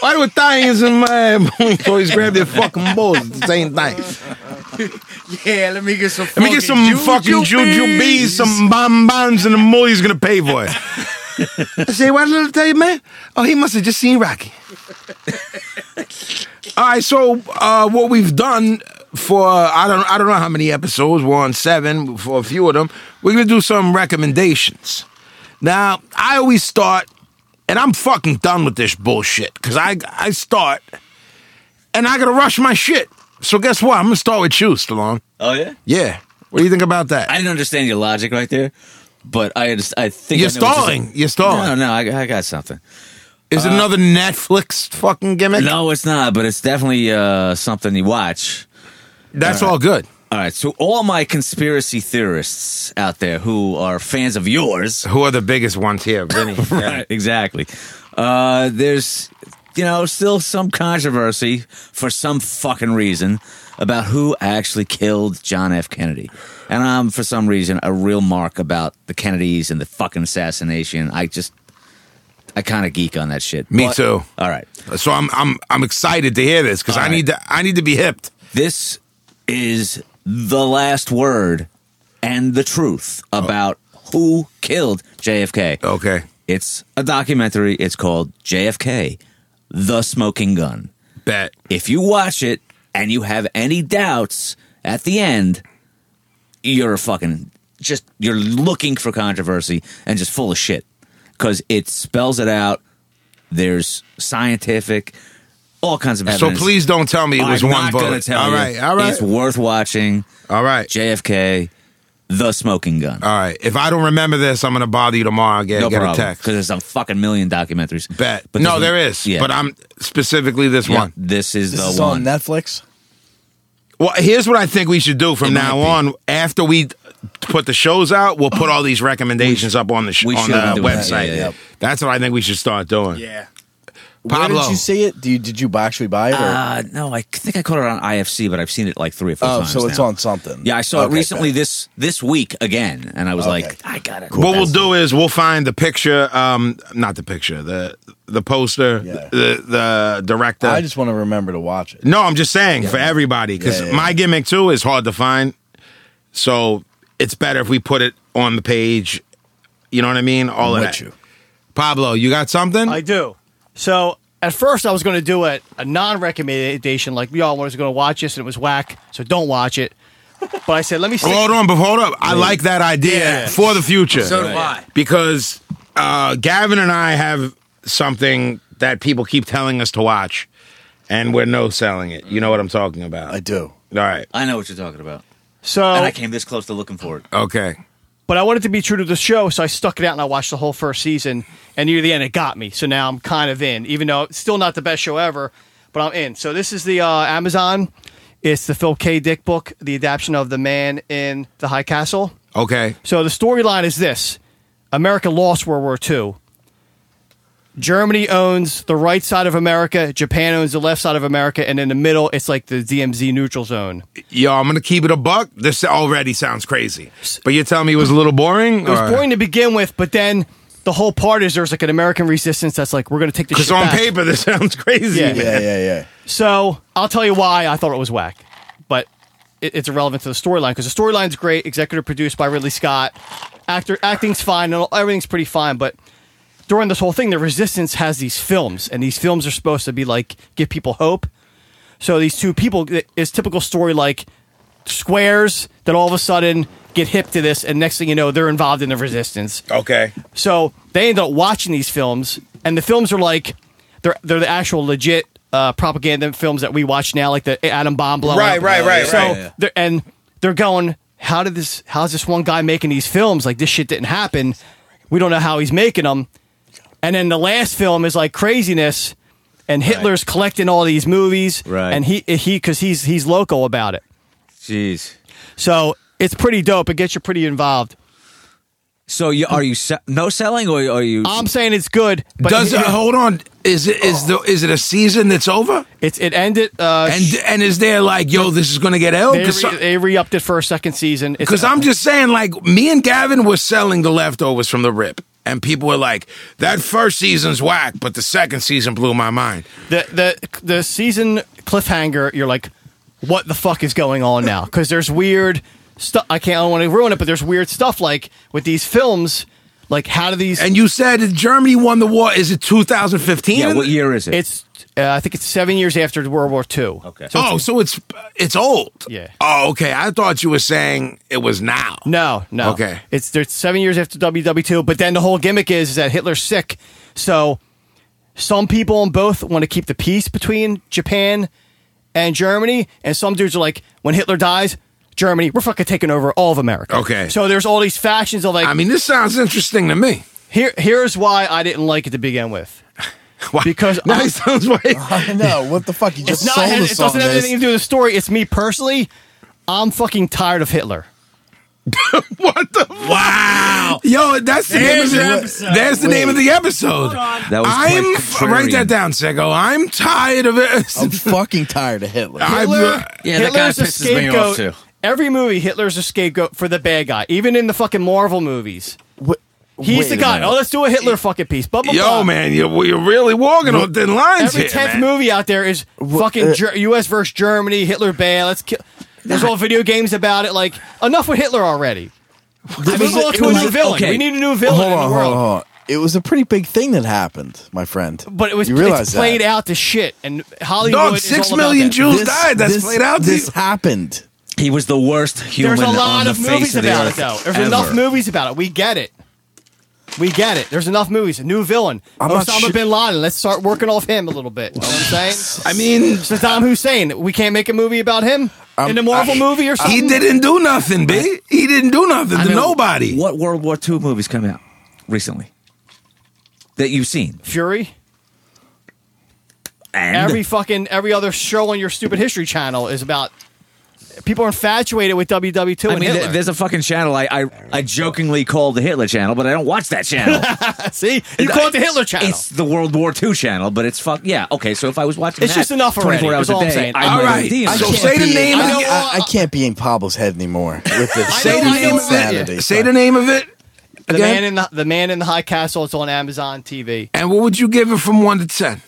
why do Italians and my boys grab their fucking balls at the same time?
yeah, let me get some.
Let me get some fucking juju bees, some bonbons, and the movie's gonna pay for it. I say, why did I tell you, man? Oh, he must have just seen Rocky. All right, so uh, what we've done for I don't I don't know how many episodes we're on seven for a few of them. We're gonna do some recommendations. Now I always start, and I'm fucking done with this bullshit because I I start, and I gotta rush my shit. So guess what? I'm gonna start with you, Stallone.
Oh yeah.
Yeah. What do you think about that?
I didn't understand your logic right there, but I just, I think
You're
I know what
stalling. You're stalling.
No, no, I, I got something.
Is it another Netflix fucking gimmick?
No, it's not, but it's definitely uh, something you watch.
That's all good.
All right, so all my conspiracy theorists out there who are fans of yours,
Who are the biggest ones here, Vinny?
right? Exactly. Uh, there's, you know, still some controversy for some fucking reason about who actually killed John F. Kennedy. And I'm, for some reason, a real mark about the Kennedys and the fucking assassination. I just, I kind of geek on that shit.
Me
But-
too.
All right.
So I'm I'm I'm excited to hear this because I need to I need to be hipped.
This is the last word and the truth about who killed JFK.
Okay.
It's a documentary. It's called JFK, The Smoking Gun.
Bet.
If you watch it and you have any doubts at the end, you're a fucking just you're looking for controversy and just full of shit because it spells it out. There's scientific, all kinds of
So
evidence.
please don't tell me it was
I'm
one
not gonna
bullet.
Tell
all
you.
right, all right,
It's worth watching.
all right,
JFK, the smoking gun.
all right. If I don't remember this, I'm gonna bother you tomorrow. I'll Get
no
get
problem.
a text.
Because there's a fucking million documentaries.
Bet.
But
no,
this
there
one-
is.
Yeah.
But I'm specifically this
Yeah,
one.
This is
This
the
is
one.
on Netflix.
Well, here's what I think we should do from
It might
now
be.
on. After we put the shows out, we'll put all these recommendations up on the sh-
we
on
should
the
be doing that,
website.
yeah, yeah, yeah.
That's what I think we should start doing.
Yeah.
Where
Pablo.
did you see it? Do you, did you actually buy it? Or?
Uh, no, I think I caught it on IFC, but I've seen it like three or four
oh,
times.
so it's
now.
on something.
Yeah, I saw
Okay,
it recently
bet.
this this week again, and I was
Okay.
like, I got it.
What we'll do is we'll find the picture, um, not the picture, the the poster,
Yeah.
the the director.
I just want to remember to watch it.
no, I'm just saying for everybody because
Yeah, yeah,
my gimmick too is hard to find, so it's better if we put it on the page. You know what I mean? All of
with
that.
you.
Pablo, you got something?
I do. So at first, I was going to do a, a non recommendation, like y'all was going to watch this and it was whack, so don't watch it. But I said, let me see.
Hold on, but hold up. I like that idea
Yeah.
for the future.
So do I.
Because uh, Gavin and I have something that people keep telling us to watch, and we're no selling it. You know what I'm talking about.
I do.
All right.
I know what you're talking about,
So
and I came this close to looking for it.
Okay.
But I wanted to be true to the show, so I stuck it out and I watched the whole first season. And near the end, it got me. So now I'm kind of in, even though it's still not the best show ever, but I'm in. So this is the uh, Amazon. It's the Phil K. Dick book, the adaptation of The Man in the High Castle.
Okay.
So the storyline is this America lost World War II. Germany owns the right side of America, Japan owns the left side of America, and in the middle, it's like the DMZ neutral zone.
Yo, I'm gonna keep it a buck. This already sounds crazy, but you're telling me it was a little boring.
It was boring to begin with, but then the whole part is there's like an American resistance that's like, we're going to take this
because
shit
on
back.
paper this sounds crazy.
Yeah.
man.
Yeah, yeah, So I'll tell you why I thought it was whack, but it, it's irrelevant to the storyline because the storyline's great, executive produced by Ridley Scott, actor acting's fine, and all- everything's pretty fine. But during this whole thing, the Resistance has these films, and these films are supposed to be like give people hope. So these two people, it's typical story like squares that all of a sudden get hip to this, and next thing you know, they're involved in the Resistance.
Okay.
So they end up watching these films, and the films are like they're they're the actual legit uh, propaganda films that we watch now, like the atom bomb blowing
Right,
up.
right, right,
So
right.
they're, and they're going, how did this? How's this one guy making these films? Like this shit didn't happen. We don't know how he's making them. And then the last film is like craziness, and Hitler's collecting all these movies,
Right.
And he he because he's he's local about it.
Jeez.
So it's pretty dope. It gets you pretty involved.
So you, are you se- no selling or are you?
I'm saying it's good. But
Does uh, hold on? Is it is the is it a season that's over?
It's it ended. Uh,
and and is there like yo this is gonna get ill?
They, re- they re-upped it for a second season. It's-
Because I'm just saying, like, me and Gavin were selling the leftovers from the rip. And people were like, that first season's whack, but the second season blew my mind.
the the the season cliffhanger. You're like, what the fuck is going on now? Because there's weird stuff. I can't. I don't want to ruin it, but there's weird stuff like with these films. Like how do these?
And you said that Germany won the war. Is it 2015?
It's uh, I think it's seven years after World War II. Okay.
oh, so it's it's old. Yeah. Oh, okay. I thought you were saying it was now.
No, no.
Okay.
It's there's seven years after WW2, but then the whole gimmick is, is that Hitler's sick. So some people on both want to keep the peace between Japan and Germany, and some dudes are like, when Hitler dies, Germany, we're fucking taking over all of America.
Okay.
So there's all these factions of like. I
mean, this sounds interesting to me.
Here, here's why I didn't like it to begin with. Because I,
sounds like
I know what the fuck you just
it's not.
sold
It
us
doesn't
on
have
this.
anything to do with the story. It's me personally. I'm fucking tired of Hitler.
Wow. Yo, that's the
There's
name of
your
the
episode.
That's the name of the episode.
That was quite
I'm f-
contrarian.
write that down, Sego. I'm tired of it.
Oh,
I'm
fucking tired of Hitler.
Hitler, Hitler's a scapegoat. Every movie, Hitler's a scapegoat for the bad guy, even in the fucking Marvel movies.
wait
He's the
a
guy.
minute.
Oh, let's do a Hitler fucking piece. Blah, blah,
Yo,
blah.
man, you're, you're really walking on thin lines
Every
here, man.
tenth movie out there is fucking
uh,
Ger- U.S. versus Germany. Hitler bad. Let's kill. There's all video games about it. Like enough with Hitler already.
was-
Let's move on
it
to a
was-
new villain.
okay.
We need a new villain
Hold
in
on,
the world.
hold on, hold on. It was a pretty big thing that happened, my friend.
But it was
you realize
it's played
that.
out to shit. And Hollywood. is
six
all
million
about that.
This- this- This happened.
He was the worst human.
There's a lot
on
of
the face
movies
of the
about
earth
it, though. There's
ever.
enough movies about it. We get it. We get it. There's enough movies. A new villain.
I'm not
Osama
su-
bin Laden. Let's start working off him a little bit. You know what I'm saying?
I mean, Um,
Saddam Hussein. We can't make a movie about him in a Marvel
I-
movie or something.
He didn't do nothing, B. He didn't do nothing
I
to
mean,
nobody.
What World War II movies come out recently that you've seen?
Fury.
And
Every fucking every other show on your stupid history channel is about. People are infatuated with WW2
I
and
mean,
Hitler.
there- there's a fucking channel I, I I jokingly call the Hitler channel, but I don't watch that channel.
See, you call it the Hitler channel.
It's the World War II channel, but it's fuck yeah. Okay, so if I was watching,
It's
that
just enough already,
24 hours
is all
a
I'm
day.
saying.
I
All
might
right,
be-
I
can't
say the
be-
name
I,
of
know-
the-
I, I can't be in Pablo's head anymore with this.
Say the name of it.
insanity.
Say the name of it.
the
again?
man in the the man in the high castle. It's on Amazon TV.
And what would you give it from one to ten?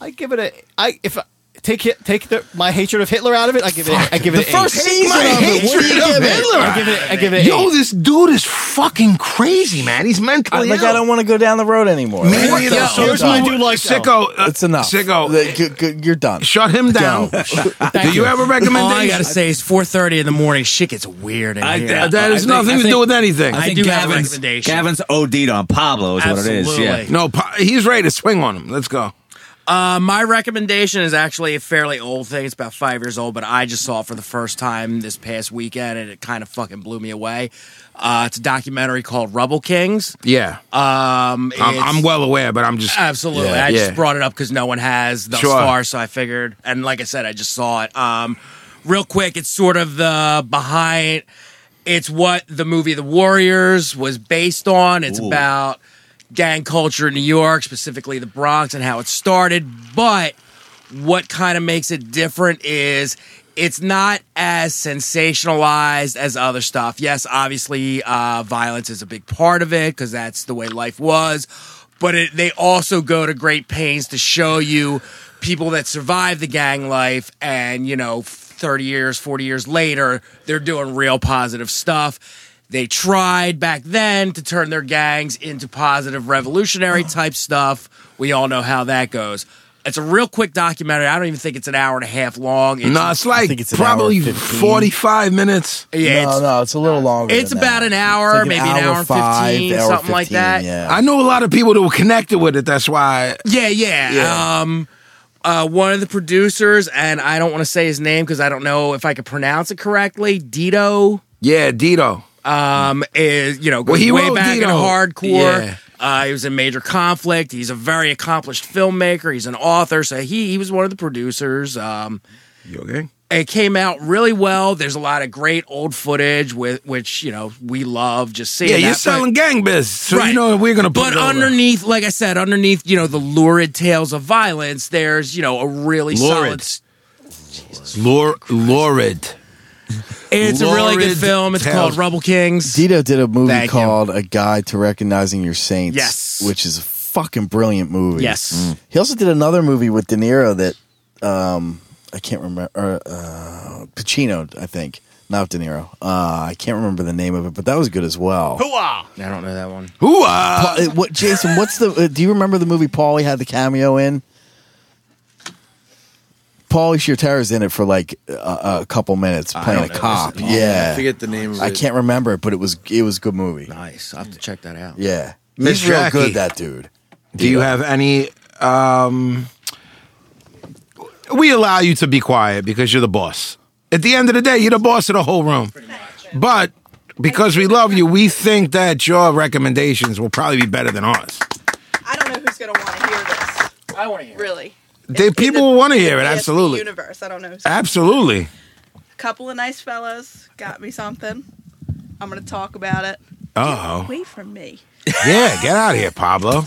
I give it a I if I, take hit, take the, my hatred of Hitler out of it. I give it I give it
The
an
first
eight.
season
My
of it, what do you
hatred of
give it?
Hitler. I give it I give it an
Yo,
eight.
this dude is fucking crazy, man. He's mentally
like
ill.
I don't want to go down the road anymore.
Me neither.
Yo,
Here's what I do like, though. Sicko, uh,
it's enough.
Sicko.
Like, good- good- you're done.
Shut him down. do you have a recommendation?
All I gotta say is 4:30 in the morning. Shit gets weird in
I-
here.
that-
that has nothing to do with anything.
I,
I think
do have a
Gavin's,
recommendation.
Gavin's OD'd on Pablo is what it is. Yeah.
Absolutely.
No, pa- he's ready to swing on him. Let's go.
Uh, my recommendation is actually a fairly old thing. It's about five years old, but I just saw it for the first time this past weekend, and it kind of fucking blew me away. Uh, it's a documentary called Rubble Kings.
Yeah.
Um,
I'm,
it's-
I'm well aware, but I'm just
absolutely.
Yeah,
I
yeah.
just brought it up because no one has thus
Sure.
far, so I figured. And like I said, I just saw it. Um, real quick, it's sort of the behind. It's what the movie The Warriors was based on. It's about gang culture in New York, specifically the Bronx, and how it started. But what kind of makes it different is it's not as sensationalized as other stuff. Yes, obviously, uh, violence is a big part of it because that's the way life was. But it, they also go to great pains to show you people that survived the gang life and, you know, 30 years, 40 years later, they're doing real positive stuff. They tried back then to turn their gangs into positive revolutionary type stuff. We all know how that goes. It's a real quick documentary. I don't even think it's an hour and a half long. It's,
no, it's like probably 45 minutes.
Yeah,
no,
it's-
no, it's a little longer.
It's
than
about
that.
an hour,
It's like
maybe an hour and
five,
15,
hour
something like
15,
that.
Yeah.
I know a lot of people that were connected with it. That's why.
Yeah, yeah.
Yeah.
Um, uh, one of the producers, and I don't want to say his name because I don't know if I could pronounce it correctly. Dito
Yeah, Dito.
um, is you know
Well,
goes
he
way
wrote
back in
Dito.
hardcore.
Yeah.
Uh, he was in Major Conflict. He's a very accomplished filmmaker. He's an author, so he he was one of the producers. Um,
You okay?
it came out really well. There's a lot of great old footage with which you know we love just seeing.
Yeah, you're
that, but-
selling gang biz, so
Right.
you know we're gonna. Put
but
it over.
underneath, like I said, underneath you know the lurid tales of violence, there's you know a really solid.
Lurid. Lor- Lurid.
It's a really good
Lurid
film. It's
tales.
called Rubble Kings.
Dito did a movie
Thank you.
called A Guide to Recognizing Your Saints.
Yes.
Which is a fucking brilliant movie.
Yes.
He also did another movie with De Niro that um, I can't remember. Or, uh, Pacino, I think. Not De Niro. Uh, I can't remember the name of it, but that was good as well.
Hooah!
Mm.
I don't know that one.
Who?
Pa- uh, what, Jason, what's the. Uh, do you remember the movie Paulie had the cameo in? Paulie Shirtera's in it for like a, a couple minutes playing a cop. yeah.
I forget the name of it.
I can't remember it, but it was it was a good movie.
Nice. I will have to check that out.
Yeah,
Miss
he's real
Jackie.
good. That dude.
Do you have any? Um, we allow you to be quiet because you're the boss. At the end of the day, you're the boss of the whole room. But because we love you, we think that your recommendations will probably be better than ours.
I don't know who's gonna want to hear this. I want to hear. Really.
They, people will want to hear it.
It's the E
Absolutely. Ah.
universe. I don't know. who's-
Absolutely.
A couple of nice fellas got me something. I'm gonna talk about it.
Uh oh.
Away from me.
Yeah, get out of here, Pablo.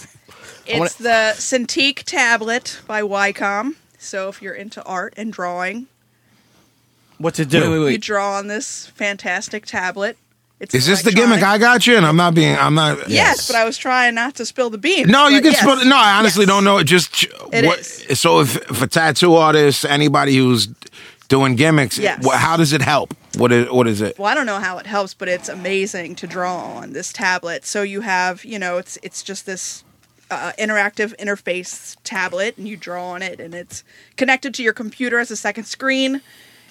It's the Cintiq tablet by Wycom. So if you're into art and drawing,
What's it do?
you draw on this fantastic tablet. It's
Is this the gimmick I got you? And I'm not being. I'm not.
Yes, but I was trying not to spill the beans.
No, you
but
can
yes.
spell it. No, I honestly don't know. It just
It
what, so if for tattoo artists, anybody who's doing gimmicks,
Yes.
wh- how does it help? What is what is it?
Well, I don't know how it helps, but it's amazing to draw on this tablet. So you have, you know, it's it's just this uh, interactive interface tablet, and you draw on it, and it's connected to your computer as a second screen.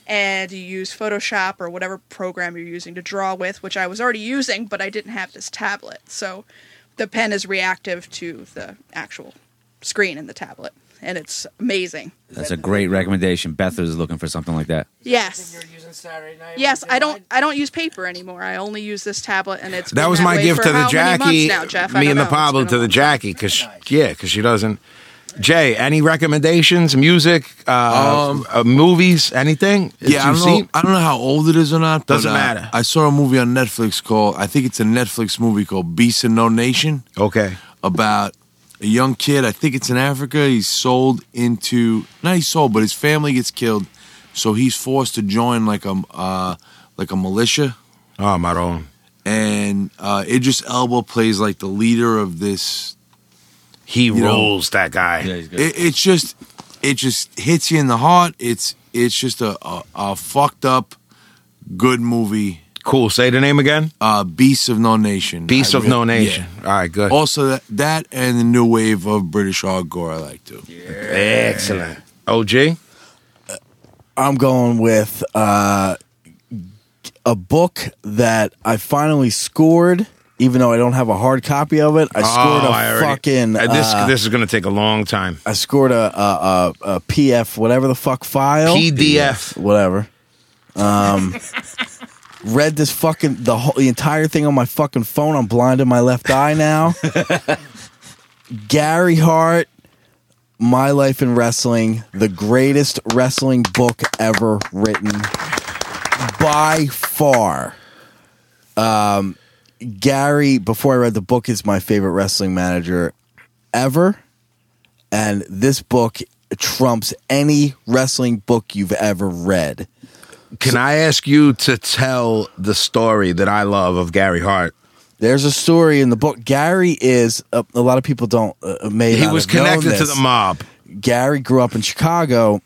And you use Photoshop or whatever program you're using to draw with, which I was already using, but I didn't have this tablet. So the pen is reactive to the actual screen in the tablet, and it's amazing.
That's a great recommendation. Beth is looking for something like that.
Yes. Yes, I don't. I don't use paper anymore. I only use this tablet, and it's
That
been
was
that
my
way
gift
for
to the
how many months
Jackie,
Now, Jeff, I
me
don't
and
know.
the
It's
Pablo
been a
to the
while.
Jackie, because yeah, because she doesn't. Jay, any recommendations? Music, uh,
Um,
uh, movies, anything? that
Yeah, I
you've
don't, know,
seen?
I don't know how old it is or not.
Doesn't
uh,
matter.
I saw a movie on Netflix called, I think it's a Netflix movie called Beast of No Nation
Okay,
about a young kid. I think it's in Africa. He's sold into, not he's sold, but his family gets killed. So he's forced to join like a, uh, like a militia.
oh my own.
And uh, Idris Elba plays like the leader of this
He
know-
rules that guy.
it, it's just it just hits you in the heart it's it's just a, a, a fucked up good movie
cool. Say the name again.
uh beasts of no nation
Beast
I
of
re-
No Nation.
yeah. Oh.
All right, good.
also that, that and the new wave of british hardcore i like too
Excellent. OG.
I'm going with uh, a book that I finally scored even though I don't have a hard copy of it. I scored
Oh,
a
I already-
fucking.
Uh, this
uh,
this is gonna take a long time.
I scored a, a, a, a PF, whatever the fuck file.
PDF.
Whatever. Um, read this fucking, the whole, the entire thing on my fucking phone. I'm blind in my left eye now. Gary Hart, My Life in Wrestling, the greatest wrestling book ever written by far. Um, Gary, before I read the book, is my favorite wrestling manager ever. And this book trumps any wrestling book you've ever read.
Can I ask you to tell the story that I love of Gary Hart?
There's a story in the book. Gary is a, a lot of people don't uh, may
He
not
was
have known
connected to
this.
the mob.
Gary grew up in Chicago,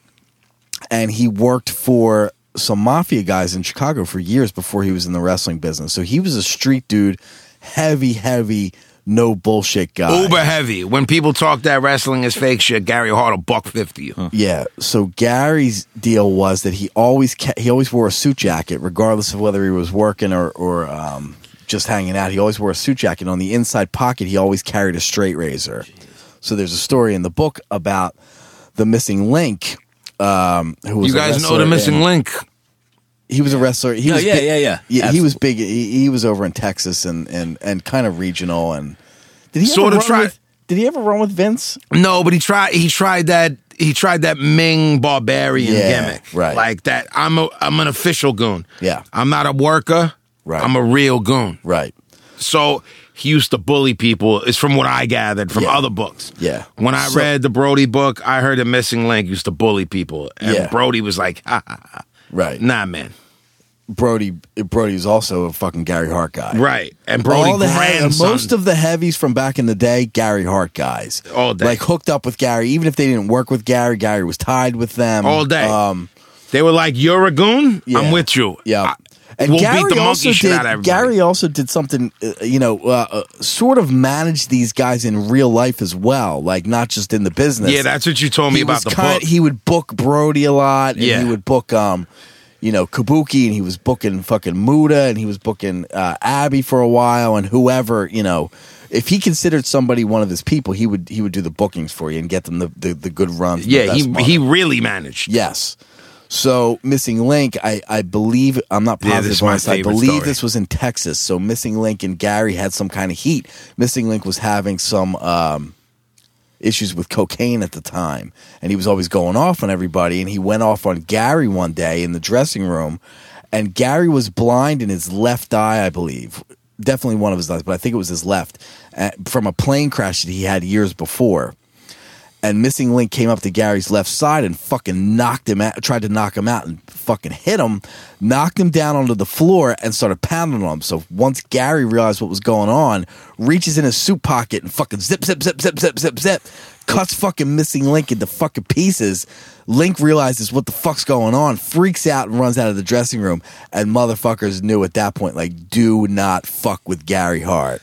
and he worked for some mafia guys in Chicago for years before he was in the wrestling business. So he was a street dude, heavy, heavy, no bullshit guy.
Uber heavy. When people talk that wrestling is fake shit, Gary Hart will buck fifty you.
Yeah. So Gary's deal was that he always ca- he always wore a suit jacket, regardless of whether he was working or or um, just hanging out. He always wore a suit jacket. On the inside pocket, he always carried a straight razor. So there's a story in the book about the missing link. Um, who was
You
a
guys know
wrestler
the missing
in-
link.
He was a wrestler. He
No,
was
yeah,
big-
yeah, yeah.
He was big. He, he was over in Texas and and and kind of regional. And did he ever
Sorta
run
try-
with- did he ever run with Vince?
No, but he tried. He tried that. He tried that Ming barbarian
Yeah,
gimmick, right? Like that. I'm a. I'm an official goon.
Yeah.
I'm not a worker. Right. I'm a real goon.
Right.
So he used to bully people. It's from what I gathered from other books.
Yeah.
When I
So-
read the Brody book, I heard the missing link used to bully people, and
Yeah.
Brody was like, ha, ha, ha.
Right.
"Nah, man."
Brody Brody was also a fucking Gary Hart guy.
Right. And Brody
All the he-
grandson.
most of the heavies from back in the day, Gary Hart guys.
All day.
Like hooked up with Gary. Even if they didn't work with Gary, Gary was tied with them. Um,
All day. they were like, "You're a goon. I'm with you."
Yeah.
And we'll beat the monkey
also
shit
did,
out of everybody.
Gary also did something, uh, you know, uh, uh, sort of managed these guys in real life as well, like not just in the business.
Yeah, that's what you told me
He
about
was
the book.
He would book Brody a lot, and
Yeah.
he would book, um, you know, Kabuki, and he was booking fucking Muda, and he was booking uh, Abby for a while, and whoever, you know. If he considered somebody one of his people, he would he would do the bookings for you and get them the, the, the good runs. and the
Yeah,
best
he
money.
he really managed.
Yes. So missing link, I I believe I'm not
Yeah, this is
positive on
my
this. I
favorite
believe
story.
this was in Texas. So missing link and Gary had some kind of heat. Missing link was having some um, issues with cocaine at the time, and he was always going off on everybody. And he went off on Gary one day in the dressing room, and Gary was blind in his left eye, I believe. Definitely one of his eyes, but I think it was his left uh, from a plane crash that he had years before and missing link came up to Gary's left side and fucking knocked him out, tried to knock him out and fucking hit him, knocked him down onto the floor and started pounding on him. So once Gary realized what was going on, reaches in his suit pocket and fucking zip, zip, zip, zip, zip, zip, zip, cuts fucking missing link into fucking pieces. Link realizes what the fuck's going on, freaks out and runs out of the dressing room. And motherfuckers knew at that point, like, do not fuck with Gary Hart.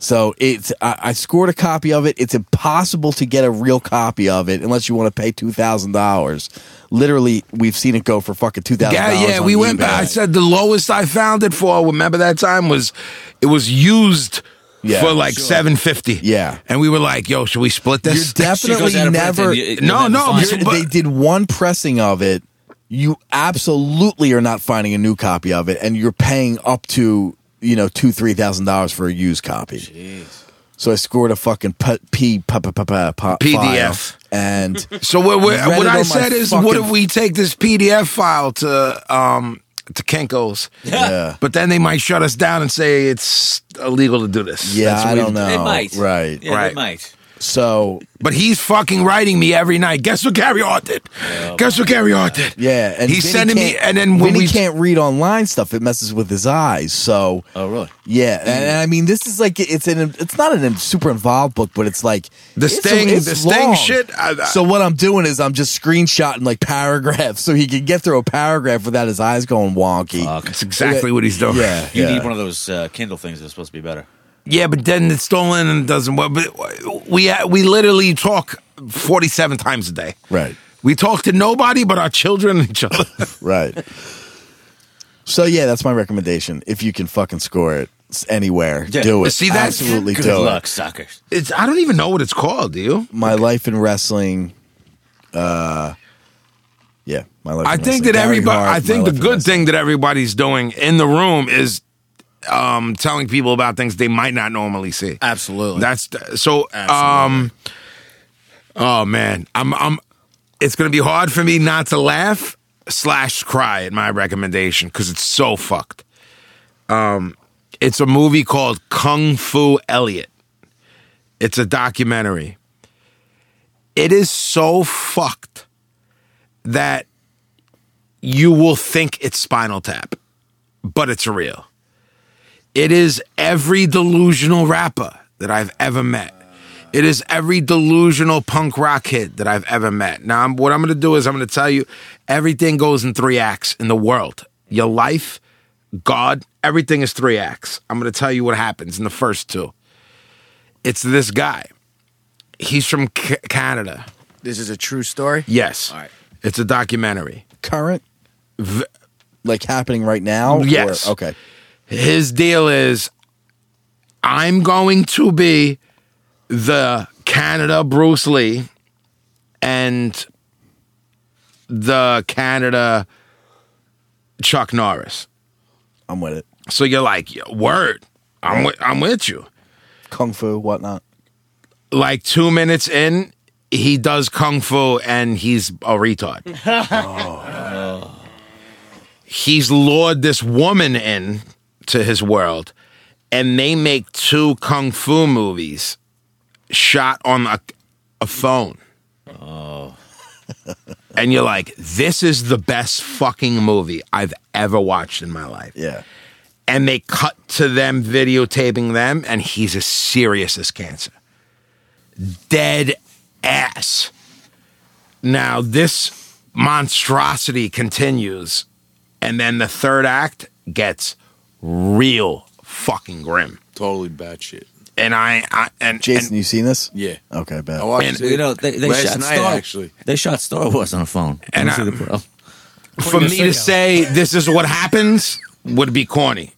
So it's I, I scored a copy of it. It's impossible to get a real copy of it unless you want to pay two thousand dollars. Literally, we've seen it go for fucking two thousand
Yeah,
dollars.
yeah, we went back. I said the lowest I found it for. Remember that time was it was used
Yeah,
for like
sure.
seven fifty.
Yeah,
and we were like, "Yo, should we split this?"
You're definitely never.
no, no.
You're-
but-
they did one pressing of it. You absolutely are not finding a new copy of it, and you're paying up to you know two three thousand dollars for a used copy. So I scored a fucking p p p p p
PDF.
and
so what, what,
read
what
it
I
on my
said is, what
fucking
if we take this PDF file to um to Kenko's?
Yeah.
But then they might shut us down and say it's illegal to do this.
Yeah,
That's
I
what we-
don't know. Right.
right.
might.
So,
but he's fucking writing me every night. Guess what Gary Hart did? Guess what Gary Hart did?
Yeah, and
he's
Vinny
sending me,
can't-
and then when
Vinny
we
can't read online stuff, it messes with his eyes. So, oh really? Yeah, and, and I mean, this is like it's an it's not an super involved book, but it's like
The
it's-
Sting-
it's
the Sting
long.
shit, I- I-
so what I'm doing is I'm just screenshotting like paragraphs, so he can get through a paragraph without his eyes going wonky.
That's exactly what he's doing.
Yeah,
You
yeah.
need one of those uh, Kindle things that's supposed to be better.
Yeah, but then it's stolen and it doesn't work. But we we literally talk forty seven times a day.
Right.
We talk to nobody but our children and each other.
right. So yeah, that's my recommendation. If you can fucking score it, s- anywhere.
Yeah.
Do it.
See, that's-
absolutely
Good
do
luck,
it.
suckers. It's I don't even know what it's called. Do you?
My life in wrestling. Uh, yeah, my life.
I
in
think
Wrestling.
that
Gary
everybody.
Hart,
I
My
think the
Life in
good thing that everybody's doing in the room is um, telling people about things they might not normally see. Absolutely. That's th- so. Um, oh man, I'm. I'm. It's gonna be hard for me not to laugh slash cry at my recommendation because it's so fucked. Um, it's a movie called Kung Fu Elliot. It's a documentary. It is so fucked that you will think it's Spinal Tap, but it's real. It is every delusional rapper that I've ever met. It is every delusional punk rock kid that I've ever met. Now, I'm, what I'm going to do is I'm going to tell you everything goes in three acts in the world. Your life, God, everything is three acts. I'm going to tell you what happens in the first two. It's this guy. He's from C- Canada.
This is a true story?
Yes. All right. It's a documentary.
Current? like happening right now? or-
Yes.
okay.
His deal is I'm going to be the Canada Bruce Lee and the Canada Chuck Norris.
I'm with it.
So you're like, "Yo, word, I'm with, I'm with you.
Kung Fu, whatnot.
Like two minutes in, he does kung fu and he's a retard. Oh. he's lured this woman in to his world and they make two kung fu movies shot on a, a phone oh and you're like this is the best fucking movie i've ever watched in my life
yeah
and they cut to them videotaping them and he's as serious as cancer dead ass now this monstrosity continues and then the third act gets real fucking grim
Totally bad shit.
and i, I and Oh.
Jason, you seen this?
Yeah.
Okay, bad.
I watched
And,
it
you know, they, they
last
shot
night,
Star,
actually.
They shot Star Wars on a phone. And I,
for me to say this is what happens would be corny.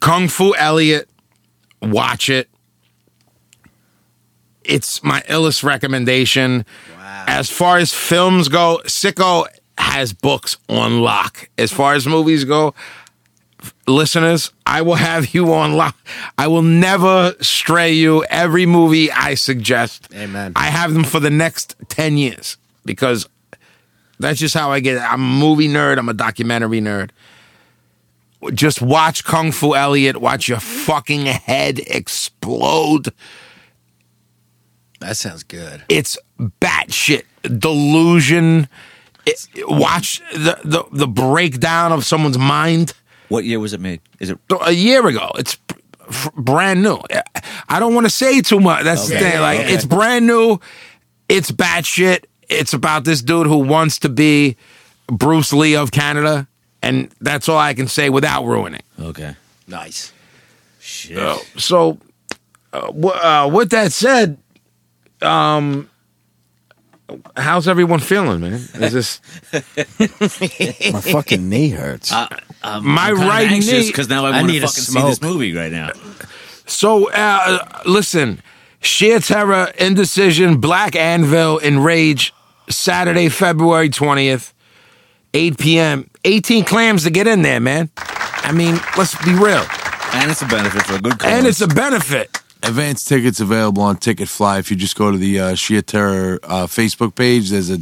Kung Fu Elliot, watch it. It's my illest recommendation. As far as films go, Sicko has books on lock. As far as movies go, f- listeners, I will have you on lock. I will never stray you. Every movie I suggest,
Amen.
I have them for the next 10 years because that's just how I get it. I'm a movie nerd. I'm a documentary nerd. Just watch Kung Fu Elliot. Watch your fucking head explode.
That sounds good.
It's batshit delusion. It- watch the, the the breakdown of someone's mind.
What year was it made? Is it
a year ago? It's pr- f- brand new. I don't want to say too much. That's the
Okay.
thing. Like
Okay.
it's brand new. It's batshit. It's about this dude who wants to be Bruce Lee of Canada, and that's all I can say without ruining.
Okay.
Nice. Shit.
Uh, so, uh, w- uh, with that said, um, how's everyone feeling, man? Is this
My fucking knee hurts.
Uh, my right knee?
because now I want to fucking see this movie right now.
So, uh, listen, sheer terror, indecision, black anvil, enrage. Saturday, February twentieth, eight p.m. Eighteen clams to get in there, man. I mean, let's be real.
And it's a benefit for a good
And it's a benefit.
Advance tickets available on Ticketfly. If you just go to the uh, Shia Terror uh, Facebook page, there's a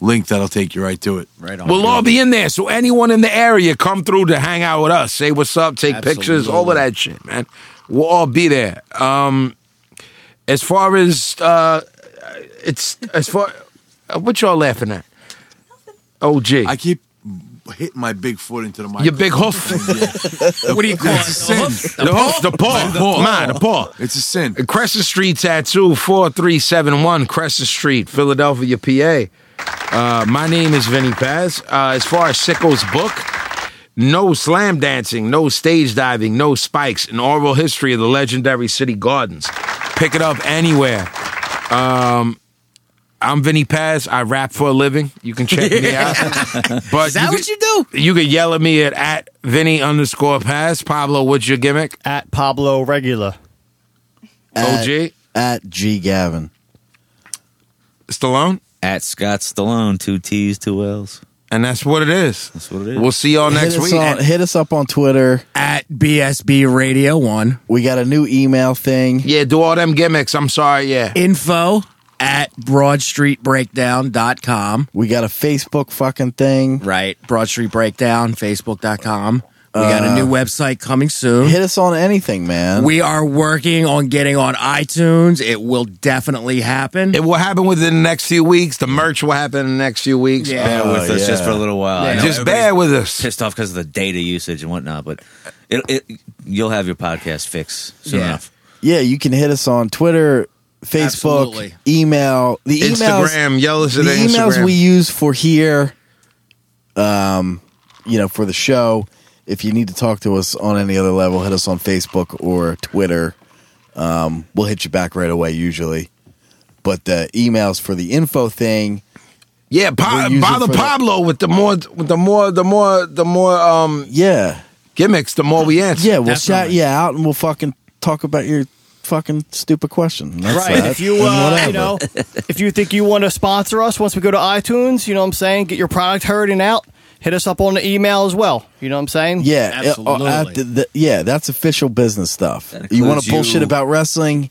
link that'll take you right to it. Right
We'll all be in there. So anyone in the area, come through to hang out with us. Say what's up, take pictures, all of that shit, man. We'll all be there. Um, as far as uh, it's as far uh, what y'all laughing at? OG,
I keep hitting my big foot into the mic.
your big hoof.
what do you call it? Sin.
The hoof, the paw,
The paw.
Oh.
man, the paw.
It's a sin.
Crescent Street Tattoo, 4371 Crescent Street, Philadelphia, PA. Uh, my name is Vinny Paz. Uh, as far as Sicko's book, no slam dancing, no stage diving, no spikes, an oral history of the legendary city gardens. Pick it up anywhere. Um, I'm Vinny Paz. I rap for a living. You can check me out. But
Is that what
you do? You can yell at me at, at Vinny underscore Paz. Pablo, what's your gimmick?
At Pablo Regular.
OG?
At G Gavin.
Stallone?
At Scott Stallone, two T's, two L's.
And that's what it is.
That's what it is.
We'll see y'all Oh, next
hit us
week.
on- hit us up on Twitter
at BSB Radio One.
We got a new email thing.
Yeah, do all them gimmicks. I'm sorry. Yeah.
Info at BroadStreetBreakdown.com.
We got a Facebook fucking thing.
Right. Broad Street Breakdown, Facebook.com. We got a
Uh,
new website coming soon.
Hit us on anything, man.
We are working on getting on iTunes. It will definitely happen.
It will happen within the next few weeks. The merch will happen in the next few weeks. Uh,
Yeah. Bear
Oh,
with us just for a little while. I know
Just
everybody's
bear with us.
Pissed off because of the data usage and whatnot, but it, it you'll have your podcast fix soon
Yeah.
enough.
Yeah, you can hit us on Twitter, Facebook,
Absolutely.
email, the emails,
Instagram, yell us
the
at the
emails
Instagram.
we use for here. Um, you know, for the show. If you need to talk to us on any other level, hit us on Facebook or Twitter. Um, we'll hit you back right away usually. But the emails for the info thing,
Yeah,
We'll
pa-
use it
bother
for the-
Pablo with the more, with the more, the more, the more. Um,
yeah,
gimmicks. The more we answer.
yeah, we'll shout you out and we'll fucking talk about your fucking stupid question. That's
right.
that.
If you,
And
uh,
whatever.
you know, if you think you want to sponsor us once we go to iTunes, you know what I'm saying? Get your product heard and out. Hit us up on the email as well. You know what I'm saying?
Yeah, it- uh, at the- the- yeah, that's official business stuff. You want
includes
to bullshit
you-
about wrestling?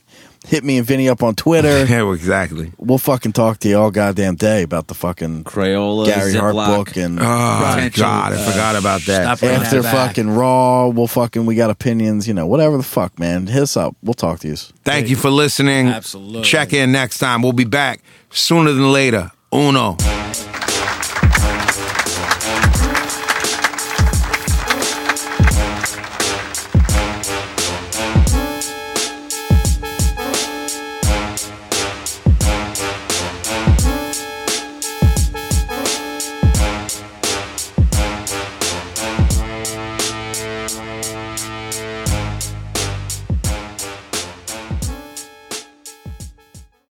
Hit me and Vinny up on Twitter.
Yeah, well, exactly.
We'll fucking talk to you all goddamn day about the fucking
Crayola,
Gary Hart
Ziploc,
book and
Oh God, I forgot
Uh,
about that.
after fucking Raw. We'll fucking we got opinions, you know, whatever the fuck, man. Hit us up. We'll talk to you.
Thank you for listening. Absolutely. Check in next time. We'll be back sooner than later. Uno.